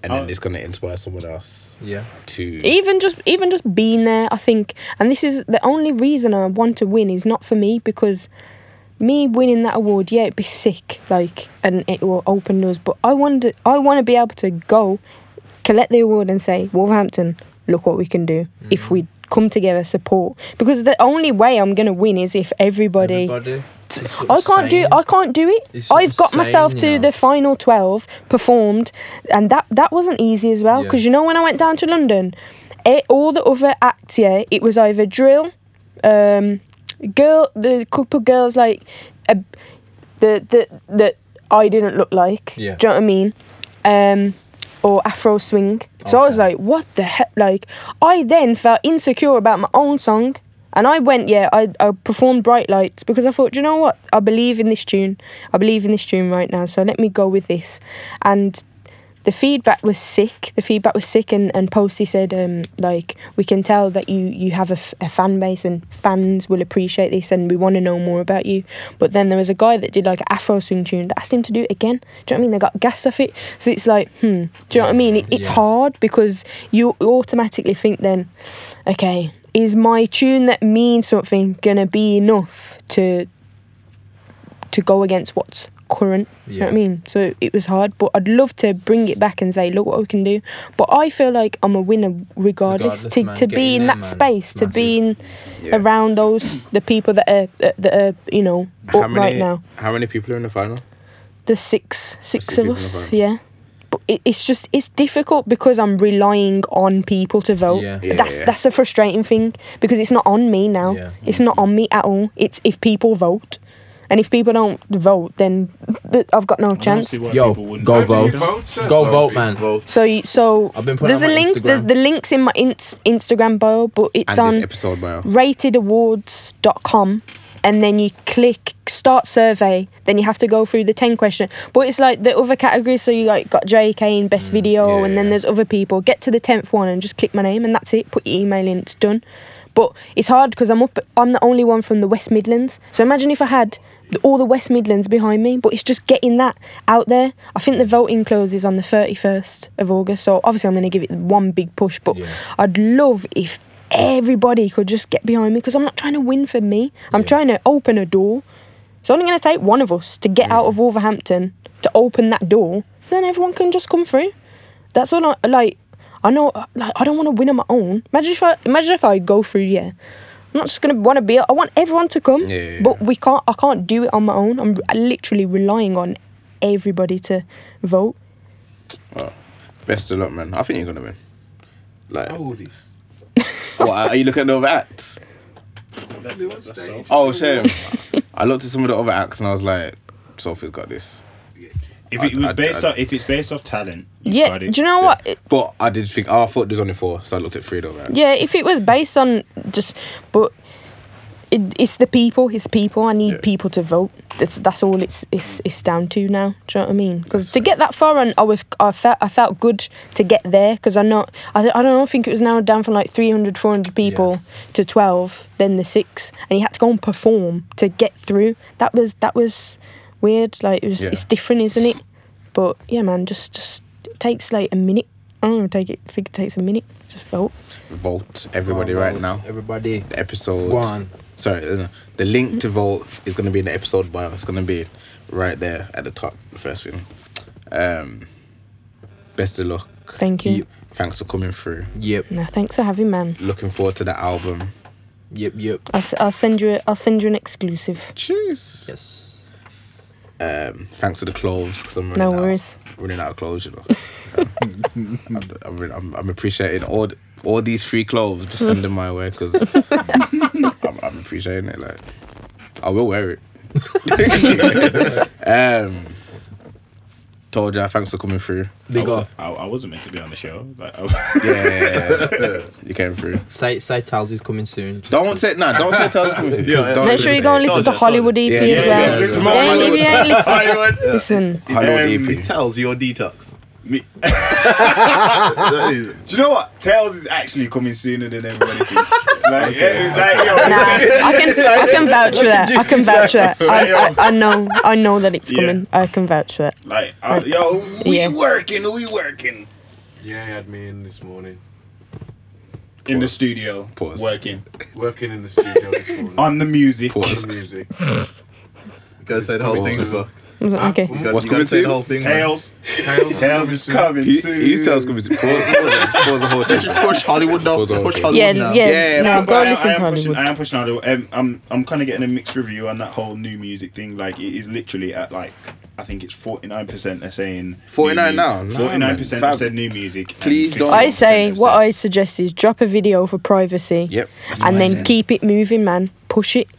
[SPEAKER 3] and then it's gonna inspire someone else
[SPEAKER 4] Yeah.
[SPEAKER 3] to.
[SPEAKER 5] even just even just being there i think and this is the only reason i want to win is not for me because me winning that award yeah it'd be sick like and it will open doors but i want to i want to be able to go collect the award and say wolverhampton look what we can do if we come together support because the only way i'm going to win is if everybody,
[SPEAKER 4] Everybody. it's sort
[SPEAKER 5] I
[SPEAKER 4] of
[SPEAKER 5] can't
[SPEAKER 4] sane.
[SPEAKER 5] do I can't do it.
[SPEAKER 4] It's sort
[SPEAKER 5] I've
[SPEAKER 4] of
[SPEAKER 5] got
[SPEAKER 4] sane,
[SPEAKER 5] myself
[SPEAKER 4] you
[SPEAKER 5] to
[SPEAKER 4] know.
[SPEAKER 5] the final 12 performed and that that wasn't easy as well
[SPEAKER 4] Yeah.
[SPEAKER 5] because you know when I went down to London eh, all the other acts yeah it was either drill um girl the couple girls like a, the the that I didn't look like
[SPEAKER 4] Yeah.
[SPEAKER 5] do you know what I mean um or Afro swing. So I was
[SPEAKER 4] Okay.
[SPEAKER 5] like, what the heck? Like, I then felt insecure about my own song. And I went, yeah, I, I performed Bright Lights because I thought, "Do you know what? I believe in this tune. I believe in this tune right now. So let me go with this. And the feedback was sick. The feedback was sick, and and Posty said, um, like we can tell that you you have a, f- a fan base and fans will appreciate this, and we want to know more about you. But then there was a guy that did like an Afro swing tune that asked him to do it again. Do you know what I mean? They got gas off it, so it's like, hmm. Do you know what I mean? It, it's
[SPEAKER 4] Yeah.
[SPEAKER 5] hard because you automatically think then, okay, is my tune that means something gonna be enough to to go against what's current. You know what I
[SPEAKER 4] Yeah.
[SPEAKER 5] mean? So it was hard, but I'd love to bring it back and say, look what we can do. But I feel like I'm a winner regardless.
[SPEAKER 4] Regardless,
[SPEAKER 5] to
[SPEAKER 4] man.
[SPEAKER 5] to
[SPEAKER 4] Getting
[SPEAKER 5] be in
[SPEAKER 4] there,
[SPEAKER 5] that
[SPEAKER 4] man.
[SPEAKER 5] space, to be in
[SPEAKER 8] Yeah.
[SPEAKER 5] around those the people that are uh, that are you know
[SPEAKER 3] How
[SPEAKER 5] up
[SPEAKER 3] many?
[SPEAKER 5] right now.
[SPEAKER 3] How many people are in the final?
[SPEAKER 5] There's six six
[SPEAKER 3] Six
[SPEAKER 5] of
[SPEAKER 3] people
[SPEAKER 5] us.
[SPEAKER 3] in the
[SPEAKER 5] Yeah. But it, it's just it's difficult because I'm relying on people to vote.
[SPEAKER 4] Yeah.
[SPEAKER 3] Yeah,
[SPEAKER 5] that's
[SPEAKER 3] yeah.
[SPEAKER 5] that's a frustrating thing because it's not on me now.
[SPEAKER 4] Yeah.
[SPEAKER 5] It's not on me at all. It's if people vote, and if people don't vote, then th- I've got no chance.
[SPEAKER 4] Yo, go vote. Go
[SPEAKER 9] Sorry,
[SPEAKER 4] vote,
[SPEAKER 9] people
[SPEAKER 4] man.
[SPEAKER 9] vote.
[SPEAKER 5] So you- so
[SPEAKER 4] I've been putting
[SPEAKER 5] there's
[SPEAKER 4] on
[SPEAKER 5] a
[SPEAKER 4] my
[SPEAKER 5] link. The,
[SPEAKER 4] Instagram.
[SPEAKER 5] the link's in my ins- Instagram bio, but it's
[SPEAKER 3] And this
[SPEAKER 5] on
[SPEAKER 3] episode bio.
[SPEAKER 5] ratedawards.com and then you click start survey then you have to go through the 10 question but it's like the other categories so you like got jk in best video
[SPEAKER 3] Mm, yeah,
[SPEAKER 5] and then
[SPEAKER 3] yeah.
[SPEAKER 5] there's other people get to the 10th one and just click my name and that's it put your email in it's done but it's hard because i'm up i'm the only one from the west midlands so imagine if i had the- all the west midlands behind me but it's just getting that out there i think the voting closes on the 31st of august so obviously i'm going to give it one big push but
[SPEAKER 4] Yeah.
[SPEAKER 5] I'd love if everybody could just get behind me because I'm not trying to win for me. I'm
[SPEAKER 4] Yeah.
[SPEAKER 5] trying to open a door. It's only going to take one of us to get out of Wolverhampton to open that door. Then everyone can just come through. That's all. I, like I know. Like I don't want to win on my own. Imagine if I imagine if I go through. Yeah. I'm not just gonna want to be. I want everyone to come,
[SPEAKER 3] Yeah, yeah, yeah.
[SPEAKER 5] but we can't. I can't do it on my own. I'm literally relying on everybody to vote.
[SPEAKER 3] Best of luck, man. I think you're gonna win. Like,
[SPEAKER 6] All this.
[SPEAKER 3] what, are you looking at the other acts? Oh, shame. I looked at some of the other acts and I was like, Sophie's got this.
[SPEAKER 7] If it was
[SPEAKER 3] I'd-
[SPEAKER 7] based
[SPEAKER 3] I'd-
[SPEAKER 7] off, if it's based off talent, you've
[SPEAKER 5] Yeah.
[SPEAKER 7] got
[SPEAKER 5] Do
[SPEAKER 7] it.
[SPEAKER 5] you know what?
[SPEAKER 3] But I did think, oh, I thought there's only four, so I looked at three of the other acts.
[SPEAKER 5] Yeah, if it was based on just, but it, it's the people. It's people. I need
[SPEAKER 3] Yeah.
[SPEAKER 5] people to vote. That's that's all. It's it's it's down to now. Do you know what I mean? Because to get that far, and I was I felt I felt good to get there because I not I, I don't know. I think it was now down from like 300, 400 people to twelve, then the six, and you had to go and perform to get through. That was that was weird. Like it was,
[SPEAKER 3] Yeah.
[SPEAKER 5] it's different, isn't it? But yeah, man, just just it takes like a minute. I don't know, take it. I think it takes a minute. Just vote.
[SPEAKER 3] Vote everybody
[SPEAKER 4] Go
[SPEAKER 3] right
[SPEAKER 4] vote.
[SPEAKER 3] now.
[SPEAKER 4] Everybody.
[SPEAKER 3] The episode
[SPEAKER 4] Oh, One.
[SPEAKER 3] Sorry, no, no. the link to vote is gonna be in the episode bio. It's gonna be right there at the top, the first thing. Um, best of luck.
[SPEAKER 5] Thank you.
[SPEAKER 4] Yep.
[SPEAKER 3] Thanks for coming through.
[SPEAKER 4] Yep.
[SPEAKER 5] No, thanks for having, man.
[SPEAKER 3] Looking forward to the album.
[SPEAKER 4] Yep. Yep.
[SPEAKER 5] I'll, s- I'll send you. A, I'll send you an exclusive.
[SPEAKER 3] Cheers.
[SPEAKER 4] Yes.
[SPEAKER 3] Um, thanks to the clothes because I'm running
[SPEAKER 5] No
[SPEAKER 3] out,
[SPEAKER 5] worries.
[SPEAKER 3] running out of clothes. You know, [LAUGHS] I'm, I'm, really- I'm, I'm appreciating all th- all these free clothes. Just send them my way because
[SPEAKER 5] [LAUGHS]
[SPEAKER 3] I'm, I'm appreciating it. Like, I will wear
[SPEAKER 5] [LAUGHS]
[SPEAKER 3] it. um, told ya, thanks for coming
[SPEAKER 5] [LAUGHS]
[SPEAKER 3] through.
[SPEAKER 4] Big up.
[SPEAKER 7] I, I wasn't meant to be on the show. Like, I,
[SPEAKER 3] Yeah, you came through.
[SPEAKER 4] Say say Tals is coming soon. Just
[SPEAKER 3] Don't say nah. Don't say tell us. Yeah,
[SPEAKER 5] Make sure you go and listen to Hollywood EP
[SPEAKER 3] Yeah, yeah,
[SPEAKER 5] as well.
[SPEAKER 3] yeah,
[SPEAKER 5] Yeah,
[SPEAKER 3] yeah. More
[SPEAKER 5] if you ain't listen,
[SPEAKER 6] Hollywood.
[SPEAKER 5] listen.
[SPEAKER 3] Hollywood
[SPEAKER 8] Um,
[SPEAKER 3] EP.
[SPEAKER 8] tells your detox. [LAUGHS]
[SPEAKER 7] me,
[SPEAKER 8] That is
[SPEAKER 7] [LAUGHS] do you know what? Tails is actually coming sooner than everybody [LAUGHS] thinks. Like, yeah, like, yo,
[SPEAKER 5] Nah, I can I can vouch for that. I can vouch for that. I, I, I know I know that it's
[SPEAKER 7] Yeah.
[SPEAKER 5] coming. I can vouch for that.
[SPEAKER 7] [LAUGHS] like,
[SPEAKER 3] [LAUGHS]
[SPEAKER 7] uh, yo, we
[SPEAKER 5] Yeah.
[SPEAKER 7] working, we working
[SPEAKER 9] Yeah, he had me in this morning.
[SPEAKER 7] in the studio,
[SPEAKER 3] Pause.
[SPEAKER 7] working
[SPEAKER 9] Working in the studio this
[SPEAKER 5] [LAUGHS]
[SPEAKER 9] morning.
[SPEAKER 7] on the music.
[SPEAKER 9] On the music.
[SPEAKER 8] gotta say the whole thing as well.
[SPEAKER 5] Was
[SPEAKER 3] Ah,
[SPEAKER 5] it okay?
[SPEAKER 8] You gotta-
[SPEAKER 3] What's
[SPEAKER 8] you gotta
[SPEAKER 3] coming
[SPEAKER 8] say
[SPEAKER 3] to
[SPEAKER 8] the
[SPEAKER 3] you?
[SPEAKER 8] whole thing. man.
[SPEAKER 7] Tails, Tails is coming
[SPEAKER 3] He,
[SPEAKER 7] soon.
[SPEAKER 3] he's tells coming to pause, pause, pause the whole
[SPEAKER 5] [LAUGHS]
[SPEAKER 3] thing. [LAUGHS]
[SPEAKER 8] Push Hollywood now.
[SPEAKER 3] Hold on,
[SPEAKER 8] Push
[SPEAKER 3] hold
[SPEAKER 8] Hollywood
[SPEAKER 5] Yeah,
[SPEAKER 8] now.
[SPEAKER 5] yeah.
[SPEAKER 3] Yeah,
[SPEAKER 5] no,
[SPEAKER 7] Yeah,
[SPEAKER 5] go
[SPEAKER 7] but I,
[SPEAKER 5] listen
[SPEAKER 7] I
[SPEAKER 5] to
[SPEAKER 7] am pushing.
[SPEAKER 5] Hollywood.
[SPEAKER 7] I am pushing out. the- Um, I'm I'm kind of getting a mixed review on that whole new music thing. Like it is literally at like I think it's 49 percent are saying new
[SPEAKER 3] 49
[SPEAKER 7] mu-
[SPEAKER 3] now? No,
[SPEAKER 7] 49 percent
[SPEAKER 3] man.
[SPEAKER 7] have said new music. and
[SPEAKER 3] Please don't.
[SPEAKER 7] 51%
[SPEAKER 5] I say
[SPEAKER 7] have
[SPEAKER 5] what
[SPEAKER 7] said-
[SPEAKER 5] I suggest is drop a video for privacy.
[SPEAKER 3] Yep, that's what
[SPEAKER 5] And
[SPEAKER 3] I
[SPEAKER 5] then
[SPEAKER 3] said.
[SPEAKER 5] keep it moving, man. Push it,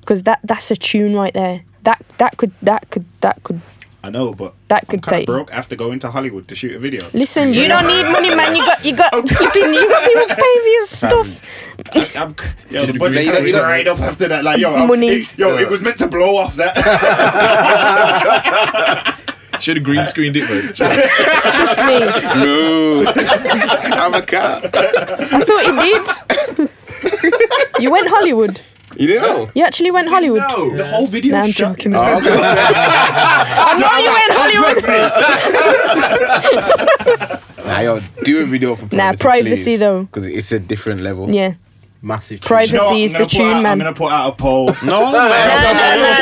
[SPEAKER 5] because that that's a tune right there. That that could that could that could
[SPEAKER 7] I know, but
[SPEAKER 5] That
[SPEAKER 7] I'm
[SPEAKER 5] could
[SPEAKER 7] kinda
[SPEAKER 5] take-
[SPEAKER 7] broke after going to Hollywood to shoot a video.
[SPEAKER 5] Listen, you don't need money, man. You got, you
[SPEAKER 7] [LAUGHS]
[SPEAKER 5] got flipping, you got people paying for your stuff.
[SPEAKER 7] I'm, yo,
[SPEAKER 3] Just
[SPEAKER 7] the
[SPEAKER 3] lay
[SPEAKER 7] budget
[SPEAKER 3] that-
[SPEAKER 7] was right up after that. Like yo, I'm-
[SPEAKER 5] Money.
[SPEAKER 7] it- yo, it was meant to blow off that.
[SPEAKER 6] Should have green screened it, man.
[SPEAKER 5] Trust me.
[SPEAKER 3] No, I'm a cat.
[SPEAKER 5] I
[SPEAKER 7] [LAUGHS]
[SPEAKER 5] thought you did. you went Hollywood.
[SPEAKER 3] You didn't know?
[SPEAKER 5] You actually went Hollywood.
[SPEAKER 7] No, [LAUGHS] the whole video.
[SPEAKER 5] No, I'm
[SPEAKER 7] shot.
[SPEAKER 5] joking. [LAUGHS] I know you went Hollywood.
[SPEAKER 3] Nah, yo, do a video for privacy.
[SPEAKER 5] Nah, privacy though.
[SPEAKER 3] Because it's a different level.
[SPEAKER 5] Yeah.
[SPEAKER 4] Massive. tune.
[SPEAKER 5] Privacy
[SPEAKER 7] You know what? I'm
[SPEAKER 5] is the
[SPEAKER 7] gonna put
[SPEAKER 5] tune,
[SPEAKER 7] out- I'm
[SPEAKER 5] man.
[SPEAKER 7] gonna put out a poll. [LAUGHS]
[SPEAKER 3] No, man.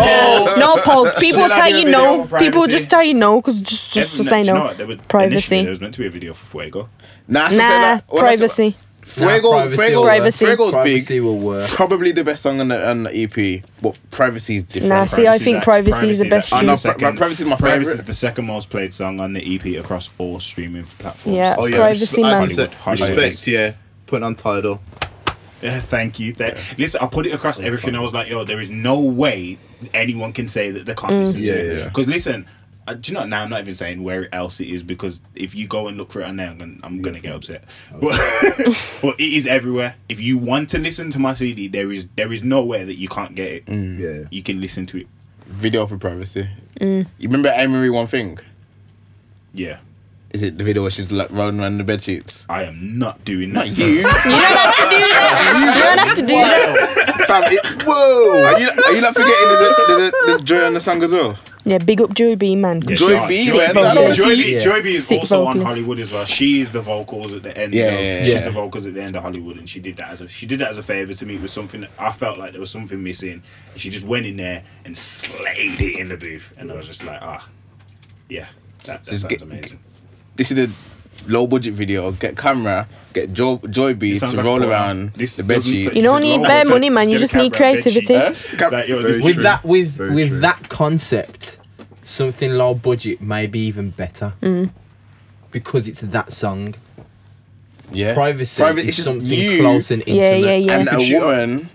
[SPEAKER 5] [LAUGHS] No, no, no. No polls. People
[SPEAKER 7] Should
[SPEAKER 5] tell
[SPEAKER 7] I do a
[SPEAKER 5] you
[SPEAKER 7] video
[SPEAKER 5] no.
[SPEAKER 7] on
[SPEAKER 5] People
[SPEAKER 7] privacy?
[SPEAKER 5] just tell you no because just
[SPEAKER 7] There
[SPEAKER 5] just to
[SPEAKER 7] was-
[SPEAKER 5] say
[SPEAKER 7] do you know
[SPEAKER 5] no.
[SPEAKER 7] what? There was- initially, There
[SPEAKER 5] Privacy.
[SPEAKER 7] was meant to be a video for Fuego.
[SPEAKER 3] Nah, that's what I'm saying,
[SPEAKER 5] Nah,
[SPEAKER 3] like, when I saw-
[SPEAKER 5] privacy.
[SPEAKER 3] Fuego,
[SPEAKER 4] Nah, privacy
[SPEAKER 3] Fuego,
[SPEAKER 4] or-
[SPEAKER 5] Privacy.
[SPEAKER 3] Fuego's
[SPEAKER 4] Privacy
[SPEAKER 3] big.
[SPEAKER 4] will work.
[SPEAKER 3] Probably the best song on the, on the EP, but privacy is different.
[SPEAKER 5] Nah, see, I
[SPEAKER 7] Privacy's
[SPEAKER 5] think
[SPEAKER 7] act-
[SPEAKER 5] privacy is the
[SPEAKER 7] Privacy's
[SPEAKER 5] best
[SPEAKER 7] actually
[SPEAKER 3] I know,
[SPEAKER 5] tune.
[SPEAKER 7] the
[SPEAKER 3] pri-
[SPEAKER 7] second-
[SPEAKER 3] privacy is my
[SPEAKER 7] Privacy
[SPEAKER 3] favourite.
[SPEAKER 7] is the second most played song on the EP across all streaming platforms.
[SPEAKER 5] Yeah,
[SPEAKER 8] Oh yeah,
[SPEAKER 5] privacy,
[SPEAKER 8] respe- I
[SPEAKER 5] man.
[SPEAKER 8] just said
[SPEAKER 7] Hollywood.
[SPEAKER 8] respect. Yeah, put on title.
[SPEAKER 7] Yeah, thank you. Tha- Listen, I put it across everything. I was like, yo, there is no way anyone can say that they can't
[SPEAKER 5] Mm.
[SPEAKER 7] listen
[SPEAKER 8] Yeah,
[SPEAKER 7] to it.
[SPEAKER 8] yeah.
[SPEAKER 7] Because listen, uh, do you know? Now I'm not even saying where else it is because if you go and look for it on there, I'm gonna, I'm gonna get upset. But, but [LAUGHS] it is everywhere. If you want to listen to my CD, there is there is nowhere that you can't get
[SPEAKER 5] Mm.
[SPEAKER 7] it.
[SPEAKER 8] Yeah.
[SPEAKER 7] You can listen to it.
[SPEAKER 3] Video for privacy.
[SPEAKER 5] Mm.
[SPEAKER 3] You remember Emery One Thing?
[SPEAKER 7] Yeah,
[SPEAKER 3] Is it the video where she's like rolling around the bed sheets?
[SPEAKER 7] I am not doing that.
[SPEAKER 3] [LAUGHS] You?
[SPEAKER 5] You don't have to do that. You don't have to
[SPEAKER 7] [LAUGHS]
[SPEAKER 5] do
[SPEAKER 3] [LAUGHS]
[SPEAKER 5] that.
[SPEAKER 3] Fam, it, whoa! Are you, are you not forgetting there's, a, there's, a, there's Joy on the song as well?
[SPEAKER 5] Yeah, big up Joey B, man.
[SPEAKER 7] Yeah,
[SPEAKER 3] Joy
[SPEAKER 7] she's-
[SPEAKER 3] B,
[SPEAKER 7] Joy
[SPEAKER 3] man.
[SPEAKER 7] B-
[SPEAKER 3] I
[SPEAKER 5] don't
[SPEAKER 7] Joy
[SPEAKER 4] see
[SPEAKER 7] B,
[SPEAKER 4] it.
[SPEAKER 7] Joy B is
[SPEAKER 5] Sick
[SPEAKER 7] also on
[SPEAKER 5] vocalist.
[SPEAKER 7] Hollywood as well. She is the vocals at the end.
[SPEAKER 3] Yeah,
[SPEAKER 7] of,
[SPEAKER 3] yeah,
[SPEAKER 7] she's
[SPEAKER 3] yeah.
[SPEAKER 7] the vocals at the end of Hollywood, and she did that as a she did that as a favor to me. It was something that I felt like there was something missing. And she just went in there and slayed it in the booth, and I was just like, ah, yeah, that, that
[SPEAKER 3] Just
[SPEAKER 7] sounds
[SPEAKER 3] get-
[SPEAKER 7] amazing.
[SPEAKER 3] This is a low budget video. Get camera, get Joy, Joy B
[SPEAKER 7] It
[SPEAKER 3] to
[SPEAKER 7] sounds like
[SPEAKER 3] roll
[SPEAKER 7] porn.
[SPEAKER 3] around
[SPEAKER 7] This
[SPEAKER 3] the bed
[SPEAKER 7] doesn't
[SPEAKER 3] sheets.
[SPEAKER 7] say-
[SPEAKER 5] You don't
[SPEAKER 7] this is
[SPEAKER 5] need
[SPEAKER 7] low
[SPEAKER 5] bare
[SPEAKER 7] budget.
[SPEAKER 5] money, man. You
[SPEAKER 7] get a
[SPEAKER 5] just need
[SPEAKER 7] camera, bed sheets.
[SPEAKER 5] creativity.
[SPEAKER 3] Huh?
[SPEAKER 7] Like, yo,
[SPEAKER 8] Very
[SPEAKER 7] this is
[SPEAKER 4] with
[SPEAKER 7] true.
[SPEAKER 4] that with with
[SPEAKER 8] true.
[SPEAKER 4] that concept something low budget may be even better
[SPEAKER 5] Mm.
[SPEAKER 4] because it's that song
[SPEAKER 3] Yeah.
[SPEAKER 4] privacy
[SPEAKER 3] Private-
[SPEAKER 4] is
[SPEAKER 3] just
[SPEAKER 4] something
[SPEAKER 3] you
[SPEAKER 4] close and
[SPEAKER 5] Yeah,
[SPEAKER 4] intimate
[SPEAKER 5] yeah, yeah.
[SPEAKER 3] And a
[SPEAKER 8] Shoot up.
[SPEAKER 3] woman.
[SPEAKER 5] Don't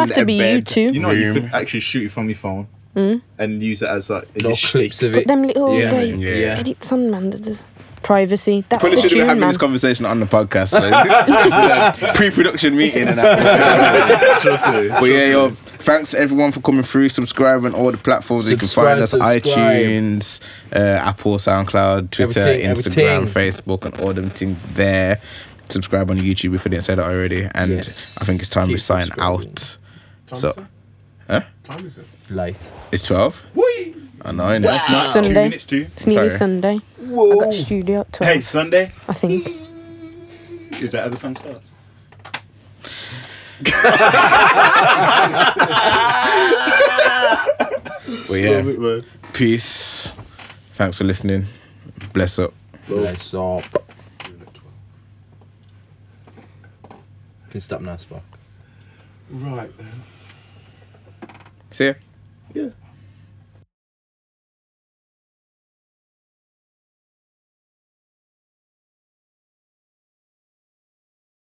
[SPEAKER 3] and
[SPEAKER 5] have to
[SPEAKER 3] a
[SPEAKER 5] be you
[SPEAKER 3] bed
[SPEAKER 5] two.
[SPEAKER 8] You know, what, you
[SPEAKER 3] room.
[SPEAKER 8] could actually shoot it from your phone and use it as like a
[SPEAKER 4] Hmm? little
[SPEAKER 8] shtick.
[SPEAKER 4] clips of
[SPEAKER 5] Put
[SPEAKER 4] it
[SPEAKER 5] them little
[SPEAKER 4] yeah,
[SPEAKER 5] gay
[SPEAKER 3] yeah.
[SPEAKER 5] edits on, man. That is- Privacy. That's
[SPEAKER 3] Probably
[SPEAKER 5] the
[SPEAKER 3] should have been
[SPEAKER 5] tune,
[SPEAKER 3] having
[SPEAKER 5] man.
[SPEAKER 3] this conversation on the podcast. So
[SPEAKER 5] [LAUGHS]
[SPEAKER 3] it's a pre-production meeting and that.
[SPEAKER 8] [LAUGHS] Trust me.
[SPEAKER 3] But yeah, yo, thanks everyone for coming through. Subscribe on all the platforms you can find us:
[SPEAKER 4] Subscribe, subscribe.
[SPEAKER 3] iTunes, uh, Apple, SoundCloud, Twitter,
[SPEAKER 4] Everything,
[SPEAKER 3] Instagram,
[SPEAKER 4] everything.
[SPEAKER 3] Facebook, and all them things there. Subscribe on YouTube if we didn't say that already. And
[SPEAKER 4] Yes.
[SPEAKER 3] I think it's time we
[SPEAKER 4] Keep
[SPEAKER 3] sign
[SPEAKER 4] subscribing.
[SPEAKER 3] out.
[SPEAKER 9] Time
[SPEAKER 3] So-
[SPEAKER 9] is it?
[SPEAKER 3] Huh?
[SPEAKER 9] Time is it?
[SPEAKER 4] late
[SPEAKER 3] It's twelve. I know. innit?
[SPEAKER 7] That's not two
[SPEAKER 5] Sunday.
[SPEAKER 7] minutes too.
[SPEAKER 5] It's nearly
[SPEAKER 3] Sorry.
[SPEAKER 5] Sunday. I got studio at
[SPEAKER 7] Hey,
[SPEAKER 5] 12,
[SPEAKER 7] Sunday.
[SPEAKER 5] I think.
[SPEAKER 7] Is that how the song starts?
[SPEAKER 3] But
[SPEAKER 8] Love
[SPEAKER 3] yeah,
[SPEAKER 8] it, man.
[SPEAKER 3] peace. Thanks for listening. Bless up.
[SPEAKER 4] let's up can stop now spot
[SPEAKER 9] Right then.
[SPEAKER 3] See ya.
[SPEAKER 8] Yeah.